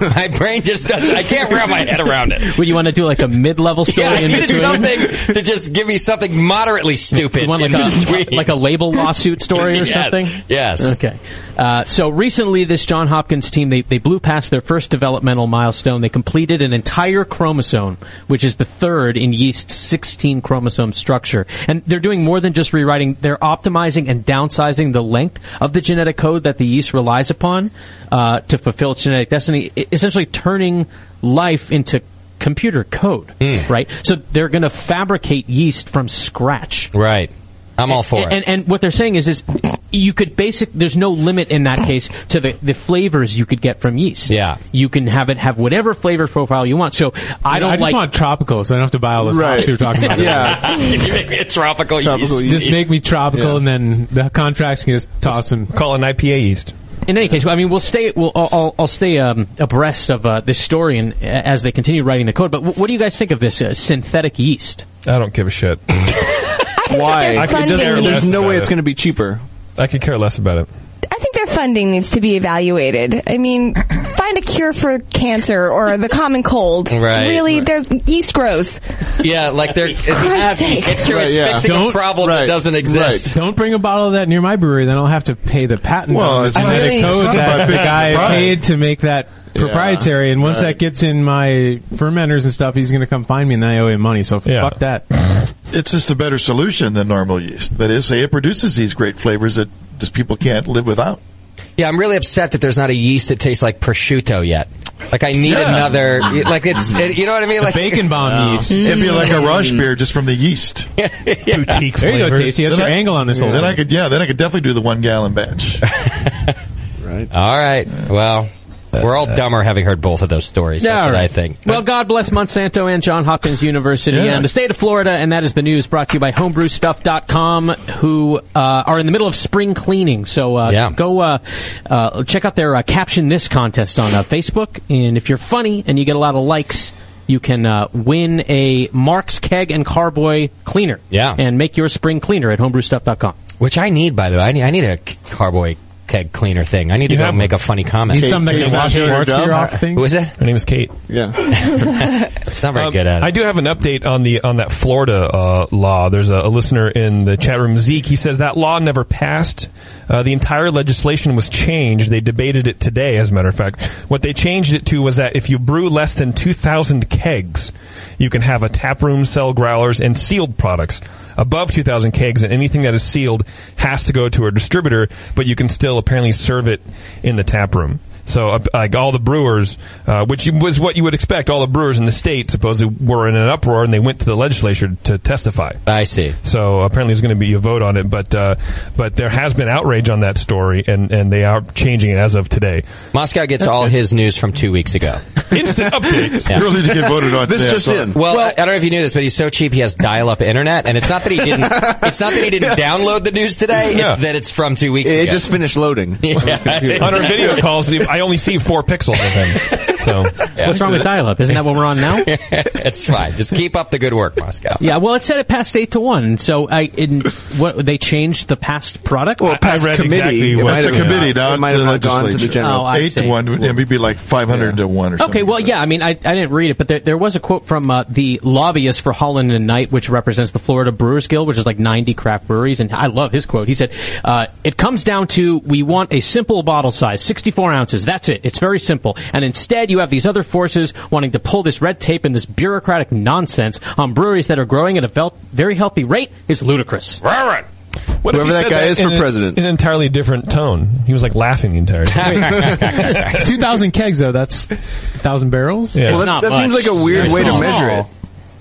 Speaker 11: my brain just doesn't. I can't wrap my head around it.
Speaker 13: Would you want to do like a mid-level story?
Speaker 11: Yeah, I
Speaker 13: in
Speaker 11: needed
Speaker 13: between?
Speaker 11: something to just give me something moderately stupid
Speaker 13: You want
Speaker 11: in
Speaker 13: like a,
Speaker 11: between.
Speaker 13: like a label lawsuit story or
Speaker 11: Yeah.
Speaker 13: something?
Speaker 11: Yes.
Speaker 13: Okay. Uh, so recently, this John Hopkins team they, they blew past their first developmental milestone. They completed an entire chromosome, which is the third in yeast's 16 chromosome structure. And they're doing more than just rewriting. They're optimizing and downsizing the length of the genetic code that the yeast relies upon uh, to fulfill its genetic destiny. e- Essentially, turning life into computer code,
Speaker 11: Hmm.
Speaker 13: right? So they're going to fabricate yeast from scratch.
Speaker 11: Right. I'm all for
Speaker 13: and,
Speaker 11: it.
Speaker 13: And, and what they're saying is, is you could basic. There's no limit in that case to the, the flavors you could get from yeast. Yeah, you can have it have whatever flavor profile you want. So I don't
Speaker 3: I just
Speaker 13: like.
Speaker 3: want tropical, so I don't have to buy all this hops you were talking about.
Speaker 11: Can you make me a tropical,
Speaker 3: Tropical
Speaker 11: yeast?
Speaker 3: yeast. Just make me tropical, and then the contracts can just toss them.
Speaker 14: Call an IPA yeast.
Speaker 13: in any case, I mean, we'll stay. We'll, I'll- I'll, I'll stay um, abreast of uh, this story and as they continue writing the code. But wh- what do you guys think of this uh, synthetic yeast?
Speaker 14: I don't give a shit.
Speaker 27: Why?
Speaker 12: they're funding these-
Speaker 27: there's no way it's going
Speaker 14: to
Speaker 27: to be cheaper.
Speaker 14: I could care less about it.
Speaker 12: I think their funding needs to be evaluated. I mean, find a cure for cancer or the common cold.
Speaker 11: Right.
Speaker 12: Really, there's yeast grows.
Speaker 11: Yeah, like they're. It's,
Speaker 12: Christ's sake.
Speaker 11: it's true. It's
Speaker 3: Right, yeah.
Speaker 11: fixing a
Speaker 3: Don't-
Speaker 11: problem that
Speaker 3: right,
Speaker 11: doesn't exist.
Speaker 3: right. Don't bring a bottle of that near my brewery, then I'll have to pay the patent
Speaker 5: Well,
Speaker 3: on the
Speaker 5: it's not-
Speaker 3: genetic
Speaker 5: it's
Speaker 3: code
Speaker 5: not about
Speaker 3: that the
Speaker 5: fixing
Speaker 3: guy
Speaker 5: the product.
Speaker 3: paid to make that proprietary. and once that gets in my fermenters and stuff, he's going to come find me, and then I owe him money. So fuck that.
Speaker 5: It's just a better solution than normal yeast. That is, say, it produces these great flavors that just people can't live without.
Speaker 11: Yeah, I'm really upset that there's not a yeast that tastes like prosciutto yet. Like I need another. Like it's. It, you know what I mean? Like Oh. Mm.
Speaker 5: Wow. It'd be like a Rush beer just from the yeast.
Speaker 11: Boutique
Speaker 3: There you go, flavors. Tasty. That's
Speaker 5: Then
Speaker 3: your angle on this whole
Speaker 5: Then
Speaker 3: thing.
Speaker 5: I could, yeah, then I could definitely do the one gallon batch.
Speaker 11: All right. Well, we're all dumber having heard both of those stories. That's
Speaker 13: All
Speaker 11: what
Speaker 13: right.
Speaker 11: I think.
Speaker 13: Well, God bless Monsanto and John Hopkins University
Speaker 11: Yeah.
Speaker 13: and the state of Florida, and that is the news brought to you by homebrewstuff.com, who uh, are in the middle of spring cleaning. So uh,
Speaker 11: Yeah.
Speaker 13: go uh, uh, check out their uh, Caption This contest on uh, Facebook, and if you're funny and you get a lot of likes, you can uh, win a Mark's Keg and Carboy cleaner.
Speaker 11: Yeah.
Speaker 13: And make your spring cleaner at homebrewstuff.com.
Speaker 11: Which I need, by the way. I need. I need a carboy keg cleaner thing. I need to
Speaker 13: You
Speaker 11: go
Speaker 13: have
Speaker 11: make a
Speaker 13: one.
Speaker 11: funny comment.
Speaker 13: Need Kate- something that Kate's can wash not your showed beer up. off things?
Speaker 11: Who is it?
Speaker 14: Her name is Kate.
Speaker 27: Yeah.
Speaker 11: It's not very
Speaker 14: Um,
Speaker 11: good at it.
Speaker 14: I do have an update on the on that Florida uh, law. There's a, a listener in the chat room, Zeke. He says that law never passed. Uh, the entire legislation was changed. They debated it today, as a matter of fact. What they changed it to was that if you brew less than 2,000 kegs, you can have a tap room, sell growlers, and sealed products. above 2,000 kegs, and anything that is sealed has to go to a distributor, but you can still apparently serve it in the tap room. So, uh, like all the brewers, uh, which you- was what you would expect, all the brewers in the state supposedly were in an uproar, and they went to the legislature to testify.
Speaker 11: I see.
Speaker 14: So apparently there's going to be a vote on it, but uh, but there has been outrage on that story, and, and they are changing it as of today.
Speaker 11: Moscow gets all his news from two weeks ago.
Speaker 14: Instant updates. Really to get voted on This today, just I'm sorry. in.
Speaker 11: Well, I, I don't know if you knew this, but he's so cheap he has dial-up internet, and it's not that he didn't. It's not that he didn't download the news today.
Speaker 14: Yeah.
Speaker 11: It's that it's from two weeks
Speaker 14: It
Speaker 11: ago.
Speaker 14: just
Speaker 11: finished loading.
Speaker 14: on our video calls, I only see four pixels of him. So
Speaker 13: What's wrong with dial-up? Isn't that what we're on now?
Speaker 11: it's fine. Just keep up the good work, Moscow.
Speaker 13: Yeah, well, it said it passed eight to one. So I, in, what they changed the past product.
Speaker 5: Well, past committee. it's a committee, not, the legislature.
Speaker 13: Oh, I
Speaker 5: Eight
Speaker 13: see.
Speaker 5: to one. It would be like five hundred to one or something.
Speaker 13: Okay, well, yeah, I mean, I, I didn't read it, but there, there was a quote from uh, the lobbyist for Holland and Knight, which represents the Florida Brewers Guild, which is like 90 craft breweries, and I love his quote. He said, uh, it comes down to we want a simple bottle size, 64 ounces. That's it. It's very simple. And instead, you have these other forces wanting to pull this red tape and this bureaucratic nonsense on breweries that are growing at a vel- very healthy rate is ludicrous.
Speaker 14: What if he said
Speaker 13: is
Speaker 14: in an- in an entirely different tone. He was like laughing the entire time.
Speaker 3: Two thousand kegs though. That's thousand barrels.
Speaker 14: Yeah.
Speaker 3: Well,
Speaker 14: It's
Speaker 3: that's-
Speaker 14: not
Speaker 3: that seems
Speaker 14: much.
Speaker 3: like a weird
Speaker 14: Very
Speaker 3: way to
Speaker 14: small.
Speaker 3: measure it.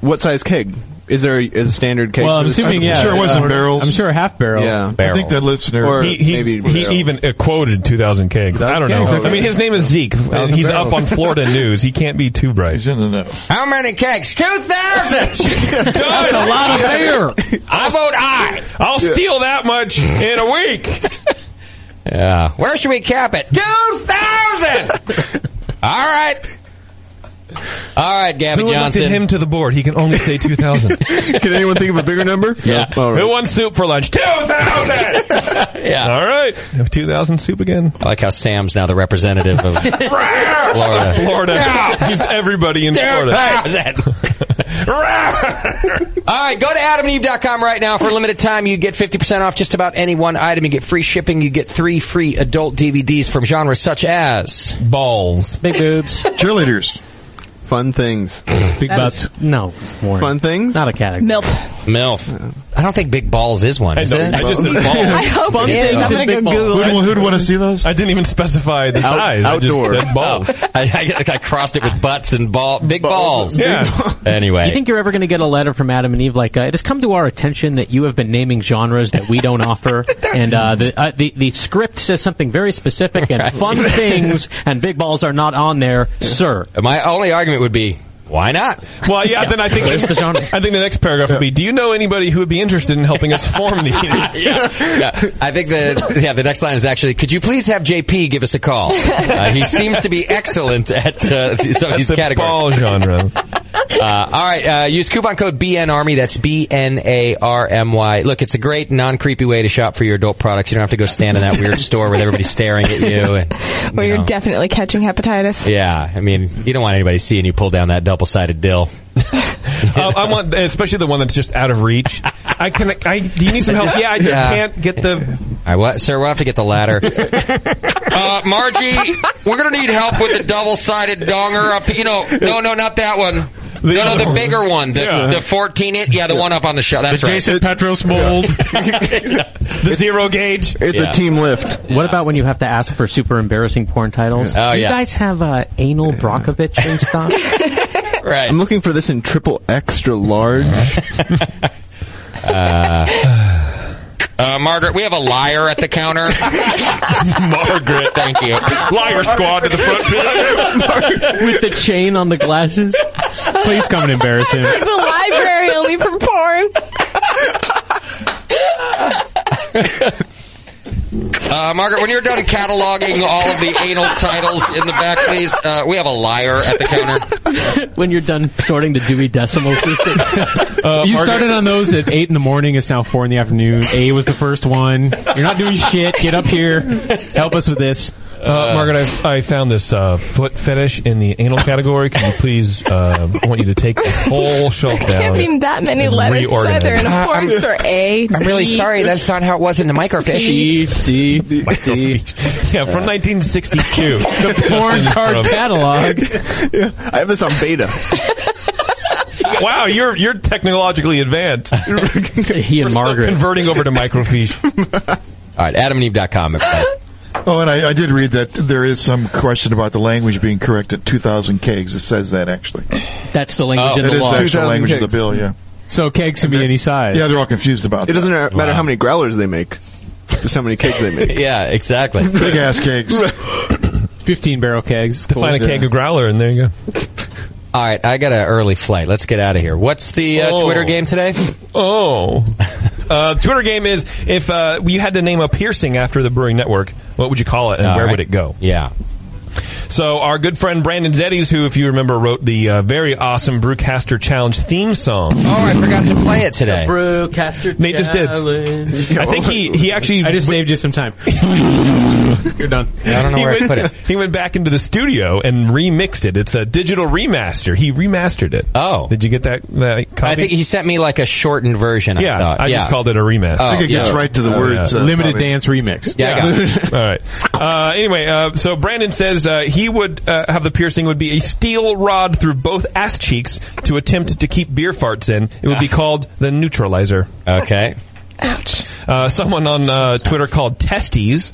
Speaker 33: What size keg? Is there a, is a standard keg?
Speaker 3: Well, I'm
Speaker 33: for this?
Speaker 3: assuming, yeah. uh, I'm sure a half barrel.
Speaker 33: Yeah. Or
Speaker 14: he, he-
Speaker 33: maybe
Speaker 14: he
Speaker 33: barrels.
Speaker 14: even uh, quoted 2,000 kegs. I don't know.
Speaker 33: kegs, okay.
Speaker 14: I mean, his name is Zeke. Uh,
Speaker 11: 2,000
Speaker 14: He's
Speaker 11: barrels.
Speaker 14: up on Florida news. He can't be too bright. He's
Speaker 5: in the know.
Speaker 11: How many kegs? Two thousand.
Speaker 14: That's a lot of
Speaker 11: beer. I vote I.
Speaker 14: I'll steal that much in a week.
Speaker 11: Yeah. Where should we cap it? Two thousand. All right. All right, Gavin
Speaker 14: Who
Speaker 11: Johnson.
Speaker 14: elected him to the board? He can only say 2,000. can anyone think of a bigger number? Yeah.
Speaker 11: No. All right.
Speaker 14: Who wants soup for lunch? 2,000!
Speaker 11: Yeah.
Speaker 14: All right. 2,000 soup again.
Speaker 11: I like how Sam's now the representative of Florida.
Speaker 14: Florida. He's everybody in Florida.
Speaker 11: All right, go to adamandeve.com right now. For a limited time, you get 50% off just about any one item. You get free shipping. You get three free adult DVDs from genres such as...
Speaker 14: Balls.
Speaker 13: Big boobs.
Speaker 5: Cheerleaders.
Speaker 33: Fun things.
Speaker 13: Big That is- butts. no. Warren.
Speaker 33: Fun things?
Speaker 13: Not a category.
Speaker 12: MILF.
Speaker 11: MILF. I don't think Big Balls is one,
Speaker 14: I
Speaker 11: is
Speaker 14: don't-
Speaker 11: it?
Speaker 14: I just-
Speaker 12: I hope it is. I'm gonna go Google it.
Speaker 5: Who'd want to see those?
Speaker 14: I didn't even specify the
Speaker 11: Out-
Speaker 14: size. I just said balls.
Speaker 11: Oh, I, I, I crossed it with butts and ball, big balls.
Speaker 14: Yeah.
Speaker 13: You
Speaker 11: anyway,
Speaker 13: think you're ever going to get a letter from Adam and Eve like, uh, it has come to our attention that you have been naming genres that we don't offer, and uh, the, uh, the the script says something very specific, and
Speaker 11: Right.
Speaker 13: fun things and big balls are not on there, sir.
Speaker 11: my only argument would be, why not?
Speaker 14: Well, yeah, then I think
Speaker 13: Where's the genre?
Speaker 14: I think the next paragraph would be: Do you know anybody who would be interested in helping us form these?
Speaker 11: yeah, I think the yeah the next line is actually, could you please have JP give us a call? Uh, he seems to be excellent at uh, some of these
Speaker 14: the
Speaker 11: categories.
Speaker 14: ball genre.
Speaker 11: Uh, all right, uh, use coupon code BNARMY. E. That's B N A R M Y. Look, it's a great non creepy way to shop for your adult products. You don't have to go stand in that weird store with everybody staring at you. And,
Speaker 12: Where
Speaker 11: you
Speaker 12: you're
Speaker 11: know.
Speaker 12: definitely catching hepatitis.
Speaker 11: yeah, I mean, you don't want anybody seeing you pull down that double sided dill.
Speaker 14: Uh, I want, especially the one that's just out of reach. I can. I do you need some help? Yeah, I just
Speaker 11: Yeah.
Speaker 14: can't get the.
Speaker 11: All right, what, sir, we'll have to get the ladder. uh, Margie, we're going to need help with the double sided donger up. You know, no, no, not that one. no, no, the bigger one. The,
Speaker 14: Yeah.
Speaker 11: the 14 inch. Yeah, the one up on the shelf. That's right.
Speaker 14: Petros mold. the zero gauge.
Speaker 13: It's a Yeah.
Speaker 33: team lift.
Speaker 13: What about when you have to ask for super embarrassing porn titles?
Speaker 33: Oh,
Speaker 13: Do
Speaker 33: yeah.
Speaker 13: you guys have uh, anal Brockovich in stock?
Speaker 11: Right.
Speaker 33: I'm looking for this in triple extra large.
Speaker 11: Uh, uh, Margaret, we have a liar at the counter. Margaret, thank you.
Speaker 14: Liar squad to the
Speaker 13: With the chain on the glasses?
Speaker 3: Please come and embarrass him.
Speaker 12: the library only for porn.
Speaker 11: Uh, Margaret, when you're done cataloging all of the anal titles in the back, please. Uh, we have a liar at the counter.
Speaker 13: when you're done sorting the Dewey Decimal System.
Speaker 5: Uh,
Speaker 3: you
Speaker 13: Margaret-
Speaker 3: started on those at eight in the morning. It's now four in the afternoon. A was the first one. You're not doing shit. Get up here. Help us with this.
Speaker 14: Uh, Margaret, I, I found this uh, foot fetish in the anal category. Can you please? Uh, I want you to take the whole shelf down.
Speaker 12: Can't be that many letters
Speaker 14: reorganize.
Speaker 12: either in a porn
Speaker 11: I'm-
Speaker 12: store. A.
Speaker 11: I'm really sorry. That's not how it was in the microfiche.
Speaker 14: D, D. Yeah, from 1962. the
Speaker 3: porn card catalog.
Speaker 33: I have this on beta.
Speaker 11: You
Speaker 14: wow, you're you're technologically advanced. he and Margaret converting over to microfiche.
Speaker 11: All right, adamandeve.com.
Speaker 5: Oh, and I, I did read that there is some question about the language being correct at 2,000 kegs. It says that actually.
Speaker 13: That's the language in
Speaker 5: Oh, It
Speaker 13: the
Speaker 5: is
Speaker 13: law.
Speaker 5: the actual language of the bill. Yeah.
Speaker 3: So Oh. kegs can be any size.
Speaker 5: Yeah, they're all confused about.
Speaker 33: It doesn't matter
Speaker 5: Wow.
Speaker 33: how many growlers they make. Just how many kegs they make.
Speaker 11: yeah, exactly.
Speaker 5: Big ass kegs.
Speaker 3: 15 barrel kegs.
Speaker 14: Define a keg of growler, and there you go.
Speaker 11: All right, I got an early flight. Let's get out of here. What's the uh,
Speaker 14: Oh.
Speaker 11: Twitter game today?
Speaker 14: Oh. Uh, Twitter game is if uh, you had to name a piercing after the Brewing Network, what would you call it and
Speaker 11: All
Speaker 14: where
Speaker 11: right.
Speaker 14: would it go?
Speaker 11: Yeah.
Speaker 14: So our good friend Brandon Zedes, who, if you remember, wrote the uh, very awesome Brewcaster Challenge theme song. Oh,
Speaker 11: I forgot to play it today.
Speaker 13: Brewcaster
Speaker 14: Nate just did.
Speaker 13: Challenge.
Speaker 14: I think he, he actually. I just
Speaker 3: saved you some time. You're done.
Speaker 11: I don't know
Speaker 14: he
Speaker 11: where
Speaker 14: went,
Speaker 11: I put it.
Speaker 14: He went back into the studio and remixed it. It's a digital remaster. He remastered it.
Speaker 11: Oh.
Speaker 14: Did you get that, that copy?
Speaker 11: I think he sent me like a shortened version.
Speaker 14: Yeah,
Speaker 11: I, thought. Oh,
Speaker 14: I just called it a remaster. I think it gets right to the words, uh, Limited probably.
Speaker 3: dance remix.
Speaker 11: Yeah, I got it.
Speaker 14: All right. Uh, anyway, uh, so Brandon says uh, he would uh, have the piercing would be a steel rod through both ass cheeks to attempt to keep beer farts in. It would be called the neutralizer.
Speaker 11: Okay.
Speaker 12: Ouch.
Speaker 14: Uh, someone on uh, Twitter called Testes.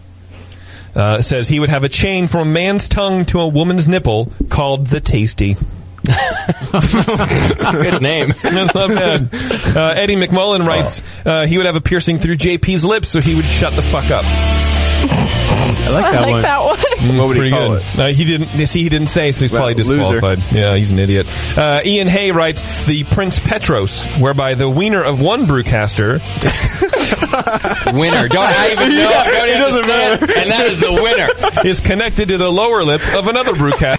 Speaker 14: Uh, says he would have a chain from a man's tongue to a woman's nipple called the tasty.
Speaker 11: Good name. Oh.
Speaker 14: That's not bad. Uh, Eddie McMullen writes uh, he would have a piercing through JP's lips, so he would shut the fuck up.
Speaker 3: I
Speaker 14: like that I like one. that
Speaker 12: one.
Speaker 14: Mm,
Speaker 33: What would he
Speaker 14: pretty
Speaker 33: call
Speaker 14: good. No, he didn't. you See, he didn't say, so he's probably
Speaker 33: loser.
Speaker 14: disqualified. Yeah, he's an idiot. Uh, Ian Hay writes the Prince Petros, whereby the wiener of one brewcaster.
Speaker 11: winner. Don't I even know? Don't even understand. And that is the winner.
Speaker 14: Is connected to the lower lip of another brewcaster.